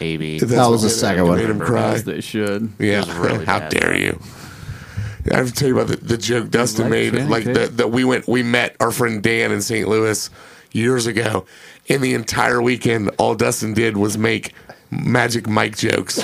Speaker 3: Maybe
Speaker 1: That's
Speaker 4: That was the
Speaker 1: what
Speaker 4: second one.
Speaker 1: Made him cry.
Speaker 6: As they should.
Speaker 1: Yeah,
Speaker 3: It was really
Speaker 1: <laughs> how
Speaker 3: bad.
Speaker 1: dare you? I have to tell you about the, the joke Dustin
Speaker 6: like
Speaker 1: made.
Speaker 6: Channing
Speaker 1: Like
Speaker 6: Tatum?
Speaker 1: that, that we went, we met our friend Dan in St. Louis years ago, and the entire weekend, all Dustin did was make Magic Mike
Speaker 4: <laughs>
Speaker 1: jokes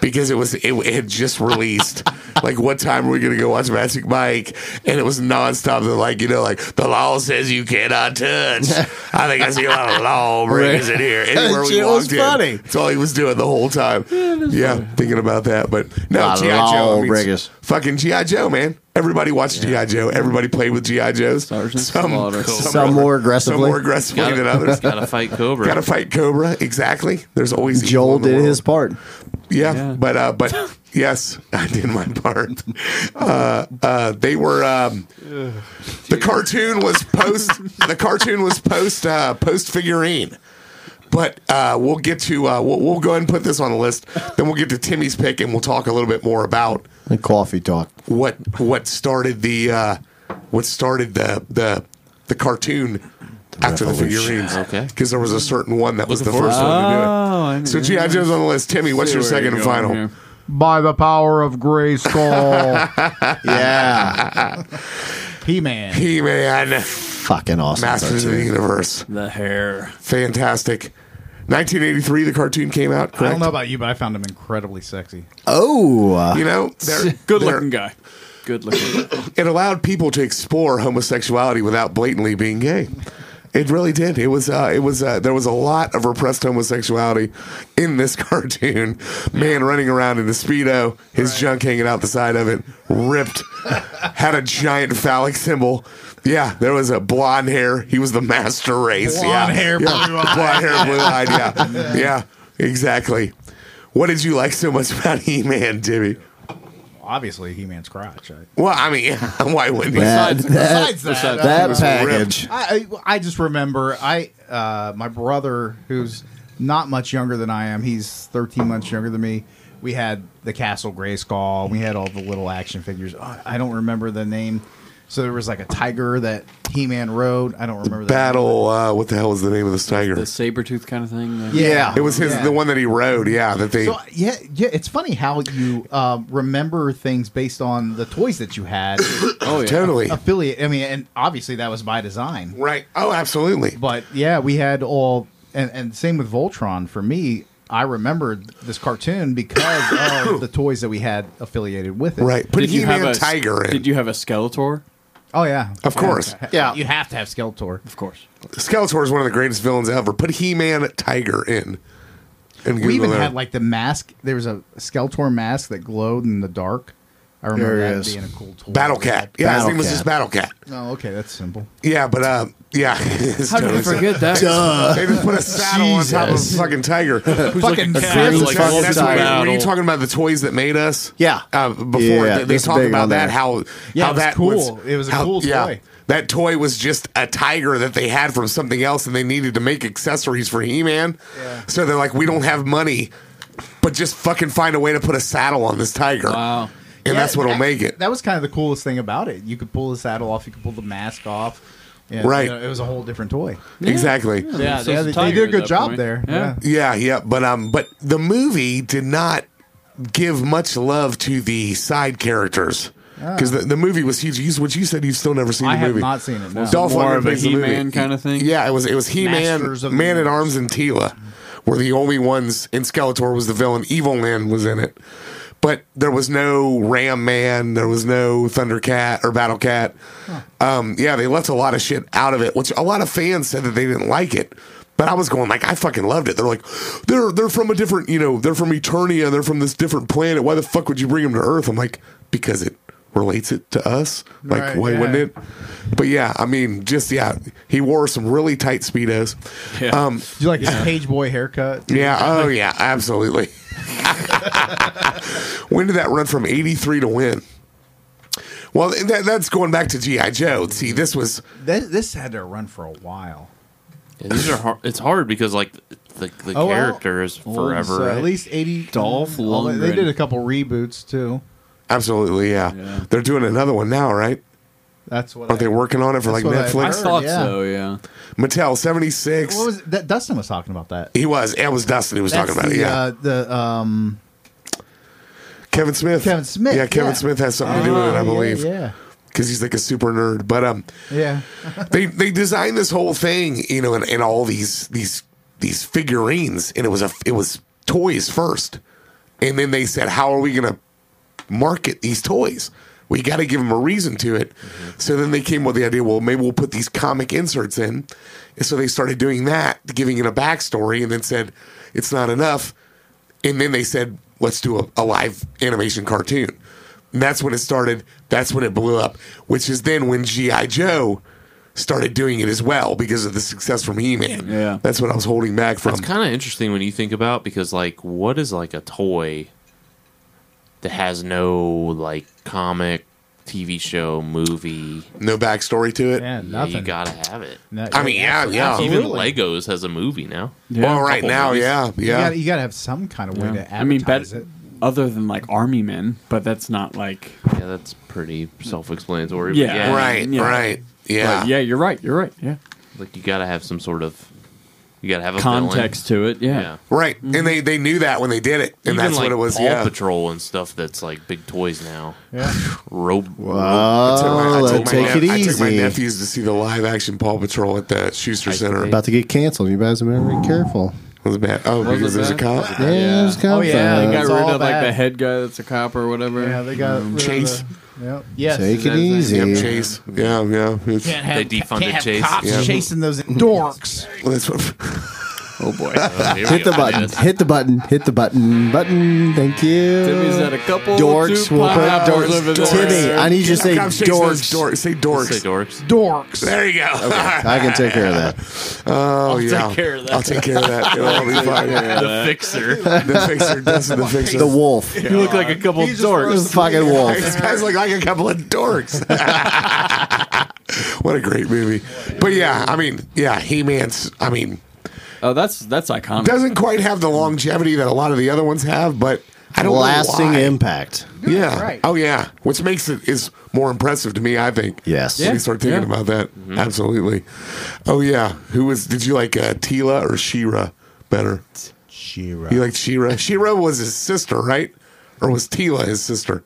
Speaker 1: because it was it, it had just released. like, what time are we going to go watch Magic Mike? And it was nonstop. They're like, you know, like the law says you cannot touch. I think I see a lot of law breakers in here.
Speaker 4: <laughs>
Speaker 1: Anywhere we
Speaker 4: It was
Speaker 1: walked in,
Speaker 4: funny.
Speaker 1: that's all he was doing the whole time. Yeah, thinking about that. But no,
Speaker 4: Lot of
Speaker 1: G.I. Joe. I mean,
Speaker 4: lawbreakers.
Speaker 1: fucking G.I. Joe, man. Everybody watched G.I. Joe. Everybody played with G.I. Joes.
Speaker 6: Sergeant Slaughter.
Speaker 4: Some more
Speaker 1: Some
Speaker 4: aggressively.
Speaker 1: more aggressively
Speaker 3: Gotta- <laughs>
Speaker 1: than others.
Speaker 6: <laughs>
Speaker 3: gotta fight Cobra.
Speaker 1: Got to fight Cobra. Exactly. There's always evil
Speaker 4: Joel
Speaker 1: in the
Speaker 4: did
Speaker 1: world.
Speaker 4: his part.
Speaker 1: Yeah,
Speaker 6: Yeah.
Speaker 1: but uh, but
Speaker 6: <laughs>
Speaker 1: yes, I did my part. Uh, uh, they were um, the cartoon was
Speaker 6: <laughs>
Speaker 1: post the cartoon was post uh, post figurine. But uh, we'll get to uh, we'll, we'll go ahead and put this on the list. Then we'll get to Timmy's pick and we'll talk a little bit more about
Speaker 4: And coffee talk.
Speaker 1: what what started the uh, what started the the the cartoon after the
Speaker 4: revolution.
Speaker 1: figurines.
Speaker 3: Okay.
Speaker 1: because there was a certain one that was
Speaker 3: Looking
Speaker 1: the
Speaker 3: forward
Speaker 1: first
Speaker 3: to it.
Speaker 1: one to do it.
Speaker 6: Oh, I
Speaker 1: So
Speaker 6: know.
Speaker 1: GI Joe's on the list. Timmy, what's your
Speaker 6: See where
Speaker 1: second and
Speaker 6: you're going
Speaker 1: final?
Speaker 6: here.
Speaker 5: By the power of <laughs> Grayskull,
Speaker 4: Yeah.
Speaker 5: He Man.
Speaker 1: He Man,
Speaker 4: Fucking awesome.
Speaker 1: Masters of the
Speaker 4: cartoon.
Speaker 1: Universe,
Speaker 6: The hair.
Speaker 1: fantastic. 1983, the cartoon came out.
Speaker 5: I
Speaker 1: Correct.
Speaker 5: don't know about you, but I found him incredibly sexy.
Speaker 4: Oh. uh,
Speaker 1: You
Speaker 5: <laughs>
Speaker 1: know, they're-
Speaker 6: Good
Speaker 1: they're-
Speaker 6: looking guy. Good looking.
Speaker 1: It allowed people to explore homosexuality without blatantly being gay. It really did. It was. Uh, it was. Uh, there was a lot of repressed homosexuality in this <laughs> cartoon. Man running around in a speedo, his junk hanging out the side of it,
Speaker 5: <laughs>
Speaker 1: ripped, had a giant phallic symbol. Yeah, there was a blonde hair. He was the master race. yeah.
Speaker 5: Blonde hair,
Speaker 1: yeah.
Speaker 5: blue eye.
Speaker 1: Blonde hair, blue eyed.
Speaker 5: <laughs>
Speaker 1: Yeah, yeah, exactly. What did you like so much about <laughs> He Man, Jimmy?
Speaker 5: Obviously, He Man's crotch. I,
Speaker 1: Well, I mean, <laughs> why wouldn't he?
Speaker 4: that, that,
Speaker 5: besides that,
Speaker 6: besides-
Speaker 4: that
Speaker 1: was ripped.
Speaker 4: package.
Speaker 5: I, I I just remember I uh, my brother who's not much younger than I am. He's 13 months younger than me. We had the Castle Grayskull. We had all the little action figures. Oh, I don't remember the name. So there was like a tiger that He-Man rode. I don't remember the
Speaker 1: battle. Uh, what the hell was the name of this tiger?
Speaker 6: <coughs> the saber tooth kind of thing. uh,
Speaker 5: name. Yeah,
Speaker 1: it was his,
Speaker 5: yeah.
Speaker 1: the one that he rode. Yeah, that they.
Speaker 5: So yeah, yeah. It's funny how you um, remember things based on the toys that you had.
Speaker 6: Oh yeah.
Speaker 1: totally
Speaker 5: affiliate. I mean, and obviously that was by design.
Speaker 1: right. Oh, absolutely.
Speaker 5: But yeah, we had all, and, and same with Voltron. For me, I remembered this cartoon
Speaker 1: <coughs>
Speaker 5: because of the toys that we had affiliated with it.
Speaker 1: Right. Put
Speaker 6: Did you have
Speaker 1: He-Man
Speaker 6: a
Speaker 1: tiger in.
Speaker 6: Did you have a Skeletor?
Speaker 5: Oh yeah.
Speaker 1: of course,
Speaker 4: Yeah.
Speaker 5: You have to have Skeletor.
Speaker 6: Of course.
Speaker 1: Skeletor is one of the greatest villains ever. Put He-Man tiger in. And Google
Speaker 5: We even
Speaker 1: it.
Speaker 5: had like the mask. There was a Skeletor mask that glowed in the dark. I remember
Speaker 4: There he
Speaker 5: that
Speaker 4: is.
Speaker 5: being a cool toy.
Speaker 1: Battle Cat. Yeah, his
Speaker 4: Battle
Speaker 1: name was
Speaker 4: Cat.
Speaker 1: just Battle Cat.
Speaker 5: Oh, okay, that's simple.
Speaker 1: Yeah, but uh, yeah. <laughs> it's
Speaker 6: How did I
Speaker 1: totally-
Speaker 6: forget that?
Speaker 1: <laughs> They just put a saddle on top of a fucking tiger.
Speaker 6: <laughs>
Speaker 5: Fucking
Speaker 6: like,
Speaker 5: Battle
Speaker 1: That's,
Speaker 6: like,
Speaker 1: that's
Speaker 6: that's
Speaker 1: why-
Speaker 6: battle.
Speaker 1: were you talking about the toys that made us?
Speaker 4: Yeah.
Speaker 1: Uh, before
Speaker 4: Yeah,
Speaker 1: they, they
Speaker 4: that's
Speaker 1: talk
Speaker 4: big
Speaker 1: about
Speaker 4: on
Speaker 1: that,
Speaker 4: that.
Speaker 1: how
Speaker 5: Yeah,
Speaker 1: how
Speaker 5: it was
Speaker 1: that
Speaker 5: cool.
Speaker 1: was
Speaker 5: It was a
Speaker 1: how-
Speaker 5: cool
Speaker 1: yeah,
Speaker 5: toy.
Speaker 1: That toy was just a tiger that they had from something else, and they needed to make accessories for He Man. So they're like, we don't have money, but just fucking find a way to put a saddle on this tiger.
Speaker 6: Wow.
Speaker 1: And
Speaker 5: Yeah,
Speaker 1: that's what'll
Speaker 5: that-
Speaker 1: make it.
Speaker 5: That was kind of the coolest thing about it. You could pull the saddle off. You could pull the mask off. Yeah,
Speaker 1: Right.
Speaker 5: you know, it was a whole different toy.
Speaker 1: Exactly.
Speaker 6: Yeah,
Speaker 5: yeah,
Speaker 6: there's a
Speaker 5: they, they
Speaker 6: tiger
Speaker 5: did a
Speaker 6: at
Speaker 5: good
Speaker 6: that
Speaker 5: job
Speaker 6: point.
Speaker 5: there.
Speaker 6: Yeah.
Speaker 1: Yeah,
Speaker 5: yeah.
Speaker 1: yeah, but um, but the movie did not give much love to the side characters because the, the movie was huge. You, what you said, you've still never seen
Speaker 5: Ah. I
Speaker 1: the
Speaker 5: have
Speaker 1: movie.
Speaker 5: not seen it, no.
Speaker 1: Dolph
Speaker 6: More
Speaker 1: Lundgren
Speaker 6: of a
Speaker 1: plays the movie.
Speaker 6: He-Man kind of thing?
Speaker 1: Yeah, it was. It was He Man,
Speaker 5: Masters of the
Speaker 1: Man at
Speaker 5: Universe.
Speaker 1: Arms, and Tila were the only ones. And Skeletor was the villain. Evil Man was in it, but there was no Ram Man. There was no Thundercat or Battle Cat. Um, yeah, they left a lot of shit out of it, which a lot of fans said that they didn't like it. But I was going like I fucking loved it. They're like, they're they're from a different, you know, they're from Eternia. They're from this different planet. Why the fuck would you bring them to Earth? I'm like, because it relates it to us. Like,
Speaker 5: Right,
Speaker 1: why
Speaker 5: yeah.
Speaker 1: wouldn't it? But yeah, I mean, just yeah, he wore some really tight speedos.
Speaker 6: Yeah.
Speaker 1: Um,
Speaker 5: Do you like his page boy haircut? <laughs>
Speaker 1: yeah. Oh yeah. Absolutely. <laughs> when did that run from eighty three to when? Well, that, that's going back to GI Joe. See, this was
Speaker 5: This, this had to run for a while.
Speaker 3: Yeah, these are hard. It's hard because like the the
Speaker 5: Oh, well.
Speaker 3: character is forever.
Speaker 5: So
Speaker 3: right?
Speaker 5: uh, at least eighty.
Speaker 6: Dolph
Speaker 5: Well, they- They
Speaker 6: Lundgren.
Speaker 5: did a couple reboots too.
Speaker 1: absolutely yeah.
Speaker 6: Yeah.
Speaker 1: They're doing another one now, right?
Speaker 5: That's what.
Speaker 1: Aren't they working on it for
Speaker 5: That's
Speaker 1: like
Speaker 5: what I-
Speaker 6: I
Speaker 1: Netflix?
Speaker 6: thought
Speaker 5: Yeah.
Speaker 6: so. Yeah.
Speaker 1: Mattel seventy six.
Speaker 5: What was that? Dustin was talking about that.
Speaker 1: He was. It was Dustin who was talking about
Speaker 5: the,
Speaker 1: it. Yeah.
Speaker 5: Uh, the um,
Speaker 1: Kevin Smith.
Speaker 5: Kevin Smith,
Speaker 1: Yeah, Kevin
Speaker 5: yeah. Oh,
Speaker 1: Smith has something to do with it, I believe,
Speaker 5: Yeah.
Speaker 1: because he's like a super nerd. But um,
Speaker 5: Yeah.
Speaker 1: they they designed this whole thing, you know, and, and all these these these figurines, and it was a it was toys first, and then they said, how are we going to market these toys? We got to give them a reason to it. So then they came with the idea, well, maybe we'll put these comic inserts in, and so they started doing that, giving it a backstory, and then said it's not enough, and then they said let's do a, a live animation cartoon. And that's when it started. That's when it blew up, which is then when GI Joe started doing it as well because of the success from He Man.
Speaker 6: Yeah.
Speaker 1: that's what I was holding back from.
Speaker 3: That's kind of interesting when you think about because like what is like a toy that has no like comic, TV show, movie.
Speaker 1: no backstory to it.
Speaker 5: Yeah.
Speaker 3: Yeah, you
Speaker 5: Nothing.
Speaker 3: gotta have it.
Speaker 5: Not-
Speaker 1: I mean, yeah, yeah.
Speaker 3: Even
Speaker 5: Absolutely.
Speaker 3: Legos has a movie now.
Speaker 6: Yeah.
Speaker 1: Well, right
Speaker 3: Couple
Speaker 1: now,
Speaker 3: movies.
Speaker 1: yeah,
Speaker 5: You
Speaker 1: yeah.
Speaker 5: gotta, you gotta have some kind of way to advertise
Speaker 6: I mean, bet,
Speaker 5: it.
Speaker 6: other than like army men, but that's not like.
Speaker 3: Yeah, that's pretty self-explanatory.
Speaker 6: Yeah.
Speaker 3: but yeah
Speaker 1: right,
Speaker 6: yeah.
Speaker 1: right, yeah.
Speaker 6: Yeah. yeah, you're right. You're right. Yeah.
Speaker 3: Like you gotta have some sort of you gotta have a villain.
Speaker 6: Context to it. Yeah.
Speaker 3: Yeah.
Speaker 1: Right, and they they knew that when they did it, and
Speaker 3: Mm-hmm. Even
Speaker 1: that's
Speaker 3: like
Speaker 1: what it was.
Speaker 3: Paw
Speaker 1: yeah,
Speaker 3: Patrol and stuff that's like big toys now.
Speaker 5: Yeah.
Speaker 3: Rope.
Speaker 1: I took my- I
Speaker 4: Well,
Speaker 1: took my
Speaker 4: Oh, take it
Speaker 1: nep- I took my
Speaker 4: easy.
Speaker 1: nephews to see the live action Paw Patrol at the Schuster Center.
Speaker 4: About to get canceled. You guys better be careful.
Speaker 1: was bad. Oh,
Speaker 6: Was
Speaker 1: because
Speaker 6: it
Speaker 1: there's a
Speaker 6: bad?
Speaker 1: cop.
Speaker 4: Yeah, it was kind
Speaker 5: Oh,
Speaker 4: of
Speaker 5: yeah,
Speaker 4: fun.
Speaker 5: they
Speaker 6: Got
Speaker 5: It's
Speaker 6: rid
Speaker 5: all
Speaker 6: of like
Speaker 5: bad.
Speaker 6: the head guy that's a cop or whatever.
Speaker 5: Yeah, they got rid of
Speaker 1: Chase.
Speaker 5: the- Yep. Yes.
Speaker 4: Take it
Speaker 6: That's-
Speaker 4: easy.
Speaker 1: Yep, Chase. Yeah, yeah. It's,
Speaker 5: Can't have,
Speaker 3: They defunded
Speaker 5: can't have
Speaker 3: Chase.
Speaker 5: Cops
Speaker 1: Yeah.
Speaker 5: chasing those dorks.
Speaker 1: that's what,
Speaker 6: Oh boy.
Speaker 3: <laughs> Oh, here we
Speaker 4: Hit the
Speaker 3: go.
Speaker 4: button.
Speaker 3: Yes.
Speaker 4: Hit the button. Hit the button. Button. Thank you.
Speaker 6: Timmy's had a couple
Speaker 4: dorks
Speaker 6: two
Speaker 4: will put
Speaker 6: powers over
Speaker 4: dorks.
Speaker 6: there.
Speaker 4: Timmy, I need you to say
Speaker 1: Cop Chase says
Speaker 4: dorks.
Speaker 1: dorks. Say dorks.
Speaker 3: Say dorks.
Speaker 5: Dorks.
Speaker 1: There you go.
Speaker 4: I can take care
Speaker 1: <laughs>
Speaker 4: of that.
Speaker 1: oh, I'll yeah.
Speaker 3: take care of that.
Speaker 1: I'll take care of that. It'll be fine.
Speaker 3: The fixer.
Speaker 1: The fixer doesn't. The fixer.
Speaker 4: The wolf.
Speaker 6: You look like a couple dorks.
Speaker 4: The fucking wolf.
Speaker 1: These guys look like a couple of dorks. <laughs> what a great movie. But yeah, I mean, yeah, He Man's, I mean,
Speaker 6: Oh, that's that's iconic.
Speaker 1: doesn't quite have the longevity that a lot of the other ones have, but I don't
Speaker 4: Lasting
Speaker 1: know. why.
Speaker 4: impact.
Speaker 1: Yeah.
Speaker 5: right.
Speaker 1: Oh, yeah. Which makes it is more impressive to me, I think.
Speaker 4: Yes.
Speaker 1: When
Speaker 6: Yeah.
Speaker 1: you start thinking about that. Absolutely. Oh, yeah. Who was, did you like uh, Tila or Shira better?
Speaker 5: She-Ra.
Speaker 1: You liked Shira? Shira was his sister, right? Or was Tila his sister?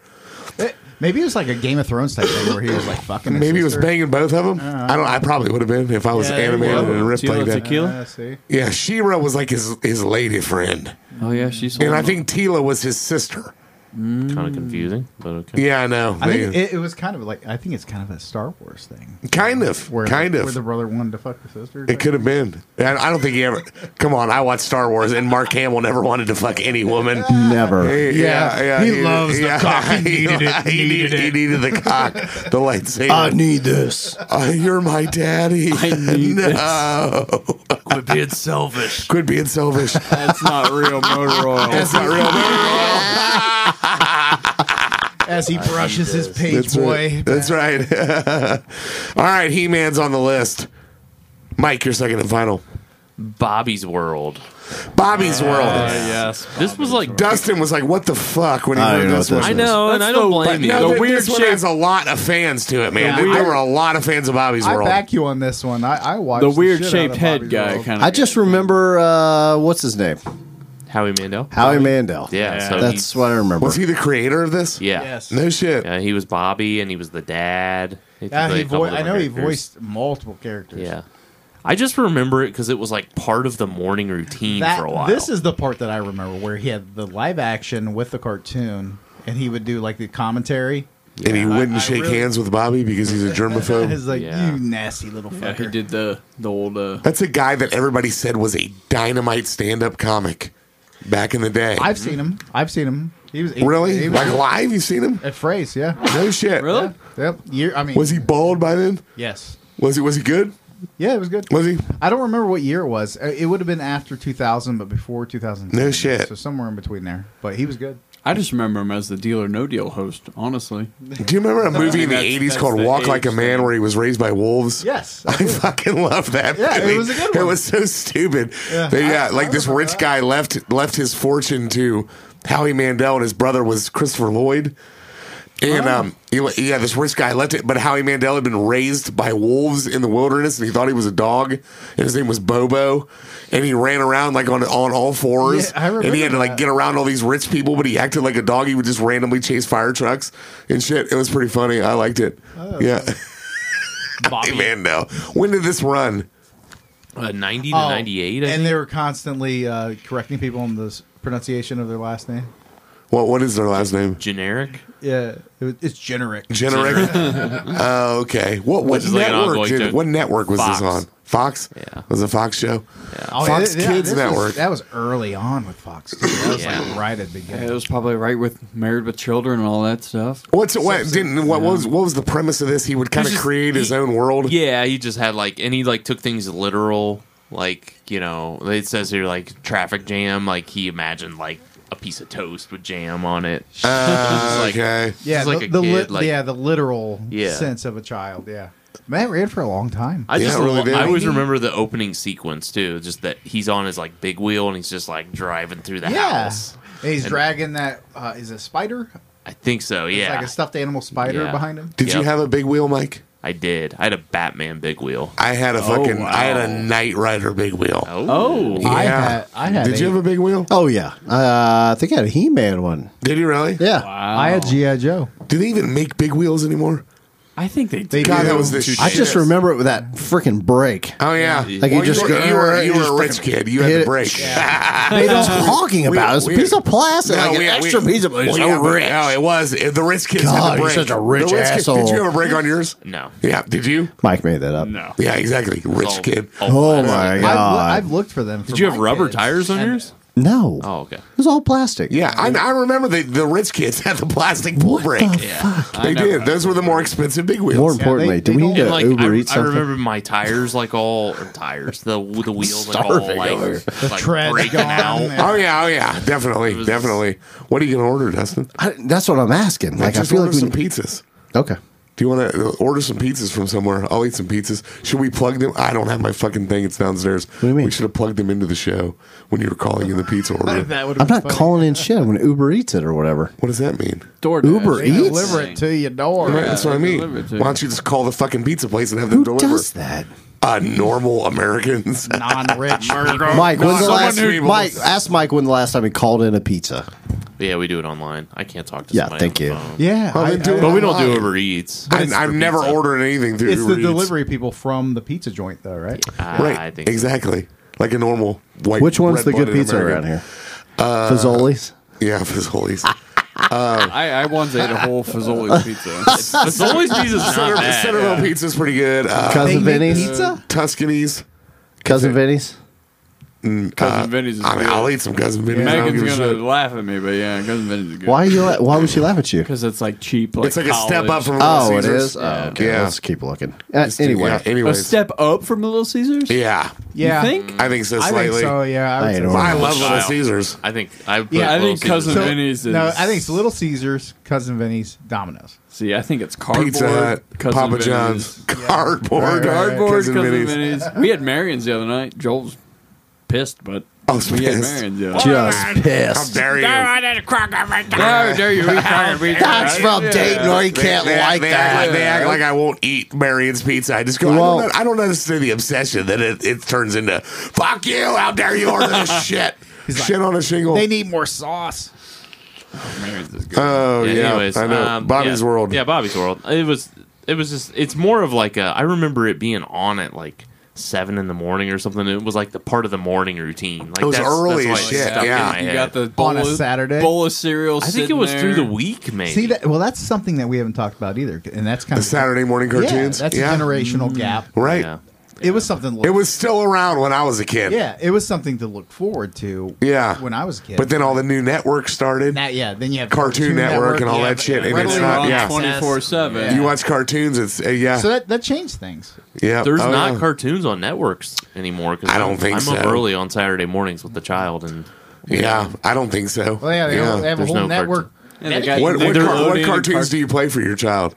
Speaker 5: Eh, Maybe it was like a Game of Thrones type thing where he was like fucking. his
Speaker 1: Maybe he was
Speaker 5: sister.
Speaker 1: banging both of them. I don't. I probably would have been if I was
Speaker 5: Uh-huh. Yeah,
Speaker 1: animated
Speaker 5: you would.
Speaker 1: and ripped like
Speaker 6: Tila
Speaker 1: that.
Speaker 6: Tequila.
Speaker 5: Uh, see.
Speaker 1: Yeah, Shira was like his his lady friend,
Speaker 6: Oh yeah, she's.
Speaker 1: and I think Tila was his sister.
Speaker 3: kind of confusing, but okay.
Speaker 1: Yeah, I know.
Speaker 5: I think
Speaker 1: They-
Speaker 5: it, it was kind of like I think it's kind of a Star Wars thing.
Speaker 1: kind of,
Speaker 5: Where
Speaker 1: kind
Speaker 5: the,
Speaker 1: of.
Speaker 5: where the brother wanted to fuck the sister.
Speaker 1: it could have been. I I don't think he ever. Come on, I watched Star Wars, and Mark Hamill never wanted to fuck any woman.
Speaker 4: Never.
Speaker 1: Yeah, yeah,
Speaker 5: he loves the cock. He needed it,
Speaker 1: He needed,
Speaker 5: needed
Speaker 1: he
Speaker 5: it.
Speaker 1: needed the cock, the lightsaber.
Speaker 4: need this.
Speaker 1: Uh, you're my daddy.
Speaker 6: I need this.
Speaker 1: no.
Speaker 3: Quit being selfish.
Speaker 1: Quit being selfish.
Speaker 6: that's not
Speaker 1: <laughs>
Speaker 6: real motor oil.
Speaker 1: That's not real.
Speaker 5: as he brushes his page
Speaker 1: That's
Speaker 5: boy.
Speaker 1: Right. That's right. <laughs> All right, He Man's on the list. Mike, your second and final.
Speaker 3: Bobby's World.
Speaker 1: Bobby's World.
Speaker 6: yes.
Speaker 3: This was like.
Speaker 1: Dustin was like, "What the fuck?" When he
Speaker 4: I don't
Speaker 1: heard
Speaker 4: know
Speaker 1: this
Speaker 4: what
Speaker 1: one.
Speaker 4: this
Speaker 3: I
Speaker 4: is.
Speaker 3: know, and I don't blame you.
Speaker 1: No,
Speaker 6: The
Speaker 1: th-
Speaker 6: weird
Speaker 1: this one
Speaker 6: shape-
Speaker 1: has a lot of fans to it, man.
Speaker 5: The
Speaker 1: There
Speaker 5: weird-
Speaker 1: were a lot of fans of Bobby's
Speaker 5: I
Speaker 1: World.
Speaker 5: back you on this one. I, I watched
Speaker 6: The weird
Speaker 5: shit out
Speaker 6: shaped
Speaker 5: of
Speaker 6: head
Speaker 5: Bobby's
Speaker 6: guy
Speaker 5: World.
Speaker 6: kind of.
Speaker 4: I just remember uh, what's his name?
Speaker 3: Howie Mandel.
Speaker 4: Howie Mandel.
Speaker 3: Yeah, so
Speaker 4: That's
Speaker 3: he-
Speaker 4: what I remember.
Speaker 1: was he the creator of this?
Speaker 3: Yeah.
Speaker 5: Yes.
Speaker 1: No shit.
Speaker 3: Yeah, he was Bobby, and he was the dad. He
Speaker 5: Yeah,
Speaker 3: played
Speaker 5: Ah, he
Speaker 3: a couple
Speaker 5: vo- I
Speaker 3: different
Speaker 5: know he
Speaker 3: characters.
Speaker 5: voiced multiple characters.
Speaker 3: Yeah, I just remember it because it was like part of the morning routine
Speaker 5: That,
Speaker 3: for a while.
Speaker 5: This is the part that I remember where he had the live action with the cartoon and he would do like the commentary.
Speaker 1: and he
Speaker 5: I-
Speaker 1: wouldn't
Speaker 5: I
Speaker 1: shake
Speaker 5: really-
Speaker 1: hands with Bobby because he's a germaphobe.
Speaker 5: He's like,
Speaker 3: Yeah.
Speaker 5: you nasty little fucker.
Speaker 6: Yeah, he did the the old. Uh,
Speaker 1: That's a guy that everybody said was a dynamite stand-up comic back in the day.
Speaker 5: I've seen him. I've seen him. He was he-
Speaker 1: Really?
Speaker 5: He was
Speaker 1: Like live? You seen him?
Speaker 5: at Frace, yeah.
Speaker 1: No shit.
Speaker 6: Really?
Speaker 5: Yep. Year, I mean,
Speaker 1: Was he bald by then?
Speaker 5: yes.
Speaker 1: Was he? Was he good?
Speaker 5: Yeah, it was good.
Speaker 1: Was he?
Speaker 5: I don't remember what year it was. Uh, It would have been after 2000, but before 2000.
Speaker 1: No shit.
Speaker 5: So somewhere in between there. But he was good.
Speaker 6: I just remember him as the Deal or No Deal host. Honestly,
Speaker 1: Do you remember a movie in the
Speaker 3: That's-
Speaker 1: '80s
Speaker 3: that's
Speaker 1: called
Speaker 3: the
Speaker 1: Walk Like a
Speaker 3: age
Speaker 1: Man, where he was raised by wolves? <laughs>
Speaker 5: Yes.
Speaker 1: I fucking love that.
Speaker 5: Yeah, it
Speaker 1: movie.
Speaker 5: was a good
Speaker 1: It
Speaker 5: one.
Speaker 1: was so stupid. But yeah, like this rich guy left left his fortune to Howie Mandel, and his brother was Christopher Lloyd.
Speaker 5: Oh.
Speaker 1: And um, he- yeah, this rich guy left it, but Howie Mandel had been raised by wolves in the wilderness, and he thought he was a dog, and his name was Bobo, and he ran around like on on all fours,
Speaker 5: Yeah, I
Speaker 1: and he had to
Speaker 5: remember
Speaker 1: like
Speaker 5: that.
Speaker 1: get around all these rich people, but he acted like a dog. He would just randomly chase fire trucks and shit. It was pretty funny. I liked it. yeah, Howie Mandel. When did this run?
Speaker 3: Uh, 90 to
Speaker 5: Oh,
Speaker 3: 98,
Speaker 5: and
Speaker 3: I think.
Speaker 5: they were constantly uh, correcting people on the s- pronunciation of their last name.
Speaker 1: What what is their last name?
Speaker 3: Generic.
Speaker 5: Yeah, it was, it's generic.
Speaker 1: Generic. <laughs> Oh, okay. What what
Speaker 3: Which is like an
Speaker 1: network?
Speaker 3: ongoing
Speaker 1: did-
Speaker 3: joke.
Speaker 1: what network was
Speaker 3: Fox.
Speaker 1: this on? Fox.
Speaker 3: Yeah.
Speaker 1: was it a Fox show.
Speaker 5: Oh,
Speaker 1: Fox
Speaker 5: yeah, yeah,
Speaker 1: Kids
Speaker 5: this was-
Speaker 1: Network.
Speaker 5: that was early on with Fox. Too. That was
Speaker 3: Yeah.
Speaker 5: like right at the beginning.
Speaker 6: it was probably right with Married with Children and all that stuff.
Speaker 1: What's what didn't what, what was what was the premise of this? He would kind
Speaker 3: It
Speaker 1: of
Speaker 3: was just-
Speaker 1: create his
Speaker 3: he-
Speaker 1: own world.
Speaker 3: Yeah, <laughs> he just had like, and he like took things literal. Like, you know, it says here like traffic jam. Like, he imagined like a piece of toast with jam on it.
Speaker 1: Uh,
Speaker 3: like-
Speaker 1: okay.
Speaker 5: yeah,
Speaker 3: Just like
Speaker 5: the,
Speaker 3: a
Speaker 5: the
Speaker 3: kid,
Speaker 5: lit-
Speaker 3: like-
Speaker 5: yeah, the literal
Speaker 3: Yeah.
Speaker 5: sense of a child. Yeah, man, it ran for a long time.
Speaker 3: I
Speaker 1: Yeah,
Speaker 3: just
Speaker 1: it really did.
Speaker 3: I always remember the opening sequence too. Just that he's on his like big wheel and he's just like driving through the
Speaker 5: yeah,
Speaker 3: house.
Speaker 5: and he's
Speaker 3: And-
Speaker 5: dragging that. Uh, is it a spider?
Speaker 3: I think so.
Speaker 5: It's
Speaker 3: Yeah,
Speaker 5: like a stuffed animal spider
Speaker 3: Yeah.
Speaker 5: behind him.
Speaker 1: Did you
Speaker 3: Yep.
Speaker 1: have a big wheel, Mike?
Speaker 3: I did. I had a Batman big wheel.
Speaker 1: I had a fucking
Speaker 6: wow.
Speaker 1: I had a Knight Rider big wheel.
Speaker 3: Oh,
Speaker 1: Yeah.
Speaker 5: I had, I had.
Speaker 1: Did you
Speaker 5: a-
Speaker 1: have a big wheel?
Speaker 4: Oh yeah, uh, I think I had a He-Man one.
Speaker 1: Did you really?
Speaker 4: Yeah,
Speaker 5: I had GI Joe.
Speaker 1: Do they even make big wheels anymore?
Speaker 6: I think they did.
Speaker 5: They
Speaker 1: God,
Speaker 5: do.
Speaker 1: that was the shit.
Speaker 4: I just remember it with that freaking break.
Speaker 1: Oh yeah,
Speaker 4: Like, you
Speaker 1: Well,
Speaker 4: just
Speaker 1: were-
Speaker 4: go-
Speaker 1: you were you
Speaker 4: you
Speaker 1: were
Speaker 4: just
Speaker 1: a rich kid. You had
Speaker 4: hit
Speaker 1: to
Speaker 4: it.
Speaker 1: break.
Speaker 4: They was talking about it. It's a
Speaker 1: we-
Speaker 4: piece of plastic,
Speaker 1: No,
Speaker 4: like
Speaker 1: we-
Speaker 4: an
Speaker 1: we-
Speaker 4: extra piece of. It's
Speaker 1: we
Speaker 4: so
Speaker 1: have a-
Speaker 4: rich.
Speaker 1: No, oh, it was the rich kids. had
Speaker 4: God,
Speaker 1: to
Speaker 4: you're
Speaker 1: break.
Speaker 4: such a rich
Speaker 1: The kid-
Speaker 4: asshole.
Speaker 1: did you have a break on yours?
Speaker 3: no.
Speaker 1: Yeah, did you?
Speaker 4: Mike made that up.
Speaker 6: No.
Speaker 1: Yeah, exactly. Rich
Speaker 3: All-
Speaker 1: kid.
Speaker 3: all
Speaker 4: Oh
Speaker 3: plastic.
Speaker 4: my
Speaker 5: I've, loo-
Speaker 4: god!
Speaker 5: I've looked for them. for
Speaker 3: Did you have
Speaker 5: my
Speaker 3: rubber
Speaker 5: kids.
Speaker 3: tires on
Speaker 5: And-
Speaker 3: yours?
Speaker 4: no,
Speaker 3: Oh, okay.
Speaker 4: it was all plastic.
Speaker 1: Yeah, I, I remember the, the rich kids had the plastic pool break. They
Speaker 6: never
Speaker 1: did. Those were the more expensive big wheels.
Speaker 4: More importantly,
Speaker 5: they-
Speaker 4: do
Speaker 5: they
Speaker 4: we
Speaker 5: don't-
Speaker 4: need
Speaker 3: And
Speaker 4: to
Speaker 3: like
Speaker 4: Uber
Speaker 3: I,
Speaker 4: Eats
Speaker 3: I
Speaker 4: something?
Speaker 3: remember my tires like all or tires the the wheels like all
Speaker 4: Starving
Speaker 3: like,
Speaker 4: over here.
Speaker 3: like
Speaker 5: tread
Speaker 3: breaking
Speaker 5: gone
Speaker 3: out.
Speaker 5: and-
Speaker 1: Oh yeah, oh yeah, definitely,
Speaker 3: was-
Speaker 1: definitely. What are you gonna order, Dustin?
Speaker 4: I, that's what I'm asking. Like, I
Speaker 1: Just
Speaker 4: feel
Speaker 1: order
Speaker 4: like we.
Speaker 1: some pizzas.
Speaker 4: okay.
Speaker 1: Do you want to order some pizzas from somewhere? I'll eat some pizzas. Should we plug them? I don't have my fucking thing. It's downstairs. What
Speaker 4: do you mean?
Speaker 1: We should have plugged them into the show when you were calling in the pizza <laughs> order.
Speaker 5: That would
Speaker 4: I'm not calling in shit. I'm going to Uber Eats it or whatever.
Speaker 1: what does that mean?
Speaker 6: DoorDash.
Speaker 4: Uber
Speaker 5: They
Speaker 4: Eats?
Speaker 5: deliver it to your door.
Speaker 1: Right, that's what I
Speaker 6: they
Speaker 1: mean.
Speaker 6: deliver it to
Speaker 1: Why
Speaker 6: you.
Speaker 1: don't you just call the fucking pizza place and have them
Speaker 4: Who
Speaker 1: deliver?
Speaker 4: does that?
Speaker 1: Uh, normal Americans.
Speaker 5: Non-rich.
Speaker 4: Mike,
Speaker 1: <laughs>
Speaker 4: when's the
Speaker 1: someone
Speaker 4: last?
Speaker 1: who-
Speaker 4: Mike, ask Mike when the last time he called in a pizza.
Speaker 3: Yeah, we do it online. I can't talk to
Speaker 4: Yeah,
Speaker 3: somebody.
Speaker 4: thank
Speaker 3: on the
Speaker 4: you.
Speaker 3: phone.
Speaker 5: yeah,
Speaker 1: Well,
Speaker 5: I-
Speaker 1: then do
Speaker 5: I-
Speaker 1: it
Speaker 3: But we don't do
Speaker 1: Online.
Speaker 3: Uber Eats.
Speaker 1: I, I'm never
Speaker 3: ordering.
Speaker 1: ordering anything through
Speaker 5: It's
Speaker 1: Uber
Speaker 5: the
Speaker 1: Eats.
Speaker 5: delivery people from the pizza joint, though, right?
Speaker 1: Right.
Speaker 3: Ah, I think so.
Speaker 1: exactly. Like a normal white.
Speaker 4: Which one's the good
Speaker 1: red-blooded
Speaker 4: pizza around
Speaker 1: American.
Speaker 4: here? Uh, Fazoli's.
Speaker 1: Yeah, <laughs>
Speaker 6: <laughs>
Speaker 1: Fazoli's.
Speaker 6: I, I
Speaker 1: <laughs>
Speaker 6: once ate a whole Fazoli's pizza.
Speaker 3: Fazoli's pizza's
Speaker 6: Oh,
Speaker 3: not
Speaker 1: Centerville
Speaker 3: bad.
Speaker 1: Centerville pizza's pretty good. Uh,
Speaker 5: They
Speaker 4: Cousin
Speaker 5: make
Speaker 4: Vinny's.
Speaker 5: pizza.
Speaker 1: Tuscany's. uh,
Speaker 4: Cousin Vinny's.
Speaker 6: Cousin Vinny's is
Speaker 1: I mean,
Speaker 6: good.
Speaker 1: I'll eat some cousin Vinny's. I don't
Speaker 6: Megan's
Speaker 1: give a
Speaker 6: gonna
Speaker 1: shit.
Speaker 6: laugh at me, but yeah, Cousin Vinny's is good.
Speaker 4: Why you? la- Why would she laugh at you?
Speaker 6: Because it's like cheap. Like
Speaker 1: It's like a step
Speaker 6: college.
Speaker 1: up from Little
Speaker 4: Oh, it
Speaker 1: Caesars.
Speaker 4: is. Oh, okay.
Speaker 1: Yeah.
Speaker 4: Let's keep looking. Uh,
Speaker 1: Just do-
Speaker 4: anyway,
Speaker 1: yeah,
Speaker 6: a
Speaker 1: anyways.
Speaker 6: step up from Little Caesars.
Speaker 1: yeah,
Speaker 5: Yeah,
Speaker 6: You think?
Speaker 1: I think so
Speaker 5: I think
Speaker 1: slightly.
Speaker 5: so. Yeah,
Speaker 4: I
Speaker 5: would
Speaker 4: ain't
Speaker 5: say
Speaker 4: ordering
Speaker 5: so.
Speaker 1: I love Little
Speaker 3: Wow.
Speaker 1: Caesars.
Speaker 3: I think I. put
Speaker 5: Yeah, I
Speaker 3: Little
Speaker 6: think Cousin
Speaker 3: Caesar's-
Speaker 5: So-
Speaker 6: Vinny's
Speaker 5: No,
Speaker 6: is-
Speaker 5: I think it's Little Caesars, Cousin Vinny's, Domino's.
Speaker 6: See, I think it's cardboard.
Speaker 1: Pizza Hut,
Speaker 6: Cousin
Speaker 1: Papa
Speaker 6: Vinny's.
Speaker 1: John's, cardboard,
Speaker 5: Right, right,
Speaker 6: Cardboard,
Speaker 1: Cousin
Speaker 6: Cousin,
Speaker 1: Vinny's.
Speaker 6: Vinny's. <laughs> We had Marion's the other night. Joel's pissed, but
Speaker 1: I was
Speaker 6: we had
Speaker 1: Oh, pissed.
Speaker 6: Marion's the other night.
Speaker 4: just
Speaker 1: How
Speaker 4: pissed.
Speaker 1: dare you?
Speaker 6: How dare you eat
Speaker 1: <laughs>
Speaker 6: cardboard?
Speaker 4: That's from Dayton, or you
Speaker 1: They-
Speaker 4: can't
Speaker 1: they act-
Speaker 4: like
Speaker 1: they
Speaker 4: that.
Speaker 1: Act like, they act like I won't eat Marion's pizza. I just go. I
Speaker 4: Well-
Speaker 1: don't, know- I don't understand the obsession that it, it turns into. Fuck you! How dare you order this shit?
Speaker 5: like,
Speaker 1: shit on a shingle.
Speaker 5: They need more sauce.
Speaker 6: Marion's is good.
Speaker 1: oh yeah, I know.
Speaker 3: um,
Speaker 1: Bobby's
Speaker 3: yeah.
Speaker 1: World.
Speaker 3: Yeah, Bobby's World. It was. It was just. It's more of like a. I remember it being on at like seven in the morning or something. It was like the part of the morning routine. Like
Speaker 1: It was
Speaker 3: that's,
Speaker 1: early as
Speaker 3: that's why
Speaker 1: Oh, shit,
Speaker 3: It stuck
Speaker 1: yeah.
Speaker 3: in my
Speaker 6: You
Speaker 3: head.
Speaker 6: got the bowl
Speaker 5: On a
Speaker 6: of-
Speaker 5: Saturday?
Speaker 6: bowl of cereal.
Speaker 3: I think it was through the
Speaker 6: week.
Speaker 3: week, maybe.
Speaker 5: See that? Well, that's something that we haven't talked about either, and that's kind
Speaker 1: the
Speaker 5: of
Speaker 1: Saturday morning
Speaker 5: Yeah,
Speaker 1: cartoons.
Speaker 5: that's a generational gap.
Speaker 1: right.
Speaker 3: Yeah.
Speaker 5: It was something. To look,
Speaker 1: It was still around when I was a kid.
Speaker 5: yeah, it was something to look forward to.
Speaker 1: Yeah.
Speaker 5: when I was a kid.
Speaker 1: But then all the new networks started.
Speaker 5: Now- yeah, then you have
Speaker 1: Cartoon Network and all that shit, and it's
Speaker 5: readily
Speaker 1: not-
Speaker 5: on
Speaker 1: yeah.
Speaker 5: access.
Speaker 6: 24/7.
Speaker 5: Yeah.
Speaker 1: You watch cartoons. It's uh, yeah,
Speaker 5: So that that changed things.
Speaker 1: yeah.
Speaker 3: There's
Speaker 1: Oh,
Speaker 3: not
Speaker 1: yeah.
Speaker 3: cartoons on networks anymore. Cause
Speaker 1: I don't
Speaker 3: I'm-
Speaker 1: think
Speaker 3: I'm up
Speaker 1: so.
Speaker 3: early on Saturday mornings with the child, and
Speaker 1: Yeah, I don't think so.
Speaker 5: Well, yeah, they, they have a
Speaker 3: there's
Speaker 5: whole
Speaker 3: no
Speaker 5: network.
Speaker 6: And they got-
Speaker 1: What,
Speaker 6: they're
Speaker 1: what, car- what
Speaker 6: loading
Speaker 1: cartoons
Speaker 6: cart-
Speaker 1: do you play for your child?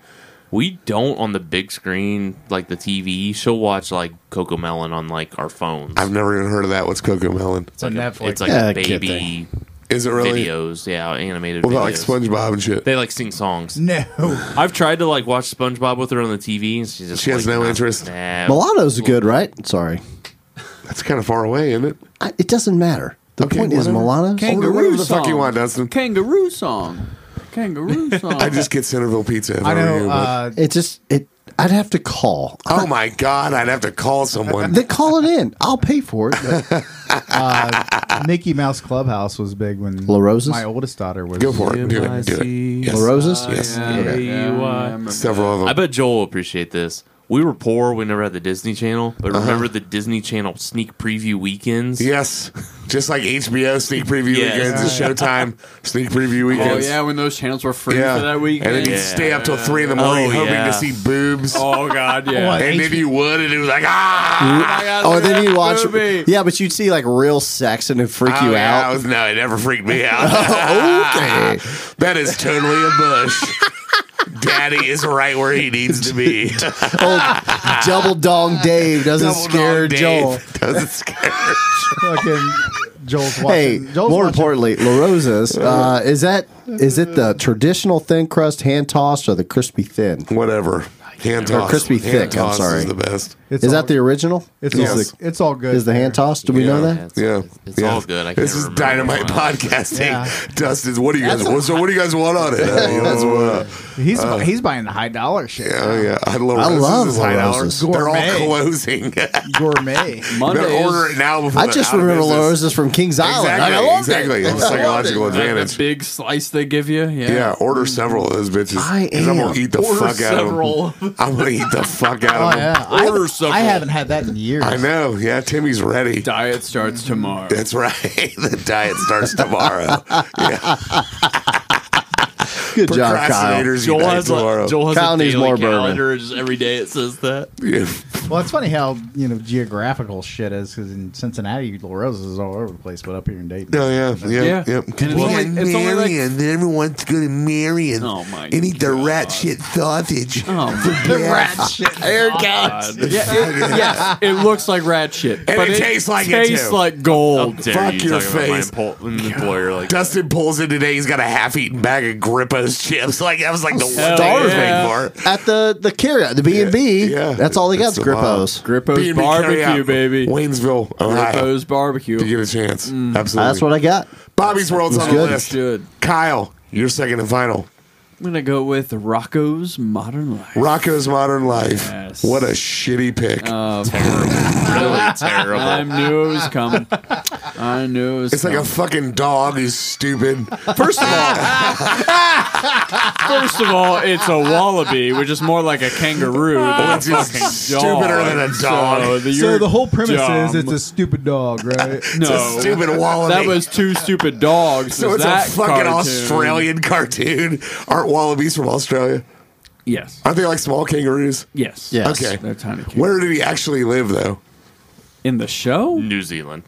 Speaker 3: we don't on the big screen like the TV. She'll watch like Coco Melon on like our phones.
Speaker 1: I've never even heard of that. What's Coco Melon?
Speaker 5: It's on Netflix.
Speaker 3: it's like
Speaker 4: Yeah, kid
Speaker 3: baby
Speaker 1: Is it really?
Speaker 3: videos, yeah, animated
Speaker 1: What about
Speaker 3: videos.
Speaker 1: like SpongeBob and shit?
Speaker 3: they like sing
Speaker 5: <laughs>
Speaker 3: songs.
Speaker 5: no,
Speaker 3: I've tried to like watch SpongeBob with her on the TV, and she just
Speaker 1: She has
Speaker 3: like,
Speaker 1: no
Speaker 3: nah,
Speaker 1: interest.
Speaker 3: Nah.
Speaker 4: Mulatto's good, right? Sorry,
Speaker 1: That's kind of far away, isn't it?
Speaker 4: I, it doesn't matter. The
Speaker 1: Okay,
Speaker 4: point is
Speaker 1: whatever.
Speaker 4: Mulatto's.
Speaker 1: Kangaroo
Speaker 6: Kangaroo
Speaker 1: the fuck you
Speaker 6: song.
Speaker 1: want, Dustin.
Speaker 6: Kangaroo song. Kangaroo song.
Speaker 1: <laughs> I just get Centerville pizza. If
Speaker 5: I
Speaker 1: were
Speaker 5: know.
Speaker 1: you, but-
Speaker 5: Uh,
Speaker 4: It just it. I'd have to call.
Speaker 1: oh my god, I'd have to call someone.
Speaker 4: Then call it in. I'll pay for it. <laughs> but-
Speaker 5: Mickey Mouse Clubhouse was big when
Speaker 4: La Rosa's?
Speaker 5: my oldest daughter was.
Speaker 1: Go for it. Do it. Do it. Yes.
Speaker 4: La Rosa's.
Speaker 1: Yes.
Speaker 6: Yeah,
Speaker 1: Several of them.
Speaker 3: I bet Joel will appreciate this. We were poor. We never had the Disney Channel, but remember the Disney Channel sneak preview weekends?
Speaker 1: Yes. Just like HBO sneak preview
Speaker 3: Yes.
Speaker 1: weekends,
Speaker 5: <laughs>
Speaker 1: Showtime sneak preview
Speaker 6: Oh
Speaker 1: weekends.
Speaker 6: yeah, when those channels were free
Speaker 1: Yeah.
Speaker 6: for that weekend.
Speaker 1: And then you'd
Speaker 3: Yeah.
Speaker 1: stay up till three in the morning
Speaker 3: Oh,
Speaker 1: hoping
Speaker 3: yeah.
Speaker 1: to see boobs.
Speaker 6: Oh
Speaker 1: <laughs>
Speaker 6: god, yeah.
Speaker 5: What?
Speaker 1: and
Speaker 5: H-
Speaker 1: if you would, and it was like, ah!
Speaker 4: Oh, then <laughs> you watch.
Speaker 6: Movie.
Speaker 4: Yeah, but you'd see like real sex and it'd freak
Speaker 1: Oh,
Speaker 4: you
Speaker 1: yeah, I
Speaker 4: out. Oh,
Speaker 1: was- no, it never freaked
Speaker 4: <laughs>
Speaker 1: me out. okay. <laughs> That is totally a
Speaker 4: <laughs>
Speaker 1: bush. Daddy is right where he needs to be.
Speaker 4: Old double dong Dave <laughs> doesn't
Speaker 1: Double
Speaker 4: scare
Speaker 1: dog Dave
Speaker 4: Joel.
Speaker 1: <laughs> Doesn't scare.
Speaker 5: fucking Joel's
Speaker 4: Hey,
Speaker 5: watching. Joel's
Speaker 4: more
Speaker 5: watching-
Speaker 4: importantly, La Rosa's.
Speaker 5: <laughs>
Speaker 4: Uh, is that is it the traditional thin crust hand tossed or the crispy thin?
Speaker 1: Whatever. Hand toss.
Speaker 4: crispy
Speaker 1: Hand
Speaker 4: thick, I'm
Speaker 1: toss
Speaker 4: sorry.
Speaker 1: Is the best.
Speaker 5: It's
Speaker 4: is
Speaker 5: all-
Speaker 4: that the original?
Speaker 5: It's
Speaker 4: is,
Speaker 5: all,
Speaker 4: the,
Speaker 5: it's all good.
Speaker 4: is the hand toss? Do we know
Speaker 3: Yeah,
Speaker 4: that?
Speaker 3: it's-
Speaker 1: Yeah,
Speaker 3: it's, it's
Speaker 1: yeah.
Speaker 3: all good. I
Speaker 1: this
Speaker 3: can't
Speaker 1: is
Speaker 3: remember
Speaker 1: dynamite
Speaker 3: what I-
Speaker 1: podcasting.
Speaker 5: Yeah.
Speaker 1: Dustin's, what do you guys? What, so, what do you guys want
Speaker 4: <laughs>
Speaker 1: on it? Uh, you know, uh,
Speaker 5: He's bu- he's buying the high dollar shit.
Speaker 1: oh yeah, I love,
Speaker 4: I
Speaker 1: this
Speaker 4: love
Speaker 1: is high
Speaker 4: La
Speaker 1: dollar.
Speaker 4: Rosa's.
Speaker 1: They're all
Speaker 5: Gourmet.
Speaker 1: closing. <laughs>
Speaker 6: <laughs>
Speaker 5: Gourmet.
Speaker 1: Better
Speaker 6: Monday
Speaker 1: order it now before
Speaker 4: I
Speaker 1: they're
Speaker 4: just
Speaker 1: out of
Speaker 4: remember La
Speaker 1: business.
Speaker 4: Rosa's from King's Island.
Speaker 1: Exactly,
Speaker 4: I loved
Speaker 1: exactly.
Speaker 4: it.
Speaker 1: It's a psychological
Speaker 6: Like the
Speaker 1: advantage.
Speaker 6: big slice they give you. Yeah.
Speaker 1: Yeah, order several of those bitches.
Speaker 4: I
Speaker 1: 'cause I'm gonna
Speaker 4: am.
Speaker 1: eat the
Speaker 6: Order
Speaker 1: fuck
Speaker 6: several.
Speaker 1: out of them. <laughs> I'm gonna eat the fuck out
Speaker 5: Oh
Speaker 1: of them.
Speaker 5: yeah. I,
Speaker 6: Order
Speaker 5: haven't-
Speaker 6: several.
Speaker 5: I haven't had that in years.
Speaker 1: I know. Yeah, Timmy's ready.
Speaker 6: Diet starts tomorrow.
Speaker 1: That's right. <laughs> the diet starts tomorrow. yeah.
Speaker 4: Good job, Kyle.
Speaker 1: Procrastinators
Speaker 3: Joel
Speaker 1: unite
Speaker 3: has,
Speaker 1: tomorrow.
Speaker 3: a, Joel has
Speaker 4: Kyle
Speaker 3: a
Speaker 4: needs
Speaker 3: daily
Speaker 4: more bourbon.
Speaker 3: calendar. Just every day it says that.
Speaker 1: Yeah.
Speaker 5: Well, it's funny how you know geographical shit is because in Cincinnati, La Rosa's is all over the place, but up here in Dayton,
Speaker 1: Oh yeah, yeah,
Speaker 6: Yeah.
Speaker 1: yeah.
Speaker 6: And it's only- it's only like-
Speaker 1: and everyone's gonna marry and,
Speaker 6: Oh, my
Speaker 1: and eat the rat
Speaker 6: God.
Speaker 1: shit sausage. <laughs>
Speaker 6: Oh,
Speaker 5: the rat shit. There it
Speaker 6: God. Yeah, it, yes, it looks like rat shit,
Speaker 1: And it tastes like it,
Speaker 6: tastes
Speaker 1: too.
Speaker 6: like gold.
Speaker 3: Dare
Speaker 1: Fuck
Speaker 3: you
Speaker 1: your
Speaker 3: talk about my
Speaker 1: face.
Speaker 3: empol-
Speaker 1: <laughs>
Speaker 3: employer like
Speaker 1: Dustin pulls in today. He's got a half-eaten bag of Grippo's chips. <laughs> Like that was like the one
Speaker 6: Hell
Speaker 1: dollar
Speaker 6: yeah.
Speaker 1: thing for.
Speaker 4: At the the carryout, the B and B.
Speaker 1: Yeah, yeah.
Speaker 4: That's all they got.
Speaker 1: It's
Speaker 4: is
Speaker 1: the bomb.
Speaker 4: Grippos.
Speaker 6: Grippo's
Speaker 1: B&B
Speaker 6: barbecue,
Speaker 1: carryout,
Speaker 6: baby. Mm.
Speaker 1: Waynesville, Ohio.
Speaker 6: Grippo's barbecue. Oh,
Speaker 1: You get a chance. Absolutely.
Speaker 4: That's what I got.
Speaker 1: Bobby's World's on the
Speaker 4: good.
Speaker 1: list.
Speaker 6: Good.
Speaker 1: Kyle, your second and final.
Speaker 6: I'm gonna go with Rocco's Modern Life.
Speaker 1: Rocco's Modern Life.
Speaker 6: Yes. Uh,
Speaker 1: What a shitty pick.
Speaker 3: really terrible.
Speaker 6: I knew it was coming. I knew it was.
Speaker 1: it's like a fucking dog who's stupid.
Speaker 6: first
Speaker 1: <laughs>
Speaker 6: of all, first of all, it's a wallaby, which is more like a kangaroo. than a
Speaker 1: Which is
Speaker 6: fucking dog.
Speaker 1: stupider than a dog.
Speaker 6: So the,
Speaker 5: So
Speaker 6: you're
Speaker 5: the whole premise
Speaker 6: dumb.
Speaker 5: is it's a stupid dog, right?
Speaker 1: It's a
Speaker 6: <laughs> no.
Speaker 1: stupid wallaby.
Speaker 6: that was two stupid dogs.
Speaker 1: so
Speaker 6: was
Speaker 1: it's
Speaker 6: that
Speaker 1: a fucking
Speaker 6: cartoon.
Speaker 1: Australian cartoon. Aren't wallabies from Australia?
Speaker 6: Yes.
Speaker 1: Aren't they like small kangaroos?
Speaker 6: Yes.
Speaker 4: Yes.
Speaker 1: Okay.
Speaker 6: They're tiny. kids.
Speaker 1: Where did he actually live though?
Speaker 6: in the show?
Speaker 3: New Zealand.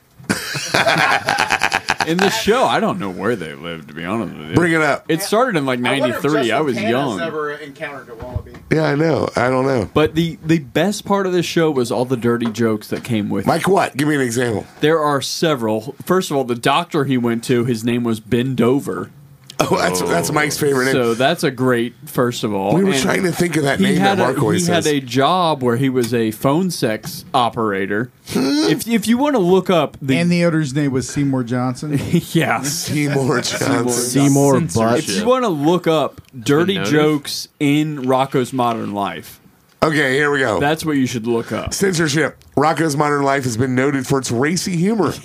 Speaker 6: In the show, I don't know where they live. To be honest with you,
Speaker 1: Bring it up.
Speaker 6: It started in like '93. I was young.
Speaker 5: encountered a wallaby.
Speaker 1: Yeah, I know. I don't know.
Speaker 6: But the the best part of this show was all the dirty jokes that came with. it.
Speaker 1: Like what? Give me an example.
Speaker 6: There are several. First of all, the doctor he went to, his name was Ben Dover.
Speaker 1: <laughs> Oh, that's that's Mike's favorite name.
Speaker 6: So that's a great first of all.
Speaker 1: we were
Speaker 6: And
Speaker 1: trying to think of that
Speaker 6: he
Speaker 1: name that
Speaker 6: had
Speaker 1: Mark
Speaker 6: a,
Speaker 1: always
Speaker 6: he had
Speaker 1: says.
Speaker 6: a job where he was a phone sex operator. if if you want to look up the,
Speaker 5: And the owner's name was Seymour Johnson.
Speaker 1: <laughs>
Speaker 6: <laughs> yes.
Speaker 1: Seymour Johnson.
Speaker 4: Seymour
Speaker 3: Censorship.
Speaker 6: If
Speaker 4: Butt.
Speaker 6: you want to look up dirty
Speaker 3: notice?
Speaker 6: jokes in Rocco's Modern Life,
Speaker 1: Okay, here we go.
Speaker 6: that's what you should look up. <laughs>
Speaker 1: Censorship. Rocco's Modern Life has been noted for its racy humor.
Speaker 3: <laughs>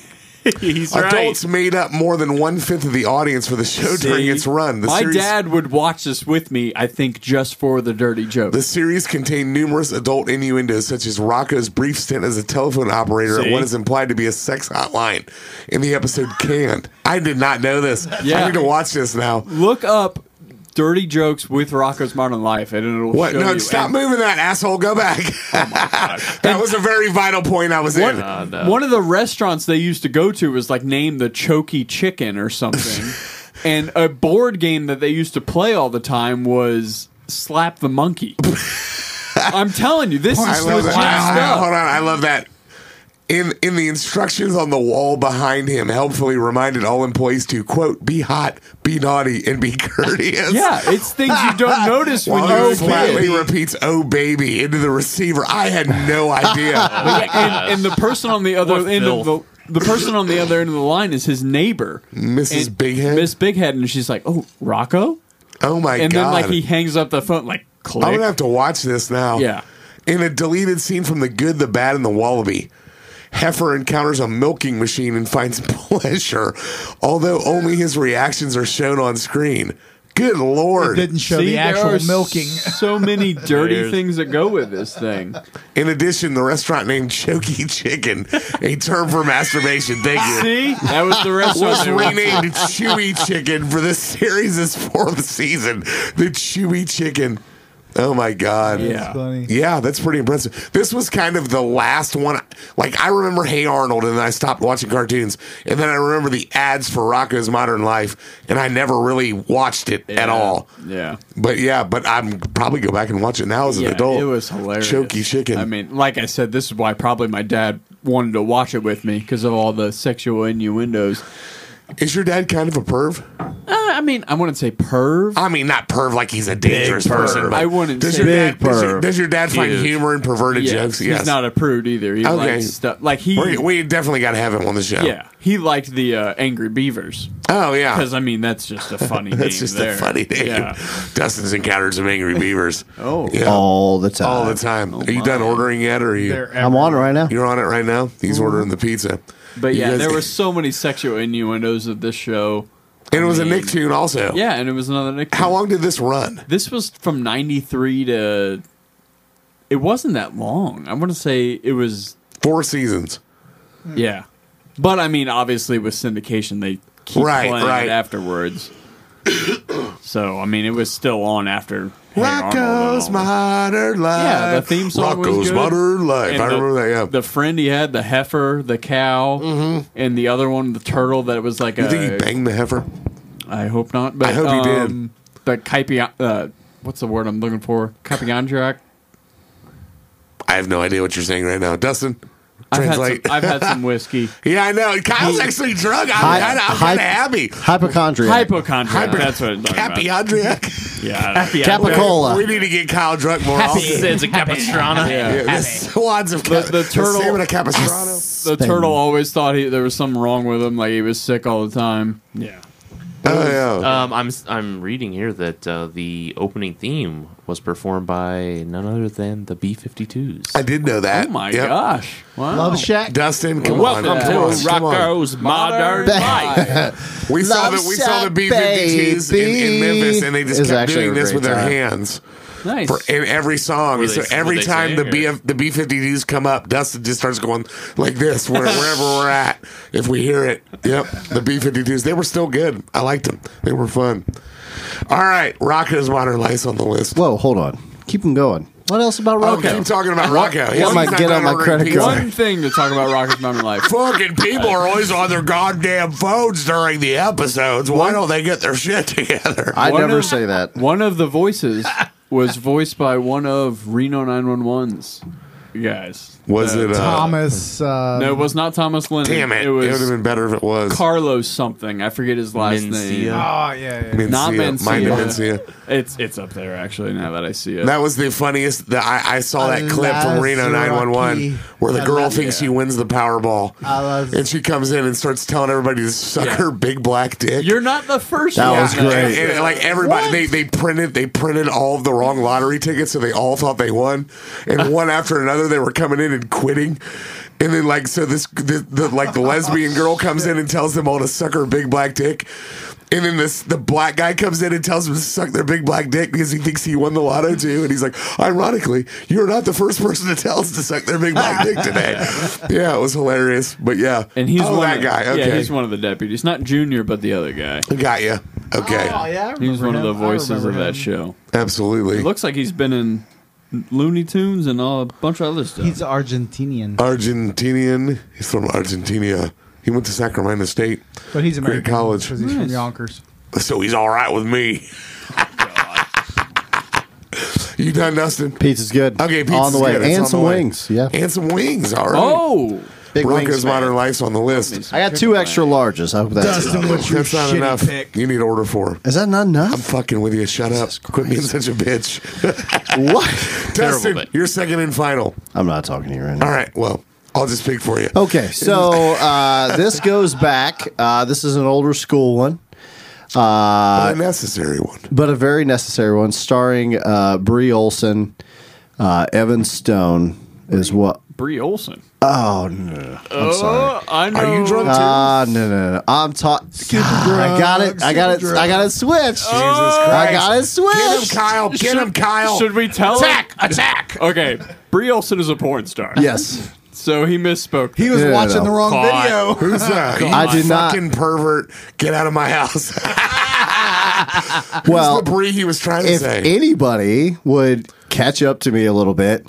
Speaker 3: He's
Speaker 1: Adults made up more than one fifth of the audience for the show during
Speaker 6: See,
Speaker 1: its run. The
Speaker 6: my
Speaker 1: series,
Speaker 6: dad would watch this with me, I think, just for the dirty joke.
Speaker 1: The series contained numerous adult innuendos, such as Rocco's brief stint as a telephone operator at
Speaker 6: See?
Speaker 1: what is implied to be a sex hotline in the episode Canned. I did not know this. I
Speaker 6: Yeah.
Speaker 1: need to watch this now.
Speaker 6: Look up dirty jokes with Rocco's Modern Life, and it'll
Speaker 1: What?
Speaker 6: show
Speaker 1: No,
Speaker 6: you.
Speaker 1: stop
Speaker 6: And Oh
Speaker 1: moving that asshole. Go back. <laughs> that was a very vital point I was in.
Speaker 3: Uh, no.
Speaker 6: One of the restaurants they used to go to was like name the Choky Chicken
Speaker 1: <laughs>
Speaker 6: or something, and a board game that they used to play all the time was Slap
Speaker 1: <laughs>
Speaker 6: the Monkey. I'm telling you, this
Speaker 1: Oh, I
Speaker 6: is
Speaker 1: love
Speaker 6: legit
Speaker 1: that. Ah,
Speaker 6: stuff.
Speaker 1: Hold on, I love that. In in the instructions on the wall behind him, helpfully reminded all employees to quote, be hot, be naughty, and be courteous.
Speaker 6: Yeah, Oh, it's things
Speaker 1: <laughs>
Speaker 6: you don't notice when
Speaker 1: While
Speaker 6: you're
Speaker 1: he
Speaker 6: a kid.
Speaker 1: flatly repeats "Oh baby" into the receiver, I had
Speaker 6: <laughs>
Speaker 1: no
Speaker 3: Uh,
Speaker 1: idea.
Speaker 6: and, and the person on the other
Speaker 3: What
Speaker 6: end of the the person on the other end of the line is his neighbor,
Speaker 1: Mrs.
Speaker 6: And-
Speaker 1: Bighead?
Speaker 6: Miss Bighead, and she's like, "Oh, Rocco,"
Speaker 1: oh my
Speaker 6: and
Speaker 1: god!
Speaker 6: then like he hangs up the phone, like, "Click."
Speaker 1: I'm gonna have to watch this now.
Speaker 6: Yeah.
Speaker 1: In a deleted scene from The Good, the Bad, and the Wallaby, Heifer encounters a milking machine and <laughs> finds pleasure, although only his reactions are shown on screen. Good lord.
Speaker 5: Didn't show
Speaker 6: See,
Speaker 5: the
Speaker 6: there are
Speaker 5: actual milking.
Speaker 6: So many
Speaker 5: <laughs>
Speaker 6: dirty
Speaker 3: There's-
Speaker 6: things that go with this thing.
Speaker 1: In addition, the restaurant named Choky Chicken, a term for masturbation, thank you,
Speaker 6: See, <laughs> that was the rest
Speaker 1: was
Speaker 6: of it.
Speaker 1: renamed Chewy Chicken for this series' fourth season. The Chewy Chicken. Oh my God.
Speaker 6: Yeah.
Speaker 5: Funny.
Speaker 1: Yeah, that's pretty impressive. This was kind of the last one. Like I remember Hey Arnold, and then I stopped watching cartoons, and then I remember the ads for Rocco's Modern Life, and I never really watched it at all.
Speaker 6: Yeah,
Speaker 1: But yeah, but I'm probably go back and watch it now as
Speaker 6: yeah,
Speaker 1: an adult.
Speaker 6: it was hilarious.
Speaker 1: Choky chicken.
Speaker 6: I mean, like I said, this is why probably my dad wanted to watch it with me because of all the sexual innuendos.
Speaker 1: is your dad kind of a perv?
Speaker 6: Uh, I mean, I wouldn't say perv.
Speaker 1: I mean, not perv like he's a dangerous person. But
Speaker 6: I wouldn't
Speaker 1: Does
Speaker 6: say
Speaker 1: your
Speaker 6: big
Speaker 1: dad? Does your,
Speaker 6: perv.
Speaker 1: does your dad find
Speaker 3: Huge.
Speaker 1: humor in perverted
Speaker 6: Yeah,
Speaker 1: jokes? Yes.
Speaker 6: He's not a prude either. He
Speaker 1: Okay.
Speaker 6: likes stuff like he.
Speaker 1: we, we definitely got to have him on the show.
Speaker 6: yeah, he liked the uh, Angry Beavers
Speaker 1: Oh yeah.
Speaker 6: because I mean that's just
Speaker 1: <laughs>
Speaker 6: a funny. name
Speaker 1: That's just
Speaker 6: there.
Speaker 1: a funny name.
Speaker 6: Yeah.
Speaker 1: Dustin's encountered some angry beavers.
Speaker 6: Oh.
Speaker 1: yeah. all,
Speaker 4: all the time.
Speaker 1: the time. are you done ordering yet, or are you?
Speaker 5: They're
Speaker 4: I'm on it right now.
Speaker 1: You're on it right now. He's ordering the pizza.
Speaker 6: But
Speaker 1: You
Speaker 6: yeah,
Speaker 1: guys-
Speaker 6: there were so many sexual innuendos of this show.
Speaker 1: and it was a
Speaker 6: I mean-
Speaker 1: Nicktoon also.
Speaker 6: Yeah, and it was another Nick.
Speaker 1: How long did this run?
Speaker 6: This was from '93 to. It wasn't that long. I want to say it was
Speaker 1: Four seasons.
Speaker 6: yeah, but I mean, obviously with syndication, they keep
Speaker 1: Right,
Speaker 6: playing
Speaker 1: right.
Speaker 6: it afterwards. so I mean, it was still on after. Hey Arnold and all
Speaker 1: Rocco's
Speaker 6: that.
Speaker 1: Modern Life.
Speaker 6: Yeah, the theme song was
Speaker 1: Rocco's
Speaker 6: good.
Speaker 1: Modern Life.
Speaker 6: And
Speaker 1: I
Speaker 6: the-
Speaker 1: remember that. Yeah. Mm-hmm.
Speaker 6: The friend he had, the heifer, the cow, and the other one, the turtle, that was like
Speaker 1: you
Speaker 6: a.
Speaker 1: think he banged the heifer?
Speaker 6: I hope not. But,
Speaker 1: I hope he did.
Speaker 6: um, The Kaipi, uh, what's the word I'm looking for? Kaipiandrak.
Speaker 1: I have no idea what you're saying right now, Dustin.
Speaker 6: I've had, some,
Speaker 1: Translate.
Speaker 6: I've had
Speaker 1: <laughs>
Speaker 6: some whiskey.
Speaker 1: yeah, I know. Kyle's actually drunk. I'm
Speaker 4: Hy-
Speaker 1: kind of
Speaker 4: hy-
Speaker 1: happy.
Speaker 4: Hypochondria.
Speaker 6: Hypochondriac.
Speaker 1: Hyper-
Speaker 6: That's what I'm talking about. <laughs>
Speaker 1: Capiandriac.
Speaker 6: Yeah.
Speaker 4: Capicola.
Speaker 1: We need to get Kyle drunk more often.
Speaker 3: <laughs> It's a capistrano.
Speaker 1: Yeah,
Speaker 6: yeah.
Speaker 1: the <laughs> swads of
Speaker 6: The- the turtle-
Speaker 1: salmon of Capistrano.
Speaker 6: The turtle always thought he, there was something wrong with him, like he was sick all the time. Yeah.
Speaker 1: oh yeah.
Speaker 3: Um, I'm I'm reading here that uh, the opening theme was performed by none other than the B-52s.
Speaker 1: I did know that.
Speaker 6: Oh my
Speaker 1: Yep.
Speaker 6: gosh! Wow.
Speaker 5: Love Shack.
Speaker 1: Dustin, come on,
Speaker 6: to
Speaker 1: come on, come on. <laughs>
Speaker 6: Modern Life.
Speaker 1: We saw
Speaker 4: Love
Speaker 1: that we saw the
Speaker 4: Shack,
Speaker 1: B-52s in, in
Speaker 4: baby.
Speaker 1: Memphis, and they just
Speaker 4: It's
Speaker 1: kept
Speaker 4: actually
Speaker 1: doing
Speaker 4: a
Speaker 1: this
Speaker 4: great
Speaker 1: with their
Speaker 4: time.
Speaker 1: hands
Speaker 6: nice.
Speaker 1: for, in every song.
Speaker 3: Were
Speaker 1: So
Speaker 3: they-
Speaker 1: every
Speaker 3: were they
Speaker 1: time the
Speaker 3: singing,
Speaker 1: B
Speaker 3: or-
Speaker 1: the B-52s come up, Dustin just starts going like this where, wherever we're at. If we hear it, yep, the B-52s. They were still good. I liked them. They were fun. All right, Rocco's Modern Life's on the list.
Speaker 4: Whoa, hold on. Keep them going. What else about
Speaker 1: Oh,
Speaker 4: Rocco?
Speaker 1: keep talking about Rocco. He's
Speaker 4: am I
Speaker 1: not
Speaker 4: getting
Speaker 1: done
Speaker 4: on my
Speaker 1: ordering
Speaker 4: credit
Speaker 1: pizza.
Speaker 4: card?
Speaker 6: One thing to talk about Rocket's Modern Life.
Speaker 1: Fucking people are always on their goddamn phones during the episodes. Why don't they get their shit together?
Speaker 4: I
Speaker 6: One
Speaker 4: never
Speaker 6: of-
Speaker 4: say that.
Speaker 6: One of the voices was voiced by one of Reno 911's guys.
Speaker 1: was it uh,
Speaker 5: Thomas. Uh,
Speaker 6: No, it was not Thomas Lennon.
Speaker 1: Damn it! It, would have
Speaker 6: was
Speaker 1: been better if it was.
Speaker 6: Carlos something. I forget his last
Speaker 3: Mencia.
Speaker 6: name.
Speaker 5: Oh, yeah, yeah.
Speaker 1: Mencia.
Speaker 6: not
Speaker 1: Mine to
Speaker 6: Mencia.
Speaker 1: Mencia.
Speaker 6: It's it's up there actually. Now that I see it,
Speaker 1: That was the funniest. The, I, I saw that clip from Reno
Speaker 5: Alazraki.
Speaker 1: 911 where the girl
Speaker 5: Alaz-
Speaker 1: thinks she wins the Powerball,
Speaker 5: Alaz-
Speaker 1: and she comes in and starts telling everybody to suck
Speaker 6: Yeah.
Speaker 1: her big black dick.
Speaker 6: you're not the first.
Speaker 4: That
Speaker 6: one.
Speaker 4: was
Speaker 1: And-
Speaker 4: great.
Speaker 1: And, like everybody, they, they printed they printed all of the wrong lottery tickets, so they all thought they won. And one after another, they were coming in and quitting. And then like so this the, the like the lesbian girl comes in and tells them all to suck her big black dick. And then this the black guy comes in and tells them to suck their big black dick because he thinks he won the lotto too. And he's like, ironically, you're not the first person to tell us to suck their big black dick today. yeah, it was hilarious. But yeah,
Speaker 6: And he's
Speaker 1: oh,
Speaker 6: one
Speaker 1: that
Speaker 6: of,
Speaker 1: guy. Okay,
Speaker 6: Yeah, he's one of the deputies, not Junior, but the other guy.
Speaker 1: got you. Okay,
Speaker 5: Oh yeah, I
Speaker 6: He was
Speaker 5: remember
Speaker 6: one of
Speaker 5: him.
Speaker 6: the
Speaker 5: I
Speaker 6: voices
Speaker 5: remember
Speaker 6: of that
Speaker 5: him.
Speaker 6: show.
Speaker 1: absolutely.
Speaker 6: Looks like he's been in Looney Tunes and all, a bunch of other stuff.
Speaker 5: He's Argentinian,
Speaker 1: Argentinian. He's from Argentina. He went to Sacramento State,
Speaker 5: but he's American
Speaker 1: college.
Speaker 5: because he's from
Speaker 6: Nice.
Speaker 5: Yonkers.
Speaker 1: so he's all right with me. you done, Dustin?
Speaker 4: Pizza's good.
Speaker 1: Okay, pizza's
Speaker 4: on the way,
Speaker 1: good. It's
Speaker 4: and
Speaker 1: on
Speaker 4: some
Speaker 1: the way.
Speaker 4: wings. Yeah,
Speaker 1: And some wings. All right.
Speaker 6: oh,
Speaker 4: big
Speaker 1: Broncos
Speaker 4: wings. man.
Speaker 1: Modern Life's on the list.
Speaker 4: I got two extra larges. I hope that's enough.
Speaker 5: what's
Speaker 1: That's not enough. You need to order four.
Speaker 4: Is that not
Speaker 1: I'm
Speaker 4: enough?
Speaker 1: fucking with you. Shut
Speaker 4: Jesus
Speaker 1: up. Quit being
Speaker 4: Christ.
Speaker 1: such a bitch.
Speaker 4: <laughs> what?
Speaker 1: Dustin,
Speaker 3: bit.
Speaker 1: you're second and final.
Speaker 4: I'm not talking to you right now.
Speaker 1: All right. Well, I'll just pick for you.
Speaker 4: Okay, so
Speaker 1: <laughs>
Speaker 4: uh, this goes back. Uh, this is an older school one,
Speaker 1: a necessary one.
Speaker 4: but a very necessary one, starring uh, Brie Olson, uh, Evan Stone is what.
Speaker 6: Bree Olson.
Speaker 4: Oh no, no, no. I'm sorry.
Speaker 6: I know.
Speaker 1: Are you drunk too?
Speaker 4: Ah no, no, no. I'm taught. I got it. I got it. I got it switched. I got
Speaker 1: Get
Speaker 4: it
Speaker 1: him,
Speaker 4: switched.
Speaker 1: Kyle. Get him, Kyle.
Speaker 6: Should we tell
Speaker 1: attack?
Speaker 6: him?
Speaker 1: Attack.
Speaker 6: Okay, Bree Olson is a porn star.
Speaker 4: Yes.
Speaker 6: So he misspoke.
Speaker 5: He was
Speaker 4: No, no,
Speaker 5: watching
Speaker 4: no.
Speaker 5: the wrong
Speaker 6: Caught.
Speaker 1: <laughs>
Speaker 5: video.
Speaker 1: Who's that? You
Speaker 4: I did not-
Speaker 1: fucking pervert. Get out of my house. <laughs>
Speaker 4: Well,
Speaker 1: Bree, he was trying to
Speaker 4: if
Speaker 1: say. <laughs>
Speaker 4: anybody would catch up to me a little bit,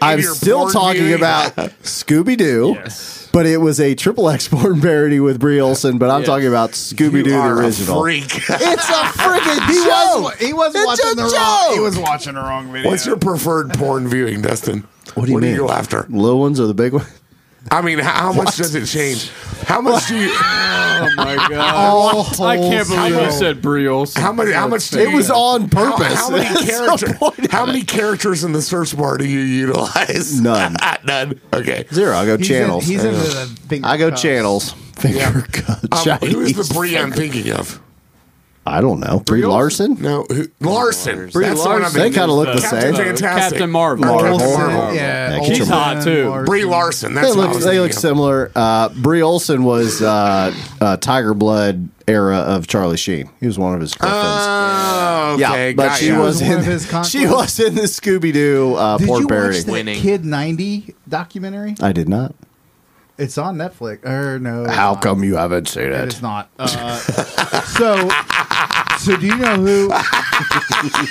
Speaker 4: I'm
Speaker 1: your
Speaker 4: still
Speaker 1: porn
Speaker 4: talking
Speaker 1: viewing. <laughs>
Speaker 4: about Scooby Doo.
Speaker 6: Yes.
Speaker 4: But it was a triple X porn parody with Brie Olson. But I'm
Speaker 6: Yes.
Speaker 4: talking about Scooby
Speaker 1: You
Speaker 4: Doo the
Speaker 1: are a
Speaker 4: original.
Speaker 1: freak. <laughs>
Speaker 4: It's a freaking
Speaker 5: He
Speaker 4: show.
Speaker 5: was, he was
Speaker 4: It's
Speaker 5: watching
Speaker 4: a
Speaker 5: the wrong. He
Speaker 4: joke.
Speaker 5: was watching the wrong video.
Speaker 1: What's your preferred porn viewing, Dustin?
Speaker 4: what do you mean?
Speaker 1: go after?
Speaker 4: Little ones or the big ones?
Speaker 1: I mean, how, how much does it change? How much
Speaker 4: <laughs>
Speaker 1: do you?
Speaker 6: Oh
Speaker 1: <laughs>
Speaker 6: my god.
Speaker 4: All
Speaker 6: I can't believe you
Speaker 4: wholesale.
Speaker 6: said Bree Olson.
Speaker 1: How many? How much? Do
Speaker 4: It
Speaker 1: you-
Speaker 4: was on purpose.
Speaker 1: How, how many
Speaker 4: <laughs> That's the
Speaker 1: characters?
Speaker 4: point.
Speaker 1: How many characters in the search bar do you utilize?
Speaker 4: None.
Speaker 1: <laughs> None. Okay.
Speaker 4: Zero. I go
Speaker 5: He's in-
Speaker 4: channels.
Speaker 5: he's into the big
Speaker 4: I go
Speaker 5: cups.
Speaker 4: channels. Finger cut.
Speaker 1: Um, who is the
Speaker 4: Chinese.
Speaker 1: Brie I'm thinking of?
Speaker 4: I don't know. Brie Larson.
Speaker 1: No, who, Larson.
Speaker 4: Brie
Speaker 1: That's the one I'm
Speaker 4: Larson. They
Speaker 1: thinking
Speaker 4: kind of
Speaker 1: of.
Speaker 4: look the
Speaker 1: Captain
Speaker 4: same.
Speaker 1: Jack- Fantastic.
Speaker 6: Uh, Captain Marvel.
Speaker 4: Marvel.
Speaker 1: Captain
Speaker 4: Marvel.
Speaker 1: Marvel.
Speaker 5: Yeah,
Speaker 4: She's
Speaker 5: Olsen,
Speaker 6: hot, too.
Speaker 5: Larson.
Speaker 1: Brie Larson. That's
Speaker 4: They
Speaker 1: what I
Speaker 4: look,
Speaker 1: was
Speaker 4: they look
Speaker 1: thinking of.
Speaker 4: similar. Uh, Brie Olson was uh, uh, Tiger Blood era of Charlie Sheen. He was one of his girlfriends.
Speaker 1: Oh, okay.
Speaker 4: yeah, but
Speaker 1: got
Speaker 4: she
Speaker 1: ya.
Speaker 4: was
Speaker 5: One
Speaker 4: in
Speaker 5: of
Speaker 4: <laughs>
Speaker 5: his
Speaker 4: she
Speaker 5: conquests.
Speaker 4: was in the Scooby Doo uh,
Speaker 5: Did
Speaker 4: porn
Speaker 5: you
Speaker 4: parody.
Speaker 5: watch that
Speaker 3: Winning.
Speaker 5: Kid 90 documentary?
Speaker 4: I did not.
Speaker 5: It's on Netflix. Or no. it's
Speaker 4: How
Speaker 5: not.
Speaker 4: come you haven't seen
Speaker 5: It
Speaker 4: it?
Speaker 5: is not. Uh, so, so do you know who? <laughs>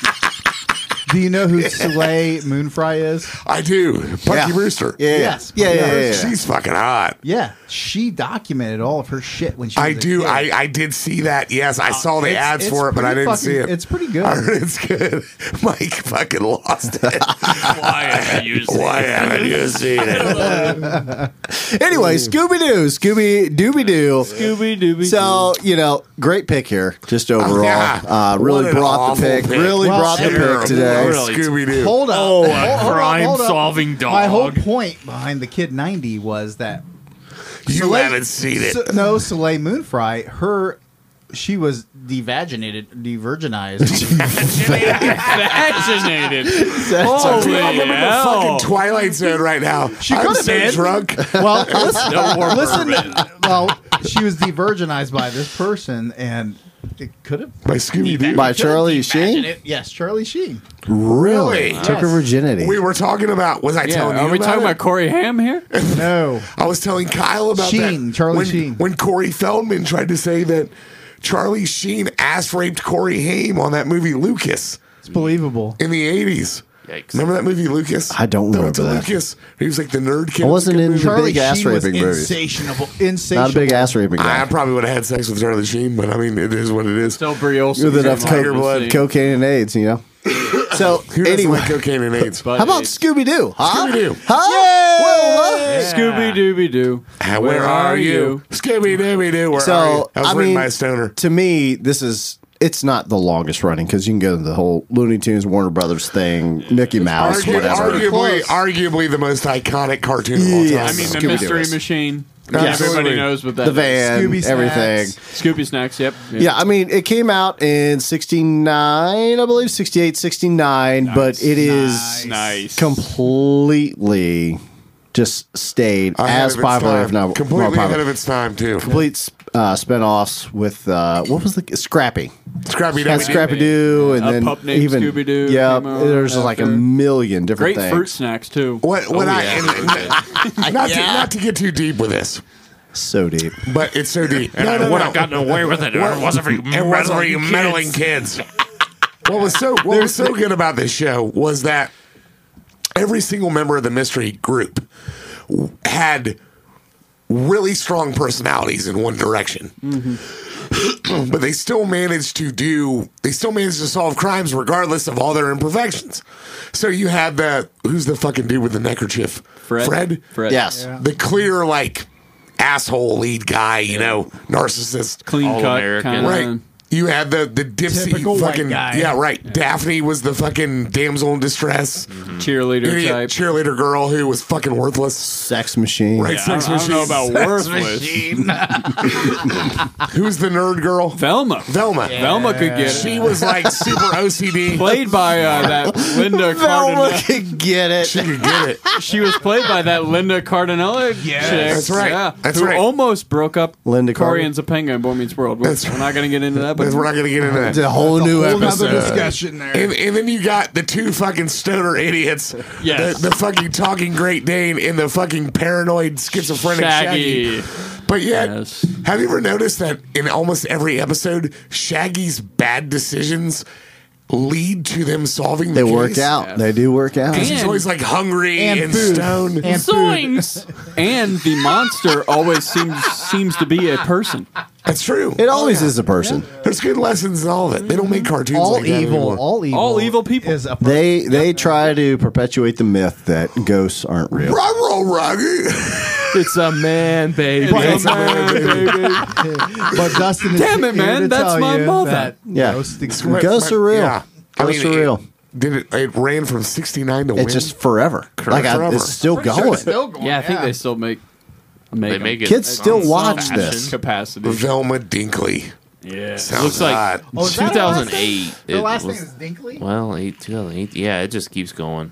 Speaker 5: do you know who Soleil Moonfry is?
Speaker 1: I do. Punky
Speaker 4: Yeah.
Speaker 1: Brewster.
Speaker 4: Yeah,
Speaker 5: Yes.
Speaker 4: yeah, yeah, yeah, yeah.
Speaker 1: She's fucking hot.
Speaker 5: Yeah, she documented all of her shit when she. Was
Speaker 1: I
Speaker 5: a
Speaker 1: do.
Speaker 5: kid.
Speaker 1: I, I did see that. Yes,
Speaker 4: Uh,
Speaker 1: I saw the
Speaker 5: It's-
Speaker 1: ads
Speaker 5: it's
Speaker 1: for it, but I
Speaker 5: pretty
Speaker 1: didn't
Speaker 5: fucking-
Speaker 1: see it.
Speaker 5: It's pretty good.
Speaker 1: I heard <laughs> it's good. Mike fucking lost it.
Speaker 4: <laughs>
Speaker 3: Why are you
Speaker 1: Why haven't you seen
Speaker 4: <laughs>
Speaker 1: it?
Speaker 4: Anyway, Scooby Doo, Scooby Dooby Doo.
Speaker 6: Scooby Dooby.
Speaker 4: So you know, great pick here. Just overall,
Speaker 1: Oh, Yeah.
Speaker 4: uh, really
Speaker 1: What an
Speaker 4: brought the
Speaker 1: awful
Speaker 4: pick.
Speaker 1: pick.
Speaker 4: Really
Speaker 5: Well,
Speaker 4: brought the
Speaker 1: Terrible.
Speaker 4: pick today.
Speaker 3: Really.
Speaker 1: Scooby Doo.
Speaker 5: Hold up.
Speaker 3: Oh,
Speaker 5: Hold- hold
Speaker 3: a
Speaker 5: up, hold
Speaker 3: crime-solving
Speaker 5: up. My whole
Speaker 3: dog.
Speaker 5: point behind the Kid 90 was that
Speaker 1: You
Speaker 5: Soleil-
Speaker 1: haven't seen it.
Speaker 5: So- no, Soleil Moonfry, her, she was devaginated,
Speaker 1: <laughs>
Speaker 5: devirginized.
Speaker 6: vaccinated.
Speaker 4: That's
Speaker 6: Holy
Speaker 1: Dude, I'm in the
Speaker 6: hell.
Speaker 1: fucking Twilight Zone right now. She I'm
Speaker 5: could've
Speaker 1: so
Speaker 4: <laughs>
Speaker 5: been.
Speaker 1: drunk. <laughs>
Speaker 5: well, listen,
Speaker 6: No more
Speaker 5: listen.
Speaker 6: bourbon.
Speaker 5: Well, she was devirginized by this person, and it could have.
Speaker 1: By Scooby Doo.
Speaker 4: By Charlie
Speaker 5: Imagine
Speaker 4: Sheen.
Speaker 5: it. Yes, Charlie Sheen.
Speaker 1: really?
Speaker 4: Took her virginity.
Speaker 1: We were talking about. Was I
Speaker 6: Yeah,
Speaker 1: telling you?
Speaker 6: are we
Speaker 1: about
Speaker 6: talking
Speaker 1: it?
Speaker 6: about Corey Ham here?
Speaker 5: No.
Speaker 1: I was telling Kyle about
Speaker 5: Sheen,
Speaker 1: that.
Speaker 5: Charlie
Speaker 1: when,
Speaker 5: Sheen.
Speaker 1: When Corey Feldman tried to say that Charlie Sheen ass raped Corey Haim on that movie Lucas
Speaker 5: It's believable.
Speaker 1: in the eighties.
Speaker 3: Yikes.
Speaker 1: Remember that movie Lucas?
Speaker 4: I don't
Speaker 1: They went
Speaker 4: remember
Speaker 1: to
Speaker 4: that.
Speaker 1: Lucas. He was like the nerd kid.
Speaker 4: I wasn't in the
Speaker 5: Charlie
Speaker 4: big ass
Speaker 5: Sheen was
Speaker 4: raping movies.
Speaker 5: insatiable. Insatiable.
Speaker 4: Not a big ass raping guy.
Speaker 1: I probably would have had sex with Charlie Sheen, but I mean, it is what it is.
Speaker 6: Tell Brie Olson.
Speaker 4: with enough
Speaker 6: Tiger
Speaker 4: co-
Speaker 6: Blood.
Speaker 4: cocaine and AIDS, you know. So
Speaker 1: Who doesn't
Speaker 4: anyway,
Speaker 1: like cocaine and AIDS?
Speaker 6: But
Speaker 4: how about
Speaker 6: it's-
Speaker 4: Scooby Doo? Huh?
Speaker 1: Scooby-Doo.
Speaker 4: Huh? Well, uh,
Speaker 6: Scooby Dooby Doo?
Speaker 1: Ah, Where, are you? Scooby Dooby Doo. Where are you?
Speaker 4: so
Speaker 1: I was
Speaker 4: I
Speaker 1: written
Speaker 4: mean,
Speaker 1: by a stoner.
Speaker 4: to me, this is it's not the longest running because you can go to the whole Looney Tunes, Warner Brothers thing, Mickey Mouse,
Speaker 1: Argu-
Speaker 4: whatever.
Speaker 1: arguably,
Speaker 5: Close.
Speaker 1: arguably the most iconic cartoon of all
Speaker 4: Yes.
Speaker 1: time.
Speaker 6: I mean, the
Speaker 4: Scooby-Doo
Speaker 6: Mystery
Speaker 4: is.
Speaker 6: Machine.
Speaker 1: Yes.
Speaker 6: Everybody
Speaker 1: Absolutely.
Speaker 6: knows what that
Speaker 4: the
Speaker 6: is.
Speaker 4: van,
Speaker 5: Scooby snacks.
Speaker 4: everything.
Speaker 6: Scooby Snacks, yep.
Speaker 4: Yeah, I mean, it came out in 69, I believe, 68, 69, but it is
Speaker 6: Nice.
Speaker 4: completely just stayed
Speaker 1: Ahead
Speaker 4: as
Speaker 1: of its
Speaker 4: popular,
Speaker 1: time.
Speaker 4: if not
Speaker 1: completely
Speaker 4: more
Speaker 1: ahead
Speaker 4: popular.
Speaker 1: of its time too.
Speaker 4: Complete uh, spinoffs with uh, what was the Scrappy?
Speaker 1: Scrappy
Speaker 4: Had
Speaker 1: Doo.
Speaker 4: Scrappy Doo, and
Speaker 6: A
Speaker 4: then
Speaker 6: Pup Named
Speaker 4: even
Speaker 6: Scooby-Doo
Speaker 4: Yeah,
Speaker 6: came out
Speaker 4: there's just like a
Speaker 6: after.
Speaker 4: million different
Speaker 6: Great
Speaker 4: things.
Speaker 6: fruit snacks too. Oh,
Speaker 1: What? What I
Speaker 8: yeah.
Speaker 1: and <laughs> not to not to get too deep with this,
Speaker 4: So deep.
Speaker 1: but it's so deep. No, no, no.
Speaker 3: away with it.
Speaker 1: What- it wasn't for you meddling kids.
Speaker 3: <laughs>
Speaker 1: what was so what was so good about this show was that every single member of the mystery group w- had really strong personalities in one direction. <clears throat> but they still managed to do they still managed to solve crimes regardless of all their imperfections. So you had the who's the fucking dude with the neckerchief?
Speaker 6: Fred.
Speaker 1: Fred?
Speaker 6: Fred.
Speaker 4: Yes.
Speaker 1: The clear like asshole lead guy, you know, narcissist.
Speaker 6: Clean
Speaker 3: All
Speaker 6: cut.
Speaker 3: American. Hmm.
Speaker 6: Kinda.
Speaker 1: Right. You had the the dipsy
Speaker 5: Typical white
Speaker 1: fucking
Speaker 5: guy.
Speaker 1: yeah right. Daphne was the fucking damsel in distress,
Speaker 6: Cheerleader
Speaker 1: idiot
Speaker 6: type.
Speaker 1: cheerleader girl who was fucking worthless.
Speaker 4: Sex machine. <laughs>
Speaker 1: Right,
Speaker 6: I don't, I don't know about worthless.
Speaker 1: Who's the nerd girl?
Speaker 6: Velma.
Speaker 1: Velma.
Speaker 6: Velma could get it.
Speaker 1: She was like super
Speaker 6: <laughs>
Speaker 1: OCD.
Speaker 6: played by uh, <laughs> that Linda
Speaker 4: Velma
Speaker 6: Cardinale.
Speaker 4: could Oh, get it.
Speaker 1: She could get it.
Speaker 6: She was played by that Linda Cardinale. Yeah,
Speaker 1: That's right.
Speaker 6: Yeah,
Speaker 1: That's
Speaker 6: who
Speaker 1: right.
Speaker 6: almost broke up
Speaker 4: Linda
Speaker 6: Corey
Speaker 4: Cardinale.
Speaker 6: and Topanga in Boy Meets World. We're,
Speaker 1: That's
Speaker 6: we're not going to get into that, but
Speaker 1: We're not gonna get into that.
Speaker 4: It's
Speaker 5: <laughs>
Speaker 4: a whole new
Speaker 5: Whole nother
Speaker 4: episode.
Speaker 5: discussion there.
Speaker 1: And, and then you got the two fucking stoner idiots.
Speaker 6: Yes.
Speaker 1: The, the fucking talking Great Dane and the fucking paranoid schizophrenic Shaggy.
Speaker 6: Shaggy.
Speaker 1: But yet,
Speaker 6: Yes.
Speaker 1: have you ever noticed that in almost every episode, Shaggy's bad decisions lead to them solving the
Speaker 4: They
Speaker 1: case?
Speaker 4: work out. They do work out.
Speaker 1: He's
Speaker 6: And-
Speaker 1: always like hungry and,
Speaker 5: And food.
Speaker 1: stoned.
Speaker 5: and food.
Speaker 6: and the monster always seems seems to be a person.
Speaker 1: That's true.
Speaker 4: It always is a person.
Speaker 1: There's good lessons in all of it. They don't make cartoons
Speaker 5: all
Speaker 1: like that
Speaker 5: evil,
Speaker 1: anymore.
Speaker 5: all evil,
Speaker 6: All evil people.
Speaker 5: is a
Speaker 4: They they try to perpetuate the myth that ghosts aren't real.
Speaker 1: Rock roll, Rocky.
Speaker 7: It's a man, baby.
Speaker 1: It's a man, baby.
Speaker 5: But Dustin, is
Speaker 6: Damn it,
Speaker 5: here
Speaker 6: man,
Speaker 5: to
Speaker 6: that's
Speaker 5: tell
Speaker 6: my
Speaker 5: you
Speaker 6: mother.
Speaker 5: that
Speaker 4: Yeah.
Speaker 5: ghosts exist.
Speaker 4: Ghosts are real.
Speaker 1: Yeah. I
Speaker 4: Ghosts
Speaker 1: mean,
Speaker 4: are
Speaker 1: it-
Speaker 4: real.
Speaker 1: Did it? It ran from sixty nine to win.
Speaker 4: It's just forever. Like I,
Speaker 1: Forever.
Speaker 4: it's still
Speaker 5: Pretty sure
Speaker 4: going.
Speaker 5: it's still going.
Speaker 6: Yeah, I think they still make. Make
Speaker 3: They
Speaker 6: them.
Speaker 3: make it
Speaker 4: Kids
Speaker 3: in
Speaker 4: still
Speaker 3: some
Speaker 4: watch
Speaker 3: fashion
Speaker 4: this.
Speaker 6: capacity.
Speaker 1: Velma Dinkley.
Speaker 6: Yeah,
Speaker 1: Sounds
Speaker 3: Looks like
Speaker 1: hot.
Speaker 5: Oh, is that her last name?
Speaker 3: 2008.
Speaker 5: The
Speaker 3: it
Speaker 5: last
Speaker 3: was-
Speaker 5: name is Dinkley.
Speaker 3: Well, eight, 2008. Yeah, it just keeps going.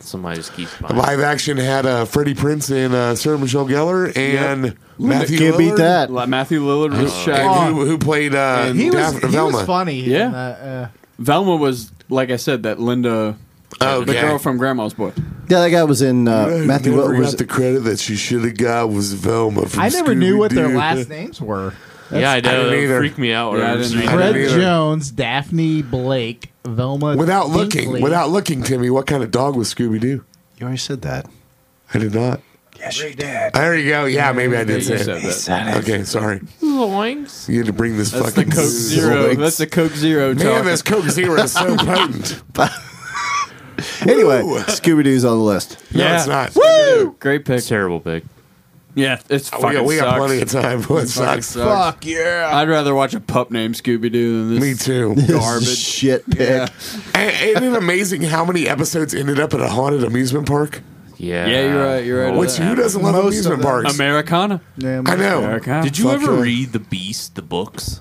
Speaker 3: Somebody just keeps buying.
Speaker 1: Live action had uh, Freddie Prince and uh, Sarah Michelle Gellar and Matthew.
Speaker 4: Can't beat
Speaker 1: Lillard.
Speaker 4: that.
Speaker 6: Like Matthew Lillard was
Speaker 1: Oh.
Speaker 6: Shaggy.
Speaker 1: And who, who played uh,
Speaker 5: He was,
Speaker 1: Daphne
Speaker 5: he
Speaker 1: Velma?
Speaker 5: was funny.
Speaker 6: Yeah.
Speaker 5: in the, uh,
Speaker 6: Velma was like I said that Linda,
Speaker 1: Oh,
Speaker 6: the
Speaker 1: okay.
Speaker 6: girl from Grandma's Boy.
Speaker 4: Yeah, that guy was in uh, Matthew.
Speaker 1: Never
Speaker 4: What
Speaker 1: got
Speaker 4: was
Speaker 1: the credit that she should have got was Velma.
Speaker 5: uh,
Speaker 1: From
Speaker 5: I never knew what their
Speaker 1: Scooby-Doo.
Speaker 5: last names were.
Speaker 3: yeah, I know.
Speaker 1: didn't
Speaker 3: It
Speaker 1: either.
Speaker 3: freaked me out. when
Speaker 6: Yeah, I
Speaker 3: I was
Speaker 6: didn't
Speaker 3: reading
Speaker 1: either.
Speaker 3: it.
Speaker 5: Fred
Speaker 1: either.
Speaker 5: Jones, Daphne Blake, Velma.
Speaker 1: Without looking,
Speaker 5: Dinkley.
Speaker 1: without looking, Timmy, what kind of dog was Scooby Doo?
Speaker 4: You already said that.
Speaker 1: I did not.
Speaker 4: Yes, you did.
Speaker 1: There you go. Yeah, maybe I did
Speaker 6: You
Speaker 1: say
Speaker 6: said
Speaker 1: it.
Speaker 6: that.
Speaker 1: Okay, sorry. You had to bring this
Speaker 6: That's the
Speaker 1: fucking
Speaker 6: Coke Zero. That's the Coke Zero.
Speaker 1: Man,
Speaker 6: talk.
Speaker 1: this Coke Zero is so potent.
Speaker 4: Anyway,
Speaker 1: Woo!
Speaker 4: Scooby Doo's on the list.
Speaker 1: No,
Speaker 6: Yeah.
Speaker 1: it's not.
Speaker 6: Great pick.
Speaker 3: Terrible pick.
Speaker 6: Yeah, it's
Speaker 1: We,
Speaker 6: fucking
Speaker 1: got- we got
Speaker 6: sucks.
Speaker 1: plenty of time. <laughs> What
Speaker 6: Fucking
Speaker 1: sucks?
Speaker 6: sucks.
Speaker 5: yeah.
Speaker 6: I'd rather watch a pup named Scooby Doo than this.
Speaker 1: Me too.
Speaker 6: Garbage.
Speaker 4: shit pick.
Speaker 6: Yeah.
Speaker 1: And, isn't it amazing how many episodes ended up at a haunted amusement park?
Speaker 3: Yeah.
Speaker 6: Yeah, you're right. You're right.
Speaker 1: Which who doesn't love
Speaker 5: Most of
Speaker 1: amusement
Speaker 5: them.
Speaker 1: parks?
Speaker 6: Americana.
Speaker 1: I know.
Speaker 6: Americana.
Speaker 3: Did you
Speaker 1: Fuck
Speaker 3: ever
Speaker 1: yeah.
Speaker 3: read The Beast, the books?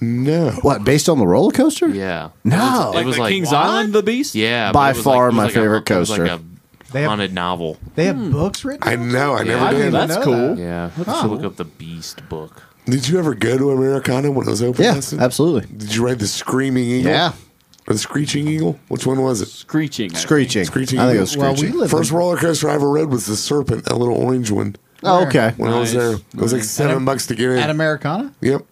Speaker 1: No.
Speaker 4: What? Based on the roller coaster?
Speaker 3: Yeah.
Speaker 4: No.
Speaker 3: It was
Speaker 6: the
Speaker 3: like
Speaker 6: King's Island, the Beast.
Speaker 3: Yeah.
Speaker 4: By
Speaker 3: but it was like-
Speaker 4: far
Speaker 3: it was
Speaker 4: my
Speaker 3: like a-
Speaker 4: favorite
Speaker 3: it was like
Speaker 4: coaster.
Speaker 5: They
Speaker 3: a
Speaker 5: have-
Speaker 3: haunted novel.
Speaker 5: They have books written.
Speaker 1: Hmm. I know. I never
Speaker 3: Yeah, I
Speaker 1: did.
Speaker 3: didn't
Speaker 6: That's cool.
Speaker 3: Yeah. Let's look up The Beast book.
Speaker 1: Did you ever go to Americana when it was open?
Speaker 4: Yeah,
Speaker 1: Dustin?
Speaker 4: absolutely.
Speaker 1: Did you ride the Screaming Eagle?
Speaker 4: Yeah.
Speaker 1: Or the Screeching Eagle? Which one was it?
Speaker 6: Screeching. I think.
Speaker 4: Screeching.
Speaker 1: Screeching
Speaker 4: I think it
Speaker 1: Eagle.
Speaker 4: was
Speaker 5: Well, we
Speaker 4: screeching.
Speaker 5: live-
Speaker 1: First roller coaster I ever rode was the Serpent, a little orange one.
Speaker 4: oh, okay.
Speaker 1: When I was
Speaker 6: Nice.
Speaker 1: there, it was like seven
Speaker 5: At-
Speaker 1: bucks to get in.
Speaker 5: At Americana.
Speaker 1: yep.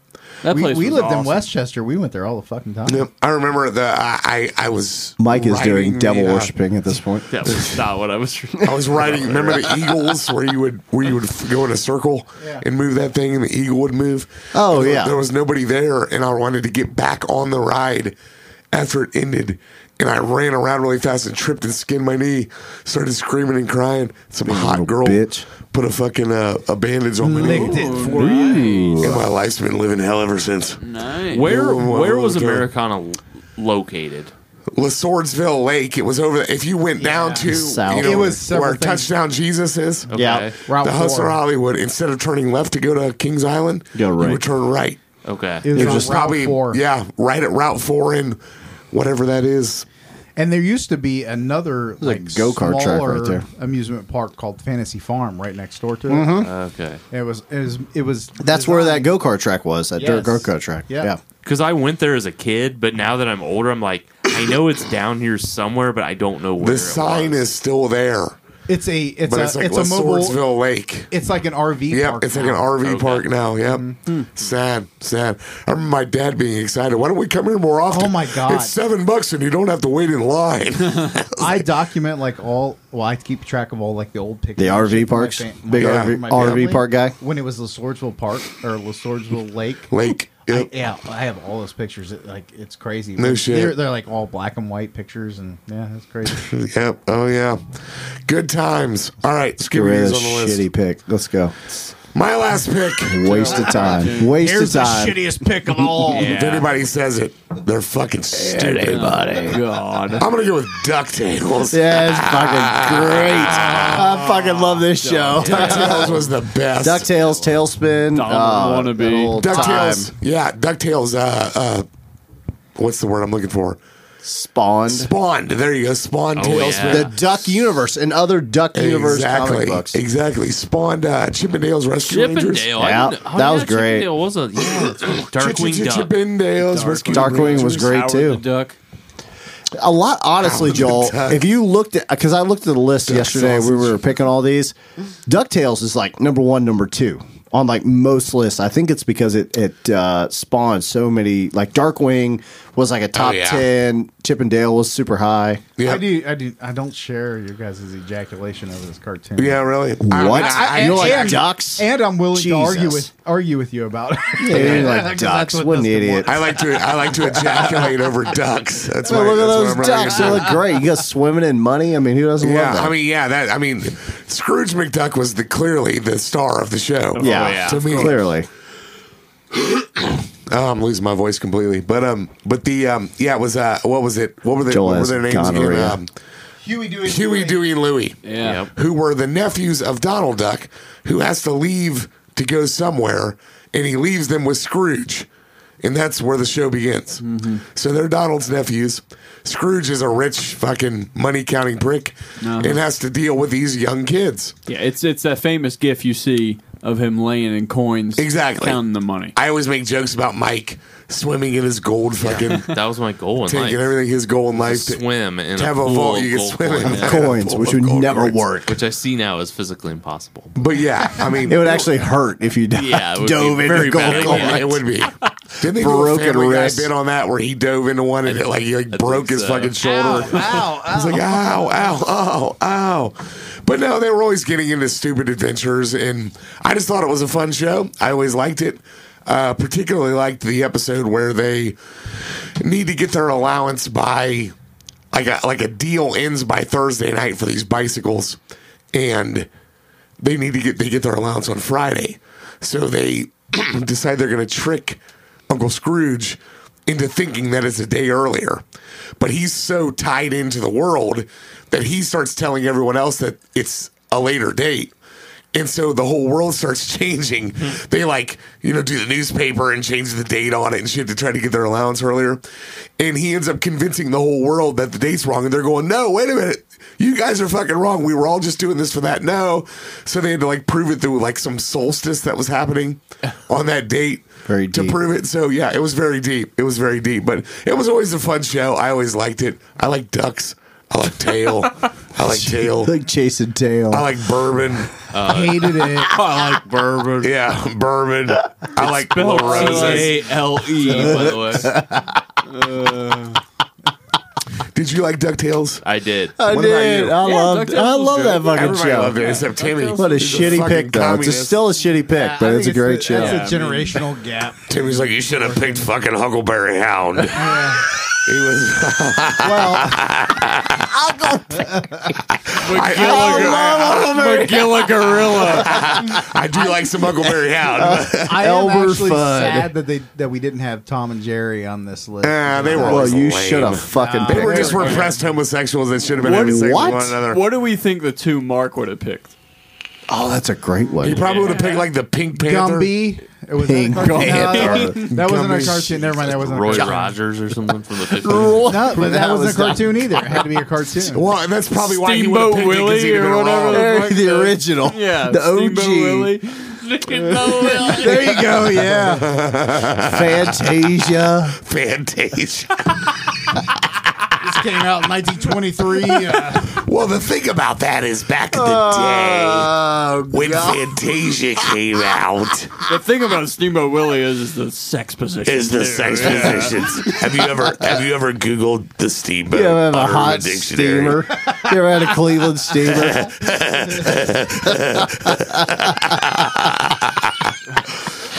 Speaker 6: That
Speaker 5: We,
Speaker 6: place
Speaker 5: we
Speaker 6: was
Speaker 5: lived in
Speaker 6: awesome.
Speaker 5: Westchester. We went there all the fucking time.
Speaker 1: Yep. I remember the I I, I was
Speaker 4: Mike is
Speaker 1: riding
Speaker 4: doing devil
Speaker 1: the, uh,
Speaker 4: worshipping at this point.
Speaker 3: That <laughs> was not what I was reading.
Speaker 1: I was riding. Remember the eagles where you would where you would f- go in a circle
Speaker 5: Yeah.
Speaker 1: and move that thing, and the eagle would move.
Speaker 4: Oh,
Speaker 1: There-
Speaker 4: yeah.
Speaker 1: there was nobody there, and I wanted to get back on the ride after it ended, and I ran around really fast and tripped and skinned my knee, started screaming and crying. Some hot
Speaker 4: little
Speaker 1: girl
Speaker 4: bitch.
Speaker 1: put a fucking uh, a bandage on my
Speaker 5: Licked
Speaker 1: knee,
Speaker 5: it for
Speaker 1: and my life's been living hell ever since.
Speaker 6: Nice.
Speaker 3: Where
Speaker 1: Ooh,
Speaker 3: where was
Speaker 1: okay.
Speaker 3: Americana l- located?
Speaker 1: Lasordsville Lake. It was over. If you went down to
Speaker 4: South.
Speaker 1: you know,
Speaker 4: It
Speaker 5: was several
Speaker 1: where
Speaker 5: things.
Speaker 1: Touchdown Jesus is.
Speaker 4: Yeah.
Speaker 3: Okay.
Speaker 5: Route
Speaker 1: the Hustler
Speaker 5: four.
Speaker 1: Hollywood, instead of turning left to go to Kings Island,
Speaker 4: Go
Speaker 1: you
Speaker 4: right.
Speaker 1: would turn right.
Speaker 3: Okay.
Speaker 5: It was
Speaker 1: It
Speaker 5: on
Speaker 1: was
Speaker 5: Route
Speaker 1: probably
Speaker 5: four.
Speaker 1: yeah, right at Route Four and whatever that is.
Speaker 5: And there used to be another
Speaker 4: There's a
Speaker 5: like
Speaker 4: go-kart track
Speaker 5: smaller
Speaker 4: right there.
Speaker 5: amusement park called Fantasy Farm right next door to it.
Speaker 1: Mm-hmm.
Speaker 3: Okay.
Speaker 5: It was it was it was
Speaker 4: That's where that go kart track was. That dirt go
Speaker 5: Yes.
Speaker 4: kart track.
Speaker 5: Yeah.
Speaker 4: Yeah.
Speaker 3: Because I went there as a kid, but now that I'm older, I'm like, I know it's down here somewhere, but I don't know where.
Speaker 1: The
Speaker 3: it
Speaker 1: sign
Speaker 3: was.
Speaker 1: is still there,
Speaker 5: it's a it's
Speaker 1: but
Speaker 5: a
Speaker 1: it's
Speaker 5: it's,
Speaker 1: like La
Speaker 5: a mobile
Speaker 1: Swordsville Lake.
Speaker 5: it's like an RV
Speaker 1: Yep,
Speaker 5: park.
Speaker 1: it's like an
Speaker 5: now. Mm-hmm.
Speaker 1: RV
Speaker 3: Okay.
Speaker 1: park now. Yep. Sad, sad. I remember my dad being excited. Why don't we come here more often?
Speaker 5: Oh, my God.
Speaker 1: It's seven bucks and you don't have to wait in
Speaker 3: <laughs>
Speaker 1: line.
Speaker 5: I document like all. Well, I keep track of all like the old pictures.
Speaker 4: The
Speaker 5: and
Speaker 4: RV
Speaker 5: shit from my
Speaker 4: parks?
Speaker 5: fam-
Speaker 4: Big
Speaker 5: my-
Speaker 1: RV
Speaker 5: my
Speaker 4: RV
Speaker 5: family.
Speaker 4: park guy?
Speaker 5: When it was La Swordsville Park or La Swordsville Lake.
Speaker 1: Lake.
Speaker 5: <laughs> I,
Speaker 1: Yep.
Speaker 5: yeah, I have all those pictures. It, like it's crazy.
Speaker 1: No shit.
Speaker 5: They're, they're like all black and white pictures, and yeah, that's crazy.
Speaker 1: Yep. Oh yeah. Good times. All right.
Speaker 4: Get
Speaker 1: Scooby
Speaker 4: rid of
Speaker 1: Doo's
Speaker 4: this
Speaker 1: on the list.
Speaker 4: shitty pick. Let's go.
Speaker 1: My last pick.
Speaker 4: Waste of time. Waste of time.
Speaker 5: shittiest pick of all.
Speaker 1: If anybody says it, they're fucking stupid. <laughs>
Speaker 6: God.
Speaker 1: I'm gonna go with Ducktales.
Speaker 4: Yeah, <laughs> it's fucking great. I fucking love this show.
Speaker 1: Ducktales was the best.
Speaker 4: <laughs> DuckTales, Tailspin.
Speaker 6: Donald
Speaker 1: Oh,
Speaker 4: uh,
Speaker 6: Wannabe.
Speaker 4: that old
Speaker 1: Ducktales.
Speaker 4: time.
Speaker 1: Yeah. Ducktales. Uh, uh, what's the word I'm looking for?
Speaker 4: Spawned.
Speaker 1: Spawned. There you go. Spawned.
Speaker 3: Oh,
Speaker 1: Tailspin.
Speaker 3: yeah.
Speaker 4: The Duck Universe and other Duck Universe comic books.
Speaker 1: Exactly. Spawned uh, Chippendales Rescue Rangers.
Speaker 3: Chippendale. I
Speaker 4: Yeah,
Speaker 3: didn't-
Speaker 4: that
Speaker 3: oh, yeah,
Speaker 4: was great.
Speaker 3: Chippendale was a yeah, that's right. Darkwing Duck.
Speaker 1: Chippendales Rescue
Speaker 4: Darkwing was
Speaker 1: Rangers.
Speaker 4: great
Speaker 6: Howard the
Speaker 4: too.
Speaker 6: Duck.
Speaker 4: A lot, honestly,
Speaker 1: Howard the
Speaker 4: Joel.
Speaker 1: Duck.
Speaker 4: If you looked at, because I looked at the list
Speaker 1: Duck
Speaker 4: yesterday, we
Speaker 1: sausage.
Speaker 4: were picking all these. Ducktales is like number one, number two on like most lists. I think it's because it it uh, spawned so many. Like Darkwing was like a top
Speaker 1: Oh, yeah.
Speaker 4: ten. Chip and Dale was super high.
Speaker 5: I
Speaker 1: <laughs> Yeah.
Speaker 5: do. I do. I don't share your guys' ejaculation over this cartoon.
Speaker 1: Yeah, really. What?
Speaker 4: What?
Speaker 5: I-
Speaker 4: you like
Speaker 5: and-
Speaker 4: ducks?
Speaker 5: and I'm willing to argue
Speaker 4: Jesus.
Speaker 5: with argue with you about it.
Speaker 4: Yeah, you like
Speaker 5: Because that's
Speaker 4: ducks.
Speaker 5: what
Speaker 4: What an
Speaker 5: Dustin
Speaker 4: idiot.
Speaker 1: I like to I like to ejaculate over ducks. That's
Speaker 4: Well,
Speaker 1: what
Speaker 4: look
Speaker 1: that's what I'm
Speaker 4: at those
Speaker 1: running
Speaker 4: ducks. They
Speaker 1: into.
Speaker 4: look great. You got swimming in money. I mean, who doesn't love
Speaker 1: Yeah,
Speaker 4: that?
Speaker 1: I mean, yeah, that I mean, Scrooge McDuck was the clearly the star of the show.
Speaker 4: Oh, yeah,
Speaker 1: to me,
Speaker 4: clearly.
Speaker 1: Oh, I'm losing my voice completely. But um, but the um, yeah, it was uh, what was it? What were they?
Speaker 4: Joel
Speaker 1: What were
Speaker 4: has
Speaker 1: their names? again?
Speaker 4: gonorrhea.
Speaker 1: Um,
Speaker 5: Huey Dewey.
Speaker 1: Huey, Dewey, and Louie.
Speaker 6: Yeah.
Speaker 1: who were the nephews of Donald Duck, who has to leave to go somewhere, and he leaves them with Scrooge. And that's where the show begins.
Speaker 4: Mm-hmm.
Speaker 1: So they're Donald's nephews. Scrooge is a rich fucking money counting prick
Speaker 4: Uh-huh.
Speaker 1: and has to deal with these young kids.
Speaker 6: Yeah, it's it's that famous gif you see of him laying in coins,
Speaker 1: Exactly.
Speaker 6: counting the money.
Speaker 1: I always make jokes about Mike swimming in his gold
Speaker 3: <laughs>
Speaker 1: fucking
Speaker 3: That was my goal in
Speaker 1: taking
Speaker 3: life.
Speaker 1: everything his goal in life. to-
Speaker 3: Swim in
Speaker 1: to have a
Speaker 3: pool
Speaker 1: vault
Speaker 3: of
Speaker 1: you can
Speaker 3: gold
Speaker 1: swim in.
Speaker 3: coins, yeah,
Speaker 4: Coins,
Speaker 1: Full
Speaker 4: which
Speaker 1: of
Speaker 4: would
Speaker 1: gold
Speaker 4: never
Speaker 1: coins.
Speaker 4: work.
Speaker 3: which I see now is physically impossible.
Speaker 1: But yeah, I mean,
Speaker 4: <laughs> It would actually hurt if you
Speaker 3: Yeah, it would
Speaker 4: dove
Speaker 3: be
Speaker 4: into
Speaker 3: very
Speaker 4: gold
Speaker 3: bad.
Speaker 1: Oh,
Speaker 4: coins.
Speaker 1: yeah, it would be. Didn't they do a
Speaker 4: Broken
Speaker 1: family
Speaker 4: wrist.
Speaker 1: guy bit on that where he dove into one and it like he like broke his
Speaker 3: so.
Speaker 1: fucking shoulder?
Speaker 5: Wow.
Speaker 1: It's like ow, ow, ow, ow. But no, they were always getting into stupid adventures, and I just thought it was a fun show. I always liked it. Uh, particularly liked the episode where they need to get their allowance by like a like a deal ends by Thursday night for these bicycles, and they need to get they get their allowance on Friday, so they <clears throat> decide they're going to trick Uncle Scrooge into thinking that it's a day earlier. But he's so tied into the world that he starts telling everyone else that it's a later date. And so the whole world starts <laughs> changing.
Speaker 4: Hmm.
Speaker 1: They like, you know, do the newspaper and change the date on it and shit to try to get their allowance earlier. And he ends up convincing the whole world that the date's wrong. And they're going, no, wait a minute. You guys are fucking wrong. We were all just doing this for that. No. So they had to like prove it through like some solstice that was
Speaker 4: <laughs>
Speaker 1: happening on that date.
Speaker 4: Very
Speaker 1: To
Speaker 4: deep.
Speaker 1: prove it. So yeah, it was very deep. It was very deep. But it was always a fun show. I always liked it. I like ducks. I like tail.
Speaker 4: <laughs>
Speaker 1: I like tail.
Speaker 4: like chasing tail.
Speaker 1: I like bourbon.
Speaker 4: <laughs>
Speaker 5: hated it.
Speaker 6: I like bourbon.
Speaker 1: Yeah, <laughs> bourbon. I like La Rosa's.
Speaker 6: A L
Speaker 1: <laughs>
Speaker 6: E. By the way,
Speaker 1: Did you like DuckTales?
Speaker 3: I did.
Speaker 4: I
Speaker 1: What about
Speaker 4: did.
Speaker 1: you?
Speaker 4: I
Speaker 6: Yeah,
Speaker 4: loved.
Speaker 6: DuckTales
Speaker 4: I
Speaker 6: was
Speaker 4: love that
Speaker 6: good.
Speaker 4: fucking
Speaker 1: Everybody loved it
Speaker 4: show.
Speaker 1: except Timmy.
Speaker 4: What a
Speaker 1: He's
Speaker 4: shitty
Speaker 1: fucking
Speaker 4: pick, though. It's a-
Speaker 1: communist.
Speaker 4: still a shitty pick, but it's a great show.
Speaker 5: That's
Speaker 6: Yeah,
Speaker 5: a
Speaker 6: I mean-
Speaker 5: generational gap.
Speaker 1: Timmy's like, you should have picked fucking Huckleberry Hound. he <laughs> was.
Speaker 4: Well,
Speaker 1: I,
Speaker 6: <laughs>
Speaker 1: I, <laughs> I do like some Huckleberry <laughs> Hound.
Speaker 5: <laughs> I am
Speaker 4: Elmer
Speaker 5: actually
Speaker 4: Fudd.
Speaker 5: sad that they that we didn't have Tom and Jerry on this list.
Speaker 1: Ah, they were
Speaker 4: well,
Speaker 1: always
Speaker 4: you
Speaker 1: lame.
Speaker 4: should have fucking
Speaker 1: They
Speaker 4: picked.
Speaker 1: were just
Speaker 4: it.
Speaker 1: repressed homosexuals that should have been
Speaker 6: What-
Speaker 1: having sex with
Speaker 4: what?
Speaker 1: one another.
Speaker 6: what do we think the two Mark would have picked?
Speaker 4: Oh, that's a great
Speaker 1: You
Speaker 4: one.
Speaker 1: probably would have picked like the Pink Panther.
Speaker 5: Gumby. It was
Speaker 4: Pink
Speaker 5: that a cartoon?
Speaker 4: Panther.
Speaker 5: No, that wasn't a
Speaker 1: Gumby.
Speaker 5: cartoon. Never mind. That wasn't
Speaker 3: Roy
Speaker 5: a cartoon.
Speaker 3: Rogers or something from the 50s.
Speaker 5: No, but that
Speaker 4: That
Speaker 5: wasn't
Speaker 4: was
Speaker 5: a cartoon either. It had to be a cartoon.
Speaker 1: Well, and that's probably why he would have
Speaker 6: Steamboat
Speaker 1: picked it 'cause
Speaker 6: Willie
Speaker 1: he'd have
Speaker 6: or
Speaker 1: been
Speaker 6: whatever.
Speaker 1: wrong. <laughs>
Speaker 4: There, the original.
Speaker 6: Yeah,
Speaker 4: The
Speaker 6: Steamboat
Speaker 4: OG.
Speaker 6: Willie.
Speaker 4: There you
Speaker 5: <laughs>
Speaker 4: go. Yeah. Fantasia.
Speaker 1: Fantasia.
Speaker 5: This came out in 1923. Uh,
Speaker 1: Well, the thing about that is back in the day
Speaker 4: Oh,
Speaker 1: when Fantasia came out
Speaker 6: The thing about Steamboat Willie is, is the sex position.
Speaker 1: is the
Speaker 6: too.
Speaker 1: sex positions. Have you ever have you ever Googled the steamboat?
Speaker 4: You ever have a
Speaker 1: on Urban
Speaker 4: hot steamer? You ever had a Cleveland
Speaker 1: <laughs>
Speaker 4: steamer?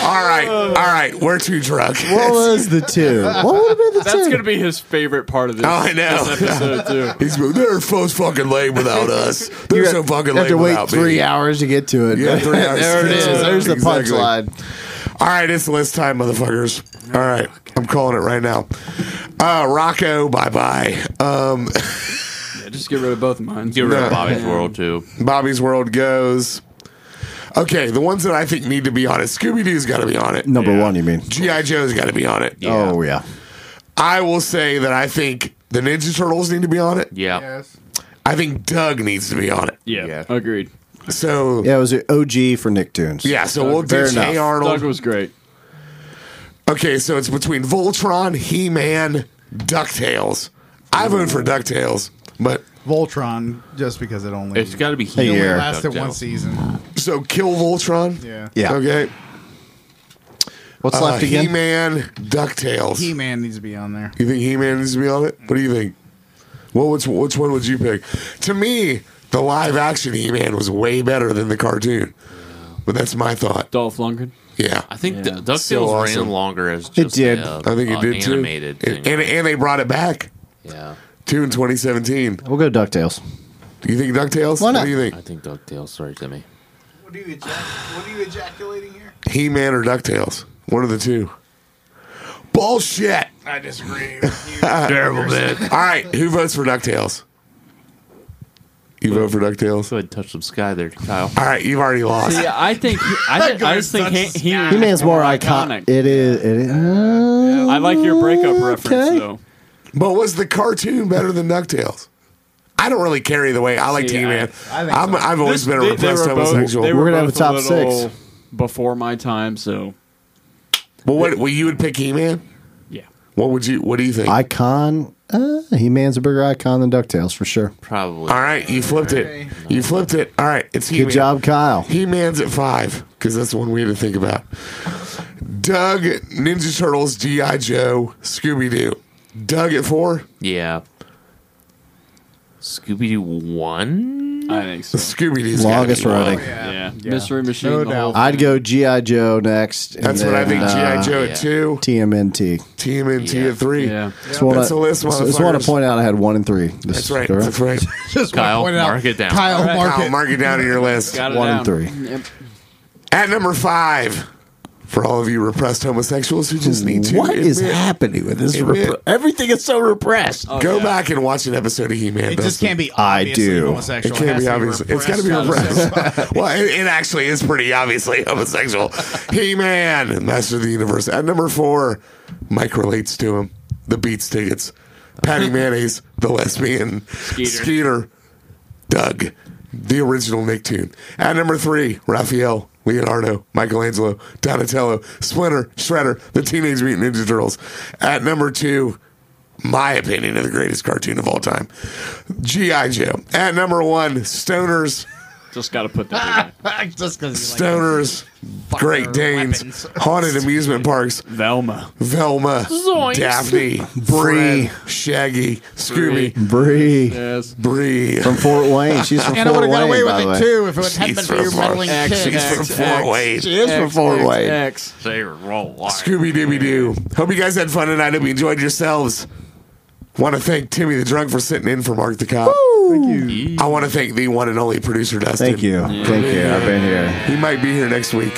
Speaker 1: All right, all right, we're too drunk.
Speaker 4: What was the two? What would have been the
Speaker 6: That's
Speaker 4: two?
Speaker 6: gonna be his favorite part of
Speaker 1: <laughs>
Speaker 6: this,
Speaker 1: Oh, <laughs> I know.
Speaker 6: this episode too.
Speaker 1: He's, they're so fucking lame
Speaker 4: <laughs>
Speaker 1: without us. They're
Speaker 4: You
Speaker 1: so
Speaker 4: have-
Speaker 1: fucking
Speaker 4: you have
Speaker 1: lame
Speaker 4: to wait
Speaker 1: without me.
Speaker 4: three hours to get to it.
Speaker 1: Yeah,
Speaker 4: <laughs>
Speaker 1: three hours.
Speaker 4: there it is. There's the
Speaker 1: Exactly.
Speaker 4: punchline.
Speaker 1: All right, it's list time, motherfuckers. All right, I'm calling it right now. Uh, Rocco, bye bye. Um,
Speaker 6: Yeah, just get rid of both of mine.
Speaker 3: Get rid of Bobby's World too.
Speaker 1: Bobby's World goes. Okay, the ones that I think need to be on it. Scooby Doo's got to be on it.
Speaker 4: Number one, you mean?
Speaker 1: GI Joe's got to be on it.
Speaker 4: Oh yeah.
Speaker 1: I will say that I think the Ninja Turtles need to be on it.
Speaker 3: Yeah.
Speaker 5: yes.
Speaker 1: I think Doug needs to be on it.
Speaker 6: Yeah.
Speaker 4: Yeah.
Speaker 6: Agreed.
Speaker 1: So yeah,
Speaker 4: Yeah, it was an OG for Nicktoons.
Speaker 1: so we'll do
Speaker 4: Fair
Speaker 1: Hey
Speaker 4: enough.
Speaker 1: Arnold.
Speaker 6: Doug was great.
Speaker 1: Okay, so it's between Voltron, He Man, Ducktales. I vote for Ducktales, but
Speaker 5: Voltron, just because it only,
Speaker 3: It's got to be
Speaker 5: it
Speaker 3: here.
Speaker 5: only
Speaker 4: year.
Speaker 5: lasted one season.
Speaker 1: so kill Voltron.
Speaker 5: Yeah.
Speaker 4: Yeah.
Speaker 1: Okay.
Speaker 4: What's
Speaker 1: Uh,
Speaker 4: left
Speaker 1: He
Speaker 4: again?
Speaker 1: Man, Ducktales.
Speaker 5: He Man needs to be on there.
Speaker 1: You think He Man needs to be on it? What do you think? Well, which which one would you pick? To me, the live action He Man was way better than the cartoon. But that's my thought.
Speaker 6: Dolph Lundgren.
Speaker 1: Yeah.
Speaker 3: I think
Speaker 6: Yeah.
Speaker 3: D- DuckTales
Speaker 1: So awesome.
Speaker 3: ran longer as just
Speaker 4: did.
Speaker 3: a,
Speaker 1: I think it
Speaker 3: uh,
Speaker 1: did too.
Speaker 3: animated
Speaker 1: And,
Speaker 3: thing.
Speaker 1: and and they brought it back
Speaker 3: yeah,
Speaker 1: too in 2017.
Speaker 4: We'll go Ducktales.
Speaker 1: Do you think Ducktales?
Speaker 4: Why not?
Speaker 1: What do you think?
Speaker 3: I think DuckTales. Sorry, Timmy.
Speaker 5: What are you, what are you ejaculating here?
Speaker 1: He Man or Ducktales? One of the two. Bullshit. <laughs>
Speaker 5: I disagree with you.
Speaker 1: Terrible man. All right, who votes for Ducktales? You vote for Ducktales.
Speaker 3: Go ahead, and touch some sky there, Kyle.
Speaker 1: All right, you've already lost.
Speaker 6: Yeah, I think
Speaker 4: <laughs>
Speaker 6: I, think, I just think he, he,
Speaker 4: He Man's more iconic. It is. It is. uh,
Speaker 6: I like your breakup reference
Speaker 4: Okay.
Speaker 6: though.
Speaker 1: But was the cartoon better than Ducktales? I don't really care either way. I like
Speaker 6: See,
Speaker 1: He Man.
Speaker 5: I- I think
Speaker 1: I'm
Speaker 5: so.
Speaker 1: I've always
Speaker 6: This-
Speaker 1: been a
Speaker 6: they- they
Speaker 1: repressed
Speaker 6: were both-
Speaker 1: homosexual.
Speaker 6: they
Speaker 4: We're gonna have
Speaker 6: both
Speaker 4: a top
Speaker 6: little
Speaker 4: six.
Speaker 6: before my time. So
Speaker 1: well, what well, you would pick He Man?
Speaker 6: yeah,
Speaker 1: What would you? What do you think?
Speaker 4: Icon. Uh, he Man's a bigger icon than Ducktales for sure.
Speaker 3: Probably.
Speaker 1: All right, you flipped it. You flipped it. All right, it's He Man.
Speaker 4: Good job, Kyle.
Speaker 1: He Man's at five because that's one we had to think about. Doug, Ninja Turtles, G.I. Joe, Scooby Doo. Doug at four,
Speaker 3: Yeah. Scooby Doo one.
Speaker 6: I think so.
Speaker 1: Scooby Doo's
Speaker 4: Longest
Speaker 1: gotta be one.
Speaker 4: running.
Speaker 5: Yeah.
Speaker 6: Yeah, Mystery Machine.
Speaker 5: No
Speaker 6: the whole-
Speaker 5: doubt.
Speaker 4: I'd go GI Joe next. and
Speaker 1: That's what I
Speaker 4: then, uh,
Speaker 1: think. G.I. Joe
Speaker 3: yeah.
Speaker 1: at two,
Speaker 4: TMNT.
Speaker 1: TMNT
Speaker 3: Yeah.
Speaker 1: at three.
Speaker 6: Yeah,
Speaker 4: Just wanna-
Speaker 1: That's the list,
Speaker 4: just- Just want
Speaker 1: motherfuckers.
Speaker 4: to point out I had one and three. This
Speaker 1: That's
Speaker 4: is
Speaker 1: right.
Speaker 4: correct.
Speaker 1: That's right.
Speaker 5: Just wanna
Speaker 3: Kyle,
Speaker 5: point out,
Speaker 3: mark it down.
Speaker 5: Kyle, <laughs> mark
Speaker 1: Kyle,
Speaker 5: it.
Speaker 1: mark it down
Speaker 5: <laughs>
Speaker 1: in your list.
Speaker 6: got it
Speaker 4: One
Speaker 6: down.
Speaker 4: and three.
Speaker 1: At number five, for all of you repressed homosexuals who just need to
Speaker 4: What is
Speaker 1: admit-
Speaker 4: happening with this?
Speaker 1: Admit.
Speaker 4: repre- Everything is so repressed.
Speaker 1: Go back and watch an episode of He Man.
Speaker 5: Oh, It just can't be
Speaker 4: I
Speaker 5: obviously
Speaker 4: do.
Speaker 5: homosexual.
Speaker 1: It can't
Speaker 5: has
Speaker 1: be
Speaker 5: to
Speaker 1: obvious. It's got to be
Speaker 5: repressed.
Speaker 1: repressed. <laughs> well, it, it actually is pretty obviously homosexual. he Man, Master of the Universe. At number four, Mike relates to him. The Beats tickets.
Speaker 5: <laughs>
Speaker 1: Patty Mayonnaise, the lesbian. Skeeter. Doug, the original Nicktoon. At number three, Raphael, Leonardo, Michelangelo, Donatello, Splinter, Shredder, the Teenage Mutant Ninja Turtles. At number two, my opinion of the greatest cartoon of all time, G.I. Joe. At number one, Stoners,
Speaker 6: Just got to put that. in there.
Speaker 5: Just because you like
Speaker 1: Stoners, Great Danes,
Speaker 5: weapons.
Speaker 1: Haunted Amusement Parks,
Speaker 6: <laughs> Velma.
Speaker 1: Velma, Daphne, Bree, Shaggy, Scooby,
Speaker 4: Bree
Speaker 6: Yes.
Speaker 1: Bree.
Speaker 4: from Fort Wayne. She's from
Speaker 5: And I
Speaker 4: Fort
Speaker 5: would have got away
Speaker 4: Wayne. by the
Speaker 5: with
Speaker 4: way.
Speaker 5: it too if it hadn't been
Speaker 1: She's
Speaker 5: for your
Speaker 1: from Fort
Speaker 5: meddling
Speaker 1: Wayne.
Speaker 5: kid.
Speaker 1: She's from Fort Wayne.
Speaker 4: She is from Fort Wayne.
Speaker 6: X.
Speaker 3: They roll wide.
Speaker 1: Scooby Dooby Doo. Hope you guys had fun tonight. Hope you enjoyed yourselves. Want to thank Timmy the Drunk for sitting in for Mark the Cop. I want to thank the one and only producer Dustin.
Speaker 4: Thank you. Thank you. I've been here.
Speaker 1: He might be here next week,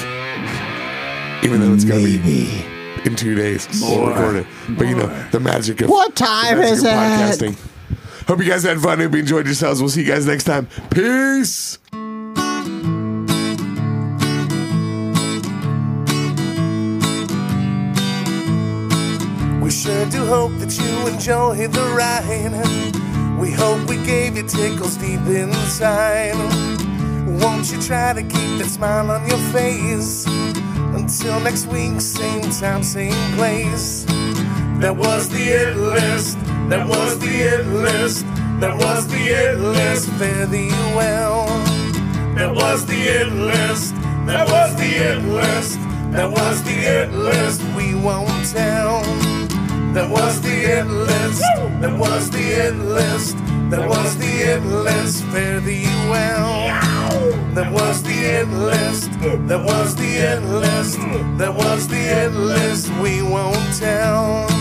Speaker 1: even though it's going to be
Speaker 4: Maybe.
Speaker 1: in two days. We'll record it. But you know the magic of
Speaker 4: What
Speaker 1: the
Speaker 4: time
Speaker 1: magic
Speaker 4: is
Speaker 1: of
Speaker 4: it?
Speaker 1: podcasting. Hope you guys had fun. Hope you enjoyed yourselves. We'll see you guys next time. Peace.
Speaker 2: sure do hope that you enjoy the ride. We hope we gave you tickles deep inside. Won't you try to keep that smile on your face? Until next week, same time, same place. That was the it list. That was the it list. That was the it list. Fare thee well. That was the it list. That was the it list. That was the it list. We won't tell. That was the it list. That was the it list. That was the it list. Fare thee well. That was the it list. That was the it list. That was the it list. We won't tell.